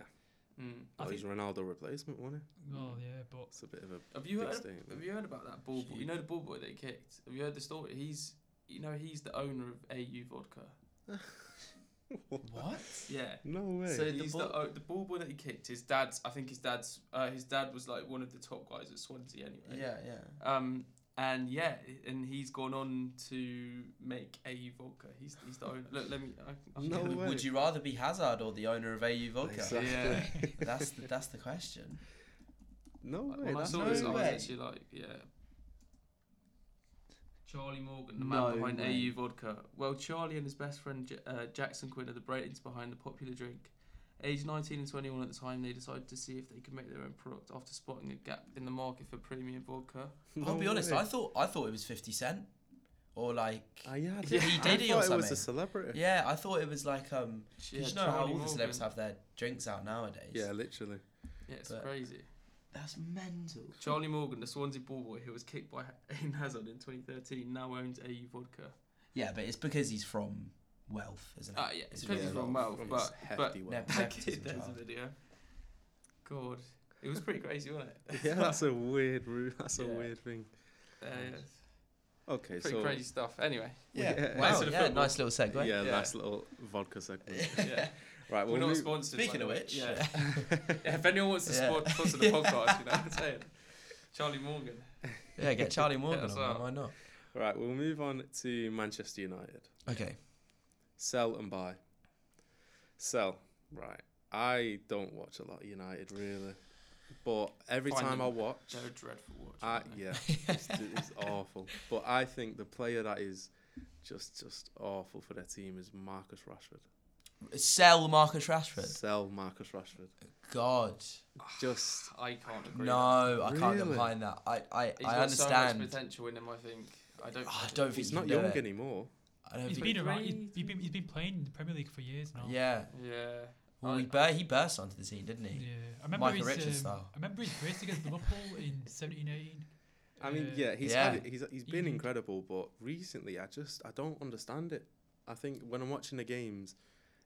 Speaker 2: Mm.
Speaker 4: I
Speaker 1: Well,
Speaker 4: think
Speaker 1: he's Ronaldo replacement, wasn't he?
Speaker 4: well yeah, but
Speaker 1: It's a bit of a
Speaker 2: Have you
Speaker 1: big
Speaker 2: heard? Have
Speaker 1: statement.
Speaker 2: you heard about that ball boy? You know the ball boy they kicked. Have you heard the story? He's, you know, he's the owner of AU Vodka.
Speaker 3: What?
Speaker 2: Yeah.
Speaker 1: No way.
Speaker 2: So
Speaker 3: the
Speaker 2: he's the,
Speaker 3: ball-
Speaker 2: oh, the ball boy that he kicked. His dad's, I think his dad's, uh, his dad was like one of the top guys at Swansea anyway.
Speaker 3: Yeah, yeah.
Speaker 2: Um, And yeah, and he's gone on to make AU Volca. He's he's the owner. Look, let me. I, can- I can
Speaker 1: No
Speaker 2: get the-
Speaker 1: way.
Speaker 3: Would you rather be Hazard or the owner of AU Volca?
Speaker 1: Exactly.
Speaker 3: That's the, that's the question.
Speaker 1: No
Speaker 2: Like,
Speaker 1: way.
Speaker 2: when I
Speaker 1: that's
Speaker 2: saw
Speaker 3: no
Speaker 2: this, I was
Speaker 3: way.
Speaker 2: actually like, yeah. Charlie Morgan, the
Speaker 3: No
Speaker 2: man behind
Speaker 3: way.
Speaker 2: AU Vodka. Well, Charlie and his best friend J- uh, Jackson Quinn are the brains behind the popular drink. Aged 19 and 21 at the time, they decided to see if they could make their own product after spotting a gap in the market for premium vodka.
Speaker 1: no
Speaker 3: I'll be honest.
Speaker 1: way.
Speaker 3: I thought I thought it was Fifty Cent, or like
Speaker 1: Ah, yeah, I
Speaker 3: Yeah, he did
Speaker 1: I
Speaker 3: it
Speaker 1: thought
Speaker 3: or
Speaker 1: it was
Speaker 3: something.
Speaker 1: a celebrity.
Speaker 3: yeah, I thought it was like um.
Speaker 2: Yeah,
Speaker 3: you know how all
Speaker 2: Charlie
Speaker 3: the
Speaker 2: Morgan.
Speaker 3: celebs have their drinks out nowadays.
Speaker 1: Yeah, literally.
Speaker 2: Yeah, it's
Speaker 3: but-
Speaker 2: crazy.
Speaker 3: That's mental.
Speaker 2: Charlie Morgan, the Swansea ball boy who was kicked by Aiden Hazard in 2013, now owns AU Vodka.
Speaker 3: Yeah, but it's because he's from wealth, isn't it?
Speaker 2: Ah, yeah, it's
Speaker 3: It's
Speaker 2: because
Speaker 3: a
Speaker 2: he's
Speaker 3: bit
Speaker 2: from
Speaker 3: of-
Speaker 2: Wales,
Speaker 1: From
Speaker 2: but,
Speaker 1: hefty
Speaker 2: but
Speaker 1: one.
Speaker 3: Never-
Speaker 2: That
Speaker 3: Never
Speaker 2: kid,
Speaker 3: is in
Speaker 2: there's a
Speaker 3: charge.
Speaker 2: video. God, it was pretty crazy, wasn't it?
Speaker 1: Yeah, that's a weird route. That's a
Speaker 2: Yeah.
Speaker 1: weird thing.
Speaker 2: Uh, yeah, it's
Speaker 1: Okay,
Speaker 2: pretty
Speaker 1: so
Speaker 2: crazy stuff. Anyway,
Speaker 1: Yeah. Yeah.
Speaker 3: Wow,
Speaker 2: Back to the
Speaker 3: yeah,
Speaker 2: football.
Speaker 3: nice little
Speaker 1: yeah,
Speaker 3: segue.
Speaker 2: Yeah.
Speaker 1: nice little vodka segment.
Speaker 2: yeah,
Speaker 1: right,
Speaker 2: we're
Speaker 1: well,
Speaker 2: not
Speaker 1: move-
Speaker 2: sponsored. by
Speaker 3: Speaking
Speaker 2: the
Speaker 3: of
Speaker 2: way.
Speaker 3: which,
Speaker 2: yeah. Yeah, if anyone wants to
Speaker 3: Yeah.
Speaker 2: spot sponsor the podcast, you know what I'm saying? Charlie Morgan.
Speaker 3: yeah, get Charlie Morgan
Speaker 2: us
Speaker 3: on. man,
Speaker 2: out.
Speaker 3: Why not?
Speaker 1: right, we'll move on to Manchester United.
Speaker 3: Okay.
Speaker 1: Sell and buy. Sell. Right. I don't watch a lot of United really, but every
Speaker 2: Find
Speaker 1: time
Speaker 2: them.
Speaker 1: I watch,
Speaker 2: They're a dreadful watch.
Speaker 1: I,
Speaker 3: Uh,
Speaker 2: aren't they?
Speaker 1: yeah, it's, it's awful. But I think the player that is just just awful for their team is Marcus Rashford.
Speaker 3: Sell Marcus Rashford.
Speaker 1: Sell Marcus Rashford.
Speaker 3: God,
Speaker 1: Just
Speaker 2: I can't agree.
Speaker 3: no, I can't get
Speaker 1: Really?
Speaker 3: behind that. I, I,
Speaker 2: He's
Speaker 3: I
Speaker 2: got so
Speaker 3: understand. Oh,
Speaker 2: much potential in him. I think. I don't.
Speaker 3: I don't think
Speaker 1: he's
Speaker 3: he
Speaker 1: not
Speaker 3: can do
Speaker 1: young
Speaker 3: it.
Speaker 1: anymore.
Speaker 3: I don't
Speaker 4: He's
Speaker 3: think.
Speaker 4: been around. He's, he's been he's been playing in the Premier League for years now.
Speaker 3: Yeah.
Speaker 2: Yeah.
Speaker 3: Well,
Speaker 2: I-
Speaker 3: he, bur- he burst onto the scene, didn't
Speaker 4: Yeah,
Speaker 3: he?
Speaker 4: I remember
Speaker 3: Michael
Speaker 4: his.
Speaker 3: Richards
Speaker 4: um,
Speaker 3: style.
Speaker 4: I remember his race against Liverpool in 17, 18.
Speaker 1: I mean,
Speaker 4: Uh,
Speaker 1: yeah, he's
Speaker 3: Yeah.
Speaker 1: had it, he's he's been
Speaker 4: Even-
Speaker 1: incredible, but recently I just I don't understand it. I think when I'm watching the games,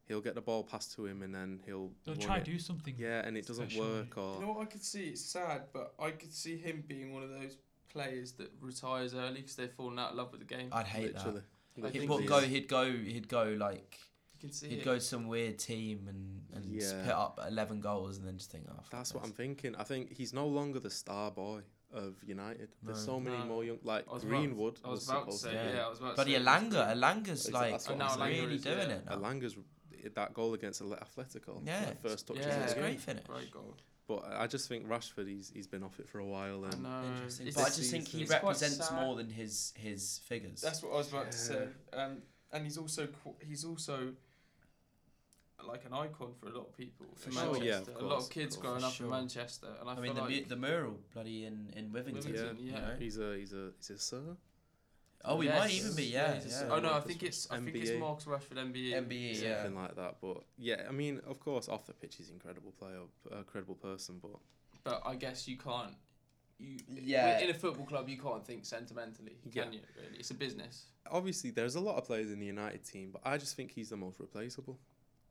Speaker 1: he'll get the ball passed to him and then he'll
Speaker 4: They'll
Speaker 1: run
Speaker 4: try
Speaker 1: it.
Speaker 4: to do something.
Speaker 1: Yeah, and it doesn't
Speaker 4: Especially-
Speaker 1: work
Speaker 2: You
Speaker 1: or
Speaker 2: know what I could see? It's sad, but I could see him being one of those players that retires early because they've fallen out of love with the game.
Speaker 3: I'd hate
Speaker 1: literally.
Speaker 2: I
Speaker 3: that. He'd
Speaker 2: think
Speaker 3: what
Speaker 2: he
Speaker 3: go.
Speaker 2: is.
Speaker 3: He'd go. He'd go like.
Speaker 2: you can see
Speaker 3: He'd
Speaker 2: it.
Speaker 3: go to some weird team and and s-
Speaker 1: Yeah.
Speaker 3: put up eleven goals and then just think, oh. fuck
Speaker 1: That's what
Speaker 3: this."
Speaker 1: I'm thinking. I think he's no longer the star boy of United. There's
Speaker 3: No.
Speaker 1: so many
Speaker 2: No.
Speaker 1: more young like
Speaker 2: I was about-
Speaker 1: Greenwood
Speaker 2: I was, about to
Speaker 1: supposed
Speaker 2: say,
Speaker 3: to
Speaker 2: yeah.
Speaker 3: be.
Speaker 2: I was about
Speaker 3: But
Speaker 2: to say.
Speaker 3: Elanga, Elanga's
Speaker 1: That's
Speaker 3: like
Speaker 1: what I'm saying.
Speaker 3: really
Speaker 2: Elanga is,
Speaker 3: doing
Speaker 2: yeah.
Speaker 3: it. Now.
Speaker 1: Elanga's that goal against Atl- Atletico.
Speaker 3: Yeah,
Speaker 1: that first touch.
Speaker 2: yeah,
Speaker 1: in
Speaker 3: it's
Speaker 1: the
Speaker 3: a great
Speaker 1: game.
Speaker 3: finish.
Speaker 2: Great goal.
Speaker 1: But I just think Rashford, he's he's been off it for a while,
Speaker 2: I
Speaker 1: and
Speaker 2: know.
Speaker 3: Interesting.
Speaker 2: It's-
Speaker 3: But I
Speaker 1: this
Speaker 3: just think he
Speaker 1: season-
Speaker 2: it's quite
Speaker 3: represents
Speaker 2: sad.
Speaker 3: more than his his figures.
Speaker 2: That's what I was about to say. Um, and he's also qu- he's also like an icon for a lot of people in
Speaker 1: sure. Oh,
Speaker 2: Manchester.
Speaker 1: yeah, of
Speaker 2: a lot
Speaker 1: course,
Speaker 2: of kids
Speaker 1: of course.
Speaker 2: growing
Speaker 3: For
Speaker 2: up
Speaker 3: sure.
Speaker 2: in Manchester, and I,
Speaker 3: I,
Speaker 2: feel
Speaker 3: mean, the,
Speaker 2: like
Speaker 3: mu- the mural bloody in in Withington.
Speaker 2: Withington,
Speaker 3: you
Speaker 2: yeah.
Speaker 3: know?
Speaker 1: he's a he's a he's a sir.
Speaker 3: Oh, he
Speaker 1: Yes.
Speaker 3: might even be. Yeah.
Speaker 2: he's a
Speaker 3: yeah.
Speaker 2: sir. Oh no, I
Speaker 1: Marcus
Speaker 2: think it's I think it's
Speaker 1: MBE.
Speaker 2: Marcus Rashford MBE.
Speaker 3: MBE. Yeah.
Speaker 1: something like that. But yeah, I mean, of course, off the pitch, he's an incredible player, p- a credible person. But
Speaker 2: But I guess you can't. You
Speaker 3: Yeah.
Speaker 2: In a football club, you can't think sentimentally,
Speaker 1: Yeah.
Speaker 2: can you? Really, it's a business.
Speaker 1: obviously, there's a lot of players in the United team, but I just think he's the most replaceable.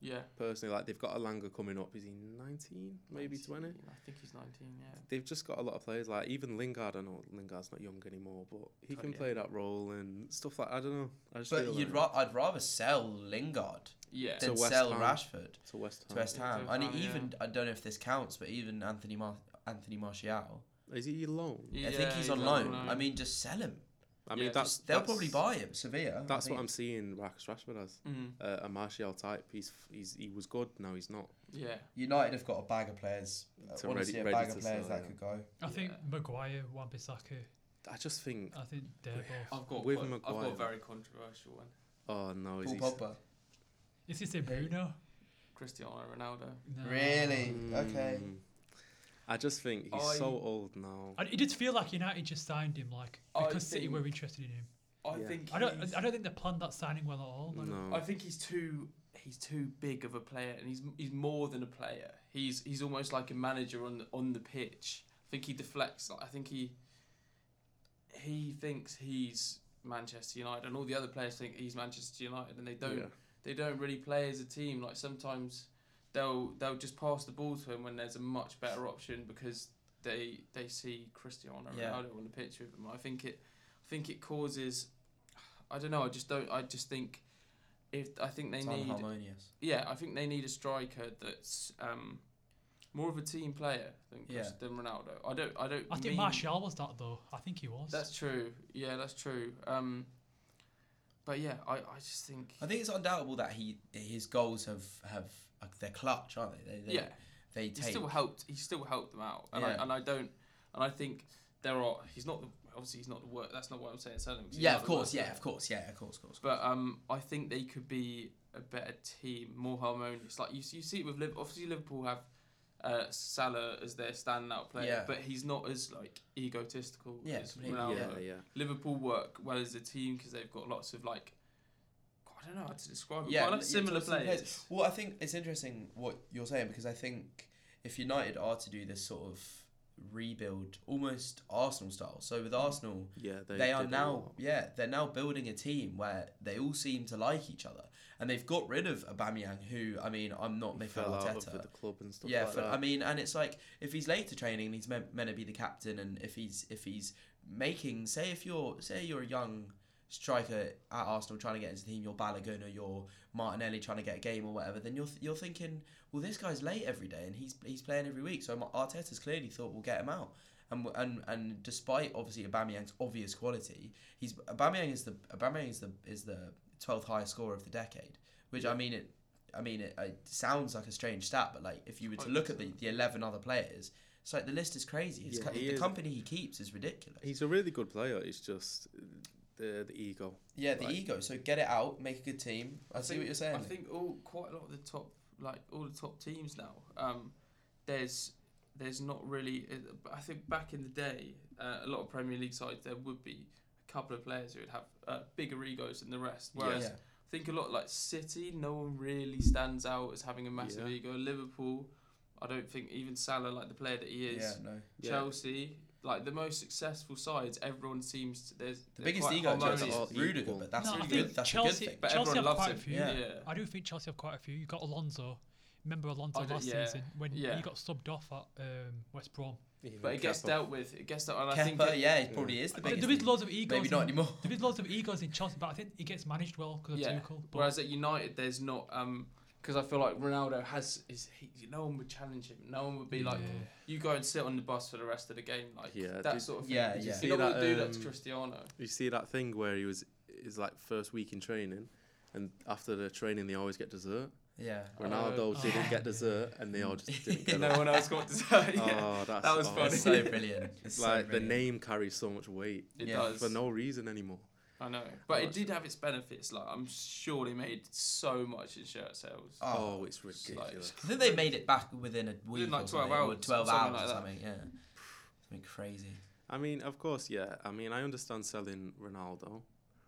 Speaker 2: Yeah.
Speaker 1: Personally, like they've got Alanga coming up. Is he 19, maybe 20?
Speaker 2: I think he's nineteen. Yeah.
Speaker 1: They've just got a lot of players. Like even Lingard, I know Lingard's not young anymore, but he
Speaker 2: Oh,
Speaker 1: can
Speaker 2: yeah.
Speaker 1: play that role and stuff like I don't know. I just
Speaker 3: But
Speaker 1: feel
Speaker 3: you'd
Speaker 1: like
Speaker 3: ra- I'd rather sell Lingard
Speaker 2: Yeah.
Speaker 1: So
Speaker 3: than
Speaker 1: West
Speaker 3: sell
Speaker 1: Ham.
Speaker 3: Rashford
Speaker 1: to West
Speaker 3: to
Speaker 1: Ham.
Speaker 3: West
Speaker 2: Yeah,
Speaker 3: Ham.
Speaker 2: to
Speaker 3: And
Speaker 2: West Ham,
Speaker 3: even I don't know if this counts, but even Anthony Mar- Anthony Martial.
Speaker 1: Is he alone?
Speaker 3: I think
Speaker 2: Yeah,
Speaker 3: he's on
Speaker 2: on
Speaker 3: loan.
Speaker 2: loan.
Speaker 3: I mean, just sell him.
Speaker 1: I mean,
Speaker 2: Yeah,
Speaker 1: that's
Speaker 3: They'll
Speaker 1: that's-
Speaker 3: probably buy him. Sevilla. I
Speaker 1: That's what
Speaker 3: think.
Speaker 1: I'm seeing Marcus Rashford as
Speaker 2: Mm.
Speaker 1: uh, a Martial type. He's, he's he was good. Now he's not.
Speaker 2: Yeah.
Speaker 3: United have got a bag of players. Uh,
Speaker 1: So
Speaker 3: Honestly,
Speaker 1: ready-
Speaker 3: a
Speaker 1: ready
Speaker 3: bag of
Speaker 1: to
Speaker 3: players
Speaker 1: sell,
Speaker 3: that
Speaker 1: yeah.
Speaker 3: could go.
Speaker 4: I think
Speaker 2: Yeah.
Speaker 4: Maguire, Wan Bissaka.
Speaker 1: I just think.
Speaker 4: I think they're both.
Speaker 2: I've got
Speaker 1: With
Speaker 2: quite- I've got
Speaker 1: Maguire.
Speaker 2: a very controversial one.
Speaker 1: Oh no, is
Speaker 3: Paul
Speaker 1: he?
Speaker 3: Pogba.
Speaker 4: It's just say Bruno.
Speaker 2: Cristiano Ronaldo.
Speaker 4: No.
Speaker 3: Really? Okay.
Speaker 1: Mm. I just think he's so
Speaker 2: I-
Speaker 1: old now.
Speaker 4: And it did feel like United just signed him, like
Speaker 2: I
Speaker 4: because City were
Speaker 2: think-
Speaker 4: interested in him.
Speaker 2: I
Speaker 1: Yeah.
Speaker 2: think.
Speaker 4: I don't.
Speaker 2: he's-
Speaker 4: I don't think they planned that signing well at all. I don't-
Speaker 1: no.
Speaker 2: I think he's too he's too big of a player, and he's he's more than a player. He's he's almost like a manager on the, on the pitch. I think he deflects. Like, I think he he thinks he's Manchester United, and all the other players think he's Manchester United, and they don't
Speaker 1: Yeah.
Speaker 2: they don't really play as a team. Like sometimes they'll they'll just pass the ball to him when there's a much better option because they they see Cristiano Ronaldo
Speaker 3: Yeah.
Speaker 2: on the pitch with him. I think it I think it causes I don't know. I just don't. I just think if I think they
Speaker 3: It's
Speaker 2: need
Speaker 3: unharmonious.
Speaker 2: yeah I think they need a striker that's um more of a team player than
Speaker 3: Yeah.
Speaker 2: Chris- than Ronaldo. I don't. I don't.
Speaker 4: I think
Speaker 2: mean-
Speaker 4: Martial was that though. I think he was.
Speaker 2: That's true. Yeah, that's true. Um, but yeah, I, I just think.
Speaker 3: I think it's undoubtable that he his goals have have like, they're clutch, aren't they? they, they
Speaker 2: yeah,
Speaker 3: they
Speaker 2: he
Speaker 3: take.
Speaker 2: still helped. He still helped them out, and
Speaker 3: Yeah.
Speaker 2: I and I don't, and I think there are. He's not the obviously he's not the worst. That's not what I'm saying. Selling.
Speaker 3: yeah, of course. Yeah, of course. Yeah, of course. Of course.
Speaker 2: But um, I think they could be a better team, more harmonious. Like you, you see it with Liverpool. Obviously, Liverpool have uh, Salah as their standout player,
Speaker 3: Yeah.
Speaker 2: but he's not as like egotistical
Speaker 3: Yeah,
Speaker 2: as
Speaker 3: completely.
Speaker 2: Ronaldo.
Speaker 3: Yeah.
Speaker 1: yeah.
Speaker 2: Liverpool work well as a team because they've got lots of like, I don't know how to describe it.
Speaker 3: Yeah,
Speaker 2: Yeah, quite a lot of
Speaker 3: yeah,
Speaker 2: similar
Speaker 3: similar
Speaker 2: players.
Speaker 3: Well, I think it's interesting what you're saying because I think if United are to do this sort of rebuild, almost Arsenal style. So with Arsenal,
Speaker 1: Yeah,
Speaker 3: they, are now yeah they're now building a team where they all seem to like each other, and they've got rid of Aubameyang, who I mean I'm not Mikel
Speaker 1: fell out
Speaker 3: Arteta.
Speaker 1: of with the club and stuff.
Speaker 3: yeah,
Speaker 1: like
Speaker 3: for,
Speaker 1: that.
Speaker 3: I mean, and it's like if he's late to training, and he's meant, meant to be the captain, and if he's if he's making, say, if you're say you're a young striker at Arsenal trying to get into the team, you're Balogun or you're Martinelli trying to get a game or whatever, then you're th- you're thinking, well, this guy's late every day, and he's he's playing every week, so Ma- Arteta's clearly thought we'll get him out. And, w- and and despite obviously Aubameyang's obvious quality, he's Aubameyang is the Aubameyang is the is the twelfth highest scorer of the decade, which I mean it, I mean it, it sounds like a strange stat, but like if you were to look at the, the eleven other players, it's like the list is crazy. It's
Speaker 1: Yeah,
Speaker 3: co-
Speaker 1: he
Speaker 3: the
Speaker 1: is-
Speaker 3: company he keeps is ridiculous.
Speaker 1: he's a really good player. It's just the the ego.
Speaker 3: yeah, the
Speaker 1: Like-
Speaker 3: ego. So get it out, make a good team. I, see
Speaker 2: think-
Speaker 3: what you're saying.
Speaker 2: I think all quite a lot of the top, like all the top teams now. Um, there's there's not really. uh, I think back in the day, uh, a lot of Premier League sides there would be a couple of players who would have uh, bigger egos than the rest.
Speaker 1: Yeah.
Speaker 2: Whereas
Speaker 3: yeah.
Speaker 2: I think a lot like City, no one really stands out as having a massive
Speaker 1: Yeah.
Speaker 2: ego. Liverpool, I don't think even Salah, like the player that he is.
Speaker 3: yeah, no.
Speaker 1: Yeah.
Speaker 2: Chelsea, like the most successful sides, everyone seems to, there's
Speaker 3: The
Speaker 2: they're
Speaker 3: biggest
Speaker 2: quite
Speaker 3: ego in Chelsea
Speaker 2: harmonious.
Speaker 3: is Rudiger,
Speaker 1: equal.
Speaker 3: but that's
Speaker 4: no,
Speaker 3: really
Speaker 4: I
Speaker 3: good.
Speaker 4: think
Speaker 3: That's
Speaker 4: Chelsea,
Speaker 3: a good thing.
Speaker 2: But
Speaker 4: Chelsea
Speaker 2: everyone
Speaker 4: have
Speaker 2: loves
Speaker 4: quite a
Speaker 2: him.
Speaker 4: few.
Speaker 2: Yeah.
Speaker 4: I do think Chelsea have quite a few. You got Alonso. Remember
Speaker 2: I
Speaker 4: Alonso
Speaker 2: do-
Speaker 4: last
Speaker 2: yeah,
Speaker 4: season when
Speaker 2: yeah.
Speaker 4: he got subbed off at um, West Brom.
Speaker 1: Even
Speaker 2: But it gets
Speaker 1: Kepa.
Speaker 2: dealt with. It gets dealt. And I think
Speaker 3: Kepa,
Speaker 2: it-
Speaker 3: yeah, it probably is the
Speaker 4: There
Speaker 3: biggest.
Speaker 4: there is
Speaker 3: thing.
Speaker 4: loads of egos.
Speaker 3: Maybe not
Speaker 4: in-
Speaker 3: anymore.
Speaker 4: There is loads of egos in Chelsea, but I think it gets managed well because of
Speaker 2: Yeah,
Speaker 4: Tuchel. But
Speaker 2: Whereas at United, there's not. Um, because I feel like Ronaldo has is he, no one would challenge him. No one would be like,
Speaker 4: Yeah.
Speaker 2: you go and sit on the bus for the rest of the game, like
Speaker 1: Yeah,
Speaker 2: that
Speaker 1: did-
Speaker 2: sort of thing.
Speaker 3: Yeah,
Speaker 2: You're
Speaker 3: yeah.
Speaker 2: just-
Speaker 1: See
Speaker 2: You're not
Speaker 1: that,
Speaker 2: gonna do that to
Speaker 1: um,
Speaker 2: Cristiano.
Speaker 1: You see that thing where he was his like first week in training, and after the training they always get dessert.
Speaker 3: Yeah.
Speaker 2: Oh.
Speaker 1: Ronaldo
Speaker 4: Oh.
Speaker 1: didn't get dessert, and they all just didn't get
Speaker 2: no
Speaker 1: it.
Speaker 2: one else got to say. yeah.
Speaker 1: Oh, that's,
Speaker 2: That was
Speaker 1: oh,
Speaker 2: funny.
Speaker 3: It's
Speaker 1: it's
Speaker 3: so brilliant. It's so
Speaker 1: like the
Speaker 3: brilliant.
Speaker 1: name carries so much weight
Speaker 2: It
Speaker 3: Yeah.
Speaker 2: does.
Speaker 1: for no reason anymore.
Speaker 2: I know, but
Speaker 1: Oh,
Speaker 2: it did have its benefits. Like I'm sure they made so much in shirt sales.
Speaker 1: Oh,
Speaker 3: Oh,
Speaker 1: it's
Speaker 2: It's like-
Speaker 1: ridiculous.
Speaker 3: I think they made it back within a week.
Speaker 2: like, 12
Speaker 3: or something,
Speaker 2: hours
Speaker 3: Or
Speaker 2: or
Speaker 3: 12
Speaker 2: something
Speaker 3: hours
Speaker 2: like
Speaker 3: or
Speaker 2: that.
Speaker 3: something, yeah. Something crazy.
Speaker 1: I mean, of course, yeah. I mean, I understand selling Ronaldo.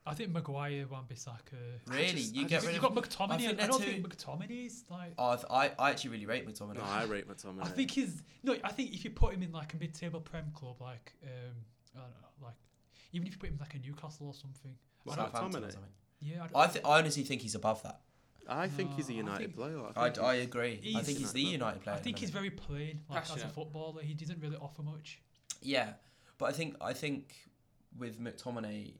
Speaker 4: I think Maguire, Wan-Bissaka.
Speaker 3: Really?
Speaker 1: just-
Speaker 3: you
Speaker 1: I
Speaker 3: get
Speaker 1: just-
Speaker 3: rid
Speaker 4: You
Speaker 3: of.
Speaker 4: got
Speaker 3: I think
Speaker 4: McTominay. I,
Speaker 3: they're
Speaker 4: don't
Speaker 3: too-
Speaker 4: think McTominay's like.
Speaker 3: Oh, I, th- I, I actually really rate McTominay.
Speaker 1: No, I rate
Speaker 3: Oh,
Speaker 1: McTominay.
Speaker 4: I think he's no. I think if you put him in like a mid-table prem club, like um, I don't know, like even if you put him in, like a Newcastle or something.
Speaker 1: Well,
Speaker 3: Southampton or
Speaker 1: McTominay.
Speaker 3: something.
Speaker 4: Yeah, I, don't
Speaker 3: I, th- I honestly think he's above that.
Speaker 1: I think he's a
Speaker 4: No, I
Speaker 1: United
Speaker 4: think-
Speaker 1: player.
Speaker 3: I,
Speaker 1: think
Speaker 3: I
Speaker 1: he's-
Speaker 3: agree. I
Speaker 4: He's-
Speaker 3: think he's the United player.
Speaker 4: I
Speaker 3: at the
Speaker 4: think he's
Speaker 3: moment.
Speaker 4: very plain, like as a
Speaker 2: Passionate.
Speaker 4: footballer. He doesn't really offer much.
Speaker 3: Yeah, but I think I think with McTominay,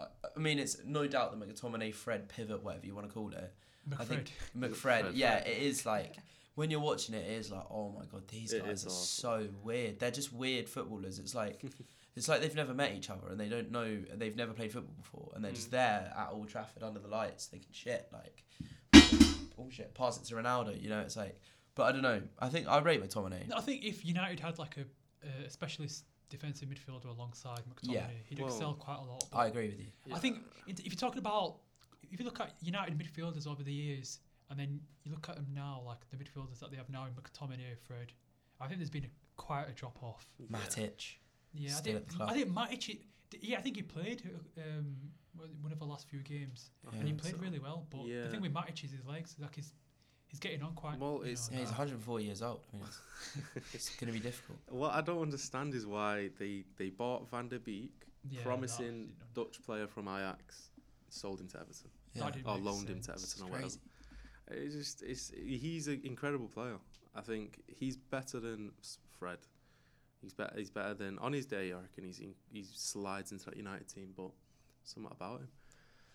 Speaker 3: I, I mean it's no doubt the McTominay Fred pivot, whatever you want to call it. I think
Speaker 4: McFred.
Speaker 3: McFred,
Speaker 1: Fred.
Speaker 3: yeah, it is like when you're watching it, it is like, oh my god, these
Speaker 1: It
Speaker 3: guys
Speaker 1: is
Speaker 3: are
Speaker 1: awful.
Speaker 3: so weird. They're just weird footballers. It's like it's like they've never met each other and they don't know they've never played football before and they're just
Speaker 2: Mm.
Speaker 3: there at Old Trafford under the lights thinking shit like oh shit, pass it to Ronaldo, you know, it's like but I don't know. I think I rate McTominay.
Speaker 4: No, I think if United had like a, uh, a specialist defensive midfielder alongside McTominay,
Speaker 3: Yeah.
Speaker 4: he'd
Speaker 1: Well,
Speaker 4: excel quite a lot. but-
Speaker 3: I agree with you.
Speaker 4: I think it- if you're talking about if you look at United midfielders over the years, and then you look at them now, like the midfielders that they have now in McTominay, Fred. I think there's been a, quite a drop off.
Speaker 3: Matic.
Speaker 4: Yeah,
Speaker 3: Still
Speaker 4: I
Speaker 3: at
Speaker 4: think
Speaker 3: the club.
Speaker 4: I think Matic. he- d- Yeah, I think he played um, one one of the last few games,
Speaker 1: I
Speaker 4: and he
Speaker 1: think
Speaker 4: played
Speaker 1: so.
Speaker 4: really well. But
Speaker 1: Yeah.
Speaker 4: the thing with Matic is his legs. Like he's he's getting on quite.
Speaker 1: Well,
Speaker 4: you
Speaker 1: it's-
Speaker 3: Yeah,
Speaker 4: know.
Speaker 3: he's 104 years old. I mean, it's, it's going to be difficult.
Speaker 1: What I don't understand is why they, they bought Van der Beek,
Speaker 4: Yeah, that
Speaker 1: promising
Speaker 4: didn't-
Speaker 1: Dutch player from Ajax, sold him to Everton
Speaker 3: Yeah.
Speaker 4: That didn't
Speaker 1: or
Speaker 4: make
Speaker 1: loaned him to
Speaker 4: sense.
Speaker 1: Everton or whatever.
Speaker 3: Crazy.
Speaker 1: It's just it's he's an incredible player. I think he's better than s- Fred. He's better. He's better than on his day. I reckon he's in, he slides into that United team, but something about him.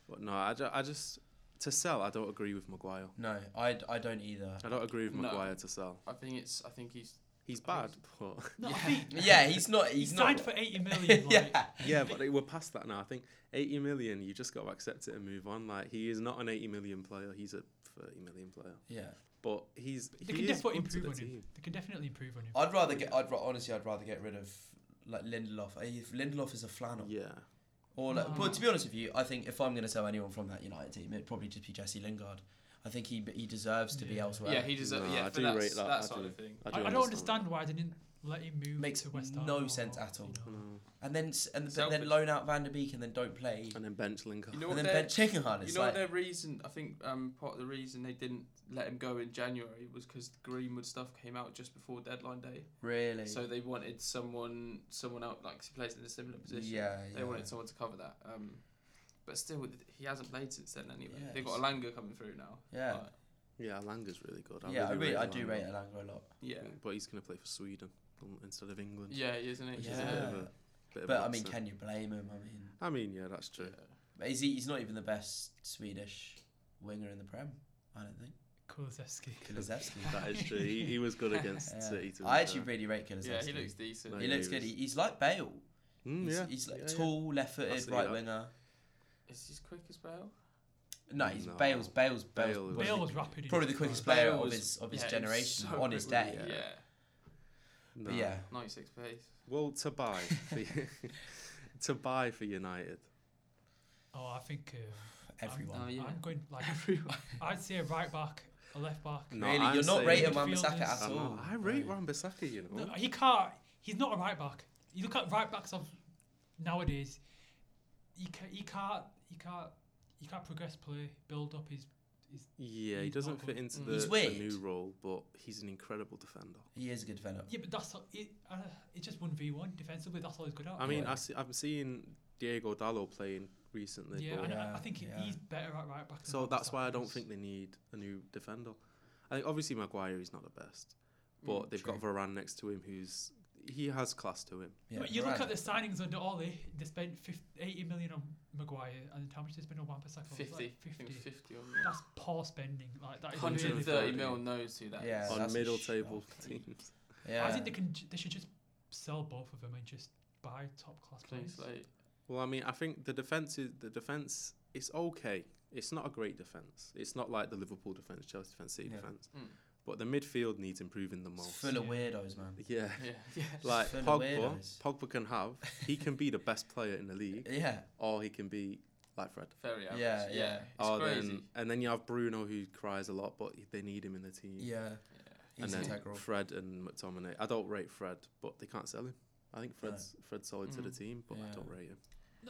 Speaker 1: But no, I, ju- I just to sell, I don't agree with Maguire.
Speaker 3: No, I, d- I don't either.
Speaker 1: I don't agree with
Speaker 2: No.
Speaker 1: Maguire to sell.
Speaker 2: I think it's. I think he's.
Speaker 1: He's
Speaker 2: I
Speaker 1: bad,
Speaker 2: think
Speaker 1: but
Speaker 4: No,
Speaker 2: Yeah.
Speaker 4: I think
Speaker 3: Yeah, he's not.
Speaker 4: he
Speaker 3: He's
Speaker 4: signed
Speaker 3: not.
Speaker 4: for 80 million. Like,
Speaker 3: yeah.
Speaker 1: yeah, but it- we're past that now. I think 80 million, you just got to accept it and move on. Like he is not an 80 million player. He's a 30 million player.
Speaker 3: Yeah.
Speaker 1: But he's
Speaker 4: They
Speaker 1: he
Speaker 4: can
Speaker 1: is
Speaker 4: definitely
Speaker 1: good to
Speaker 4: improve
Speaker 1: the
Speaker 4: on him.
Speaker 1: team.
Speaker 4: They can definitely improve on him.
Speaker 3: I'd rather get. I'd ra- honestly, I'd rather get rid of like Lindelof. Uh, If Lindelof is a flannel,
Speaker 1: Yeah,
Speaker 3: or like,
Speaker 4: No.
Speaker 3: but to be honest with you, I think if I'm going to sell anyone from that United team, it'd probably just be Jesse Lingard. I think he he deserves to be
Speaker 4: Yeah.
Speaker 3: elsewhere.
Speaker 2: yeah, he deserves.
Speaker 1: Nah,
Speaker 2: yeah,
Speaker 1: I
Speaker 2: for
Speaker 1: do
Speaker 2: that,
Speaker 1: rate that,
Speaker 2: that
Speaker 1: I
Speaker 2: sort
Speaker 1: do.
Speaker 2: of thing.
Speaker 1: I,
Speaker 4: I,
Speaker 1: do
Speaker 4: I don't understand why they didn't let him move
Speaker 3: Makes
Speaker 4: to West Ham.
Speaker 3: no
Speaker 4: or-
Speaker 3: sense at
Speaker 4: you
Speaker 3: all.
Speaker 1: that.
Speaker 4: know.
Speaker 1: No.
Speaker 3: and then s- and but
Speaker 2: Selfish.
Speaker 3: then loan out Van der Beek and then don't play,
Speaker 1: And then bench Lingard.
Speaker 2: You know
Speaker 3: and
Speaker 2: what they're-
Speaker 3: then bench Chickenhard.
Speaker 2: You
Speaker 3: It's
Speaker 2: know what
Speaker 3: like
Speaker 2: their reason? I think um, part of the reason they didn't let him go in January was because Greenwood stuff came out just before deadline day.
Speaker 3: really.
Speaker 2: So they wanted someone, someone out like 'cause he plays in a similar position.
Speaker 3: yeah,
Speaker 2: They
Speaker 3: yeah.
Speaker 2: wanted someone to cover that. Um, but still, he hasn't played since then anyway.
Speaker 3: Yeah,
Speaker 2: They've got
Speaker 3: it's-
Speaker 2: Alanga coming through now.
Speaker 3: Yeah,
Speaker 2: Like,
Speaker 1: yeah, Langer's really good.
Speaker 3: yeah. I really, I
Speaker 1: Alanga.
Speaker 3: do rate Alanga a lot.
Speaker 2: yeah.
Speaker 1: But he's going to play for Sweden um, instead of England.
Speaker 2: Yeah, he is, isn't it?
Speaker 1: Which
Speaker 3: Yeah,
Speaker 1: is a bit of a- bit of
Speaker 3: but
Speaker 1: an
Speaker 3: I mean,
Speaker 1: upset.
Speaker 3: can you blame him? I mean,
Speaker 1: I mean, yeah, that's true.
Speaker 3: but is he, he's not even the best Swedish winger in the Prem. I don't think.
Speaker 4: Kulusevski.
Speaker 3: Kulusevski.
Speaker 1: That is true. He, he was good against
Speaker 3: Yeah.
Speaker 1: City. To be
Speaker 3: I actually
Speaker 1: fair.
Speaker 3: really rate Kulusevski.
Speaker 2: Yeah, he looks decent.
Speaker 1: Like-
Speaker 3: He looks
Speaker 1: he
Speaker 3: good.
Speaker 1: was-
Speaker 3: He- He's like Bale.
Speaker 1: Mm,
Speaker 3: he's,
Speaker 1: yeah.
Speaker 3: he's like
Speaker 1: yeah, yeah.
Speaker 3: tall,
Speaker 1: I
Speaker 3: left-footed
Speaker 1: see
Speaker 3: right
Speaker 1: that.
Speaker 3: winger.
Speaker 2: Is he as quick as Bale?
Speaker 3: No, he's
Speaker 1: No.
Speaker 3: Bale's Bale's Bale's
Speaker 1: Bale is-
Speaker 3: one of
Speaker 4: Bale
Speaker 3: the-
Speaker 4: was rapid. in
Speaker 3: probably the
Speaker 4: his
Speaker 3: quickest
Speaker 4: time.
Speaker 3: player
Speaker 2: Bale
Speaker 3: of
Speaker 2: was-
Speaker 3: his of his
Speaker 2: Yeah, he was
Speaker 3: generation
Speaker 2: so
Speaker 3: on his
Speaker 2: quick,
Speaker 3: day.
Speaker 2: wasn't he? Yeah.
Speaker 1: No.
Speaker 3: But yeah,
Speaker 2: 96 pace.
Speaker 1: Well, to buy, for, to buy for United.
Speaker 4: Oh, I think uh,
Speaker 3: everyone.
Speaker 2: Oh, yeah.
Speaker 4: I'm going like
Speaker 2: Everyone.
Speaker 4: I'd say a right back, a left back.
Speaker 1: No,
Speaker 3: really,
Speaker 1: I'm
Speaker 3: you're not
Speaker 1: saying-
Speaker 3: rating
Speaker 4: Midfielders.
Speaker 3: Wan-Bissaka
Speaker 1: I
Speaker 3: at
Speaker 1: know.
Speaker 3: all.
Speaker 1: I rate
Speaker 3: Right.
Speaker 1: Wan Bissaka, you know.
Speaker 4: No, he can't. He's not a right back. You look at right backs of nowadays. He can, he can't he can't he can't progress play, build up his.
Speaker 1: yeah, he
Speaker 4: he's
Speaker 1: doesn't
Speaker 4: not
Speaker 1: fit
Speaker 4: good.
Speaker 1: into
Speaker 2: Mm.
Speaker 1: the,
Speaker 3: He's
Speaker 1: the
Speaker 3: weird.
Speaker 1: new role, but he's an incredible defender.
Speaker 3: He is a good fella.
Speaker 4: Yeah, but that's all- it. Uh, it's just one v one defensively. That's all he's good at.
Speaker 1: I mean,
Speaker 3: Yeah.
Speaker 1: I see, I'm seeing Diego Dallo playing recently.
Speaker 4: yeah,
Speaker 1: but-
Speaker 4: and I, I
Speaker 3: Yeah,
Speaker 4: think he-
Speaker 3: yeah.
Speaker 4: he's better at right back. than
Speaker 1: So
Speaker 4: Wan-Bissaka
Speaker 1: that's why I don't
Speaker 4: is.
Speaker 1: think they need a new defender. I think obviously Maguire is not the best, but
Speaker 2: Mm.
Speaker 1: they've got Varane next to him, who's he has class to him.
Speaker 3: Yeah,
Speaker 4: but you look
Speaker 3: Varane.
Speaker 4: at the signings under Ollie. They spent 50, 80 million on Maguire, and how much they spent on Wan Bissaka?
Speaker 2: 50.
Speaker 4: Like
Speaker 2: I think
Speaker 4: 50.
Speaker 2: 50 on
Speaker 4: That's poor spending. Like that is really
Speaker 2: 130
Speaker 4: poor.
Speaker 2: mil knows who that is.
Speaker 3: Yeah.
Speaker 1: on
Speaker 3: that's a
Speaker 1: middle table
Speaker 3: shocking.
Speaker 1: teams.
Speaker 3: Yeah.
Speaker 4: I think they can. ju- They should just sell both of them and just buy top class
Speaker 2: Clean
Speaker 4: players.
Speaker 2: slate.
Speaker 1: Well, I mean, I think the defense is the defense. It's okay. It's not a great defense. It's not like the Liverpool defense, Chelsea defense, City
Speaker 3: Yeah.
Speaker 1: defense.
Speaker 2: Mm.
Speaker 1: But the midfield needs improving the
Speaker 3: It's
Speaker 1: most.
Speaker 3: full of
Speaker 4: Yeah.
Speaker 3: weirdos, man.
Speaker 1: yeah.
Speaker 2: mm, Yeah. yeah.
Speaker 1: Like
Speaker 3: full of
Speaker 1: Pogba,
Speaker 3: weirdos.
Speaker 1: Pogba can have. He can be the best player in the league,
Speaker 3: Yeah,
Speaker 1: or he can be like Fred.
Speaker 2: Very average.
Speaker 3: Yeah,
Speaker 2: Yeah,
Speaker 3: yeah.
Speaker 2: yeah. It's
Speaker 1: Oh,
Speaker 2: crazy.
Speaker 1: then and then you have Bruno who cries a lot, but they need him in the team.
Speaker 3: yeah.
Speaker 2: Yeah.
Speaker 3: He's
Speaker 1: and then
Speaker 3: integral.
Speaker 1: Fred and McTominay. I don't rate Fred, but they can't sell him. I think
Speaker 3: No.
Speaker 1: Fred's Fred's solid to the
Speaker 2: Mm.
Speaker 1: team, but I
Speaker 3: Yeah.
Speaker 1: don't rate him.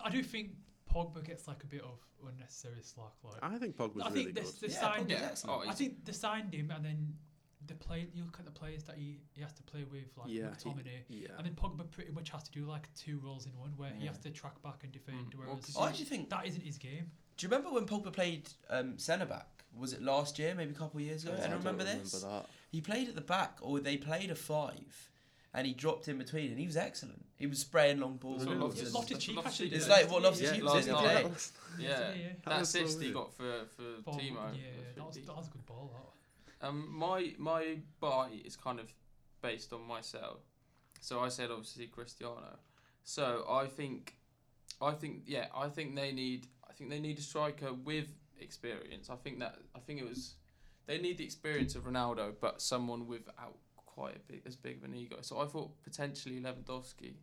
Speaker 4: I do think Pogba gets like a bit of unnecessary slack. Like
Speaker 1: I think Pogba's was
Speaker 4: I think
Speaker 1: really good.
Speaker 4: this- They
Speaker 3: yeah,
Speaker 4: signed-
Speaker 3: Pogba's
Speaker 2: Yeah.
Speaker 3: excellent.
Speaker 2: Oh,
Speaker 4: I think they signed him, and then the play. You look at the players that he, he has to play with, like
Speaker 1: Yeah, he-
Speaker 4: McTominay.
Speaker 1: Yeah.
Speaker 4: I mean, Pogba pretty much has to do like two roles in one, where he
Speaker 3: Yeah.
Speaker 4: has to track back and defend.
Speaker 2: Mm, well,
Speaker 4: Whereas
Speaker 2: 'cause
Speaker 3: I actually think.
Speaker 4: that isn't his game.
Speaker 3: Do you remember when Pogba played um, centre back? Was it last year, maybe a couple of years ago?
Speaker 1: Oh,
Speaker 3: and
Speaker 1: don't
Speaker 3: remember this?
Speaker 1: that.
Speaker 3: He played at the back, or they played a five, and he dropped in between, and he was excellent. He was spraying long balls.
Speaker 2: That's what
Speaker 1: Really?
Speaker 2: Loftus-
Speaker 4: It's Loftus Cheek
Speaker 2: Loftus
Speaker 4: actually.
Speaker 2: Cheek
Speaker 4: did
Speaker 3: It's
Speaker 4: that
Speaker 3: like
Speaker 4: yesterday,
Speaker 3: what Loftus
Speaker 4: yeah.
Speaker 3: Cheek
Speaker 2: last
Speaker 3: was the other
Speaker 2: night.
Speaker 3: day.
Speaker 1: Mm.
Speaker 2: Yeah.
Speaker 4: Yesterday, yeah.
Speaker 1: That
Speaker 2: That
Speaker 1: was so
Speaker 2: assist he
Speaker 1: weird.
Speaker 2: got for, for
Speaker 4: Ball-
Speaker 2: Timo. was
Speaker 4: Yeah, that
Speaker 2: pretty
Speaker 4: was, that
Speaker 2: decent.
Speaker 4: was a good ball. That.
Speaker 2: Um, my my buy is kind of based on my sell. So I said obviously Cristiano. So I think, I think yeah, I think they need I think they need a striker with experience. I think that I think it was they need the experience of Ronaldo, but someone without quite a big as big of an ego. So I thought potentially Lewandowski.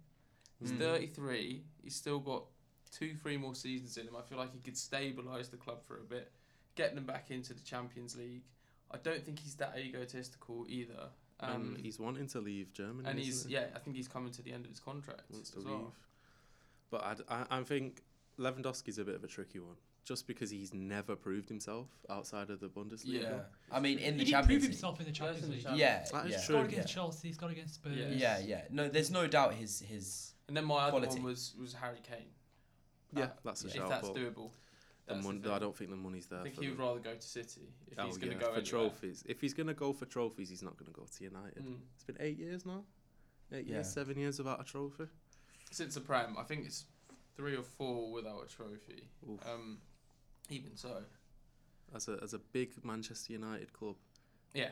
Speaker 2: He's
Speaker 1: Hmm.
Speaker 3: Mm.
Speaker 2: 33. He's still got two, three more seasons in him. I feel like he could stabilise the club for a bit, get them back into the Champions League. I don't think he's that egotistical either. Um,
Speaker 1: and he's wanting to leave Germany.
Speaker 2: and
Speaker 1: isn't
Speaker 2: he's
Speaker 1: he?
Speaker 2: yeah, I think he's coming to the end of his contract
Speaker 1: wants to
Speaker 2: as
Speaker 1: leave.
Speaker 2: well.
Speaker 1: But I'd, I I think Lewandowski's a bit of a tricky one, just because he's never proved himself outside of the Bundesliga.
Speaker 3: Yeah. I mean, in the
Speaker 4: He did prove
Speaker 3: Champions League.
Speaker 4: himself in the Champions
Speaker 2: in the
Speaker 4: League.
Speaker 2: Champions
Speaker 3: Yeah,
Speaker 1: That is
Speaker 3: yeah.
Speaker 4: He's scored
Speaker 1: true.
Speaker 3: Yeah.
Speaker 4: against Chelsea. He's got against Spurs.
Speaker 2: Yeah.
Speaker 3: Yeah, yeah. No, there's no doubt his his.
Speaker 2: And then my other
Speaker 3: Quality.
Speaker 2: one was was Harry Kane.
Speaker 1: Yeah,
Speaker 2: That-
Speaker 1: that's a
Speaker 3: if
Speaker 1: shout.
Speaker 2: if that's
Speaker 1: but
Speaker 2: doable,
Speaker 1: the
Speaker 2: that's the
Speaker 1: mon-
Speaker 2: thing.
Speaker 1: I don't think the money's there.
Speaker 2: I think
Speaker 1: for
Speaker 2: he would
Speaker 1: them.
Speaker 2: rather go to City if
Speaker 1: Oh,
Speaker 2: he's going
Speaker 1: yeah,
Speaker 2: to go
Speaker 1: for
Speaker 2: anywhere.
Speaker 1: trophies. If he's gonna go for trophies, he's not gonna go to United.
Speaker 2: Mm.
Speaker 1: It's been eight years now. Eight
Speaker 3: Yeah.
Speaker 1: years, seven years without a trophy.
Speaker 2: Since the Prem, I think it's three or four without a trophy.
Speaker 1: Oof.
Speaker 2: Um, even so,
Speaker 1: as a as a big Manchester United club.
Speaker 2: Yeah.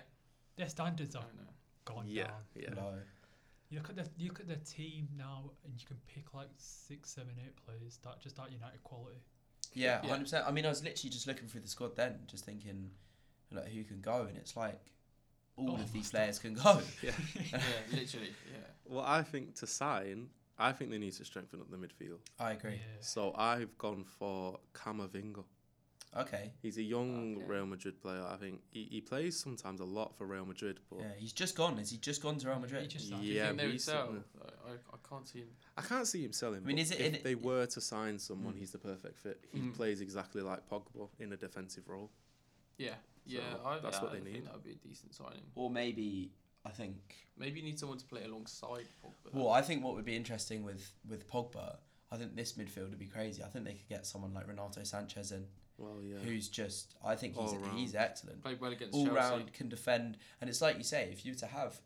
Speaker 4: Their standards
Speaker 2: I
Speaker 4: have
Speaker 2: don't know.
Speaker 4: gone
Speaker 1: yeah,
Speaker 4: down.
Speaker 1: yeah.
Speaker 3: No.
Speaker 4: You look at the you look at their team now, and you can pick like six, seven, eight players that just that United quality.
Speaker 3: Yeah,
Speaker 2: Yeah.
Speaker 3: hundred percent. I mean, I was literally just looking through the squad then, just thinking, like, who can go, and it's like all
Speaker 4: Oh,
Speaker 3: of these
Speaker 4: my
Speaker 3: players can go.
Speaker 2: yeah, literally. Yeah.
Speaker 1: Well, I think to sign, I think they need to strengthen up the midfield.
Speaker 3: I agree.
Speaker 4: Yeah.
Speaker 1: So I've gone for Camavinga.
Speaker 3: Okay.
Speaker 1: He's a young
Speaker 2: Okay.
Speaker 1: Real Madrid player. I think he, he plays sometimes a lot for Real Madrid, but
Speaker 3: Yeah, he's just gone. Has he just gone to Real Madrid?
Speaker 4: He just-
Speaker 2: Do you
Speaker 1: Yeah,
Speaker 2: think they would sell?
Speaker 1: recently.
Speaker 2: I, I, I can't see him.
Speaker 1: I can't see him selling.
Speaker 3: I mean,
Speaker 1: but
Speaker 3: is it Mm.
Speaker 1: if
Speaker 3: in-
Speaker 1: they were to sign someone, he's the perfect fit. He
Speaker 2: Mm.
Speaker 1: plays exactly like Pogba in a defensive role.
Speaker 2: Yeah. Yeah.
Speaker 1: So,
Speaker 2: I,
Speaker 1: that's
Speaker 2: yeah,
Speaker 1: what they
Speaker 2: I
Speaker 1: need.
Speaker 2: Think that would be a decent signing.
Speaker 3: Or maybe I think.
Speaker 2: Maybe you need someone to play alongside Pogba.
Speaker 3: Well, I think what would be interesting with with Pogba, I think this midfield would be crazy. I think they could get someone like Renato Sanchez in,
Speaker 1: Well, yeah.
Speaker 3: who's just. I think he's
Speaker 1: All round.
Speaker 3: he's excellent.
Speaker 2: played well against
Speaker 3: all
Speaker 2: Chelsea.
Speaker 3: round can defend, and it's like you say, if you were to have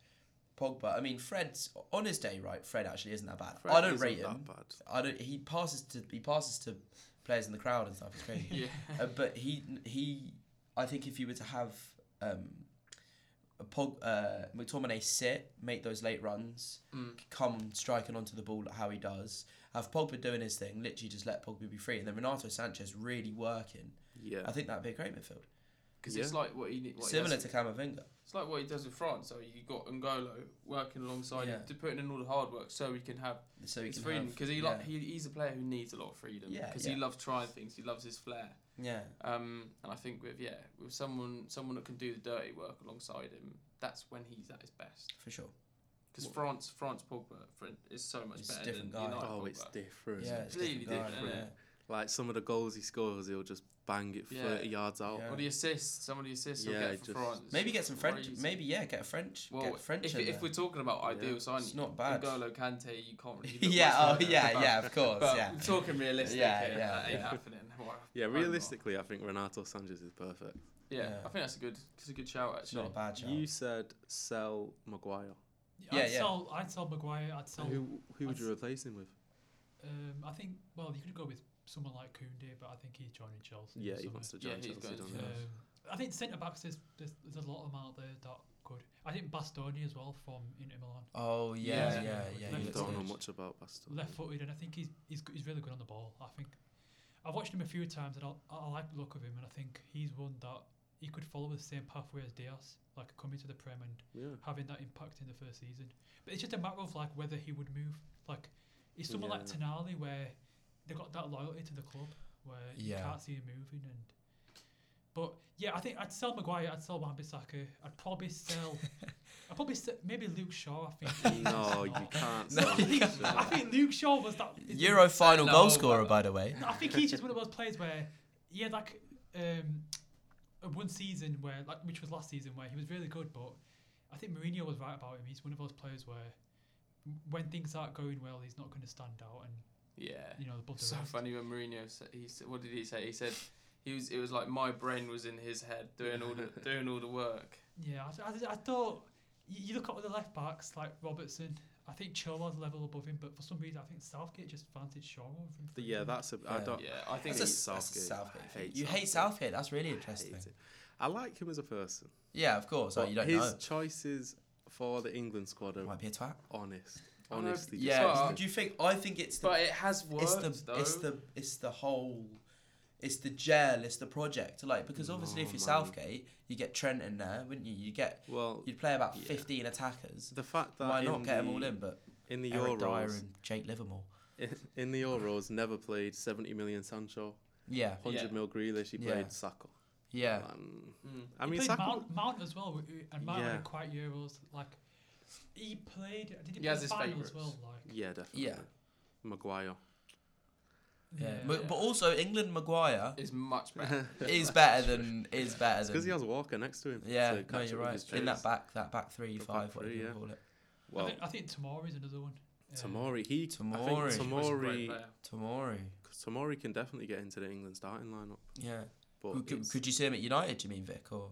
Speaker 3: Pogba, I mean, Fred's on his day, right? Fred actually isn't that bad.
Speaker 1: Fred
Speaker 3: I don't
Speaker 1: isn't
Speaker 3: rate
Speaker 1: that
Speaker 3: him.
Speaker 1: bad.
Speaker 3: I don't. He passes to he passes to players in the crowd and stuff. It's crazy.
Speaker 2: Yeah.
Speaker 3: uh, but he he, I think if you were to have um, a Pog, uh, McTominay sit, make those late runs,
Speaker 2: Mm.
Speaker 3: come striking onto the ball how he does, have Pogba doing his thing, literally just let Pogba be free, and then Renato Sanchez really working.
Speaker 1: Yeah.
Speaker 3: I think that'd be a great midfield,
Speaker 2: Because it's
Speaker 1: Yeah.
Speaker 2: like what he ne- what he
Speaker 3: similar
Speaker 2: does-
Speaker 3: to Camavinga.
Speaker 2: It's like what he does with France. So you got Ngolo working alongside him,
Speaker 3: Yeah.
Speaker 2: to putting in all the hard work, so he can have
Speaker 3: So he
Speaker 2: his
Speaker 3: can
Speaker 2: freedom.
Speaker 3: have-
Speaker 2: Because he
Speaker 3: yeah.
Speaker 2: like he, he's a player who needs a lot of freedom.
Speaker 3: Yeah,
Speaker 2: Because
Speaker 3: yeah.
Speaker 2: he loves trying things. He loves his flair.
Speaker 3: yeah.
Speaker 2: Um, and I think with yeah, with someone someone that can do the dirty work alongside him, that's when he's at his best.
Speaker 3: For sure.
Speaker 2: Because
Speaker 1: What-
Speaker 2: France France Pogba for, is so much
Speaker 3: It's a
Speaker 2: better
Speaker 3: different
Speaker 2: than
Speaker 3: guy.
Speaker 2: United
Speaker 1: oh,
Speaker 2: Pogba.
Speaker 1: it's different.
Speaker 3: Yeah,
Speaker 2: it's
Speaker 3: it's
Speaker 2: completely
Speaker 3: different,
Speaker 2: different,
Speaker 3: guy,
Speaker 2: innit?
Speaker 1: Like some of the goals he scores, he'll just bang it
Speaker 2: Yeah.
Speaker 1: 30 yards out.
Speaker 3: Yeah.
Speaker 2: Or the assists, some of the assists he'll
Speaker 1: Yeah,
Speaker 2: get
Speaker 1: it
Speaker 2: for
Speaker 1: just-
Speaker 2: France.
Speaker 3: Maybe get some French.
Speaker 2: Crazy.
Speaker 3: Maybe yeah, get a French.
Speaker 2: Well,
Speaker 3: get French.
Speaker 2: if,
Speaker 3: in
Speaker 2: if
Speaker 3: there.
Speaker 2: we're talking about
Speaker 1: Yeah.
Speaker 2: ideal signing,
Speaker 3: it's not bad.
Speaker 2: N'Golo Kante, you can't really. do
Speaker 3: yeah. Oh
Speaker 2: much with,
Speaker 3: yeah.
Speaker 2: but-
Speaker 3: Yeah. Of course.
Speaker 2: But
Speaker 3: yeah.
Speaker 2: we're talking realistic.
Speaker 3: Yeah,
Speaker 2: Yeah, yeah,
Speaker 3: yeah,
Speaker 2: that ain't
Speaker 3: yeah.
Speaker 2: happening. Well,
Speaker 1: Yeah,
Speaker 2: probably not.
Speaker 1: realistically, I think Renato Sanchez is perfect.
Speaker 2: Yeah,
Speaker 3: Yeah.
Speaker 2: I think that's a good, that's a good shout
Speaker 3: It's
Speaker 2: actually.
Speaker 3: not a bad shout.
Speaker 1: You said sell Maguire.
Speaker 3: Yeah,
Speaker 4: I'd
Speaker 3: yeah.
Speaker 4: sell I'd sell Maguire. I'd sell.
Speaker 1: who who would you
Speaker 4: I'd-
Speaker 1: replace him with?
Speaker 4: Um, I think well, you could go with someone like Koundé, but I think he's joining Chelsea.
Speaker 1: Yeah,
Speaker 4: this
Speaker 1: he
Speaker 4: summer.
Speaker 1: wants to
Speaker 2: Yeah,
Speaker 1: join
Speaker 2: he's
Speaker 1: Chelsea,
Speaker 2: going
Speaker 1: don't
Speaker 2: to-
Speaker 1: he?
Speaker 4: Um, I think centre backs there's, there's there's a lot of them out there that could. I think Bastoni as well from Inter Milan,
Speaker 3: Oh
Speaker 2: Yeah.
Speaker 3: yeah. Yeah. Yeah.
Speaker 4: Yeah.
Speaker 3: he
Speaker 1: I
Speaker 4: Left
Speaker 3: looks
Speaker 1: don't know
Speaker 3: good.
Speaker 1: much about Bastoni.
Speaker 4: left footed, and I think he's he's g- he's really good on the ball. I think I've watched him a few times, and I, I like the look of him, and I think he's one that he could follow the same pathway as Diaz, like coming to the Prem and
Speaker 1: Yeah.
Speaker 4: having that impact in the first season. But it's just a matter of like whether he would move. Like it's someone like
Speaker 1: Yeah.
Speaker 4: Tenali where they got that loyalty to the club where you
Speaker 3: Yeah.
Speaker 4: can't see him moving and but yeah, I think I'd sell Maguire, I'd sell Wan Bissaka, I'd probably sell I'd probably sell, maybe Luke Shaw, I think. he's
Speaker 1: No, you
Speaker 4: not.
Speaker 1: can't
Speaker 3: No,
Speaker 1: sell
Speaker 4: I think,
Speaker 1: Luke
Speaker 4: I
Speaker 1: Shaw.
Speaker 4: think Luke Shaw was that is the-
Speaker 3: Euro final
Speaker 2: No,
Speaker 3: goal scorer,
Speaker 2: but-
Speaker 3: by the way.
Speaker 4: no, I think he's just one of those players where he had like um, uh, one season where like which was last season where he was really good, but I think Mourinho was right about him. He's one of those players where m- when things aren't going well, he's not going to stand out and
Speaker 2: Yeah.
Speaker 4: you know above the
Speaker 2: so
Speaker 4: rest.
Speaker 2: funny when Mourinho said, he said, what did he say? He said, he was, it was like my brain was in his head doing all the, doing all the work.
Speaker 4: Yeah, I, th- I, th- I thought you, you look at all the left backs like Robertson. I think Chola's level above him, but for some reason I think Southgate just fancied Shaw over him.
Speaker 1: But
Speaker 2: uh,
Speaker 1: yeah, that's a. I
Speaker 3: Yeah.
Speaker 1: don't.
Speaker 2: Yeah, I think
Speaker 1: hate
Speaker 3: That's
Speaker 2: he's,
Speaker 3: a-
Speaker 1: it's-
Speaker 3: that's a
Speaker 1: Southgate.
Speaker 3: Southgate
Speaker 1: I
Speaker 3: thing.
Speaker 1: hate
Speaker 3: you hate
Speaker 1: Southgate.
Speaker 3: Southgate. That's really
Speaker 1: I hate
Speaker 3: interesting.
Speaker 1: it. I like him as a person.
Speaker 3: Yeah, of course. Like,
Speaker 1: but
Speaker 3: you don't
Speaker 1: his
Speaker 3: know.
Speaker 1: choices for the England squad are
Speaker 3: Might be a twat.
Speaker 1: honest.
Speaker 2: I know,
Speaker 1: Honestly,
Speaker 2: Yeah,
Speaker 1: just
Speaker 2: but-
Speaker 1: honest.
Speaker 3: do you think? I think it's the
Speaker 2: but it has worked
Speaker 3: it's the
Speaker 2: though.
Speaker 3: it's the it's the whole it's the gel it's the project like because obviously
Speaker 1: No,
Speaker 3: if you're
Speaker 1: man.
Speaker 3: Southgate you get Trent in there wouldn't you you get
Speaker 1: well,
Speaker 3: you'd play about
Speaker 1: Yeah.
Speaker 3: 15 attackers
Speaker 1: the fact that
Speaker 3: why not
Speaker 1: in
Speaker 3: get them
Speaker 1: the-
Speaker 3: all in but
Speaker 1: in the
Speaker 3: Eric Dyer
Speaker 1: Euros,
Speaker 3: and Jake Livermore
Speaker 1: in the Euros, never played 70 million Sancho,
Speaker 3: yeah
Speaker 1: 100
Speaker 2: Yeah.
Speaker 1: mil Grealish. He
Speaker 3: Yeah.
Speaker 1: played Saka.
Speaker 3: yeah
Speaker 1: Um,
Speaker 2: Mm.
Speaker 1: I
Speaker 4: he
Speaker 1: mean,
Speaker 4: played
Speaker 1: Saka.
Speaker 4: Mount, Mount as well, w- and Mount
Speaker 1: Yeah.
Speaker 4: had a quite Euros. Like he played, did he,
Speaker 2: He
Speaker 4: play
Speaker 2: has
Speaker 4: the
Speaker 2: his
Speaker 4: final
Speaker 2: favourites.
Speaker 4: as well? Like
Speaker 1: Yeah, definitely.
Speaker 3: Yeah.
Speaker 1: Maguire.
Speaker 3: yeah,
Speaker 2: Yeah.
Speaker 3: But, but also England Maguire
Speaker 2: is much better.
Speaker 3: is better than is better than
Speaker 1: Because he has Walker next to him.
Speaker 3: Um, yeah
Speaker 1: to
Speaker 3: no
Speaker 1: catch
Speaker 3: you're
Speaker 1: up with
Speaker 3: right
Speaker 1: his tricks.
Speaker 3: in that back that back three
Speaker 1: The back
Speaker 3: five whatever
Speaker 1: three,
Speaker 3: you
Speaker 1: yeah.
Speaker 3: call it
Speaker 4: I
Speaker 1: Well,
Speaker 4: think, I think Tomori is another one. Uh,
Speaker 1: Tamori. He. I
Speaker 3: Tomori.
Speaker 1: think
Speaker 2: He was a great
Speaker 1: Tamori.
Speaker 2: player.
Speaker 3: Tomori
Speaker 1: Tamori can definitely get into the England starting lineup.
Speaker 3: yeah
Speaker 1: But
Speaker 3: Who- could,
Speaker 1: it's-
Speaker 3: could you see him at United do you mean Vic or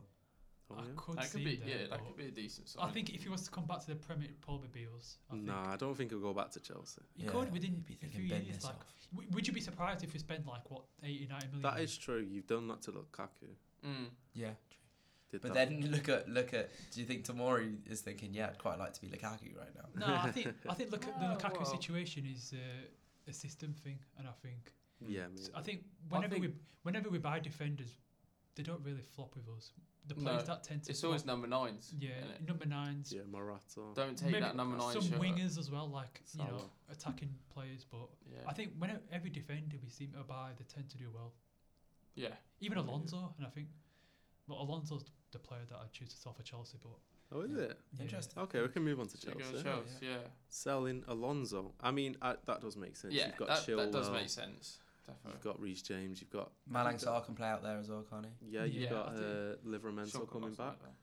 Speaker 1: Oh,
Speaker 4: I
Speaker 1: yeah?
Speaker 4: could
Speaker 2: That
Speaker 4: see
Speaker 2: could be,
Speaker 4: him
Speaker 2: yeah,
Speaker 4: there,
Speaker 2: that
Speaker 4: but
Speaker 2: could be a decent sign.
Speaker 4: I think if he was to come back to the Premier, it'd probably be us. I think.
Speaker 1: Nah, I don't think he'll go back to Chelsea.
Speaker 4: He
Speaker 3: Yeah,
Speaker 4: could within
Speaker 3: you'd be
Speaker 4: a
Speaker 3: thinking
Speaker 4: few
Speaker 3: Ben
Speaker 4: years. Like,
Speaker 3: Nisselhoff.
Speaker 4: w- would you be surprised if we spend like what 80, 90
Speaker 3: Oh,
Speaker 4: million?
Speaker 1: That is true. You've done that to Lukaku.
Speaker 2: Mm.
Speaker 3: Yeah.
Speaker 1: Did
Speaker 3: But
Speaker 1: that.
Speaker 3: then look at look at. Do you think Tomori is thinking? Yeah, I'd quite like to be Lukaku right now.
Speaker 4: No, I think I think look at the
Speaker 2: Oh,
Speaker 4: Lukaku
Speaker 2: well.
Speaker 4: situation is uh, a system thing, and I think
Speaker 1: yeah, maybe.
Speaker 4: I think whenever
Speaker 2: think-
Speaker 4: we whenever we buy defenders, they don't really flop with us. The
Speaker 2: No,
Speaker 4: players that tend to
Speaker 2: It's
Speaker 4: flop-
Speaker 2: always number nines.
Speaker 4: yeah
Speaker 2: innit?
Speaker 4: number nines.
Speaker 1: yeah, Morata.
Speaker 2: Don't take
Speaker 4: Maybe
Speaker 2: that number nine
Speaker 4: some
Speaker 2: shirt.
Speaker 4: wingers as well, like you know
Speaker 1: Salah.
Speaker 4: attacking players. But
Speaker 2: Yeah.
Speaker 4: I think whenever every defender we seem to buy, they tend to do well.
Speaker 2: yeah.
Speaker 4: Even
Speaker 1: Yeah.
Speaker 4: Alonso, and I think, well, Alonso's the player that I choose to sell for Chelsea, but
Speaker 1: Oh, is
Speaker 3: Yeah.
Speaker 1: it?
Speaker 4: yeah.
Speaker 3: Interesting.
Speaker 1: Okay, we can move on to
Speaker 2: Should we
Speaker 1: Chelsea.
Speaker 2: go Chelsea? Yeah.
Speaker 1: Selling Alonso. I mean, I, that does make sense.
Speaker 2: Yeah,
Speaker 1: you've got
Speaker 2: that,
Speaker 1: Chilwell.
Speaker 2: that does make sense.
Speaker 1: You've
Speaker 2: Definitely.
Speaker 1: got Reece James. You've got
Speaker 3: Malang Sarr can play out there as well, can't he?
Speaker 1: Yeah, you've
Speaker 2: Yeah,
Speaker 1: got
Speaker 2: I
Speaker 1: uh,
Speaker 2: think-
Speaker 1: Livermento
Speaker 2: Sean
Speaker 1: coming
Speaker 2: Cox
Speaker 1: back.
Speaker 2: like that.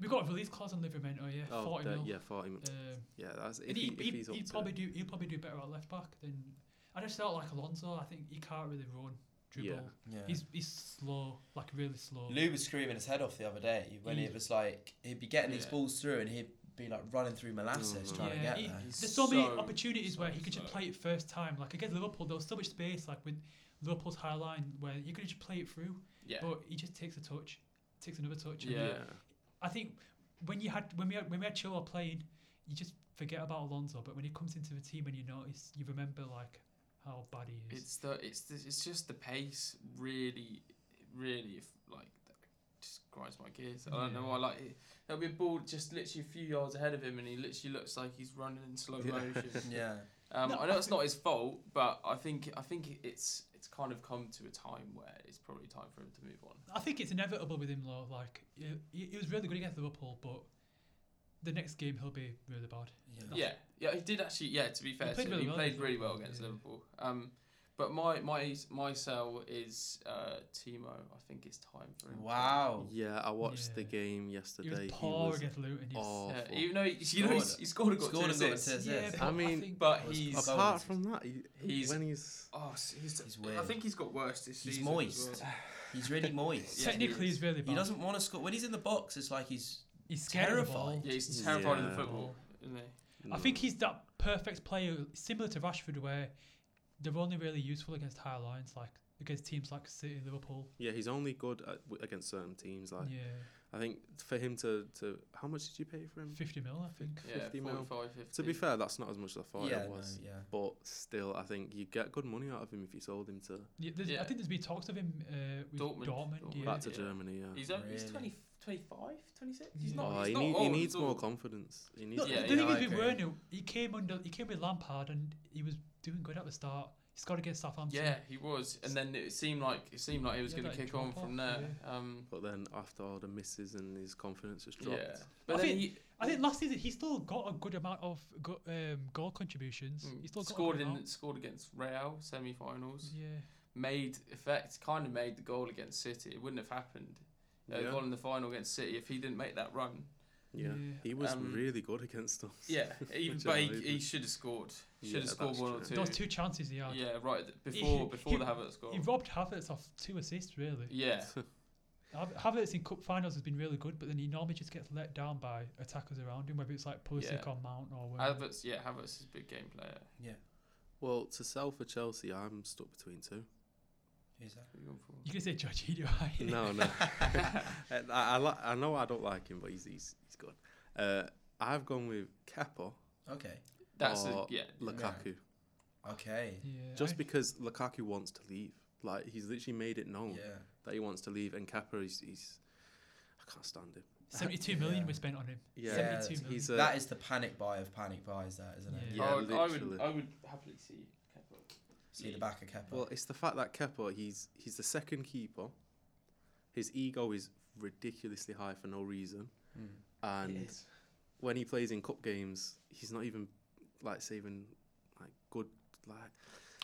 Speaker 4: We've got a release clause on Livermento, yeah,
Speaker 1: Oh,
Speaker 4: forty
Speaker 1: that-
Speaker 4: mil.
Speaker 1: yeah, forty. mil.
Speaker 4: Um,
Speaker 1: Yeah, that's if,
Speaker 4: and
Speaker 1: he,
Speaker 4: he,
Speaker 1: if
Speaker 4: he,
Speaker 1: he's up
Speaker 4: he'd
Speaker 1: to
Speaker 4: probably
Speaker 1: it.
Speaker 4: do. He'll probably do better at left back than. I just felt like Alonso. I think he can't really run, dribble.
Speaker 1: Yeah.
Speaker 3: Yeah.
Speaker 4: He's he's slow, like really slow.
Speaker 3: Lou was screaming his head off the other day when
Speaker 4: Mm.
Speaker 3: it was like he'd be getting these
Speaker 2: Yeah.
Speaker 3: balls through and he'd be like running through molasses
Speaker 1: Mhm.
Speaker 3: trying
Speaker 4: Yeah,
Speaker 3: to
Speaker 4: he-
Speaker 3: get there.
Speaker 2: He's
Speaker 4: There's so, many
Speaker 2: so-
Speaker 4: opportunities where
Speaker 2: so
Speaker 4: he could just
Speaker 2: slow.
Speaker 4: play it first time. Like against Liverpool, there was so much space, like with Liverpool's high line, where you could just play it through.
Speaker 2: Yeah.
Speaker 4: But he just takes a touch, takes another touch. and
Speaker 2: Yeah.
Speaker 4: I think when you had when we had, when we had Chilwell playing, you just forget about Alonso. But when he comes into the team and you notice, you remember like how bad he is.
Speaker 2: It's the it's the, it's just the pace really really if like that just grinds my gears. I don't know
Speaker 4: Yeah.
Speaker 2: why like it, there'll be a ball just literally a few yards ahead of him and he literally looks like he's running in slow
Speaker 1: Yeah.
Speaker 2: motion.
Speaker 3: Yeah.
Speaker 2: Um,
Speaker 4: No,
Speaker 2: I know
Speaker 4: I
Speaker 2: it's not his fault, but I think I think it's it's kind of come to a time where it's probably time for him to move on.
Speaker 4: I think it's inevitable with him, though. Like he, he he was really good against Liverpool, but the next game he'll be really bad.
Speaker 3: Yeah.
Speaker 2: Yeah, yeah, he did actually. Yeah, to be fair,
Speaker 4: played
Speaker 2: so
Speaker 4: really
Speaker 2: he
Speaker 4: well
Speaker 2: played
Speaker 4: against
Speaker 2: really well
Speaker 4: Liverpool,
Speaker 2: against
Speaker 4: yeah.
Speaker 2: Liverpool. Um, but my my my cell is uh, Timo. I think it's time for him. to-
Speaker 1: Yeah.
Speaker 3: Wow.
Speaker 1: Yeah, I watched the
Speaker 4: Yeah.
Speaker 1: game
Speaker 4: He was
Speaker 1: yesterday.
Speaker 4: poor against Luton. He was,
Speaker 1: awful.
Speaker 2: Yeah, even though he, you know he's, he scored a goal,
Speaker 3: Scored
Speaker 2: two
Speaker 3: and got
Speaker 2: assists,
Speaker 3: assists,
Speaker 4: yeah,
Speaker 3: yes.
Speaker 4: but
Speaker 1: I mean-
Speaker 4: think,
Speaker 2: but
Speaker 3: Was
Speaker 2: he's
Speaker 3: above-
Speaker 1: Apart from that, he,
Speaker 2: He's-
Speaker 1: when he's
Speaker 2: oh, s- he's,
Speaker 3: He's
Speaker 2: I
Speaker 3: weird.
Speaker 2: think he's got worse this
Speaker 3: He's
Speaker 2: season.
Speaker 3: moist.
Speaker 2: as well.
Speaker 3: He's really moist.
Speaker 2: Yeah.
Speaker 4: technically he's really bad.
Speaker 3: He doesn't want to score. When he's in the box, it's like he's
Speaker 4: He's scared of the
Speaker 3: terrified.
Speaker 4: ball.
Speaker 2: Yeah, he's terrified of
Speaker 1: Yeah.
Speaker 2: the football. Isn't he?
Speaker 4: I think he's that perfect player, similar to Rashford, where they're only really useful against high lines, like against teams like City, Liverpool.
Speaker 1: yeah he's only good at, w- against certain teams. Like
Speaker 4: yeah,
Speaker 1: I think for him to to how much did you pay for him?
Speaker 4: fifty mil, Um, I think.
Speaker 2: Yeah,
Speaker 1: 50 mil.
Speaker 2: 45, 50.
Speaker 1: To be fair, that's not as much as I thought
Speaker 3: yeah,
Speaker 1: it
Speaker 3: no,
Speaker 1: was.
Speaker 3: yeah.
Speaker 1: But still, I think you get good money out of him if you sold him to
Speaker 4: Yeah, there's, I
Speaker 2: Yeah.
Speaker 4: think there's been talks of him uh, with
Speaker 2: Dortmund,
Speaker 4: Dortmund.
Speaker 2: Dortmund.
Speaker 4: yeah.
Speaker 1: back to
Speaker 2: Yeah.
Speaker 1: Germany. Yeah.
Speaker 4: Oh,
Speaker 2: he's, only, he's
Speaker 3: Really?
Speaker 2: 20, 25, 26. He's not.
Speaker 1: Oh,
Speaker 2: he's
Speaker 1: he,
Speaker 2: not
Speaker 1: need,
Speaker 2: old
Speaker 1: he
Speaker 2: at
Speaker 1: needs more
Speaker 2: all.
Speaker 1: confidence. He needs
Speaker 4: No,
Speaker 2: Yeah,
Speaker 4: the thing
Speaker 3: yeah,
Speaker 4: is
Speaker 3: I
Speaker 4: with
Speaker 3: agree.
Speaker 4: Werner, he came under, he came with Lampard, and he was doing good at the start. He scored against Southampton.
Speaker 2: Yeah, he was, and then it seemed like it seemed like he was
Speaker 4: Yeah,
Speaker 2: going to
Speaker 4: that
Speaker 2: kick on
Speaker 4: drop
Speaker 2: from
Speaker 4: off,
Speaker 2: there. Um,
Speaker 1: But then after all the misses and his confidence has dropped.
Speaker 2: yeah, but
Speaker 4: I
Speaker 2: then
Speaker 4: think-
Speaker 2: he
Speaker 4: I think last season he still got a good amount of go, um, goal contributions.
Speaker 2: mm,
Speaker 4: He still got a
Speaker 2: scored
Speaker 4: good
Speaker 2: in
Speaker 4: amount.
Speaker 2: scored against Real semi-finals.
Speaker 4: Yeah,
Speaker 2: Made effect, kind of made the goal against City. It wouldn't have happened. Uh,
Speaker 1: Yeah.
Speaker 2: Goal in the final against City if he didn't make that run.
Speaker 1: Yeah.
Speaker 4: Yeah.
Speaker 1: He was
Speaker 2: Um,
Speaker 1: really good against us.
Speaker 2: Yeah, he,
Speaker 1: Which
Speaker 2: but
Speaker 1: I
Speaker 2: he,
Speaker 1: believe
Speaker 2: he
Speaker 1: in.
Speaker 2: should have scored. Should
Speaker 1: Yeah,
Speaker 2: have scored
Speaker 1: that's
Speaker 2: one or
Speaker 1: true.
Speaker 2: two.
Speaker 4: those two chances he had.
Speaker 2: Yeah, right th- before before
Speaker 4: he-
Speaker 2: the Havertz goal.
Speaker 4: He robbed Havertz off two assists, really.
Speaker 2: Yeah,
Speaker 4: Hav- Havertz in cup finals has been really good, but then he normally just gets let down by attackers around him, whether it's like Pulisic
Speaker 2: Yeah.
Speaker 4: or Mount or whatever.
Speaker 2: Havertz. Yeah, Havertz is a big game player.
Speaker 3: Yeah.
Speaker 1: Well, to sell for Chelsea, I'm stuck between two.
Speaker 3: Who's that?
Speaker 2: Who you going for?
Speaker 4: You can say Jorginho. aye.
Speaker 1: No, no. I, I, li- I know I don't like him, but he's he's, he's good. Uh, I've gone with Kepa
Speaker 3: Okay.
Speaker 2: That's a,
Speaker 1: or
Speaker 2: yeah.
Speaker 1: Lukaku,
Speaker 3: Okay.
Speaker 4: yeah,
Speaker 1: just
Speaker 4: I-
Speaker 1: because Lukaku wants to leave. Like he's literally made it known
Speaker 3: Yeah.
Speaker 1: that he wants to leave, and Kepa is he's I can't stand him.
Speaker 4: 72 million
Speaker 3: Yeah.
Speaker 4: we spent on him.
Speaker 1: Yeah,
Speaker 4: 72
Speaker 3: it's-
Speaker 4: million.
Speaker 1: he's a
Speaker 3: that is the panic buy of panic buys, that isn't it?
Speaker 1: Yeah, Oh,
Speaker 2: I, would, I
Speaker 1: literally.
Speaker 2: would I would happily see Kepa.
Speaker 3: See the back of Kepa.
Speaker 1: Well, it's the fact that Kepa, he's he's the second keeper. His ego is ridiculously high for no reason,
Speaker 3: Mm.
Speaker 1: and when he plays in cup games, he's not even like saving like good like.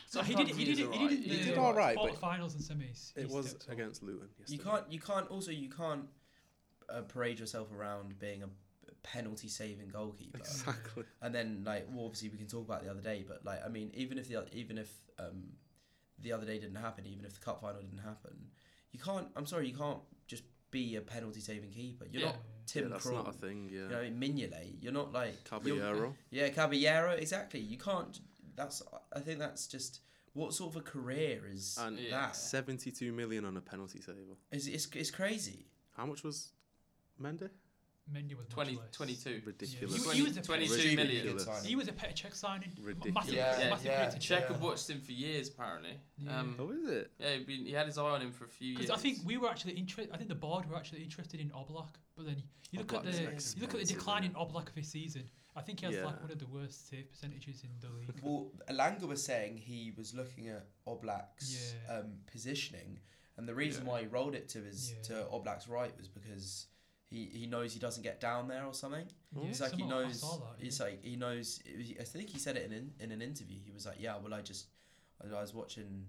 Speaker 4: So he did.
Speaker 2: Sometimes he
Speaker 4: He did.
Speaker 2: is
Speaker 4: it- He did.
Speaker 2: alright.
Speaker 4: it
Speaker 2: He
Speaker 4: in
Speaker 1: did
Speaker 4: the
Speaker 1: alright, but-
Speaker 4: Quarterfinals and semis.
Speaker 1: It
Speaker 4: he
Speaker 1: was
Speaker 4: stepped up.
Speaker 1: against Luton. Yesterday.
Speaker 3: You can't. You can't. Also, you can't uh, parade yourself around being a penalty saving goalkeeper.
Speaker 1: exactly.
Speaker 3: And then, like, well, obviously, we can talk about the other day, but like, I mean, even if the oth- even if um, the other day didn't happen, even if the cup final didn't happen, you can't. I'm sorry, you can't just be a penalty saving keeper. You're
Speaker 2: Yeah.
Speaker 3: not Tim
Speaker 1: that's
Speaker 3: Krul.
Speaker 1: not a thing.
Speaker 3: You know,
Speaker 1: Yeah,
Speaker 3: what I mean? Mignolet. You're not like you're-
Speaker 1: Caballero.
Speaker 3: Yeah, Caballero. Exactly. You can't. That's. I think that's just what sort of a career is
Speaker 1: And
Speaker 2: Yeah.
Speaker 3: that?
Speaker 1: Seventy-two million on a penalty saver.
Speaker 3: It's, it's it's crazy.
Speaker 1: How much was Mende?
Speaker 4: Mendy was much
Speaker 2: 20,
Speaker 4: less.
Speaker 2: 22.
Speaker 1: Ridiculous.
Speaker 4: You-
Speaker 2: Twenty-
Speaker 4: you was a
Speaker 2: 22 million.
Speaker 1: Ridiculous.
Speaker 3: Signing.
Speaker 4: He was a Petr Cech signing.
Speaker 1: Ridiculous.
Speaker 4: Massive,
Speaker 5: Yeah,
Speaker 4: massive
Speaker 5: yeah,
Speaker 4: credit to
Speaker 2: Czech
Speaker 4: Czech.
Speaker 2: have watched him for years, apparently.
Speaker 4: Yeah.
Speaker 2: Um,
Speaker 1: Oh, is it?
Speaker 2: yeah, he'd been, he had his eye on him for a few years.
Speaker 4: Because I think we were actually interested. I think the board were actually interested in Oblak, but then you look
Speaker 1: Oblak's
Speaker 4: at the you look at the
Speaker 1: expensive,
Speaker 4: decline in
Speaker 1: isn't
Speaker 4: Oblak this season. I think he has
Speaker 1: Yeah.
Speaker 4: like one of the worst save percentages in the league.
Speaker 3: Well, Alanga was saying he was looking at Oblak's
Speaker 4: Yeah.
Speaker 3: um, positioning, and the reason
Speaker 2: Yeah.
Speaker 3: why he rolled it to his
Speaker 4: Yeah.
Speaker 3: to Oblak's right was because he, he knows he doesn't get down there or something.
Speaker 4: Yeah,
Speaker 3: it's like he
Speaker 4: somehow I
Speaker 3: knows.
Speaker 4: saw that,
Speaker 3: It's
Speaker 4: yeah.
Speaker 3: like he knows. it was- I think he said it in an, in an interview. He was like, "Yeah, well, I just I was watching.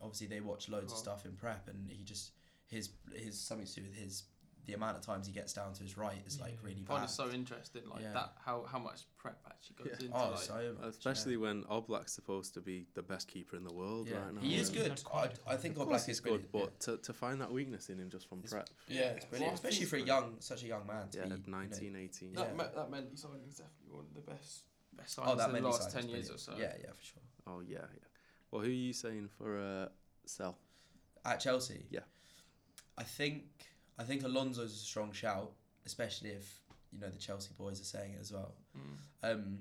Speaker 3: Obviously, they watch loads
Speaker 2: Oh.
Speaker 3: of stuff in prep, and he just his his something to do with his the amount of times he gets down to his right is like
Speaker 4: Yeah.
Speaker 3: really
Speaker 2: I find
Speaker 3: bad.
Speaker 2: it so interesting, like
Speaker 3: Yeah.
Speaker 2: that, how, how much prep actually goes
Speaker 1: Yeah.
Speaker 2: into
Speaker 3: oh,
Speaker 2: like,
Speaker 3: so much,
Speaker 1: Especially
Speaker 3: yeah.
Speaker 1: when Oblak's supposed to be the best keeper in the world
Speaker 3: Yeah.
Speaker 1: right now.
Speaker 3: he is
Speaker 4: Yeah.
Speaker 3: good. I, I think
Speaker 1: Of course
Speaker 3: Oblak
Speaker 1: he's
Speaker 3: is
Speaker 1: good,
Speaker 3: brilliant, yeah.
Speaker 1: but to, to find that weakness in him just from
Speaker 3: It's-
Speaker 1: prep.
Speaker 3: Yeah, it's brilliant,
Speaker 2: Well, I
Speaker 3: especially
Speaker 2: think-
Speaker 3: for a young, such a young man. To
Speaker 1: Yeah,
Speaker 3: be,
Speaker 1: at
Speaker 3: you know-
Speaker 1: 19, 18.
Speaker 3: Yeah.
Speaker 2: That, me- that Mendy signing is definitely one of the best best
Speaker 3: oh,
Speaker 2: signings
Speaker 3: that
Speaker 2: in the
Speaker 3: many
Speaker 2: last
Speaker 3: signings,
Speaker 2: ten years or so.
Speaker 3: brilliant. Yeah, yeah, for sure.
Speaker 1: Oh, yeah, yeah. Well, who are you saying for uh, Sell?
Speaker 3: At Chelsea,
Speaker 1: Yeah.
Speaker 3: I think I think Alonso's a strong shout, especially if you know the Chelsea boys are saying it as well.
Speaker 2: Mm.
Speaker 3: Um,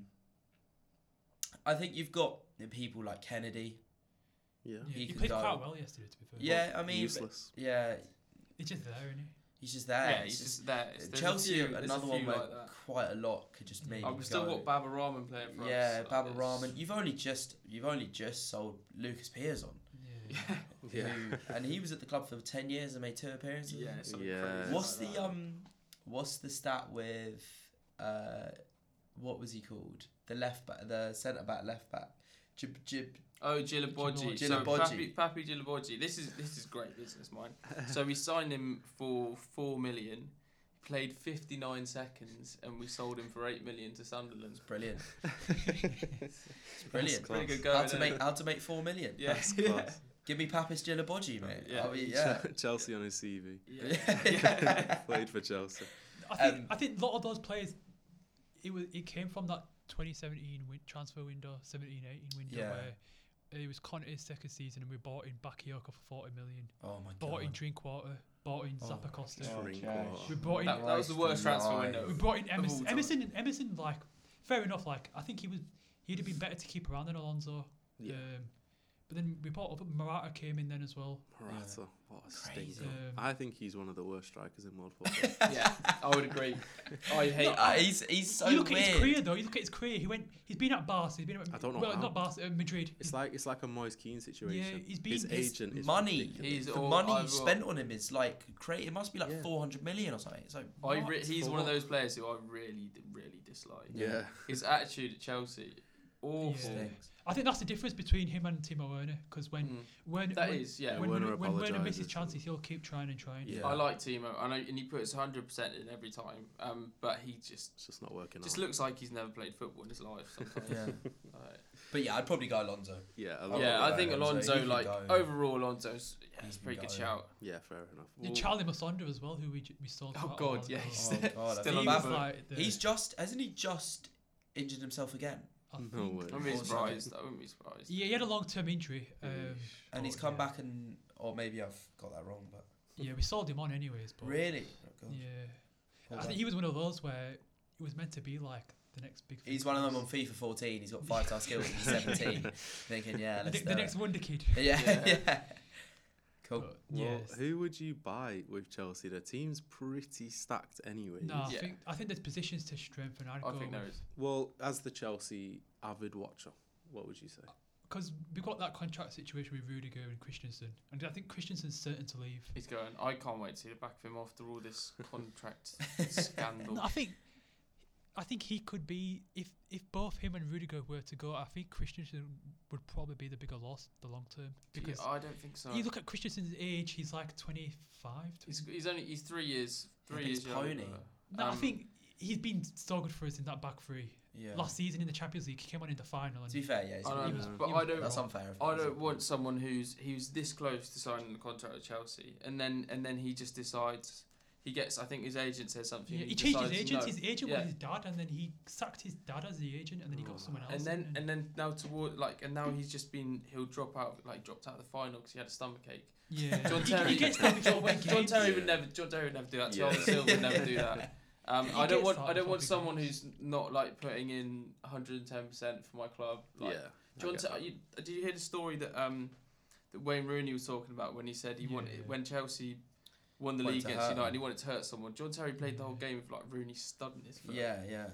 Speaker 3: I think you've got the people like Kennedy.
Speaker 1: Yeah.
Speaker 4: Yeah,
Speaker 3: he
Speaker 4: he
Speaker 3: could
Speaker 4: played
Speaker 3: go-
Speaker 4: quite well yesterday, to be fair.
Speaker 3: Yeah, I mean,
Speaker 1: Useless.
Speaker 3: yeah,
Speaker 4: he's just there, isn't he?
Speaker 3: he's just there.
Speaker 2: yeah,
Speaker 3: It's
Speaker 2: he's
Speaker 3: just-
Speaker 2: just there. It's- there's a
Speaker 3: Chelsea,
Speaker 2: few- there's a
Speaker 3: another one
Speaker 2: few
Speaker 3: where
Speaker 2: like that.
Speaker 3: quite a lot could just maybe.
Speaker 2: I've still
Speaker 3: go.
Speaker 2: got Baba Rahman playing for
Speaker 3: yeah,
Speaker 2: us.
Speaker 3: Baba
Speaker 2: Rahman.
Speaker 3: Rahman. You've only just you've only just sold Lucas Piers on.
Speaker 1: Yeah.
Speaker 4: Yeah.
Speaker 3: who- and he was at the club for ten years and made two appearances.
Speaker 2: Yeah, something
Speaker 1: Yeah.
Speaker 2: crazy
Speaker 3: What's
Speaker 2: like
Speaker 3: the
Speaker 2: that.
Speaker 3: um? What's the stat with uh? What was he called? The left back, the centre back, left back. Jib, jib.
Speaker 2: Oh, Jilabodji. So Papi,
Speaker 3: Djilabodji.
Speaker 2: Papi Jilabodji. This is this is great business, mind. so we signed him for four million. He played fifty nine seconds, and we sold him for eight million to Sunderland.
Speaker 3: It's brilliant. it's brilliant.
Speaker 2: Pretty good
Speaker 3: How
Speaker 2: going.
Speaker 3: to make how to make four million?
Speaker 2: Yeah, yeah.
Speaker 1: class.
Speaker 3: Give me Papis Gilabodji, mate.
Speaker 2: Yeah.
Speaker 3: I'll be-
Speaker 1: uh,
Speaker 3: yeah.
Speaker 1: Chelsea on his CV.
Speaker 2: Yeah.
Speaker 3: Yeah.
Speaker 1: Played for Chelsea.
Speaker 4: I think
Speaker 3: Um,
Speaker 4: I think a lot of those players, it was it came from that 2017 win- transfer window, 17-18 window
Speaker 3: Yeah.
Speaker 4: where it was Conte's second season and we bought in Bakayoko for 40 million,
Speaker 3: Oh my
Speaker 4: bought in
Speaker 3: god.
Speaker 4: Drinkwater, bought in
Speaker 3: Oh,
Speaker 4: Zappa Costa,
Speaker 1: Just
Speaker 5: Oh,
Speaker 1: ring
Speaker 5: gosh.
Speaker 1: quarter.
Speaker 4: we bought in
Speaker 2: That, that was the worst transfer
Speaker 3: Christ
Speaker 2: window.
Speaker 4: we brought in
Speaker 2: all
Speaker 4: Emerson.
Speaker 2: time.
Speaker 4: Emerson and Emerson like fair enough. Like I think he was he'd have been better to keep around than Alonso.
Speaker 1: Yeah.
Speaker 4: Um, but then we bought up Morata came in then as well.
Speaker 1: Morata. What a
Speaker 3: Crazy.
Speaker 1: stinker.
Speaker 4: Um,
Speaker 1: I think he's one of the worst strikers in world football.
Speaker 2: yeah, I would agree. I hate.
Speaker 3: Uh, he's he's so
Speaker 4: you look
Speaker 3: weird.
Speaker 4: at his career though. You look at his career. He went. He's been at Barca. He's been at,
Speaker 1: I don't know
Speaker 4: well,
Speaker 1: how.
Speaker 4: not Barca, uh, Madrid.
Speaker 1: it's like it's like a Moise Keane situation.
Speaker 4: he's been-
Speaker 1: his
Speaker 4: his
Speaker 1: agent is
Speaker 3: money.
Speaker 1: ridiculous.
Speaker 2: He's
Speaker 3: the
Speaker 2: all-
Speaker 3: money
Speaker 2: I
Speaker 3: you
Speaker 2: will-
Speaker 3: spent on him is like crazy. It must be like
Speaker 1: Yeah.
Speaker 3: 400 million or something. It's like
Speaker 2: I
Speaker 3: what?
Speaker 2: re- he's
Speaker 1: For
Speaker 2: one of
Speaker 1: what?
Speaker 2: those players who I really, really dislike.
Speaker 1: Yeah.
Speaker 2: His attitude at Chelsea, awful.
Speaker 4: Yeah.
Speaker 3: Stinks.
Speaker 4: I think that's the difference between him and Timo Werner. Because when
Speaker 2: Mm.
Speaker 4: when
Speaker 2: That
Speaker 4: when,
Speaker 2: is, yeah.
Speaker 4: when,
Speaker 1: Werner
Speaker 4: when, when Werner misses
Speaker 1: apologises.
Speaker 4: chances, he'll keep trying and trying.
Speaker 1: Yeah.
Speaker 2: I like Timo, and, I, and he puts 100% in every time, um, but he just
Speaker 1: It's just not working
Speaker 2: just
Speaker 1: out.
Speaker 2: looks like he's never played football in his life sometimes.
Speaker 3: Yeah.
Speaker 2: Like,
Speaker 3: But yeah, I'd probably go Alonso.
Speaker 1: yeah, a
Speaker 3: I'll
Speaker 1: lot.
Speaker 2: yeah, I
Speaker 3: go
Speaker 2: think
Speaker 3: Alonso,
Speaker 2: Alonso,
Speaker 3: he can
Speaker 2: like,
Speaker 3: go.
Speaker 2: overall, Alonso's yeah,
Speaker 3: He
Speaker 2: it's a
Speaker 3: can
Speaker 2: pretty good
Speaker 3: go.
Speaker 2: shout.
Speaker 1: Yeah, fair enough.
Speaker 4: Yeah, Charlie Masonda as well, who we, j- we saw.
Speaker 2: Oh, God, yeah. He's
Speaker 3: Oh, God, I
Speaker 2: still
Speaker 3: feel
Speaker 2: on
Speaker 4: he
Speaker 2: the
Speaker 3: bad
Speaker 4: was
Speaker 3: for
Speaker 2: book.
Speaker 4: like the,
Speaker 3: He's just hasn't he just injured himself again?
Speaker 4: I
Speaker 1: No
Speaker 4: think-
Speaker 1: way.
Speaker 2: I wouldn't be
Speaker 3: Also-
Speaker 2: surprised. I wouldn't be surprised.
Speaker 4: Yeah, he had a long term injury. Um,
Speaker 3: And he's
Speaker 1: Oh,
Speaker 4: but
Speaker 3: come
Speaker 4: yeah.
Speaker 3: back and or maybe I've got that wrong, but
Speaker 4: Yeah, we sold him on anyways. But
Speaker 3: really, Oh, God.
Speaker 4: Yeah.
Speaker 3: Hold
Speaker 4: I think
Speaker 3: on.
Speaker 4: he was one of those where it was meant to be like the next big. thing
Speaker 3: he's
Speaker 4: for
Speaker 3: one of them
Speaker 4: us.
Speaker 3: on FIFA 14. He's got five star skills. and He's 17, thinking yeah,
Speaker 4: the,
Speaker 3: let's
Speaker 4: the
Speaker 3: do
Speaker 4: next
Speaker 3: it.
Speaker 4: wonder kid.
Speaker 3: Yeah, yeah.
Speaker 2: Yeah.
Speaker 3: Cool.
Speaker 4: But,
Speaker 1: Well,
Speaker 4: yes.
Speaker 1: who would you buy with Chelsea? The team's pretty stacked anyway.
Speaker 4: No, I
Speaker 2: Yeah.
Speaker 4: think I think there's positions to strengthen. I'd
Speaker 2: I think
Speaker 4: go
Speaker 2: there is.
Speaker 1: Well, as the Chelsea avid watcher, what would you say?
Speaker 4: because we've got that contract situation with Rudiger and Christensen, and I think Christensen's certain to leave.
Speaker 2: He's going, I can't wait to see the back of him after all this contract scandal.
Speaker 4: No, I think I think he could be if if both him and Rudiger were to go, I think Christensen would probably be the bigger loss the long term because
Speaker 2: I don't think so.
Speaker 4: you look at Christensen's age, he's like 25.
Speaker 2: He's,
Speaker 4: 20.
Speaker 2: he's only he's three years
Speaker 3: Yeah,
Speaker 2: three
Speaker 3: but
Speaker 2: years
Speaker 3: he's
Speaker 2: younger.
Speaker 3: pony.
Speaker 4: no, I
Speaker 2: um,
Speaker 4: think he's been so good for us in that back three.
Speaker 3: Yeah.
Speaker 4: Last season in the Champions League, he came on in the final. And
Speaker 3: To be fair, yeah, he's
Speaker 2: I
Speaker 3: really
Speaker 2: don't,
Speaker 4: was-
Speaker 3: bad.
Speaker 2: but
Speaker 4: he
Speaker 2: I
Speaker 4: was
Speaker 2: don't
Speaker 3: that's unfair. of
Speaker 2: I
Speaker 3: course.
Speaker 2: don't want someone who's who's this close to signing the contract with Chelsea, and then and then he just decides he gets. I think his agent says something.
Speaker 4: Yeah,
Speaker 2: and
Speaker 4: he changed his
Speaker 2: decides
Speaker 4: agent.
Speaker 2: no.
Speaker 4: His agent
Speaker 2: Yeah. Oh.
Speaker 4: was his dad, and then he sacked his dad as the agent, and then he got someone else.
Speaker 2: and then and then now toward like and now he's just been he'll drop out like dropped out of the final because he had a stomach ache.
Speaker 4: yeah,
Speaker 2: John
Speaker 4: he-
Speaker 2: Terry.
Speaker 4: he gets that before
Speaker 2: John,
Speaker 4: games.
Speaker 2: Terry
Speaker 1: Yeah.
Speaker 2: would never. John Terry would never do that.
Speaker 1: Yeah.
Speaker 2: Tom Silver would never do that. Um,
Speaker 4: He
Speaker 2: I don't
Speaker 4: gets
Speaker 2: want.
Speaker 4: that
Speaker 2: I don't
Speaker 4: before
Speaker 2: want
Speaker 4: big
Speaker 2: someone
Speaker 4: games.
Speaker 2: who's not like putting in 110 percent for my club. Like,
Speaker 1: yeah. I
Speaker 2: John,
Speaker 1: get
Speaker 2: Ter-
Speaker 1: that.
Speaker 2: you, did you hear the story that um that Wayne Rooney was talking about when he said he
Speaker 4: Yeah,
Speaker 2: wanted
Speaker 4: yeah.
Speaker 2: when Chelsea won the
Speaker 3: Wanted
Speaker 2: league
Speaker 3: to
Speaker 2: against
Speaker 3: hurt
Speaker 2: United,
Speaker 3: him.
Speaker 2: he wanted to hurt someone. John Terry played the whole game with like Rooney studding his foot.
Speaker 3: Yeah, yeah,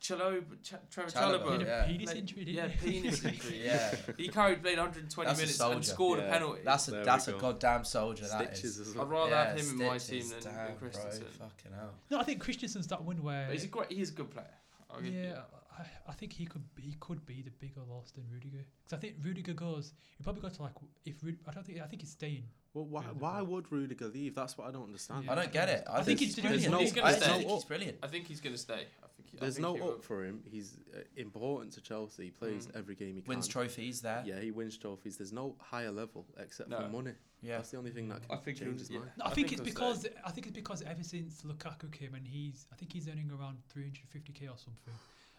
Speaker 2: Chaloba, Ch- Trevor
Speaker 3: Chalobah,
Speaker 4: He
Speaker 2: Chalobah.
Speaker 4: had a
Speaker 3: Yeah.
Speaker 4: penis
Speaker 2: Like,
Speaker 4: injury, didn't
Speaker 2: yeah,
Speaker 4: he?
Speaker 2: penis injury.
Speaker 3: yeah.
Speaker 2: He carried Blade 120
Speaker 3: That's a
Speaker 2: minutes
Speaker 3: soldier.
Speaker 2: and scored a
Speaker 1: Yeah.
Speaker 2: penalty.
Speaker 3: That's a
Speaker 1: There we
Speaker 3: that's a
Speaker 1: go.
Speaker 3: goddamn soldier. That is.
Speaker 1: Stitches as
Speaker 2: I'd
Speaker 1: well.
Speaker 2: rather
Speaker 3: yeah,
Speaker 2: have him in my team
Speaker 3: stitches,
Speaker 2: than
Speaker 3: damn,
Speaker 2: than
Speaker 3: bro,
Speaker 2: Christensen.
Speaker 3: Fucking hell.
Speaker 4: No, I think Christensen's that one where
Speaker 2: But he's a great. He is a good player. I'll give you
Speaker 4: yeah,
Speaker 2: that.
Speaker 4: I, I think he could he could be the bigger loss than Rudiger because I think Rudiger goes he probably go to like if Rud- I don't think I think he's staying.
Speaker 1: Well, why,
Speaker 4: Yeah,
Speaker 1: why
Speaker 4: they're-
Speaker 1: would Rudiger leave? That's what I don't understand.
Speaker 4: Yeah.
Speaker 3: I don't get it. I,
Speaker 4: I think he's doing
Speaker 1: it. He's
Speaker 3: brilliant.
Speaker 1: gonna
Speaker 3: I
Speaker 1: stay.
Speaker 3: think
Speaker 1: No,
Speaker 3: he's brilliant.
Speaker 2: I think he's going to stay. I think. He, I
Speaker 1: There's
Speaker 2: think
Speaker 1: no
Speaker 2: he will.
Speaker 1: up for him. He's uh, important to Chelsea. He plays
Speaker 2: Mm.
Speaker 1: every game he can.
Speaker 3: Wins trophies there.
Speaker 1: Yeah, he wins trophies. There's no higher level except
Speaker 2: No.
Speaker 1: for money.
Speaker 3: Yeah.
Speaker 1: That's the only thing that
Speaker 2: I
Speaker 1: can
Speaker 2: think
Speaker 1: change
Speaker 2: he'll-
Speaker 1: his
Speaker 2: yeah.
Speaker 1: mind.
Speaker 4: No, I,
Speaker 2: I
Speaker 4: think,
Speaker 2: think
Speaker 4: it's
Speaker 2: he'll
Speaker 4: because I think it's because ever since Lukaku came and he's I think he's earning around 350k or something.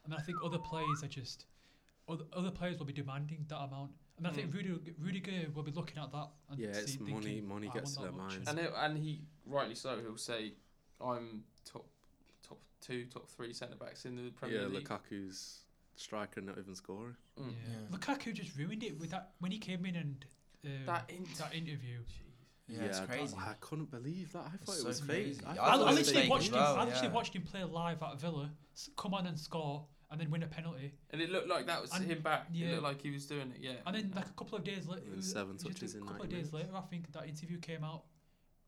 Speaker 4: I mean I think other players are just other, other players will be demanding that amount. I mean I think
Speaker 2: Mm.
Speaker 4: Rudiger, Rudiger will be looking at that. And
Speaker 1: Yeah, it's
Speaker 4: see-
Speaker 1: money-
Speaker 4: thinking,
Speaker 1: money
Speaker 4: "I
Speaker 1: gets
Speaker 4: want
Speaker 1: to
Speaker 4: that
Speaker 1: their
Speaker 4: much,"
Speaker 1: minds.
Speaker 2: And he, and he rightly so. He'll say, "I'm top, top two, top three centre backs in the Premier
Speaker 1: Yeah,
Speaker 2: League."
Speaker 1: Lukaku's striker not even scoring.
Speaker 2: Mm.
Speaker 4: yeah. Lukaku just ruined it with that when he came in and um,
Speaker 2: That in-
Speaker 4: that interview.
Speaker 3: Yeah, it's
Speaker 1: I-
Speaker 3: crazy.
Speaker 1: I, couldn't believe that. I thought
Speaker 3: so
Speaker 1: it was
Speaker 3: crazy.
Speaker 1: fake.
Speaker 3: I
Speaker 4: I,
Speaker 1: thought it
Speaker 3: thought
Speaker 4: I
Speaker 1: was
Speaker 4: literally
Speaker 1: fake.
Speaker 3: as
Speaker 4: watched
Speaker 3: well,
Speaker 4: him. I literally
Speaker 3: yeah.
Speaker 4: watched him play live at Villa, s- come on and score, and then win a penalty.
Speaker 2: and it looked like that was
Speaker 4: And-
Speaker 2: him back.
Speaker 4: yeah.
Speaker 2: It looked like he was doing it. Yeah.
Speaker 4: And then like a couple of days later,
Speaker 1: And seven touches
Speaker 4: a
Speaker 1: in
Speaker 4: couple
Speaker 1: 90
Speaker 4: of days later, I think that interview came out,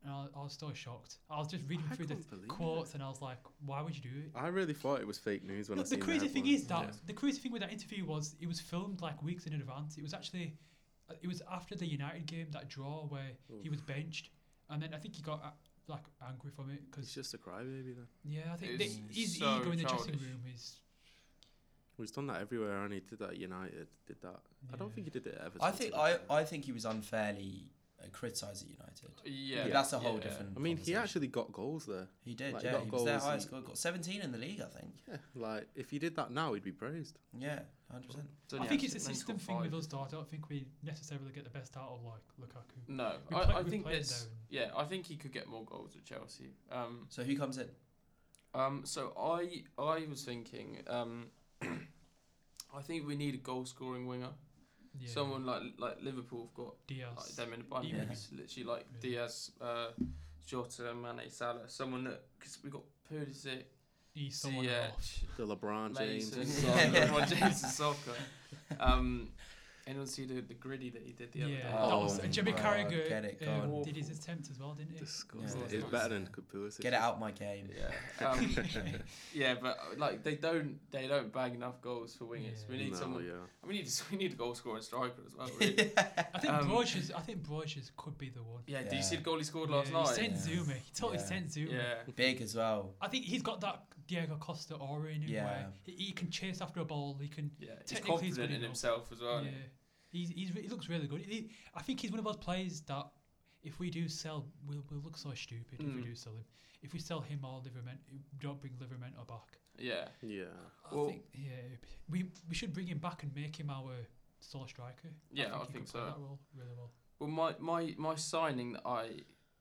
Speaker 4: and I, I was still shocked. I was just reading
Speaker 1: I
Speaker 4: through the
Speaker 1: couldn't believe
Speaker 4: quotes, and I was like, "Why would you do it?"
Speaker 1: I really thought it was fake news when
Speaker 4: No,
Speaker 1: I
Speaker 4: the
Speaker 1: seen
Speaker 4: crazy thing
Speaker 1: headline.
Speaker 4: is that the crazy thing with that interview was it was filmed like weeks in advance. It was actually, uh, it was after the United game that draw where he was benched, and then I think he got uh, like angry from it
Speaker 1: He's
Speaker 4: because
Speaker 1: just a crybaby then.
Speaker 4: yeah, I think
Speaker 2: It's
Speaker 4: the, his
Speaker 2: so
Speaker 4: ego in the dressing
Speaker 2: childish.
Speaker 4: room is.
Speaker 1: He's done that everywhere, and he did that at United. Did that. I don't
Speaker 4: Yeah.
Speaker 1: think he did it at Everton.
Speaker 3: I think
Speaker 1: to be
Speaker 3: I,
Speaker 1: fair.
Speaker 3: I think he was unfairly uh, criticised at United.
Speaker 2: Yeah.
Speaker 3: But that's a whole
Speaker 2: yeah.
Speaker 3: different.
Speaker 1: I mean, he
Speaker 3: conversation.
Speaker 1: actually got goals there.
Speaker 3: he did.
Speaker 1: like,
Speaker 3: yeah,
Speaker 1: got
Speaker 3: he was their
Speaker 1: goals
Speaker 3: highest
Speaker 1: and-
Speaker 3: goal. Got 17 in the league, I think.
Speaker 1: Yeah, like if he did that now, he'd be praised.
Speaker 3: Yeah, 100. percent
Speaker 2: So,
Speaker 4: I
Speaker 2: yeah,
Speaker 4: think it's a
Speaker 2: Man's got
Speaker 4: system thing with
Speaker 2: five.
Speaker 4: us, though. I don't think we necessarily get the best out of like Lukaku.
Speaker 2: No,
Speaker 4: We
Speaker 2: I,
Speaker 4: play-
Speaker 2: I
Speaker 4: we
Speaker 2: think
Speaker 4: played
Speaker 2: that's
Speaker 4: down.
Speaker 2: yeah. I think he could get more goals at Chelsea. Um,
Speaker 3: So who comes in?
Speaker 2: um. So I I was thinking um. I think we need a goal scoring winger.
Speaker 4: Yeah.
Speaker 2: Someone like like Liverpool have got
Speaker 4: Diaz.
Speaker 2: like them in abundance.
Speaker 3: Yeah.
Speaker 2: It's literally like
Speaker 4: Yeah.
Speaker 2: Diaz, uh, Jota, Mane, Salah. Someone that because we got Pulisic,
Speaker 4: He's someone off.
Speaker 2: Ziyech,
Speaker 1: The LeBron James.
Speaker 2: Mason,
Speaker 3: James.
Speaker 2: Son,
Speaker 3: Yeah.
Speaker 2: LeBron James, and Soccer. Um, anyone see the, the gritty that he did the
Speaker 4: Yeah,
Speaker 2: other day?
Speaker 4: that
Speaker 3: Oh
Speaker 4: was
Speaker 3: my
Speaker 4: Jimmy
Speaker 3: God,
Speaker 4: Carragher
Speaker 3: get it
Speaker 4: um,
Speaker 2: gone.
Speaker 4: did his attempt as well, didn't he?
Speaker 1: Disgusting.
Speaker 2: Yeah.
Speaker 1: It's better than Pulisic.
Speaker 3: Get it out my game.
Speaker 2: Yeah, um, yeah, but uh, like they don't they don't bag enough goals for wingers. We
Speaker 4: Yeah.
Speaker 2: need
Speaker 1: no,
Speaker 2: someone.
Speaker 1: Yeah.
Speaker 2: We need we need a goal scoring striker as well. Really.
Speaker 4: I think
Speaker 2: Um,
Speaker 4: Broges. I think Broges could be the one.
Speaker 2: yeah, do you see
Speaker 3: Yeah.
Speaker 2: the goal he scored last
Speaker 4: yeah, He
Speaker 2: night?
Speaker 4: sent
Speaker 3: Yeah.
Speaker 4: Zuma. He totally
Speaker 3: Yeah.
Speaker 4: sent Zuma.
Speaker 2: Yeah,
Speaker 3: Big as well.
Speaker 4: I think he's got that Diego Costa aura in him where
Speaker 3: Yeah.
Speaker 4: he, he can chase after a ball. He can.
Speaker 2: yeah. He's
Speaker 4: Technically, he's good
Speaker 2: confident in
Speaker 4: enough.
Speaker 2: himself as well.
Speaker 4: yeah. He's, he's re- he looks really good. He, I think he's one of those players that if we do sell, we'll, we'll look so stupid if we
Speaker 2: Mm.
Speaker 4: do sell him. If we sell him or Livermento, don't bring Livermento back.
Speaker 2: Yeah.
Speaker 1: Yeah.
Speaker 4: I
Speaker 2: Well-
Speaker 4: think yeah, we we should bring him back and make him our sole striker.
Speaker 2: Yeah, I
Speaker 4: I think, he
Speaker 2: think
Speaker 4: could play
Speaker 2: so.
Speaker 4: That role really well.
Speaker 2: Well, my, my, my signing that I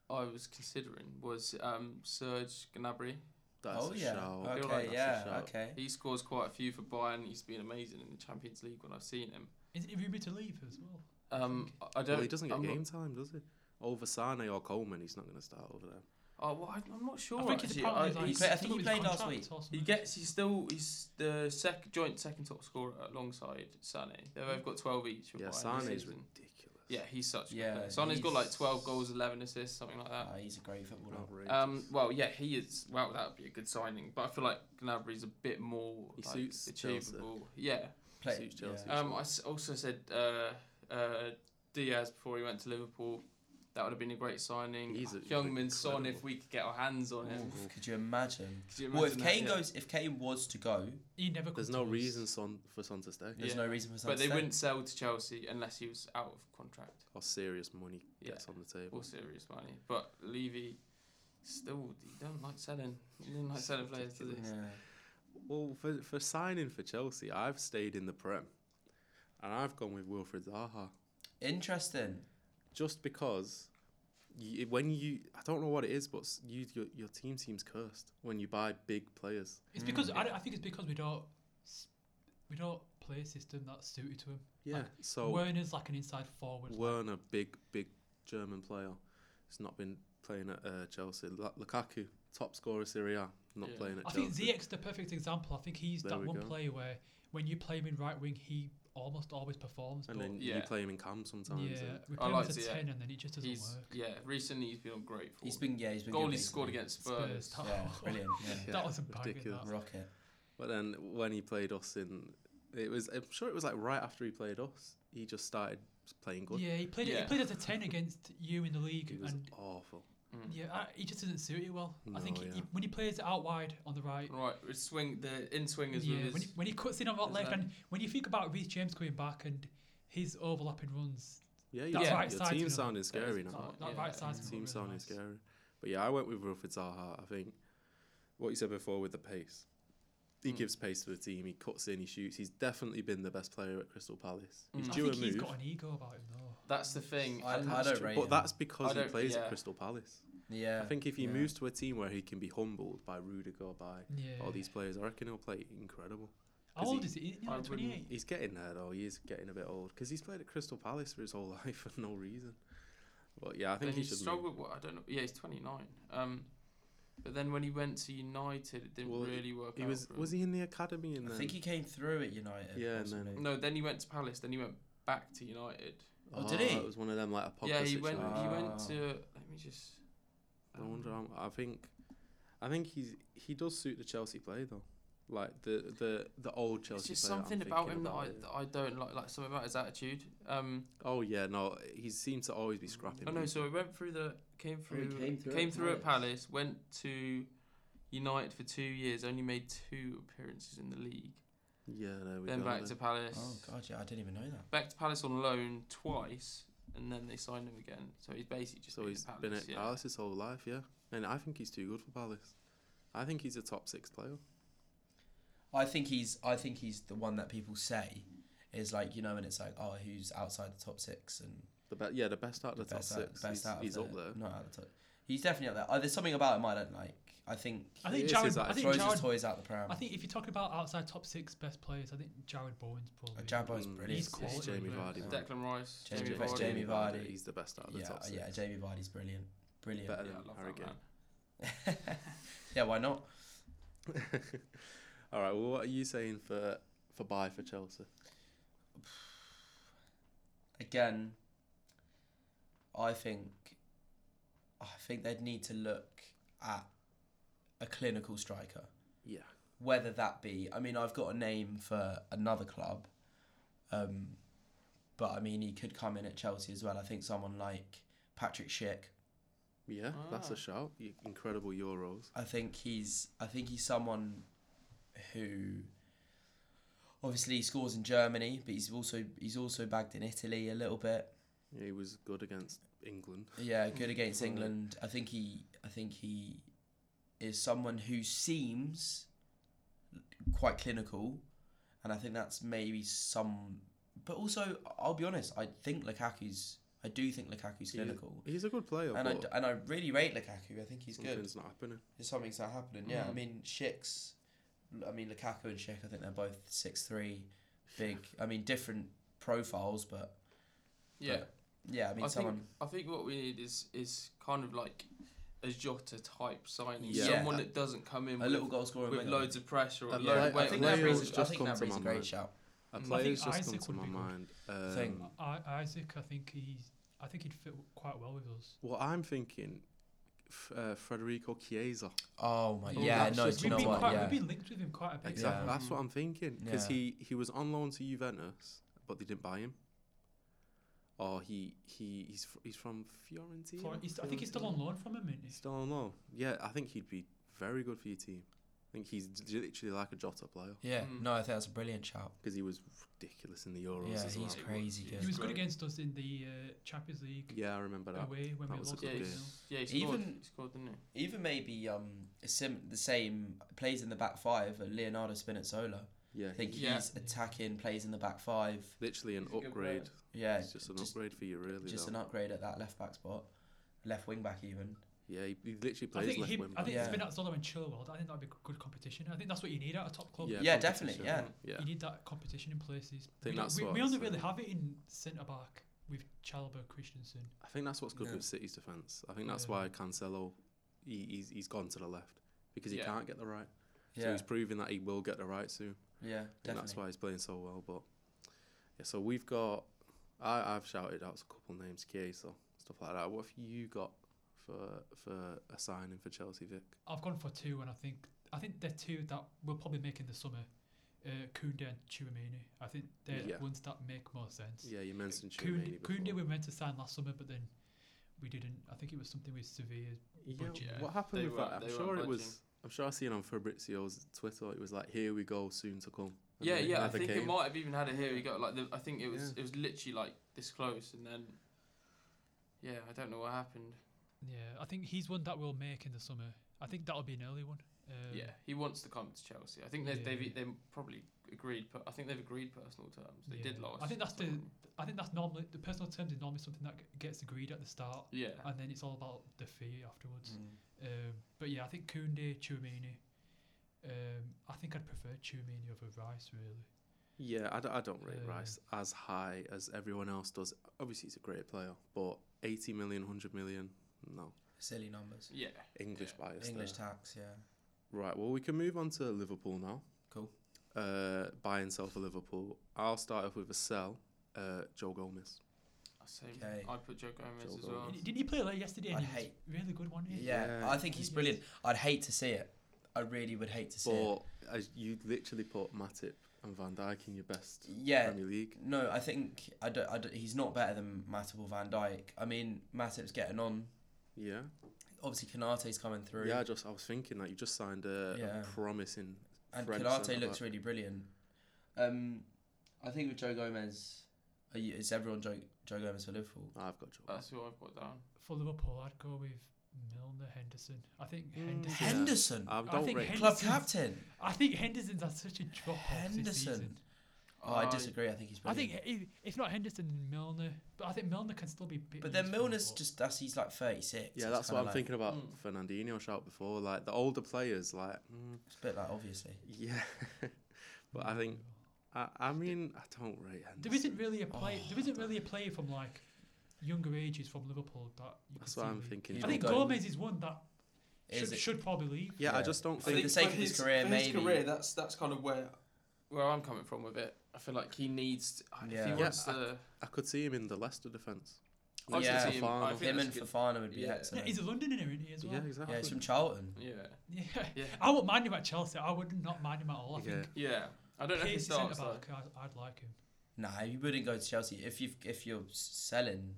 Speaker 2: I was considering was um, Serge Gnabry.
Speaker 1: That's
Speaker 3: oh
Speaker 1: a
Speaker 3: yeah.
Speaker 1: shout.
Speaker 2: I
Speaker 3: Okay.
Speaker 2: feel like
Speaker 1: that's a
Speaker 3: yeah.
Speaker 1: shout.
Speaker 3: Okay.
Speaker 2: He scores quite a few for Bayern. He's been amazing in the Champions League when I've seen him.
Speaker 4: Is it rumored to leave as well?
Speaker 2: Um, I- I don't.
Speaker 1: Well, he doesn't get
Speaker 2: I'm not-
Speaker 1: game time, does he? Over Sane or Coleman, he's not going to start over there.
Speaker 2: oh, well, I- I'm not sure.
Speaker 4: I think he's
Speaker 2: actually.
Speaker 4: apparently
Speaker 2: I-
Speaker 4: like
Speaker 3: he
Speaker 2: he's-
Speaker 3: play- I
Speaker 4: still
Speaker 3: think he
Speaker 4: got his
Speaker 3: played last
Speaker 4: contract
Speaker 3: week.
Speaker 4: or something.
Speaker 2: he gets. He's still. He's the sec, joint second top scorer alongside Sane. They both got 12 each. for
Speaker 1: Yeah,
Speaker 2: Bayern this
Speaker 1: Sane's
Speaker 2: season.
Speaker 1: ridiculous.
Speaker 2: Yeah, he's such. Yeah,
Speaker 3: Yeah,
Speaker 2: player. Sane's got like
Speaker 3: he's-
Speaker 2: 12 goals, 11 assists, something like that.
Speaker 3: Ah, he's a great footballer.
Speaker 1: Outrageous.
Speaker 2: Um, well, yeah, he is. Well, that would be a good signing, but I feel like Gnabry's a bit more
Speaker 1: He
Speaker 2: like,
Speaker 1: suits Chelsea.
Speaker 2: achievable. Yeah.
Speaker 3: Play-
Speaker 1: Suits Chelsea.
Speaker 3: yeah.
Speaker 2: Um, I s- also said uh, uh, Diaz before he went to Liverpool. That would have been a great signing.
Speaker 1: He's a-
Speaker 2: Young Min Son, if
Speaker 1: incredible.
Speaker 2: we could get our hands on him.
Speaker 3: Oof, could you imagine?
Speaker 2: Could you
Speaker 3: Well, if
Speaker 2: imagine that?
Speaker 3: Kane
Speaker 2: Yeah.
Speaker 3: goes, if Kane was to go,
Speaker 4: He never.
Speaker 1: There's
Speaker 4: comes
Speaker 1: no
Speaker 4: to us.
Speaker 1: reason son, for Son to stay.
Speaker 2: Yeah.
Speaker 3: there's no reason for
Speaker 2: but
Speaker 3: someone
Speaker 2: they
Speaker 3: to stay.
Speaker 2: wouldn't sell to Chelsea unless he was out of contract
Speaker 1: Or serious money
Speaker 2: Yeah.
Speaker 1: gets on the table.
Speaker 2: or serious money. But Levy, Still, you don't like selling. You don't like selling players, does he?
Speaker 1: Well, for, for signing for Chelsea, I've stayed in the Prem, and I've gone with Wilfred Zaha
Speaker 3: Interesting.
Speaker 1: just because you, when you I don't know what it is, but s- you your, your team seems cursed when you buy big players.
Speaker 4: It's because
Speaker 2: Hmm.
Speaker 3: Mm.
Speaker 4: I, don't- I think it's because we don't s- we don't play a system that's suited to him.
Speaker 1: Yeah,
Speaker 4: Like,
Speaker 1: so
Speaker 4: Werner's like an inside forward.
Speaker 1: Werner, big, big German player. He's not been playing at uh, Chelsea. Lu- Lukaku, top scorer Serie A, not
Speaker 2: Yeah.
Speaker 1: playing at
Speaker 4: I think
Speaker 1: Chelsea.
Speaker 4: ZX the perfect example. I think he's
Speaker 1: There
Speaker 4: that
Speaker 1: we
Speaker 4: one
Speaker 1: go.
Speaker 4: player where when you play him in right wing, he almost always performs.
Speaker 1: and
Speaker 4: but
Speaker 1: then you
Speaker 2: Yeah.
Speaker 1: play him in cam sometimes.
Speaker 4: yeah,
Speaker 1: and-
Speaker 4: we
Speaker 2: I
Speaker 4: play him
Speaker 2: like
Speaker 4: as a
Speaker 2: ZX.
Speaker 4: ten, and then it just doesn't
Speaker 2: He's
Speaker 4: work.
Speaker 2: yeah. Recently, he's been on great form.
Speaker 3: He's been yeah. He's been.
Speaker 2: goal
Speaker 3: good
Speaker 2: he
Speaker 3: recently.
Speaker 2: scored against Spurs.
Speaker 4: Spurs.
Speaker 3: Yeah, brilliant.
Speaker 1: Yeah,
Speaker 3: Yeah.
Speaker 4: that was a banger,
Speaker 1: ridiculous.
Speaker 4: that.
Speaker 3: Rocket.
Speaker 1: But then when he played us in, it was I'm sure it was like right after he played us, he just started playing good.
Speaker 4: Yeah, he played it.
Speaker 2: Yeah.
Speaker 4: He played as a ten against you in the league,
Speaker 1: He was
Speaker 4: and
Speaker 1: awful.
Speaker 2: Mm.
Speaker 4: yeah, I, he just doesn't suit you well. I think
Speaker 1: No,
Speaker 4: he,
Speaker 1: yeah.
Speaker 4: he- when he plays it out wide on the right,
Speaker 2: Right, it's swing the in swingers
Speaker 4: yeah,
Speaker 2: with
Speaker 4: when
Speaker 2: his
Speaker 4: he, when he cuts in on that
Speaker 2: his
Speaker 4: left,
Speaker 2: leg.
Speaker 4: and when you think about Reece James coming back and his overlapping runs,
Speaker 1: Yeah, you
Speaker 4: That
Speaker 1: yeah.
Speaker 4: right
Speaker 1: your
Speaker 4: side's
Speaker 1: team
Speaker 4: gonna-
Speaker 1: sounding scary
Speaker 2: is
Speaker 1: now.
Speaker 2: not-
Speaker 4: that, that
Speaker 2: Oh, yeah,
Speaker 4: right side's
Speaker 1: Team
Speaker 4: really
Speaker 1: sounding
Speaker 4: nice.
Speaker 1: scary. But yeah, I went with Wilfred Zaha. I think what you said before with the pace. He
Speaker 2: Mm.
Speaker 1: gives pace to the team. He cuts in. He shoots. He's definitely been the best player at Crystal Palace. He's
Speaker 2: Mm. I
Speaker 4: I
Speaker 1: due
Speaker 4: think
Speaker 1: a move.
Speaker 4: he's got an ego about him though.
Speaker 2: That's the thing.
Speaker 3: I-
Speaker 2: and
Speaker 3: I don't rate
Speaker 1: but
Speaker 3: him.
Speaker 1: that's because
Speaker 2: I
Speaker 1: he
Speaker 2: don't-
Speaker 1: plays at
Speaker 2: yeah.
Speaker 1: Crystal Palace.
Speaker 3: Yeah.
Speaker 1: I think if he
Speaker 3: yeah.
Speaker 1: moves to a team where he can be humbled by Rudiger, by
Speaker 4: Yeah.
Speaker 1: all these players, I reckon he'll play incredible.
Speaker 4: How
Speaker 1: 'cause
Speaker 4: old
Speaker 1: he-
Speaker 4: is he?
Speaker 2: I wouldn't-
Speaker 4: Twenty eight.
Speaker 1: He's getting there though. He is getting a bit old because he's played at Crystal Palace for his whole life for no reason. But yeah, I think
Speaker 2: then
Speaker 1: he
Speaker 2: he
Speaker 1: should
Speaker 2: struggled.
Speaker 1: move.
Speaker 2: With, what- I don't know. Yeah, he's 29. Um, but then when he went to United, it didn't
Speaker 1: Well,
Speaker 2: really work
Speaker 1: He
Speaker 2: out.
Speaker 1: was
Speaker 2: for him.
Speaker 1: was he in the academy and
Speaker 3: I
Speaker 1: then
Speaker 3: think he came through at United.
Speaker 1: Yeah, and
Speaker 3: possibly.
Speaker 1: then-
Speaker 2: No, then he went to Palace. Then he went back to United.
Speaker 3: Oh, did he?
Speaker 1: It was one of them like a podcast.
Speaker 2: yeah, he went.
Speaker 1: situation.
Speaker 2: He went
Speaker 3: Ah.
Speaker 2: to. Let me just.
Speaker 1: I wonder. How, I think, I think he's he does suit the Chelsea play though, like the the the old Chelsea.
Speaker 2: It's just
Speaker 1: player that I'm
Speaker 2: something about
Speaker 1: thinking
Speaker 2: him that I,
Speaker 1: about, yeah.
Speaker 2: that I don't like, like something about his attitude. Um,
Speaker 1: Oh yeah, no, he seems to always be scrapping.
Speaker 2: oh no,
Speaker 1: people.
Speaker 2: so he went through the came
Speaker 1: Oh,
Speaker 2: through
Speaker 3: came through at
Speaker 2: at
Speaker 3: Palace.
Speaker 2: Palace, went to United for two years, only made two appearances in the league.
Speaker 1: yeah, there we
Speaker 2: then
Speaker 1: go.
Speaker 2: back
Speaker 1: then.
Speaker 2: to Palace.
Speaker 3: Oh god, yeah, I didn't even know that.
Speaker 2: Back to Palace on loan twice, and then they signed him again. So he's basically just
Speaker 1: so
Speaker 2: been
Speaker 1: he's
Speaker 2: at Palace.
Speaker 1: been at
Speaker 2: yeah.
Speaker 1: Palace his whole life, yeah, and I think he's too good for Palace. I think he's a top six player.
Speaker 3: I think he's I think he's the one that people say is like you know, and it's like oh, who's outside the top six and
Speaker 1: The be- yeah, the best out of the, top
Speaker 3: out-
Speaker 1: six.
Speaker 3: best
Speaker 1: he's
Speaker 3: out of
Speaker 1: he's
Speaker 3: the,
Speaker 1: up there.
Speaker 3: Not out of the top. He's definitely up there. Oh, there's something about him I don't like. I think
Speaker 4: I
Speaker 1: It
Speaker 4: think
Speaker 1: is
Speaker 4: Jared.
Speaker 1: his
Speaker 4: I think
Speaker 3: throws
Speaker 4: Jared.
Speaker 3: his toys out the pram.
Speaker 4: I think if you're talking about outside top six best players, I think Jared Bowen's probably.
Speaker 3: Jabbo's
Speaker 1: Mm.
Speaker 3: brilliant.
Speaker 4: He's cool.
Speaker 1: It's Jamie
Speaker 2: Declan
Speaker 1: Vardy.
Speaker 2: Declan Rice,
Speaker 3: Jamie
Speaker 2: Jamie
Speaker 3: Vardy.
Speaker 2: Vardy.
Speaker 3: Jamie Vardy.
Speaker 1: He's the best out of the
Speaker 3: Yeah,
Speaker 1: top six.
Speaker 3: yeah, Jamie Vardy's brilliant. Brilliant.
Speaker 1: Better
Speaker 2: Yeah,
Speaker 1: than
Speaker 2: I love
Speaker 1: Harry
Speaker 2: that man.
Speaker 3: yeah, why not?
Speaker 1: All right. Well, what are you saying for for buy for Chelsea?
Speaker 3: Again, I think I think they'd need to look at a clinical striker.
Speaker 1: Yeah.
Speaker 3: whether that be I mean I've got a name for another club um but I mean he could come in at Chelsea as well I think someone like Patrick Schick
Speaker 1: Yeah, that's
Speaker 2: Ah.
Speaker 1: a shout. Y- Incredible Euros.
Speaker 3: I think he's I think he's someone who obviously he scores in Germany but he's also he's also bagged in Italy a little bit
Speaker 1: Yeah, he was good against England.
Speaker 3: Yeah, good against England. I think he I think he is someone who seems quite clinical and I think that's maybe some but also I'll be honest, I think Lukaku's I do think Lukaku's
Speaker 1: He is-
Speaker 3: clinical.
Speaker 1: He's a good player,
Speaker 3: And I,
Speaker 1: but
Speaker 3: and I really rate Lukaku. I think he's good.
Speaker 1: something's not happening.
Speaker 3: There's something's not happening. Yeah, I
Speaker 2: Mhm.
Speaker 3: mean Shik's I mean Lukaku and Shik, I think they're both six three, big I mean different profiles, but
Speaker 2: Yeah,
Speaker 3: yeah, I mean
Speaker 2: I
Speaker 3: someone
Speaker 2: think I think what we need is is kind of like a Jota type signing,
Speaker 1: Yeah.
Speaker 2: someone
Speaker 3: Yeah.
Speaker 2: that doesn't come in
Speaker 3: a
Speaker 2: with,
Speaker 3: little goal scorer
Speaker 2: with loads of pressure or
Speaker 1: A
Speaker 2: low
Speaker 1: player-
Speaker 2: weight.
Speaker 1: I
Speaker 3: I
Speaker 1: think
Speaker 3: think
Speaker 2: low
Speaker 1: that
Speaker 3: that
Speaker 1: brings-
Speaker 3: brings,
Speaker 1: just come to
Speaker 3: a
Speaker 1: my
Speaker 3: great
Speaker 1: mind.
Speaker 3: shout.
Speaker 1: A
Speaker 2: Mm. I
Speaker 1: player's
Speaker 4: think
Speaker 1: just
Speaker 4: Isaac
Speaker 1: come to
Speaker 4: would
Speaker 1: my
Speaker 4: be good.
Speaker 1: mind. Um,
Speaker 3: Thing.
Speaker 4: I, Isaac, I think he's. I think he'd fit quite well with us.
Speaker 1: What I'm thinking, f- uh, Federico Chiesa.
Speaker 3: Oh my,
Speaker 2: Oh,
Speaker 3: yeah,
Speaker 1: that's
Speaker 3: no,
Speaker 1: just-
Speaker 3: do you
Speaker 4: we've,
Speaker 3: know
Speaker 4: been
Speaker 3: what?
Speaker 4: quite,
Speaker 3: yeah.
Speaker 4: we've been linked with him quite a bit.
Speaker 1: Exactly.
Speaker 3: Yeah.
Speaker 1: That's what I'm thinking. Because
Speaker 3: Yeah.
Speaker 1: he he was on loan to Juventus, but they didn't buy him. Or he he he's fr- he's from Fiorentina.
Speaker 4: Florent- he's- I think he's still on
Speaker 1: Fiorentina?
Speaker 4: loan from him, isn't he?
Speaker 1: He's still on loan. Yeah, I think he'd be very good for your team. think he's d- literally like a Jota player
Speaker 3: Yeah,
Speaker 2: Mm.
Speaker 3: no, I think that's a brilliant shout.
Speaker 1: because he was ridiculous in the Euros
Speaker 3: Yeah,
Speaker 1: as well.
Speaker 3: he's crazy
Speaker 2: Yeah,
Speaker 4: he was
Speaker 3: good.
Speaker 4: good
Speaker 2: great.
Speaker 4: against us in the uh, Champions League
Speaker 1: Yeah, I remember that.
Speaker 4: away when
Speaker 1: that
Speaker 4: we
Speaker 1: was a
Speaker 4: lost.
Speaker 1: good
Speaker 2: Yeah,
Speaker 4: 1-0.
Speaker 1: game.
Speaker 2: he's, yeah, he scored.
Speaker 3: Even-
Speaker 2: he scored, didn't he?
Speaker 3: Even maybe um a sim the same plays in the back five. uh, Leonardo Spinazzola.
Speaker 1: Yeah,
Speaker 3: I think
Speaker 2: Yeah.
Speaker 3: he's attacking, plays in the back five.
Speaker 1: literally an
Speaker 2: He's a good
Speaker 1: upgrade.
Speaker 2: player.
Speaker 3: Yeah,
Speaker 1: It's just an
Speaker 3: just,
Speaker 1: upgrade for you, really.
Speaker 3: just
Speaker 1: though.
Speaker 3: an upgrade at that left back spot, left wing back even.
Speaker 1: yeah, he, he literally
Speaker 4: I
Speaker 1: plays
Speaker 4: think
Speaker 1: left
Speaker 4: he,
Speaker 1: wing.
Speaker 4: I
Speaker 1: back.
Speaker 4: think
Speaker 3: Yeah.
Speaker 4: Spinazzola and Chilwell. I think that'd be g- good competition. I think that's what you need at a top club.
Speaker 1: Yeah,
Speaker 3: Yeah, definitely.
Speaker 1: competition.
Speaker 3: Yeah,
Speaker 1: yeah.
Speaker 4: You need that competition in places.
Speaker 1: think
Speaker 4: we, don't-
Speaker 1: that's
Speaker 4: we,
Speaker 1: what
Speaker 4: we
Speaker 1: I
Speaker 4: only
Speaker 1: said.
Speaker 4: really have it in centre back with Chalobah Christensen.
Speaker 1: I think that's what's good
Speaker 3: Yeah.
Speaker 1: with City's defense. I think that's
Speaker 4: Yeah.
Speaker 1: why Cancelo, he, he's he's gone to the left because he
Speaker 2: Yeah.
Speaker 1: can't get the right. So
Speaker 3: yeah,
Speaker 1: he's proving that he will get the right soon.
Speaker 3: yeah,
Speaker 1: And that's
Speaker 3: definitely.
Speaker 1: why he's playing so well. But yeah, so we've got. I, I've shouted out a couple names, Chiesa, stuff like that. What have you got for for a signing for Chelsea, Vic?
Speaker 4: I've gone for two, and I think I think they're two that we'll probably make in the summer. Uh, Koundé and Chouamini. I think they're
Speaker 1: Yeah.
Speaker 4: the ones that make more sense.
Speaker 1: Yeah, you mentioned Chouamani
Speaker 4: Koundé, Koundé
Speaker 1: before.
Speaker 4: we were meant to sign last summer, but then we didn't. I think it was something with Sevilla.
Speaker 1: Yeah,
Speaker 4: budget.
Speaker 2: Yeah,
Speaker 1: what happened
Speaker 2: they
Speaker 1: with
Speaker 2: weren't-
Speaker 1: that? I'm
Speaker 2: they
Speaker 1: sure
Speaker 2: weren't
Speaker 1: it was.
Speaker 2: budging.
Speaker 1: I'm sure I seen on Fabrizio's Twitter. It was like, "Here we go, soon to come." And
Speaker 2: Yeah,
Speaker 1: then
Speaker 2: yeah. I
Speaker 1: never
Speaker 2: think it
Speaker 1: came.
Speaker 2: might have even had it here. We got like the, I think it was
Speaker 1: Yeah.
Speaker 2: it was literally like this close, and then yeah, I don't know what happened.
Speaker 4: Yeah, I think he's one that we'll make in the summer. I think that'll be an early one. Um,
Speaker 2: yeah, he wants to come to Chelsea. I think they've
Speaker 4: Yeah.
Speaker 2: they've, they've probably agreed. Per, I think they've agreed personal terms. They did
Speaker 4: Yeah.
Speaker 2: last.
Speaker 4: I think that's the-
Speaker 2: time.
Speaker 4: I think that's normally the personal terms is normally something that g- gets agreed at the start,
Speaker 2: yeah.
Speaker 4: and then it's all about the fee afterwards.
Speaker 3: Mm.
Speaker 4: Um, but yeah, I think Koundé, Chouamini. Um, I think I'd prefer Chouamini over Rice really.
Speaker 1: Yeah, I, d- I don't rate
Speaker 4: Uh,
Speaker 1: Rice as high as everyone else does. Obviously, he's a great player, but 80 million, 100 million, no.
Speaker 3: Silly numbers.
Speaker 2: yeah,
Speaker 1: English
Speaker 2: Yeah,
Speaker 1: bias.
Speaker 3: English
Speaker 1: there.
Speaker 3: tax. Yeah,
Speaker 1: right, well, we can move on to Liverpool now.
Speaker 3: cool.
Speaker 1: Uh, buy and sell for Liverpool. I'll start off with a sell, uh, Joe Gomez.
Speaker 2: I say
Speaker 3: Okay.
Speaker 2: I put Joe Gomez
Speaker 1: Joe
Speaker 2: as well.
Speaker 1: Gomez.
Speaker 4: Didn't he play like yesterday? and
Speaker 3: I'd
Speaker 4: he was
Speaker 3: hate-
Speaker 4: Really good, wasn't he?
Speaker 3: Yeah,
Speaker 1: Yeah.
Speaker 3: I think he's brilliant. I'd hate to see it. I really would hate to see it.
Speaker 1: But as you literally put Matip and Van Dijk in your best
Speaker 3: Yeah,
Speaker 1: Premier League.
Speaker 3: No, I think I don't, I don't- he's not better than Matip or Van Dijk. I mean, Matip's getting on.
Speaker 1: Yeah.
Speaker 3: Obviously, Canate's coming through.
Speaker 1: Yeah, I just I was thinking that you just signed a, a
Speaker 3: Yeah.
Speaker 1: promising.
Speaker 3: and
Speaker 1: French
Speaker 3: Canate
Speaker 1: centre-back.
Speaker 3: looks really brilliant. Um, I think with Joe Gomez, are you, is everyone Joe, Joe Gomez for Liverpool?
Speaker 1: I've got
Speaker 3: Oh,
Speaker 1: Joe.
Speaker 2: That's who I've got down.
Speaker 4: For Liverpool, I'd go with Milner, Henderson. I think
Speaker 1: Mm,
Speaker 4: Henderson.
Speaker 1: yeah.
Speaker 3: Henderson,
Speaker 1: I
Speaker 4: I
Speaker 1: don't
Speaker 4: think
Speaker 1: rate.
Speaker 4: Hen-
Speaker 3: club
Speaker 4: Henderson.
Speaker 3: captain.
Speaker 4: I think Henderson's had such a drop off this
Speaker 3: Henderson.
Speaker 4: season.
Speaker 3: Oh, I
Speaker 2: Uh,
Speaker 3: disagree. I think he's
Speaker 4: I
Speaker 3: brilliant.
Speaker 4: think if, if not Henderson, then Milner. But I think Milner can still be. a bit
Speaker 3: but then
Speaker 4: useful,
Speaker 3: Milner's
Speaker 4: but-
Speaker 3: just that's he's like thirty six.
Speaker 1: yeah, that's what I'm thinking about
Speaker 2: Mm.
Speaker 1: Fernandinho shout before. Like the older players, like mm,
Speaker 3: It's a bit like obviously.
Speaker 1: Yeah, but I think I, I mean I don't rate Henderson.
Speaker 4: There isn't really a play.
Speaker 1: Oh.
Speaker 4: there isn't really a player from like younger ages from Liverpool that. You
Speaker 1: That's
Speaker 4: can
Speaker 1: what
Speaker 4: see
Speaker 1: I'm
Speaker 4: leave.
Speaker 1: thinking.
Speaker 4: I
Speaker 3: Yeah.
Speaker 4: think
Speaker 3: Go-
Speaker 4: Gomez is one that
Speaker 3: Is
Speaker 4: should,
Speaker 3: it-
Speaker 4: should probably leave.
Speaker 1: yeah, I
Speaker 3: Yeah.
Speaker 1: just don't
Speaker 3: For
Speaker 1: think.
Speaker 3: the sake of his career,
Speaker 2: for
Speaker 3: maybe.
Speaker 2: His career, that's that's kind of where where I'm coming from with it. I feel like he needs. If
Speaker 3: Yeah.
Speaker 2: he
Speaker 3: Yeah,
Speaker 2: wants
Speaker 1: I-
Speaker 2: to.
Speaker 1: I could see him in the Leicester defense.
Speaker 2: I could
Speaker 3: Yeah.
Speaker 2: see him. I
Speaker 1: Fafana.
Speaker 2: think
Speaker 3: Him and
Speaker 2: that's good.
Speaker 3: Fafana would be
Speaker 2: Yeah.
Speaker 4: Yeah,
Speaker 3: excellent.
Speaker 4: he's a Londoner, isn't he as well?
Speaker 1: Yeah, exactly.
Speaker 3: yeah, he's from Charlton.
Speaker 2: Yeah.
Speaker 4: Yeah.
Speaker 2: Yeah.
Speaker 4: I wouldn't mind him at Chelsea. I would not mind him at all. I
Speaker 1: Yeah.
Speaker 4: think.
Speaker 2: Yeah. I don't know if he
Speaker 4: Casey centre
Speaker 2: starts. though.
Speaker 4: back, I'd, I'd like him.
Speaker 3: Nah, you wouldn't go to Chelsea if you if you're s- selling.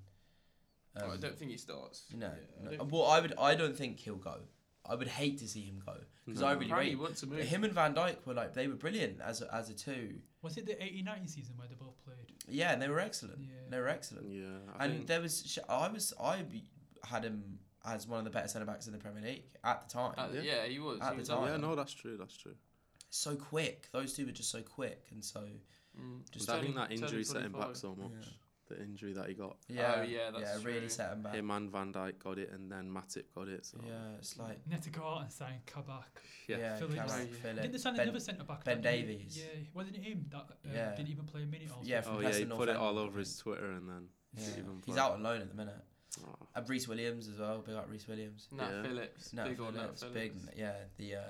Speaker 2: Oh, I
Speaker 3: um,
Speaker 2: don't think he starts.
Speaker 3: No,
Speaker 2: Yeah, I
Speaker 3: no.
Speaker 2: don't-
Speaker 3: well, I would. I don't think he'll go. I would hate to see him go because I
Speaker 1: No.
Speaker 3: really
Speaker 2: Apparently
Speaker 3: rate
Speaker 2: he wants to move.
Speaker 3: him and Van Dyke were like they were brilliant as a, as a two.
Speaker 4: Was it the 80-90 season where they both played?
Speaker 3: Yeah, and they were excellent.
Speaker 4: Yeah.
Speaker 3: They were excellent.
Speaker 1: Yeah, I
Speaker 3: and
Speaker 1: think,
Speaker 3: there was sh- I was I be- had him as one of the better centre backs in the Premier League at the time.
Speaker 2: Uh,
Speaker 1: Yeah.
Speaker 2: yeah. he was.
Speaker 3: At
Speaker 2: he
Speaker 3: the
Speaker 2: was
Speaker 3: time.
Speaker 2: up
Speaker 1: yeah,
Speaker 2: there.
Speaker 1: no, that's true. That's true.
Speaker 3: so quick. Those two were just so quick and so
Speaker 2: Mm.
Speaker 3: Just
Speaker 1: I
Speaker 2: turning-
Speaker 1: think that injury
Speaker 2: turning
Speaker 1: set him back
Speaker 2: 25.
Speaker 1: so much. The injury that he got,
Speaker 3: yeah.
Speaker 2: Oh, yeah,
Speaker 3: yeah,
Speaker 2: that's
Speaker 3: really
Speaker 2: true.
Speaker 3: set him back.
Speaker 1: him and Van Dijk got it, and then Matip got it. So
Speaker 3: Yeah, it's like
Speaker 4: Netico and sign Kabak.
Speaker 1: Yeah.
Speaker 3: yeah,
Speaker 4: Phillips.
Speaker 3: Carrick,
Speaker 2: Right, yeah.
Speaker 4: Didn't they
Speaker 3: Phillips,
Speaker 4: sign
Speaker 3: Ben-
Speaker 4: another centre back?
Speaker 3: Ben
Speaker 4: that didn't-
Speaker 3: Davies.
Speaker 4: Yeah, wasn't it him that um,
Speaker 3: Yeah.
Speaker 4: didn't even play a minute? Or
Speaker 3: Yeah,
Speaker 4: something?
Speaker 1: Oh
Speaker 3: From
Speaker 1: yeah, he
Speaker 3: Preston
Speaker 1: put it all
Speaker 3: Northampton.
Speaker 1: over his Twitter, and then oh,
Speaker 3: yeah.
Speaker 1: didn't even
Speaker 3: He's
Speaker 1: play.
Speaker 3: out on loan at the minute.
Speaker 1: Aw.
Speaker 3: And Reese Williams as well. Big up Reese Williams.
Speaker 2: Nat
Speaker 1: Yeah.
Speaker 2: Phillips.
Speaker 3: No,
Speaker 2: big on Nat
Speaker 3: Phillips,
Speaker 2: Phillips.
Speaker 3: big. Yeah, the uh,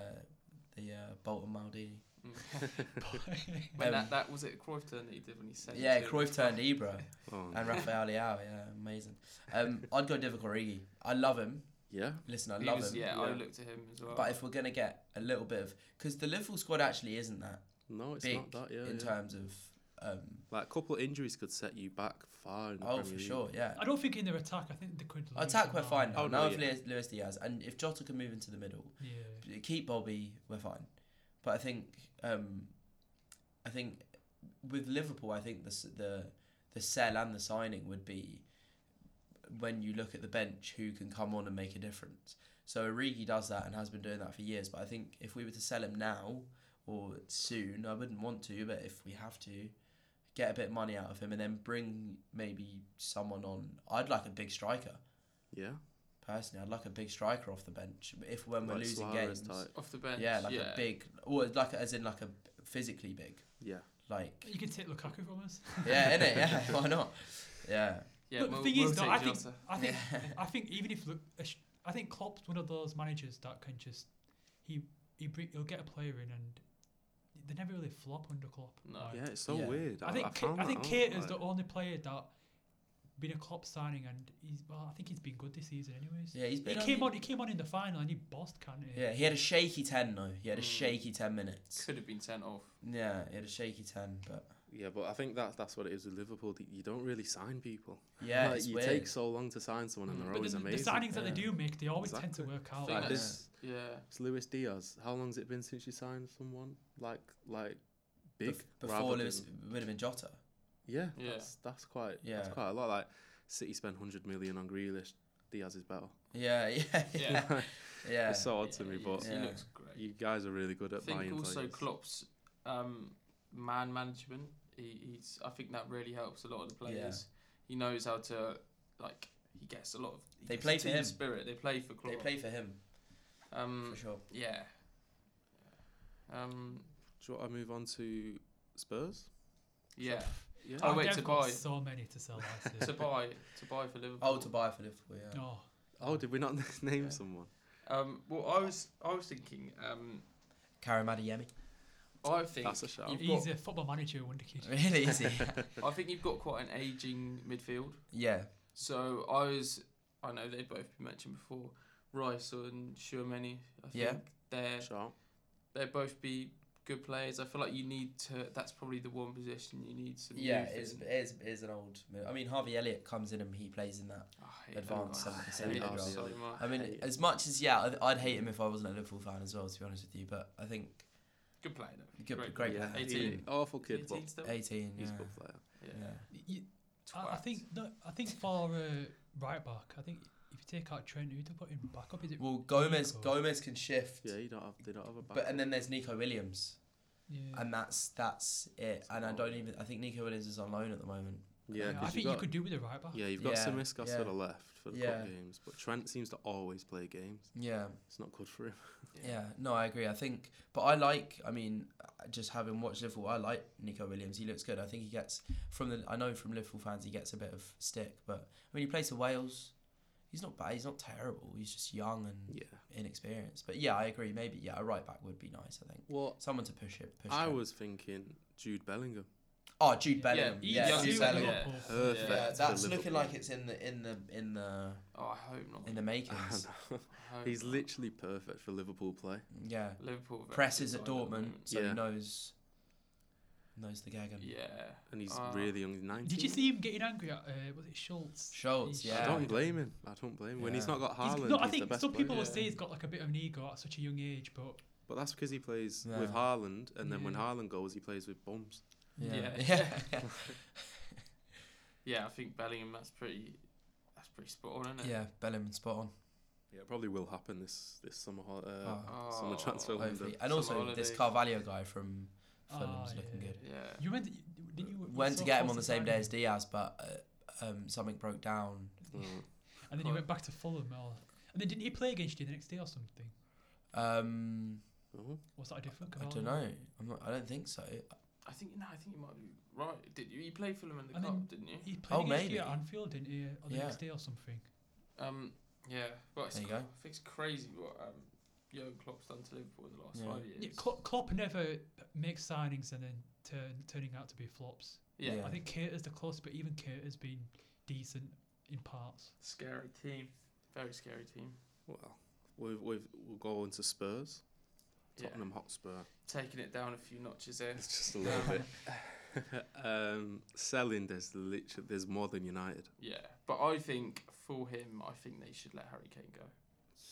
Speaker 3: the uh, Bolton Maldini.
Speaker 2: Mm.
Speaker 3: Um,
Speaker 2: when that, that was it, Cruyff turned that he did when he said.
Speaker 3: Yeah, Cruyff turned Ibra
Speaker 1: Oh,
Speaker 3: and Rafael Leao. Yeah, amazing. Um, I'd go Divock Origi. I love him.
Speaker 1: yeah,
Speaker 3: Listen, I
Speaker 2: He
Speaker 3: love
Speaker 2: was,
Speaker 3: him.
Speaker 2: Yeah, I
Speaker 1: Yeah.
Speaker 2: looked at him as well.
Speaker 3: But if we're gonna get a little bit of, because the Liverpool squad actually isn't that
Speaker 1: no, it's
Speaker 3: big
Speaker 1: not that. Yeah,
Speaker 3: in
Speaker 1: yeah.
Speaker 3: terms of. Um,
Speaker 1: like a couple of injuries could set you back far. In the
Speaker 3: oh,
Speaker 1: Premier
Speaker 3: for
Speaker 1: League.
Speaker 3: sure. Yeah.
Speaker 4: I don't think in their attack. I think they could. lose
Speaker 3: Attack,
Speaker 4: them
Speaker 3: we're
Speaker 4: all.
Speaker 3: fine now.
Speaker 1: Oh,
Speaker 3: now
Speaker 1: no,
Speaker 3: if
Speaker 1: yeah.
Speaker 3: Luis Diaz and if Jota can move into the middle,
Speaker 4: Yeah.
Speaker 3: keep Bobby, we're fine. But I think um, I think with Liverpool, I think the s- the the sell and the signing would be when you look at the bench who can come on and make a difference. So Origi does that and has been doing that for years. But I think if we were to sell him now or soon, I wouldn't want to. But if we have to, get a bit of money out of him and then bring maybe someone on. I'd like a big striker
Speaker 1: Yeah,
Speaker 3: personally. I'd like a big striker off the bench. If when we're
Speaker 1: like
Speaker 3: losing
Speaker 1: Suarez
Speaker 3: games,
Speaker 1: type.
Speaker 2: Off the bench.
Speaker 3: yeah, like a big or like as in like a physically big,
Speaker 1: Yeah,
Speaker 3: like
Speaker 4: You can take Lukaku from us.
Speaker 3: yeah, innit? Yeah, why not? Yeah,
Speaker 2: Yeah,
Speaker 4: Look, the
Speaker 2: we'll,
Speaker 4: thing
Speaker 2: we'll
Speaker 4: is, though,
Speaker 2: take
Speaker 4: I think-
Speaker 2: Jota.
Speaker 4: I think I think even if look, I think Klopp's one of those managers that can just he he bring, he'll get a player in and they never really flop under Klopp.
Speaker 2: No.
Speaker 4: Like,
Speaker 1: yeah, it's so
Speaker 3: Yeah.
Speaker 1: weird.
Speaker 4: I think Ki-
Speaker 1: found
Speaker 4: I,
Speaker 1: that
Speaker 4: think
Speaker 1: out,
Speaker 4: Kate is
Speaker 1: like-
Speaker 4: the only player that been a Klopp signing and he's well I think he's been good this season anyways.
Speaker 3: yeah, he's
Speaker 4: He
Speaker 3: been.
Speaker 4: came on he came on in the final and he bossed Kante.
Speaker 3: Yeah, he had a shaky ten though. He had a
Speaker 2: Mm.
Speaker 3: shaky ten minutes.
Speaker 2: Could have been sent off.
Speaker 3: Yeah, he had a shaky ten, but
Speaker 1: Yeah, but I think that's that's what it is with Liverpool. that You don't really sign people.
Speaker 3: yeah,
Speaker 1: Like,
Speaker 3: it's
Speaker 1: you
Speaker 3: weird.
Speaker 1: take so long to sign someone, and
Speaker 2: Mm.
Speaker 1: they're
Speaker 4: But
Speaker 1: always
Speaker 4: the, the
Speaker 1: amazing.
Speaker 4: signings that they
Speaker 3: Yeah.
Speaker 4: do make, they always
Speaker 1: Exactly.
Speaker 4: tend to work out.
Speaker 2: Thing
Speaker 1: like
Speaker 2: that-
Speaker 1: this,
Speaker 2: Yeah.
Speaker 1: It's Luis Diaz. How long's it been since you signed someone like like
Speaker 3: Bef-
Speaker 1: big?
Speaker 3: before
Speaker 1: rather
Speaker 3: Lewis
Speaker 1: than-
Speaker 3: would have been Jota.
Speaker 1: yeah,
Speaker 2: Yeah.
Speaker 1: that's that's quite that's
Speaker 3: Yeah.
Speaker 1: quite a lot. Like City spent hundred million on Grealish. Diaz is better.
Speaker 3: Yeah, yeah, yeah.
Speaker 2: Yeah.
Speaker 3: yeah.
Speaker 1: It's so odd to
Speaker 2: Yeah,
Speaker 1: me,
Speaker 2: he-
Speaker 1: but
Speaker 2: he
Speaker 3: Yeah.
Speaker 2: looks great.
Speaker 1: you guys are really good
Speaker 2: I
Speaker 1: at
Speaker 2: think
Speaker 1: buying
Speaker 2: also
Speaker 1: players.
Speaker 2: Klopp's um, man management. He, he's I think that really helps a lot of the
Speaker 3: Yeah.
Speaker 2: players. He knows how to like. He gets a lot of. he
Speaker 3: They
Speaker 2: gets
Speaker 3: play
Speaker 2: a
Speaker 3: for
Speaker 2: team
Speaker 3: him.
Speaker 2: Spirit. They play for Klopp.
Speaker 3: They play for him
Speaker 2: Um,
Speaker 3: for sure.
Speaker 2: Yeah. Um.
Speaker 1: Do you want to move on to Spurs?
Speaker 2: Yeah.
Speaker 1: Yeah.
Speaker 2: Oh,
Speaker 4: I've
Speaker 2: wait,
Speaker 4: definitely got
Speaker 2: Tobai.
Speaker 4: so many to sell. I see.
Speaker 2: to buy. To buy for Liverpool.
Speaker 3: Oh, to buy for Liverpool. Yeah.
Speaker 4: Oh,
Speaker 1: Oh, did we not name
Speaker 3: Yeah.
Speaker 1: someone?
Speaker 2: Um. Well, I was. I was thinking. Um.
Speaker 3: Karim Adeyemi.
Speaker 2: I think.
Speaker 1: That's a shout.
Speaker 2: You've
Speaker 4: he's
Speaker 2: got,
Speaker 4: a football manager, wonder kid.
Speaker 3: Really easy.
Speaker 2: I think you've got quite an aging midfield.
Speaker 3: yeah.
Speaker 2: So I was, I know they've both been mentioned before, Rice and Schumanni. I think
Speaker 3: Yeah.
Speaker 2: they're
Speaker 1: Shout.
Speaker 2: they both be good players. I feel like you need to. That's probably the one position you need some.
Speaker 3: Yeah,
Speaker 2: youth
Speaker 3: it is,
Speaker 2: in.
Speaker 3: it is, it is an old move. I mean, Harvey Elliott comes in and he plays in that.
Speaker 2: Oh, I hate
Speaker 3: advanced
Speaker 2: them. I
Speaker 3: 70%
Speaker 2: hate them
Speaker 1: role.
Speaker 2: so much.
Speaker 3: I mean,
Speaker 1: hate it.
Speaker 3: as much as, yeah, I'd, I'd hate him if I wasn't a Liverpool fan as well, to be honest with you. But I think
Speaker 2: Good player though.
Speaker 3: good, great,
Speaker 1: yeah,
Speaker 3: player.
Speaker 2: 18.
Speaker 1: he- awful kid, but
Speaker 2: 18 still?
Speaker 3: 18, yeah.
Speaker 1: he's a good player.
Speaker 2: Yeah.
Speaker 3: yeah.
Speaker 4: You- I, I
Speaker 2: Twat.
Speaker 4: think no, I think for uh, right back, I think if you take out Trent, who to put him back up? Is it?
Speaker 3: Well, Gomez
Speaker 4: Nico.
Speaker 3: Gomez can shift,
Speaker 1: Yeah, you don't have they don't have a back.
Speaker 3: but and then there's Nico Williams,
Speaker 4: yeah.
Speaker 3: and that's that's it. And I don't even. I think Nico Williams is on loan at the moment.
Speaker 1: yeah,
Speaker 4: I
Speaker 1: 'cause
Speaker 4: think
Speaker 1: got,
Speaker 4: you could do with a right back.
Speaker 1: Yeah, you've got
Speaker 3: Yeah,
Speaker 1: Samiskas
Speaker 3: yeah.
Speaker 1: for the left for the
Speaker 3: Yeah.
Speaker 1: cup games, but Trent seems to always play games.
Speaker 3: Yeah,
Speaker 1: It's not good for him.
Speaker 3: yeah. No, I agree. I think, but I like. I mean, uh, just having watched Liverpool, I like Nico Williams. He looks good. I think he gets from the. I know from Liverpool fans, he gets a bit of stick, but I mean, he plays for Wales. He's not bad. He's not terrible. He's just young and
Speaker 1: Yeah.
Speaker 3: inexperienced. But yeah, I agree. Maybe yeah, a right back would be nice. I think
Speaker 1: Well,
Speaker 3: someone to push it. Push
Speaker 1: I
Speaker 3: it.
Speaker 1: was thinking Jude Bellingham.
Speaker 3: Oh, Jude
Speaker 4: Yeah,
Speaker 3: Bellingham.
Speaker 2: he's
Speaker 3: Yeah,
Speaker 2: young
Speaker 3: Jude
Speaker 2: as well,
Speaker 3: Bellingham.
Speaker 2: yeah.
Speaker 1: Perfect.
Speaker 3: Yeah,
Speaker 1: for
Speaker 3: that's looking
Speaker 1: Liverpool.
Speaker 3: like it's in the in the in the
Speaker 2: Oh, I hope not.
Speaker 3: in the makings.
Speaker 2: I hope
Speaker 1: He's
Speaker 2: not.
Speaker 1: literally perfect for Liverpool play.
Speaker 3: yeah,
Speaker 2: Liverpool are very
Speaker 3: presses
Speaker 2: good
Speaker 3: at
Speaker 2: side the
Speaker 3: Dortmund,
Speaker 2: moment.
Speaker 3: so
Speaker 1: Yeah.
Speaker 3: he knows knows the gag.
Speaker 2: Yeah.
Speaker 1: And he's
Speaker 2: Ah.
Speaker 1: really young, he's 19.
Speaker 4: Did you see him getting angry at? Uh, was it Schultz?
Speaker 3: Schultz,
Speaker 4: He's-
Speaker 1: I
Speaker 3: yeah.
Speaker 1: don't blame him. I don't blame him. When he's
Speaker 3: Yeah.
Speaker 1: not got
Speaker 4: He's-
Speaker 1: Haaland,
Speaker 4: no,
Speaker 1: he's
Speaker 4: I
Speaker 1: the
Speaker 4: think
Speaker 1: best
Speaker 4: some people
Speaker 1: player.
Speaker 4: will
Speaker 2: player.
Speaker 4: say he's got like a bit of an ego at such a young age, but
Speaker 1: But that's because he plays
Speaker 3: Yeah.
Speaker 1: with Haaland, and then when
Speaker 4: Yeah.
Speaker 1: Haaland goes, he plays with bums.
Speaker 3: Yeah,
Speaker 2: Yeah. Yeah, I think Bellingham. That's pretty. That's pretty spot on, isn't it?
Speaker 3: yeah. Bellingham spot on.
Speaker 1: Yeah, it probably will happen this this summer. hol- Uh,
Speaker 2: Ah.
Speaker 3: Oh,
Speaker 1: Summer transfer window.
Speaker 3: hopefully, and
Speaker 2: Summer
Speaker 3: also this
Speaker 2: holiday.
Speaker 3: Carvalho guy from
Speaker 4: Ah,
Speaker 3: Fulham's looking
Speaker 4: yeah.
Speaker 3: good.
Speaker 2: Yeah.
Speaker 4: you went. Did you? you
Speaker 3: Went to
Speaker 4: saw
Speaker 3: get him on
Speaker 4: Chelsea
Speaker 3: the same day
Speaker 4: signing,
Speaker 3: as Diaz, but uh, um, something broke down.
Speaker 1: Mm.
Speaker 4: and then he went back to Fulham. Or, and then didn't he play against you the next day or something?
Speaker 3: Um,
Speaker 1: Oh,
Speaker 4: Was that a different?
Speaker 3: I
Speaker 4: Cavani?
Speaker 3: don't know. I'm not, I don't think so.
Speaker 2: I think no. I think you might be right. Did you? You played Fulham in the
Speaker 4: I
Speaker 2: cup,
Speaker 4: mean-
Speaker 2: didn't you?
Speaker 4: He played
Speaker 3: Oh,
Speaker 4: against you
Speaker 3: maybe.
Speaker 4: at Anfield, didn't he? Or the
Speaker 3: Yeah.
Speaker 4: next day or something.
Speaker 2: Um. Yeah. But it's
Speaker 3: There you
Speaker 2: cr-
Speaker 3: go.
Speaker 2: I think it's crazy what um, Jurgen Klopp's done to Liverpool in the last
Speaker 3: Yeah.
Speaker 2: five years.
Speaker 4: Yeah, Klopp, Klopp never makes signings and then turn, turning out to be flops.
Speaker 2: Yeah,
Speaker 3: Yeah.
Speaker 4: I think Kurt is the closest, but even Kurt has been decent in parts.
Speaker 2: Scary team. Very scary team.
Speaker 1: well, we've, we've, we'll go into Spurs.
Speaker 2: Yeah.
Speaker 1: Tottenham Hotspur.
Speaker 2: Taking it down a few notches there.
Speaker 1: It's just a little bit. um, selling there's literally there's more than United.
Speaker 2: Yeah. But I think for him, I think they should let Harry Kane go.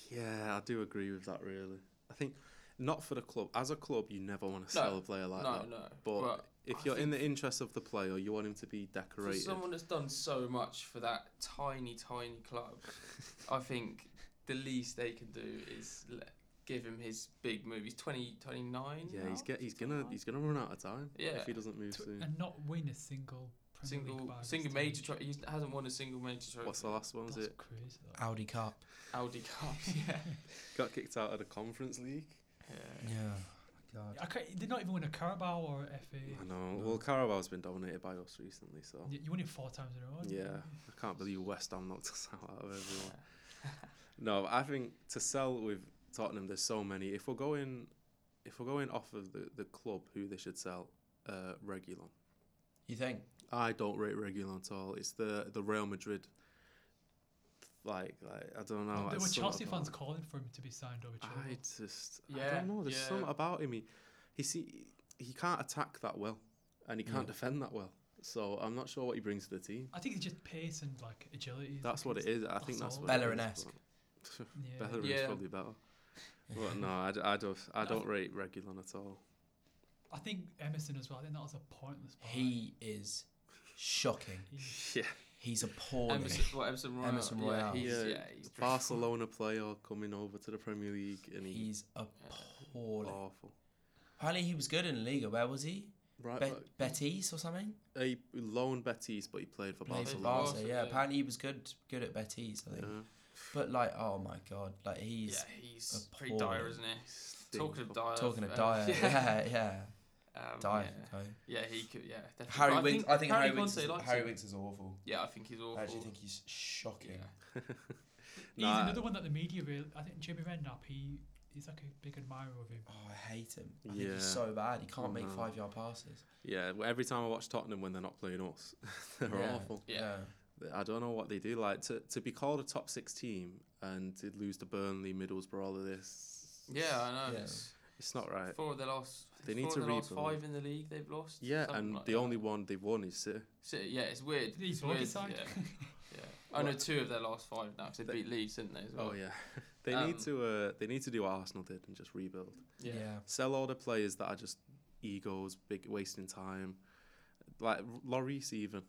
Speaker 1: Yeah, I do agree with that. Really, I think not for the club. As a club, you never want to
Speaker 2: No,
Speaker 1: sell a player like
Speaker 2: no,
Speaker 1: that.
Speaker 2: no.
Speaker 1: But if
Speaker 2: I
Speaker 1: you're in the interest of the player, you want him to be
Speaker 2: for
Speaker 1: decorated.
Speaker 2: someone that's done so much for that tiny, tiny club, I think the least they can do is le- give him his big move. He's 20, 29
Speaker 1: yeah,
Speaker 2: now?
Speaker 1: he's get, he's
Speaker 2: Is he
Speaker 1: gonna
Speaker 2: 29?
Speaker 1: he's gonna run out of time
Speaker 2: Yeah.
Speaker 1: if he doesn't move soon.
Speaker 4: and not win a single Premier League
Speaker 2: single
Speaker 4: by this
Speaker 2: single
Speaker 4: time.
Speaker 2: major trophy. He hasn't won a single major trophy.
Speaker 1: What's the last one? Was
Speaker 4: That's
Speaker 1: it
Speaker 4: crazy. That.
Speaker 3: Audi Cup.
Speaker 2: Audi Cup. yeah.
Speaker 1: got kicked out of the Conference League?
Speaker 2: yeah.
Speaker 3: Yeah. God.
Speaker 4: I can't, did not even win a Carabao or a FA.
Speaker 1: I know.
Speaker 3: No.
Speaker 1: Well, Carabao's been dominated by us recently, so
Speaker 4: You, you won it four times in a row. didn't
Speaker 1: yeah,
Speaker 4: you?
Speaker 1: I can't believe West Ham knocked us out of everyone.
Speaker 2: Yeah.
Speaker 1: No, I think to sell with Tottenham, there's so many. If we're going, if we're going off of the, the club, who they should sell, uh, Regulon.
Speaker 3: You think?
Speaker 1: I don't rate Regulon at all. It's the the Real Madrid. Like, like I don't know.
Speaker 4: Well,
Speaker 1: it's
Speaker 4: there were
Speaker 1: something
Speaker 4: Chelsea fans
Speaker 1: about-
Speaker 4: calling for him to be signed over
Speaker 1: I
Speaker 4: Chilwell.
Speaker 1: just, I
Speaker 2: Yeah,
Speaker 1: don't know. There's
Speaker 2: yeah.
Speaker 1: something about him. He, he see, he can't attack that well, and he can't
Speaker 3: Yeah.
Speaker 1: defend that well. So I'm not sure what he brings to the team.
Speaker 4: I think it's just pace and like agility. is
Speaker 1: That's
Speaker 4: like
Speaker 1: what it is. I think
Speaker 4: that's
Speaker 1: that's
Speaker 4: all.
Speaker 1: what it is,
Speaker 3: Bellerin-esque.
Speaker 1: but-
Speaker 4: Yeah.
Speaker 1: Bellerin is
Speaker 2: Yeah.
Speaker 1: probably better. But no, I, d- I don't. I
Speaker 4: No.
Speaker 1: don't rate Regulon at all.
Speaker 4: I think Emerson as well. I think that was a pointless. buy.
Speaker 3: He is shocking.
Speaker 4: He-
Speaker 1: Yeah,
Speaker 3: He's appalling.
Speaker 2: Emerson, what, Emerson Royal.
Speaker 3: Emerson Royal.
Speaker 2: Yeah, he's,
Speaker 1: Yeah,
Speaker 2: yeah, he's dreadful.
Speaker 1: Barcelona player coming over to the Premier League and he's
Speaker 3: He's appalling.
Speaker 1: awful.
Speaker 3: Apparently, he was good in Liga. Where was he?
Speaker 1: Right,
Speaker 3: Bet
Speaker 1: back.
Speaker 3: Betis or something?
Speaker 1: he loaned Betis, but he played for
Speaker 3: Played for
Speaker 1: Barcelona.
Speaker 3: Barca,
Speaker 2: Barca,
Speaker 3: yeah.
Speaker 2: yeah.
Speaker 3: Apparently, he was good good at Betis, I think.
Speaker 1: Yeah.
Speaker 3: But, like, oh my God. Like, he's
Speaker 2: yeah, he's pretty dire,
Speaker 3: appalling.
Speaker 2: isn't he?
Speaker 1: Stink
Speaker 2: Talking of
Speaker 1: of-
Speaker 2: dire.
Speaker 3: talking
Speaker 2: uh,
Speaker 3: of Dyer. yeah, yeah.
Speaker 2: Um,
Speaker 3: Dyer.
Speaker 2: yeah.
Speaker 3: okay.
Speaker 2: Yeah, he could. Yeah, definitely.
Speaker 3: Harry
Speaker 2: But
Speaker 3: Winks. I think Harry, Winks,
Speaker 2: Conte
Speaker 3: is,
Speaker 2: likes
Speaker 3: Harry
Speaker 2: him.
Speaker 3: Winks is awful.
Speaker 2: Yeah, I think he's awful.
Speaker 3: I actually think he's shocking.
Speaker 2: Yeah.
Speaker 4: He's
Speaker 1: Nah.
Speaker 4: another one that the media really. I think Jimmy Redknapp. He he's like a big admirer of him.
Speaker 3: Oh, I hate him. I think
Speaker 1: Yeah.
Speaker 3: he's so bad. He can't make
Speaker 1: No.
Speaker 3: five yard passes.
Speaker 1: Yeah, well, every time I watch Tottenham when they're not playing us, they're
Speaker 3: Yeah.
Speaker 1: awful.
Speaker 2: Yeah.
Speaker 1: I don't know what they do. Like to, to be called a top six team and to lose to Burnley, Middlesbrough, all of this.
Speaker 2: Yeah, I know.
Speaker 3: Yeah.
Speaker 2: It's
Speaker 1: it's not right.
Speaker 2: Four of the last.
Speaker 1: They need
Speaker 2: four
Speaker 1: to
Speaker 2: of the last
Speaker 1: rebuild.
Speaker 2: five in the league they've lost.
Speaker 1: Yeah,
Speaker 2: something
Speaker 1: and
Speaker 2: like
Speaker 1: the
Speaker 2: that.
Speaker 1: only one they've won is City.
Speaker 2: So, yeah, it's weird.
Speaker 4: He's
Speaker 2: it's weird.
Speaker 4: Merseyside.
Speaker 2: Yeah. yeah. I know
Speaker 1: Well-
Speaker 2: two of their last five now because they
Speaker 1: They-
Speaker 2: beat Leeds, didn't they? As well?
Speaker 1: Oh yeah, they need
Speaker 2: Um,
Speaker 1: to uh, they need to do what Arsenal did and just rebuild.
Speaker 3: Yeah.
Speaker 2: Yeah. yeah.
Speaker 1: Sell all the players that are just egos, big wasting time. Like Lloris, even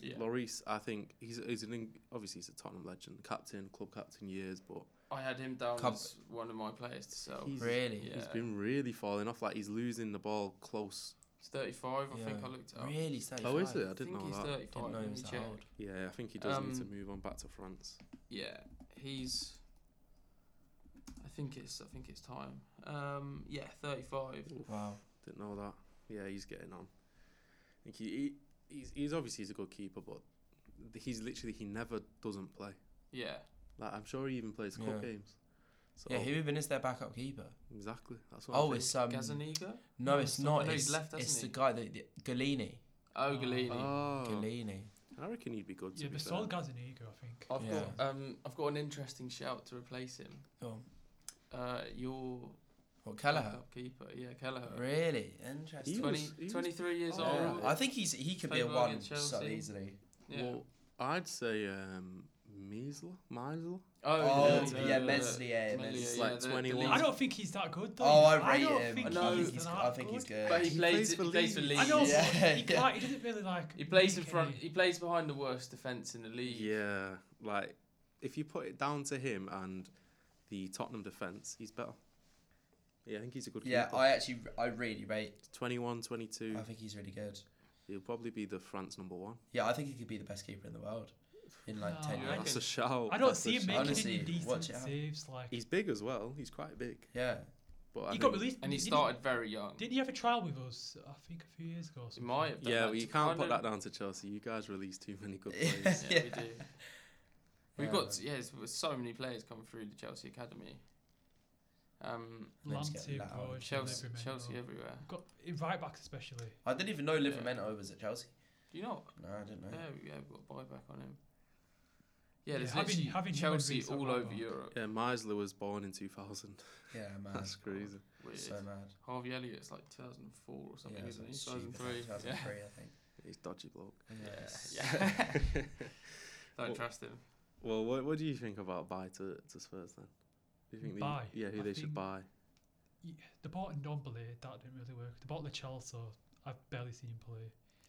Speaker 1: Lloris, I think he's he's an Eng- obviously he's a Tottenham legend, captain, club captain years, but
Speaker 2: I had him down
Speaker 3: Comp-
Speaker 2: as one of my players to sell.
Speaker 1: He's-
Speaker 3: Really?
Speaker 2: Yeah.
Speaker 1: he's been really falling off. Like he's losing the ball close.
Speaker 2: He's 35, I think
Speaker 3: Yeah.
Speaker 2: I looked it up.
Speaker 3: Really? 35.
Speaker 1: Oh, is it?
Speaker 3: Didn't
Speaker 1: I
Speaker 2: I
Speaker 1: didn't
Speaker 2: think
Speaker 1: know
Speaker 2: he's
Speaker 1: that.
Speaker 2: 35.
Speaker 3: know
Speaker 2: let
Speaker 3: he
Speaker 2: me
Speaker 3: was that
Speaker 2: check.
Speaker 3: old.
Speaker 1: Yeah, I think he does need to
Speaker 2: Um,
Speaker 1: move on back to France.
Speaker 2: Yeah, he's. I think it's. I think it's time. Um, yeah, thirty-five.
Speaker 3: Wow.
Speaker 1: Didn't know that. Yeah, he's getting on. I think he, he he's he's obviously he's a good keeper, but he's literally he never doesn't play.
Speaker 2: Yeah,
Speaker 1: Like I'm sure he even plays cup
Speaker 3: Yeah.
Speaker 1: games. So
Speaker 3: Yeah, who even is their backup keeper?
Speaker 1: exactly. That's what I
Speaker 3: Oh,
Speaker 1: think.
Speaker 3: it's um.
Speaker 2: Gazaniga,
Speaker 3: No,
Speaker 4: No,
Speaker 3: it's
Speaker 4: it's not-
Speaker 3: not.
Speaker 2: no, he's
Speaker 3: It's,
Speaker 2: left, hasn't
Speaker 3: it's the
Speaker 2: he?
Speaker 3: guy that the, Galini.
Speaker 4: Oh.
Speaker 2: Ogilini.
Speaker 1: Oh,
Speaker 3: Galini.
Speaker 1: I reckon he'd be good. To
Speaker 4: Yeah,
Speaker 1: be
Speaker 4: but
Speaker 1: fair.
Speaker 4: Sol has an ego. I think.
Speaker 2: I've
Speaker 3: Yeah.
Speaker 2: got. Um, I've got an interesting shout to replace him.
Speaker 3: Oh,
Speaker 2: Uh, your
Speaker 3: what Kelleher?
Speaker 2: backup keeper. Yeah, Kelleher.
Speaker 3: Really
Speaker 1: He
Speaker 3: interesting.
Speaker 2: Twenty,
Speaker 1: was- he was-
Speaker 2: 23 years
Speaker 1: Oh,
Speaker 2: old.
Speaker 1: yeah.
Speaker 3: I think he's he could be a
Speaker 2: Played well
Speaker 3: one
Speaker 2: against
Speaker 3: so
Speaker 2: Chelsea.
Speaker 3: easily.
Speaker 2: Yeah.
Speaker 1: Well, I'd say um, Measler, Meisler.
Speaker 2: oh,
Speaker 3: Oh,
Speaker 2: yeah,
Speaker 3: yeah,
Speaker 2: yeah,
Speaker 3: Meslier,
Speaker 2: Meslier,
Speaker 3: Meslier.
Speaker 2: yeah,
Speaker 1: Like
Speaker 2: the- the
Speaker 1: 21.
Speaker 4: I
Speaker 2: Leeds-
Speaker 4: don't think he's that good though.
Speaker 3: Oh, I rate
Speaker 4: don't
Speaker 3: him.
Speaker 4: Think
Speaker 2: No,
Speaker 4: he's
Speaker 3: I think he's,
Speaker 4: that
Speaker 3: I think he's
Speaker 4: good.
Speaker 3: good.
Speaker 2: But he,
Speaker 1: He
Speaker 2: plays.
Speaker 1: plays
Speaker 2: He
Speaker 1: for
Speaker 2: plays for
Speaker 1: Leeds.
Speaker 2: Leeds.
Speaker 4: I know. but
Speaker 3: Yeah,
Speaker 4: he,
Speaker 3: yeah.
Speaker 4: can't, he doesn't really like.
Speaker 2: He plays in
Speaker 4: make
Speaker 2: front.
Speaker 4: any-
Speaker 2: He plays behind the worst defence in the league.
Speaker 1: Yeah, like if you put it down to him and the Tottenham defense, he's better. Yeah, I think he's a good
Speaker 3: yeah,
Speaker 1: keeper.
Speaker 3: I actually I really rate.
Speaker 1: 21, 22.
Speaker 3: I think he's really good.
Speaker 1: He'll probably be the France number one.
Speaker 3: Yeah, I think he could be the best keeper in the world in like
Speaker 4: No,
Speaker 3: ten
Speaker 2: I
Speaker 3: years.
Speaker 2: reckon-
Speaker 1: That's a shout.
Speaker 4: I don't
Speaker 1: That's a
Speaker 4: see him
Speaker 1: shout.
Speaker 4: making
Speaker 3: Honestly,
Speaker 4: any decent
Speaker 3: watch it out.
Speaker 4: saves. Like
Speaker 1: He's big as well. He's quite big.
Speaker 3: Yeah,
Speaker 1: But I
Speaker 4: he got
Speaker 1: think-
Speaker 4: released.
Speaker 2: And he
Speaker 4: didn't
Speaker 2: started very young.
Speaker 4: Didn't he have a trial with us? I think a few years ago. Or
Speaker 2: He
Speaker 4: something.
Speaker 2: might have done
Speaker 1: Yeah,
Speaker 2: that
Speaker 1: well, you
Speaker 2: to
Speaker 1: can't
Speaker 2: kind
Speaker 1: put that
Speaker 2: of-
Speaker 1: down to Chelsea. You guys release too many good
Speaker 3: Yeah.
Speaker 1: players.
Speaker 2: Yeah, we do. We've
Speaker 3: Yeah.
Speaker 2: got yeah, it's, with so many players come through the Chelsea academy. Um,
Speaker 3: Let's get
Speaker 4: Lamptey,
Speaker 3: loud.
Speaker 4: Broad,
Speaker 2: Chelsea,
Speaker 4: Livermore.
Speaker 2: Chelsea everywhere.
Speaker 4: Got right backs especially.
Speaker 3: I didn't even know
Speaker 2: Yeah.
Speaker 3: Livermento was at Chelsea.
Speaker 2: Do you not?
Speaker 3: No, I didn't know.
Speaker 2: Yeah, we- yeah, we've got a buyback on him. Yeah,
Speaker 4: Yeah,
Speaker 2: there's
Speaker 4: having-
Speaker 2: literally
Speaker 4: having him
Speaker 2: Chelsea
Speaker 4: and Reece at
Speaker 2: all
Speaker 4: right
Speaker 2: over
Speaker 4: back.
Speaker 2: Europe.
Speaker 1: Yeah, Meisler was born in 2000.
Speaker 3: Yeah, man.
Speaker 1: That's crazy.
Speaker 2: Weird.
Speaker 3: So mad.
Speaker 2: Harvey Elliott's like 2004 or something,
Speaker 3: yeah,
Speaker 2: isn't he?
Speaker 3: stupid.
Speaker 2: 2003. Yeah.
Speaker 3: 2003, I think.
Speaker 1: He's dodgy bloke.
Speaker 3: Yes.
Speaker 2: oh Yeah, yeah. Don't
Speaker 1: Well,
Speaker 2: trust him.
Speaker 1: Well, what what do you think about buy to, to Spurs then? Do you think they-
Speaker 4: Buy?
Speaker 1: yeah, who
Speaker 4: I
Speaker 1: they should
Speaker 4: think-
Speaker 1: buy?
Speaker 4: y- the ball and Don play that didn't really work. The ball to Chelsea, I've barely seen him play.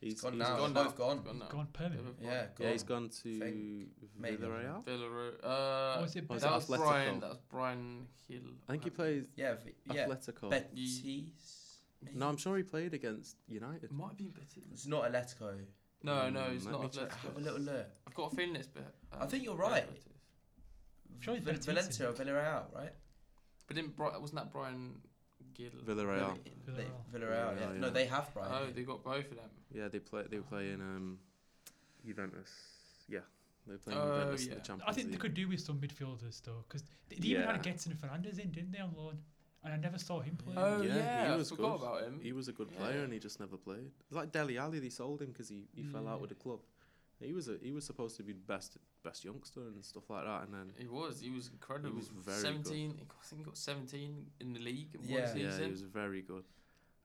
Speaker 1: He's
Speaker 3: gone
Speaker 1: he's
Speaker 3: now.
Speaker 2: gone
Speaker 3: they're
Speaker 2: now.
Speaker 3: both gone.
Speaker 2: He's now.
Speaker 4: Gone permanent.
Speaker 2: They're
Speaker 3: Yeah,
Speaker 2: both
Speaker 1: Yeah, he's
Speaker 3: gone.
Speaker 1: gone to
Speaker 3: Maybe.
Speaker 1: Villarreal.
Speaker 2: Villarreal. Uh,
Speaker 4: was it
Speaker 1: was
Speaker 2: that
Speaker 1: it
Speaker 2: was
Speaker 1: Atletico?
Speaker 2: Brian. That was Brian Hill. Um,
Speaker 1: I think he played
Speaker 3: Yeah, v- yeah.
Speaker 1: Atletico.
Speaker 3: Betis.
Speaker 1: No, I'm sure he played against United.
Speaker 2: It might have been Betis.
Speaker 3: It's not Atletico.
Speaker 2: No, no,
Speaker 1: Mm,
Speaker 2: it's
Speaker 1: let
Speaker 2: not
Speaker 1: me check.
Speaker 3: Have
Speaker 2: Atletico.
Speaker 3: a little look.
Speaker 2: I've got a feeling it's Be-
Speaker 3: I
Speaker 2: um,
Speaker 3: think you're
Speaker 2: Brian
Speaker 3: right.
Speaker 2: Betis.
Speaker 4: Surely
Speaker 3: Val-
Speaker 4: Betis
Speaker 3: Valencia or
Speaker 4: isn't.
Speaker 3: Villarreal, right?
Speaker 2: But didn't Bri- wasn't that Brian Gill?
Speaker 1: Villarreal.
Speaker 3: They-
Speaker 4: Villarreal.
Speaker 3: Villarreal, yeah.
Speaker 1: Villarreal,
Speaker 3: No,
Speaker 1: yeah.
Speaker 3: they have Brian.
Speaker 2: Oh,
Speaker 3: Hill.
Speaker 2: they got both of them.
Speaker 1: Yeah, they play. They were playing um, Juventus. Yeah, they were playing
Speaker 2: Oh,
Speaker 1: Juventus in
Speaker 2: yeah.
Speaker 1: the Champions
Speaker 4: I think they
Speaker 1: League.
Speaker 4: could do with some midfielders though, because they, they even had
Speaker 1: Yeah.
Speaker 4: Getson Fernandez in, didn't they, on loan? And I never saw him play.
Speaker 2: Oh
Speaker 1: Yeah,
Speaker 2: yeah,
Speaker 1: he
Speaker 2: I
Speaker 1: was
Speaker 2: forgot
Speaker 1: good.
Speaker 2: about him.
Speaker 1: He was a good
Speaker 2: Yeah.
Speaker 1: player and he just never played. It's Like Deli Ali, they sold him because he, he fell out with the
Speaker 4: Yeah.
Speaker 1: club. He was a, he was supposed to be the best best youngster and stuff like that, and then
Speaker 2: He was. He was incredible.
Speaker 1: was very good.
Speaker 2: seventeen. he got- I think he got seventeen in the league in
Speaker 3: Yeah.
Speaker 2: one season.
Speaker 1: yeah, he was very good,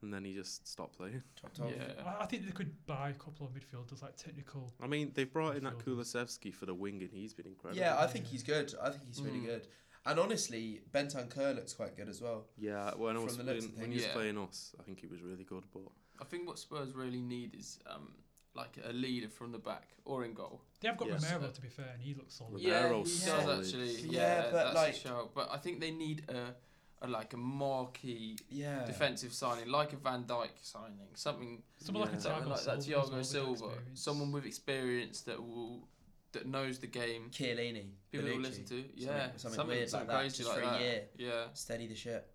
Speaker 1: and then he just stopped playing.
Speaker 3: Dropped off.
Speaker 2: Yeah.
Speaker 4: I, I think they could buy a couple of midfielders, like technical.
Speaker 1: I mean, they've brought in that
Speaker 4: Midfielders.
Speaker 1: Kulisevsky for the wing, and he's been incredible.
Speaker 3: Yeah, I think he's good. I think he's really
Speaker 2: Mm.
Speaker 3: good. And honestly, Bentancur looks quite good as well.
Speaker 1: Yeah, when I
Speaker 3: From
Speaker 1: was
Speaker 3: the
Speaker 1: when,
Speaker 3: looks of
Speaker 1: when
Speaker 3: things.
Speaker 1: he was
Speaker 2: Yeah.
Speaker 1: playing us, I think he was really good. But
Speaker 2: I think what Spurs really need is um, like a leader from the back or in goal.
Speaker 4: They have got
Speaker 1: Yes.
Speaker 4: Romero to be fair, and he looks solid.
Speaker 1: Yeah, Romero
Speaker 2: he
Speaker 3: solid.
Speaker 2: does actually.
Speaker 3: Yeah,
Speaker 2: Yeah,
Speaker 3: but
Speaker 2: that's
Speaker 3: like-
Speaker 2: a shout. But I think they need a, a like a marquee
Speaker 3: Yeah.
Speaker 2: defensive signing, like a Van Dyke signing, something,
Speaker 4: Someone like a
Speaker 1: Yeah.
Speaker 2: something
Speaker 4: Thiago
Speaker 2: like that.
Speaker 4: Silva as well
Speaker 2: Thiago
Speaker 4: with
Speaker 2: Silva,
Speaker 4: experience.
Speaker 2: someone with experience that will that knows the game.
Speaker 3: Chiellini.
Speaker 2: People that will
Speaker 3: Bonucci.
Speaker 2: listen to, yeah,
Speaker 3: something weird like that, just for a year.
Speaker 2: Yeah,
Speaker 3: Steady the ship.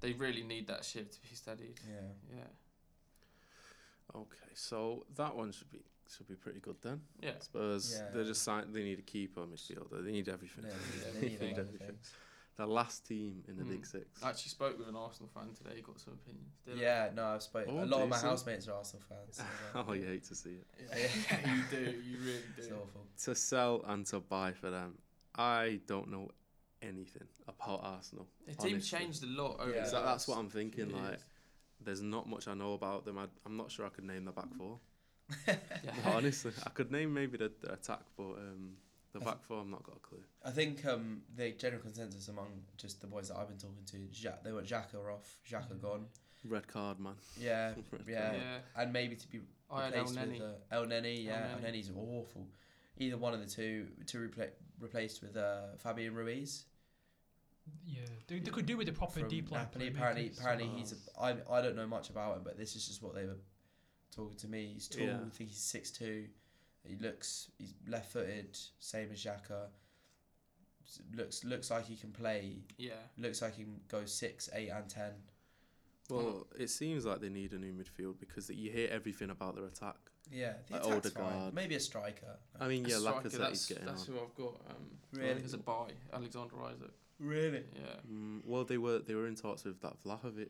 Speaker 2: they really need that shift to be studied.
Speaker 3: Yeah.
Speaker 2: Yeah,
Speaker 1: okay, so that one should be should be pretty good then.
Speaker 2: yeah.
Speaker 1: Spurs,
Speaker 3: Yeah.
Speaker 1: they're just sign- they need a keeper, midfielder, they need everything.
Speaker 3: Yeah,
Speaker 2: Yeah,
Speaker 3: they need a lot of
Speaker 1: everything.
Speaker 3: things.
Speaker 1: The last team in the
Speaker 2: Mm.
Speaker 1: Big Six.
Speaker 2: I actually spoke with an Arsenal fan today. He got some opinions. didn't
Speaker 3: Yeah, no, I've spoken.
Speaker 1: Oh,
Speaker 3: a lot of my
Speaker 1: decent.
Speaker 3: housemates are Arsenal fans. so, uh,
Speaker 1: oh, you hate to see it.
Speaker 2: he? Yeah, you do. You really
Speaker 3: It's
Speaker 2: do.
Speaker 3: awful.
Speaker 1: To sell and to buy for them, I don't know anything about Arsenal.
Speaker 2: The team
Speaker 1: honestly.
Speaker 2: changed a lot over.
Speaker 3: Yeah.
Speaker 2: the
Speaker 1: So that's
Speaker 2: last
Speaker 1: what I'm thinking.
Speaker 2: few
Speaker 1: Like,
Speaker 2: years.
Speaker 1: there's not much I know about them. I, I'm not sure I could name the back four.
Speaker 2: Yeah.
Speaker 1: Honestly, I could name maybe the, the attack, but um, the back four, I'm not got a clue.
Speaker 3: I think um, the general consensus among just the boys that I've been talking to, Ja they want Xhaka off, Xhaka
Speaker 4: Mm.
Speaker 3: gone.
Speaker 1: Red card, man.
Speaker 3: Yeah,
Speaker 1: Red
Speaker 3: yeah.
Speaker 1: card.
Speaker 3: and maybe to be
Speaker 2: I had Oh, El
Speaker 3: replaced
Speaker 2: Neni.
Speaker 3: with uh, El Neni. Yeah, El,
Speaker 2: El Neni.
Speaker 3: Neni's awful. Either one of the two to repla- replaced with uh, Fabian Ruiz.
Speaker 4: Yeah, they, they could do with a proper
Speaker 1: From
Speaker 4: deep line.
Speaker 3: Napoli.
Speaker 4: playmaker,
Speaker 3: Apparently,
Speaker 4: so-
Speaker 3: apparently he's. A, I I don't know much about him, but this is just what they were talking to me. He's tall.
Speaker 1: Yeah.
Speaker 3: I think he's six two. He looks. He's left footed, same as Xhaka. S- Looks looks like he can play.
Speaker 2: Yeah.
Speaker 3: Looks like he can go six, eight, and ten.
Speaker 1: Well, it seems like they need a new midfield because you hear everything about their attack.
Speaker 3: Yeah, the
Speaker 1: Like
Speaker 3: attack's fine.
Speaker 1: Odegaard.
Speaker 3: Maybe a striker.
Speaker 1: I mean, yeah,
Speaker 2: Striker,
Speaker 1: Lacazette's
Speaker 2: that's,
Speaker 1: getting
Speaker 2: That's
Speaker 1: on.
Speaker 2: who I've got. Um,
Speaker 3: Really?
Speaker 2: As a buy, Alexander Isaac.
Speaker 3: Really?
Speaker 2: Yeah.
Speaker 1: Mm, well, they were they were in talks with that Vlahovic.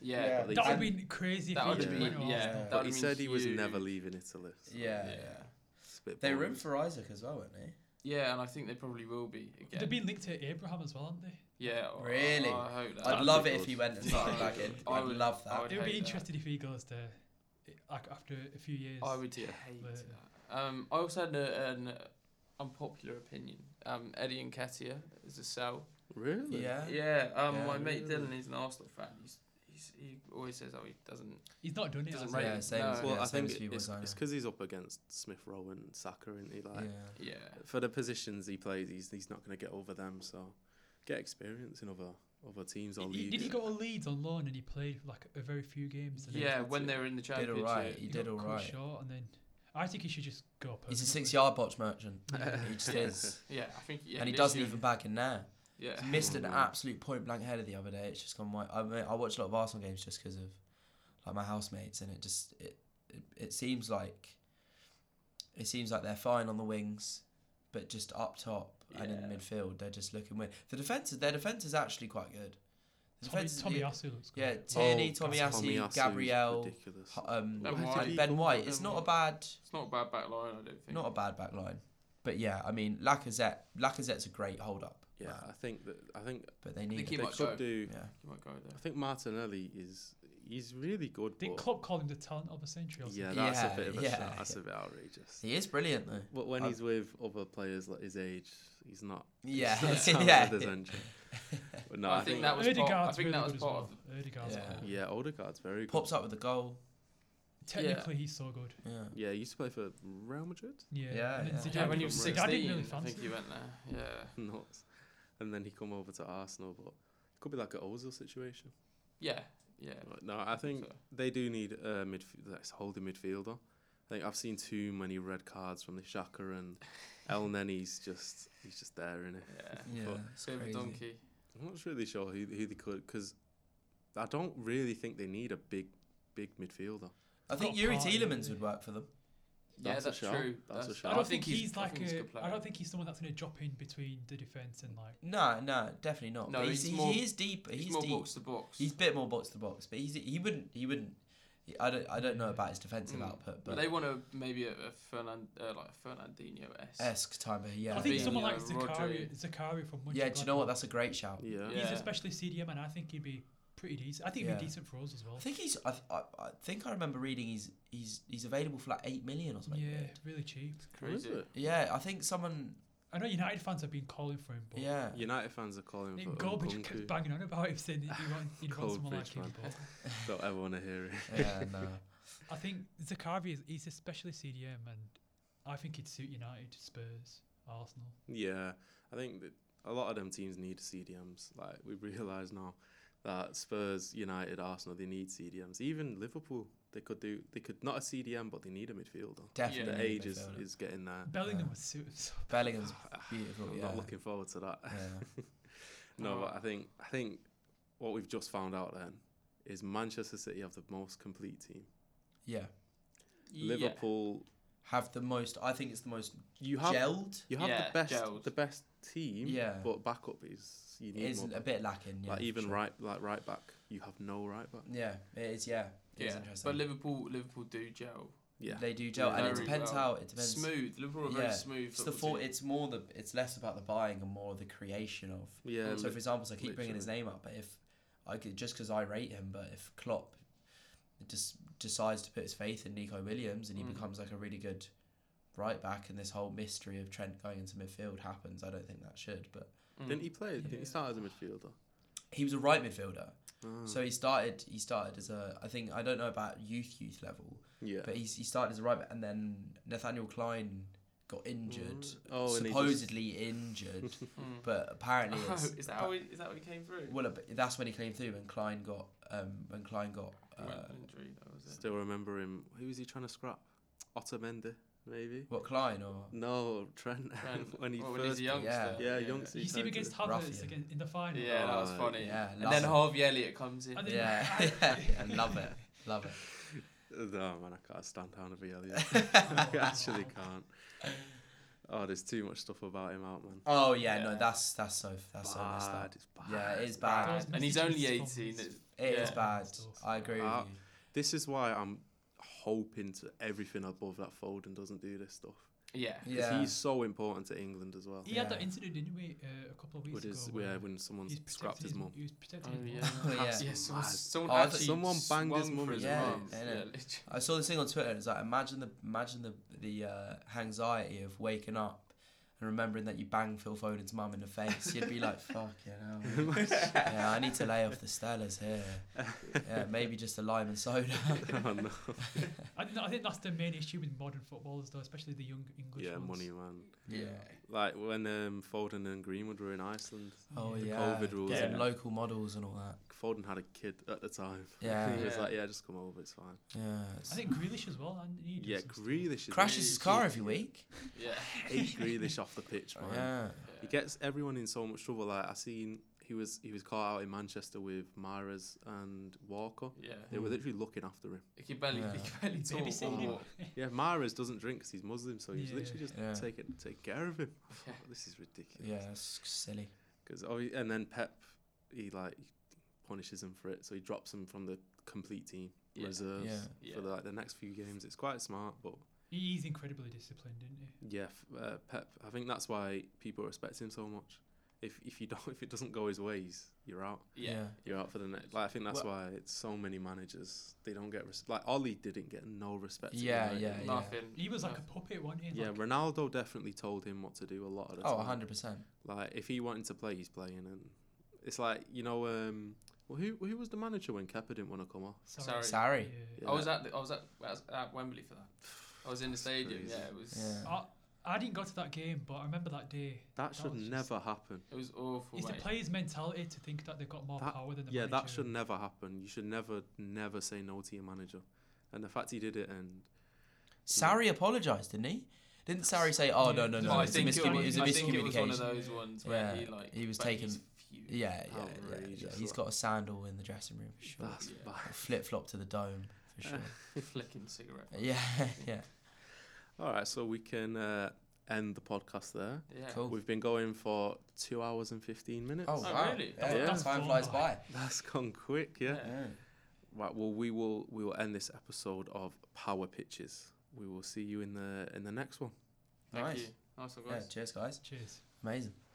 Speaker 2: Yeah.
Speaker 3: Yeah.
Speaker 1: They
Speaker 4: That
Speaker 1: said-
Speaker 4: would be crazy if
Speaker 2: That
Speaker 4: he
Speaker 2: would
Speaker 4: just
Speaker 2: be.
Speaker 1: been
Speaker 2: Yeah.
Speaker 4: went to Arsenal.
Speaker 1: But
Speaker 2: that
Speaker 1: he
Speaker 2: would've been
Speaker 1: said he was
Speaker 2: huge.
Speaker 1: never leaving Italy. so
Speaker 3: Yeah,
Speaker 2: Yeah.
Speaker 3: yeah.
Speaker 1: it's a bit
Speaker 3: They were
Speaker 1: boring.
Speaker 3: in for Isaac as well, weren't they?
Speaker 2: Yeah, and I think they probably will be again.
Speaker 4: They've been linked to Abraham as well, haven't they?
Speaker 2: yeah. I-
Speaker 3: Really?
Speaker 2: I, hope that.
Speaker 3: I'd
Speaker 1: That'd
Speaker 3: love
Speaker 1: be
Speaker 3: it if
Speaker 1: good.
Speaker 3: he went and started back in.
Speaker 2: I
Speaker 3: I'd
Speaker 2: would-
Speaker 3: love
Speaker 2: I
Speaker 3: that.
Speaker 2: would
Speaker 4: It would be
Speaker 2: hate that. Oh,
Speaker 4: interesting if he goes there, i- like after a few years.
Speaker 2: I would
Speaker 1: Yeah.
Speaker 2: hate
Speaker 4: But-
Speaker 2: that. Um, I also had a, an unpopular opinion. Um, Eddie and Nketiah is a sell.
Speaker 1: Really?
Speaker 3: Yeah.
Speaker 2: Yeah, um,
Speaker 3: Yeah,
Speaker 2: my mate
Speaker 1: really.
Speaker 2: Dylan is an Arsenal fan. He's, he's, he always says, "Oh, he doesn't."
Speaker 4: He's not done it.
Speaker 2: Doesn't
Speaker 4: has
Speaker 2: rate
Speaker 4: he?
Speaker 2: him. No.
Speaker 1: Well,
Speaker 3: yeah,
Speaker 1: I
Speaker 3: same
Speaker 1: think
Speaker 3: as you
Speaker 1: it's
Speaker 3: was, I know.
Speaker 1: it's because he's up against Smith Rowe and Saka, isn't he? Like
Speaker 3: yeah.
Speaker 2: Yeah,
Speaker 1: for the positions he plays, he's he's not going to get over them. So get experience in other other teams or
Speaker 4: He- he-
Speaker 1: leagues.
Speaker 4: Did he go to Leeds on loan and he played like a very few games? and then
Speaker 2: yeah.
Speaker 1: Nketiah.
Speaker 2: When they were in the
Speaker 3: Did
Speaker 2: championship,
Speaker 3: alright. He did
Speaker 4: got cut
Speaker 3: alright.
Speaker 4: Short and then I think he should just go up.
Speaker 3: He's a six-yard botch merchant. he just is,
Speaker 2: yeah, I think, yeah, Hmm.
Speaker 3: and he doesn't
Speaker 2: literally,
Speaker 3: even bag in there.
Speaker 2: Yeah,
Speaker 3: He missed an
Speaker 1: Mm.
Speaker 3: absolute point-blank header the other day. It's just gone white. I mean, I watch a lot of Arsenal games just because of like my housemates, and it just it, it it seems like it seems like they're fine on the wings, but just up top and in
Speaker 2: Yeah.
Speaker 3: midfield they're just looking weird. The defense, their defense is actually quite good. The
Speaker 4: Tommy,
Speaker 3: defence-
Speaker 4: Tommy
Speaker 3: the-
Speaker 4: Asu looks good.
Speaker 3: Yeah, Tierney,
Speaker 1: Oh,
Speaker 3: Tommy
Speaker 1: Tomiyasu
Speaker 3: Tomiyasu,
Speaker 1: is
Speaker 3: Gabriel,
Speaker 1: ridiculous.
Speaker 3: Ho- um,
Speaker 2: Ben
Speaker 1: Why did
Speaker 2: White.
Speaker 1: he
Speaker 3: Ben
Speaker 1: come
Speaker 3: White.
Speaker 1: from-
Speaker 3: It's not a bad,
Speaker 2: it's not a bad back line. I don't think.
Speaker 3: not a bad back line. But yeah, I mean, Lacazette, Lacazette's a great hold up.
Speaker 1: Yeah, I think that I think
Speaker 3: but they
Speaker 2: think
Speaker 3: need.
Speaker 2: he
Speaker 1: they
Speaker 2: might
Speaker 1: could
Speaker 2: go.
Speaker 1: do.
Speaker 3: yeah,
Speaker 2: You might go
Speaker 1: I
Speaker 2: there.
Speaker 1: think Martinelli is he's really good.
Speaker 4: Did
Speaker 1: but
Speaker 4: Klopp call him the talent of the century? Or
Speaker 1: yeah,
Speaker 4: something?
Speaker 1: that's
Speaker 3: Yeah,
Speaker 1: a bit of a
Speaker 3: yeah,
Speaker 1: shout. That's
Speaker 3: yeah.
Speaker 1: a bit outrageous.
Speaker 3: he is brilliant though.
Speaker 1: But when
Speaker 3: Um,
Speaker 1: he's with other players like his age, he's not.
Speaker 3: Yeah,
Speaker 1: he's not sound
Speaker 3: yeah.
Speaker 1: of his engine. But no,
Speaker 2: I
Speaker 1: I,
Speaker 2: think
Speaker 1: think,
Speaker 2: that was part- I
Speaker 4: Odegaard's
Speaker 2: think
Speaker 4: really
Speaker 2: that
Speaker 4: good
Speaker 2: was
Speaker 4: as
Speaker 2: part
Speaker 4: well.
Speaker 2: of
Speaker 4: Odegaard's
Speaker 3: Yeah.
Speaker 4: good.
Speaker 1: yeah, Odegaard's very good.
Speaker 3: Pops up with the goal.
Speaker 4: Technically, he's so good.
Speaker 3: Yeah.
Speaker 1: Yeah, he used to play for Real Madrid.
Speaker 4: Yeah.
Speaker 3: Yeah,
Speaker 4: and then
Speaker 3: yeah.
Speaker 4: Zidane-
Speaker 2: Yeah, when he was
Speaker 1: Zidane
Speaker 4: Zidane
Speaker 2: 16, I,
Speaker 4: didn't really fancy
Speaker 2: think he went there. Yeah.
Speaker 1: Nuts. And then he come over to Arsenal, but it could be like an Ozil situation.
Speaker 2: Yeah. Yeah.
Speaker 1: But no, I think
Speaker 2: So-
Speaker 1: they do need a midf- that's holding midfielder. I think I've seen too many red cards from the Shaka and El Nenny's just he's just there in it.
Speaker 2: Yeah.
Speaker 3: Yeah.
Speaker 1: But-
Speaker 3: it's
Speaker 2: Bit of a
Speaker 3: crazy.
Speaker 2: donkey.
Speaker 1: I'm not really sure who who they could because I don't really think they need a big big midfielder.
Speaker 3: I think
Speaker 4: Got
Speaker 3: Yuri
Speaker 4: Party,
Speaker 3: Tielemans
Speaker 4: yeah.
Speaker 3: would work for them.
Speaker 2: yeah,
Speaker 1: That's a
Speaker 2: that's
Speaker 1: shout.
Speaker 2: true.
Speaker 1: That's a
Speaker 4: I
Speaker 1: shout.
Speaker 4: don't
Speaker 1: I
Speaker 4: think, he's, like
Speaker 2: a.
Speaker 4: a.
Speaker 2: good
Speaker 4: I
Speaker 2: player.
Speaker 4: don't think he's someone that's gonna drop in between the defense and like.
Speaker 3: No, no, definitely not.
Speaker 2: No,
Speaker 3: but he's,
Speaker 2: he's
Speaker 3: he's,
Speaker 2: more-
Speaker 3: he is deep. He's,
Speaker 2: he's more
Speaker 3: deep.
Speaker 2: box to box.
Speaker 3: He's a bit more box to box, but he's he wouldn't he wouldn't. I don't I don't know about his defensive
Speaker 2: Mm.
Speaker 3: output,
Speaker 2: But
Speaker 3: but
Speaker 2: they want a maybe a, a Fernan, uh, like a Fernandinho s.
Speaker 3: esque type of yeah.
Speaker 4: I think
Speaker 2: Fabinho,
Speaker 4: someone like
Speaker 2: Rodri.
Speaker 4: Zakari, Zakari from.
Speaker 3: yeah, do you know what?
Speaker 4: Mönchengladbach.
Speaker 3: That's a great shout.
Speaker 1: Yeah.
Speaker 2: Yeah.
Speaker 4: He's especially CDM, and I think he'd be pretty decent. I think he'd
Speaker 3: Yeah.
Speaker 4: be decent for us as well.
Speaker 3: I think he's I, th- I, I think I remember reading he's he's he's available for like eight million or something.
Speaker 4: Yeah, really cheap.
Speaker 1: Who is
Speaker 2: Crazy.
Speaker 1: it?
Speaker 3: Yeah, I think someone.
Speaker 4: I know United fans have been calling for him, but
Speaker 3: Yeah,
Speaker 1: United fans are calling
Speaker 4: Nick
Speaker 1: for
Speaker 4: Gorbage keeps
Speaker 1: Nkunku.
Speaker 4: banging on about him, saying that he wants he wants someone
Speaker 1: Goldfish,
Speaker 4: like him. But
Speaker 1: Don't ever want to hear it.
Speaker 3: yeah, uh, no.
Speaker 4: I think Zakaria is he's especially CDM, and I think he'd suit United, Spurs, Arsenal.
Speaker 1: Yeah, I think that a lot of them teams need CDMs. Like we realise now that Spurs, United, Arsenal, they need CDMs. Even Liverpool, they could do. They could not a CDM, but they need a midfielder.
Speaker 3: Definitely.
Speaker 1: The
Speaker 3: need a
Speaker 1: age is,
Speaker 3: midfielder.
Speaker 1: is getting there.
Speaker 4: Bellingham would suit him. So
Speaker 3: Bellingham's beautiful.
Speaker 1: I'm
Speaker 3: Oh, yeah.
Speaker 1: not looking forward to that.
Speaker 3: yeah.
Speaker 1: No,
Speaker 2: Alright.
Speaker 1: but I think I think what we've just found out then is Manchester City have the most complete team.
Speaker 3: yeah,
Speaker 2: Yeah.
Speaker 1: Liverpool,
Speaker 3: have the most. I think it's the most
Speaker 1: you have
Speaker 3: gelled.
Speaker 1: you have
Speaker 2: Yeah,
Speaker 1: the best
Speaker 2: gelled.
Speaker 1: the best team.
Speaker 3: Yeah.
Speaker 1: but backup is you need
Speaker 3: It is
Speaker 1: more.
Speaker 3: a bit lacking. Yeah,
Speaker 1: like
Speaker 3: for
Speaker 1: even
Speaker 3: sure.
Speaker 1: right like right back, you have no right back.
Speaker 3: Yeah, it is. Yeah, it is
Speaker 2: Yeah.
Speaker 3: interesting.
Speaker 2: But Liverpool, Liverpool do gel.
Speaker 1: Yeah.
Speaker 3: They do gel, and it
Speaker 2: Very
Speaker 3: depends
Speaker 2: well.
Speaker 3: how it depends.
Speaker 2: Smooth. Liverpool are very
Speaker 3: Yeah.
Speaker 2: smooth.
Speaker 3: It's the
Speaker 2: football
Speaker 3: for,
Speaker 2: team.
Speaker 3: it's more the it's less about the buying and more the creation of.
Speaker 1: Yeah.
Speaker 3: so for example, so I keep bringing his
Speaker 1: Um, literally.
Speaker 3: name up, but if I could just because I rate him, but if Klopp just decides to put his faith in Nico Williams and he
Speaker 2: Mm.
Speaker 3: becomes like a really good right back, and this whole mystery of Trent going into midfield happens, I don't think that should. But
Speaker 2: Mm.
Speaker 1: Didn't he play? Didn't
Speaker 4: Yeah.
Speaker 1: he start as a midfielder?
Speaker 3: he was a right midfielder,
Speaker 1: Ah,
Speaker 3: so he started he started as a I think I don't know about youth youth level,
Speaker 1: yeah.
Speaker 3: but he's, he started as a right back, and then Nathaniel Klein got injured.
Speaker 1: Mm. Oh, and he just-
Speaker 3: supposedly injured,
Speaker 2: Mm.
Speaker 3: but apparently
Speaker 2: Oh,
Speaker 3: it's,
Speaker 2: is that how he, is that how he came through?
Speaker 3: well, ab- that's when he came through when Klein got um when Klein got uh,
Speaker 2: Went injury, that was it.
Speaker 1: still remember him. Who was he trying to scrap? Otamendi, maybe.
Speaker 3: what Klein or
Speaker 1: No, Trent.
Speaker 2: Trent.
Speaker 1: when he
Speaker 3: Oh,
Speaker 2: Well,
Speaker 1: first.
Speaker 2: he's a youngster.
Speaker 3: Yeah.
Speaker 1: Yeah, youngster.
Speaker 4: you see him
Speaker 1: tried to-
Speaker 4: against Havertz
Speaker 3: Rafinha.
Speaker 4: again in the final.
Speaker 2: Yeah, that was
Speaker 1: Right.
Speaker 2: funny.
Speaker 3: Yeah,
Speaker 2: and then
Speaker 3: love it.
Speaker 2: Harvey Elliott comes in.
Speaker 4: I think-
Speaker 3: yeah yeah I love it love it
Speaker 1: No man, I can't stand Hannah Elliott.
Speaker 4: Oh,
Speaker 1: I actually
Speaker 4: wow.
Speaker 1: can't. Oh, there's too much stuff about him out, man.
Speaker 3: oh yeah, no
Speaker 2: Yeah.
Speaker 3: that's that's so that's so messed
Speaker 1: bad.
Speaker 3: up
Speaker 1: It's bad.
Speaker 3: yeah it is bad
Speaker 4: Those
Speaker 2: And he's only
Speaker 4: messages
Speaker 2: 18.
Speaker 4: from-
Speaker 2: it's-
Speaker 3: It is
Speaker 2: Yeah.
Speaker 3: bad
Speaker 4: Stuff.
Speaker 3: I agree
Speaker 1: Uh,
Speaker 3: with you
Speaker 1: This is why I'm hoping to everything above that Foden doesn't do this stuff.
Speaker 2: Yeah.
Speaker 1: Because
Speaker 3: yeah
Speaker 1: he's so important to England as well.
Speaker 4: He had that
Speaker 3: Yeah.
Speaker 4: incident, didn't we, uh, a couple of weeks
Speaker 1: With
Speaker 4: ago?
Speaker 1: his,
Speaker 4: where
Speaker 1: yeah, when someone
Speaker 4: um, he's
Speaker 1: scrapped
Speaker 4: protecting
Speaker 1: his mum.
Speaker 4: He was protecting
Speaker 2: Oh,
Speaker 4: his
Speaker 2: yeah.
Speaker 4: mum.
Speaker 3: yeah.
Speaker 2: Yeah, someone,
Speaker 1: Mad.
Speaker 2: someone,
Speaker 3: Oh, I
Speaker 2: actually
Speaker 3: thought-
Speaker 1: Someone banged his
Speaker 2: swung
Speaker 1: mum
Speaker 2: for
Speaker 1: as
Speaker 3: well.
Speaker 2: mum.
Speaker 3: Yeah, I know.
Speaker 2: Yeah, literally.
Speaker 3: I saw this thing on Twitter and it's like imagine the imagine the the uh, anxiety of waking up and remembering that you banged Phil Foden's mum in the face you'd be like fuck you know yeah, I need to lay off the Stellas here. Yeah, maybe just a lime and soda.
Speaker 1: Oh, no.
Speaker 4: I, think- I think that's the main issue with modern footballers, though, especially the young English
Speaker 1: Yeah,
Speaker 4: ones.
Speaker 1: money man.
Speaker 3: Yeah.
Speaker 1: Like when um, Foden and Greenwood were in Iceland,
Speaker 3: Oh
Speaker 1: The
Speaker 3: yeah.
Speaker 1: COVID rules,
Speaker 3: Getting
Speaker 2: yeah.
Speaker 3: local models and all that.
Speaker 1: Foden had a kid at the time.
Speaker 3: Yeah.
Speaker 1: he was
Speaker 2: Yeah.
Speaker 1: like, "Yeah, just come over, it's fine."
Speaker 3: Yeah. it's-
Speaker 4: I think Grealish as well. And he does
Speaker 1: yeah,
Speaker 4: some stuff.
Speaker 1: Grealish. Is
Speaker 3: crashes his car every week. Oh,
Speaker 2: Yeah.
Speaker 1: I hate Grealish off the pitch, man.
Speaker 3: Yeah.
Speaker 1: He gets everyone in so much trouble. Like I seen, he was he was caught out in Manchester with Mares and Walker.
Speaker 2: Yeah.
Speaker 1: They were
Speaker 3: Mm.
Speaker 1: literally looking after him.
Speaker 2: He can barely, he
Speaker 3: Yeah.
Speaker 2: can barely talk.
Speaker 4: Babysitting him.
Speaker 2: or walk.
Speaker 1: Yeah, Mares doesn't drink because he's Muslim, so he's
Speaker 4: Yeah.
Speaker 1: literally just
Speaker 3: Yeah.
Speaker 1: taking take care of him. I
Speaker 2: Yeah.
Speaker 1: thought, This is ridiculous.
Speaker 3: Yeah, it's silly.
Speaker 1: Because and then Pep, he like punishes him for it, so he drops him from the complete team
Speaker 2: Yeah.
Speaker 1: reserves
Speaker 2: Yeah.
Speaker 1: for the, like the next few games. It's quite smart, but
Speaker 4: He's incredibly disciplined, isn't he?
Speaker 1: yeah, f- uh, Pep. I think that's why people respect him so much. If if you don't, if it doesn't go his ways, you're out.
Speaker 2: Yeah.
Speaker 1: You're out for the next. Like I think that's
Speaker 3: Well-
Speaker 1: why it's so many managers they don't get respect. Like Ollie didn't get no respect. at
Speaker 3: Yeah,
Speaker 1: United.
Speaker 3: yeah, yeah.
Speaker 2: Nothing.
Speaker 4: He was like a
Speaker 2: nothing.
Speaker 4: puppet, wasn't he?
Speaker 1: Yeah,
Speaker 4: Like,
Speaker 1: Ronaldo definitely told him what to do a lot of the
Speaker 3: Oh,
Speaker 1: time.
Speaker 3: 100%.
Speaker 1: Like if he wanted to play, he's playing, and It's like you know, um, well, who who was the manager when Kepa didn't want to come off?
Speaker 2: Sorry.
Speaker 4: Yeah.
Speaker 3: Sorry.
Speaker 1: Yeah.
Speaker 2: I was at the, I was at, I was at Wembley for that. I was in the
Speaker 1: That's
Speaker 2: stadium.
Speaker 1: crazy.
Speaker 2: Yeah, it was
Speaker 3: Yeah.
Speaker 4: I, I didn't go to that game, but I remember that day.
Speaker 1: That should
Speaker 4: was Oh, just-
Speaker 1: never happen.
Speaker 2: it was awful.
Speaker 4: It's the
Speaker 2: mate.
Speaker 4: players' mentality to think that they've got more
Speaker 1: That-
Speaker 4: power than the
Speaker 1: yeah,
Speaker 4: manager.
Speaker 1: that should never happen. You should never, never say no to your manager. And the fact he did it, and
Speaker 3: Sarri apologised, didn't he? Didn't Sarri say, "Oh no, no,
Speaker 4: Yeah.
Speaker 3: no,
Speaker 2: Well, I
Speaker 3: it's a
Speaker 2: think it was,
Speaker 3: miscommu- it was a
Speaker 2: I think it was one of
Speaker 3: miscommunication"?
Speaker 2: those ones where
Speaker 3: Yeah,
Speaker 2: he Oh, like
Speaker 3: he was
Speaker 2: but
Speaker 3: taken-
Speaker 2: he's fuming.
Speaker 3: Yeah, yeah, yeah, yeah.
Speaker 1: Outrageous,
Speaker 3: He's
Speaker 1: like-
Speaker 3: got a sandal in the dressing room for sure.
Speaker 1: that's
Speaker 2: Yeah.
Speaker 1: bad.
Speaker 3: Flip flop to the dome for sure.
Speaker 2: flicking cigarette.
Speaker 3: yeah, yeah.
Speaker 1: All right, so we can uh, end the podcast there.
Speaker 2: Yeah.
Speaker 3: Cool.
Speaker 1: We've been going for two hours and fifteen minutes.
Speaker 3: Oh,
Speaker 2: Oh,
Speaker 3: wow.
Speaker 2: really?
Speaker 3: Yeah,
Speaker 1: Yeah.
Speaker 4: That's
Speaker 3: Time
Speaker 4: flown
Speaker 3: flies
Speaker 4: by.
Speaker 3: by.
Speaker 1: That's gone quick, yeah.
Speaker 2: Yeah.
Speaker 3: Yeah.
Speaker 1: Right. Well, we will we will end this episode of Power Pitches. We will see you in the in the next one.
Speaker 2: Thank
Speaker 3: Nice.
Speaker 2: you. Nice one,
Speaker 3: Yeah,
Speaker 2: guys.
Speaker 3: cheers, guys.
Speaker 4: Cheers.
Speaker 3: Amazing.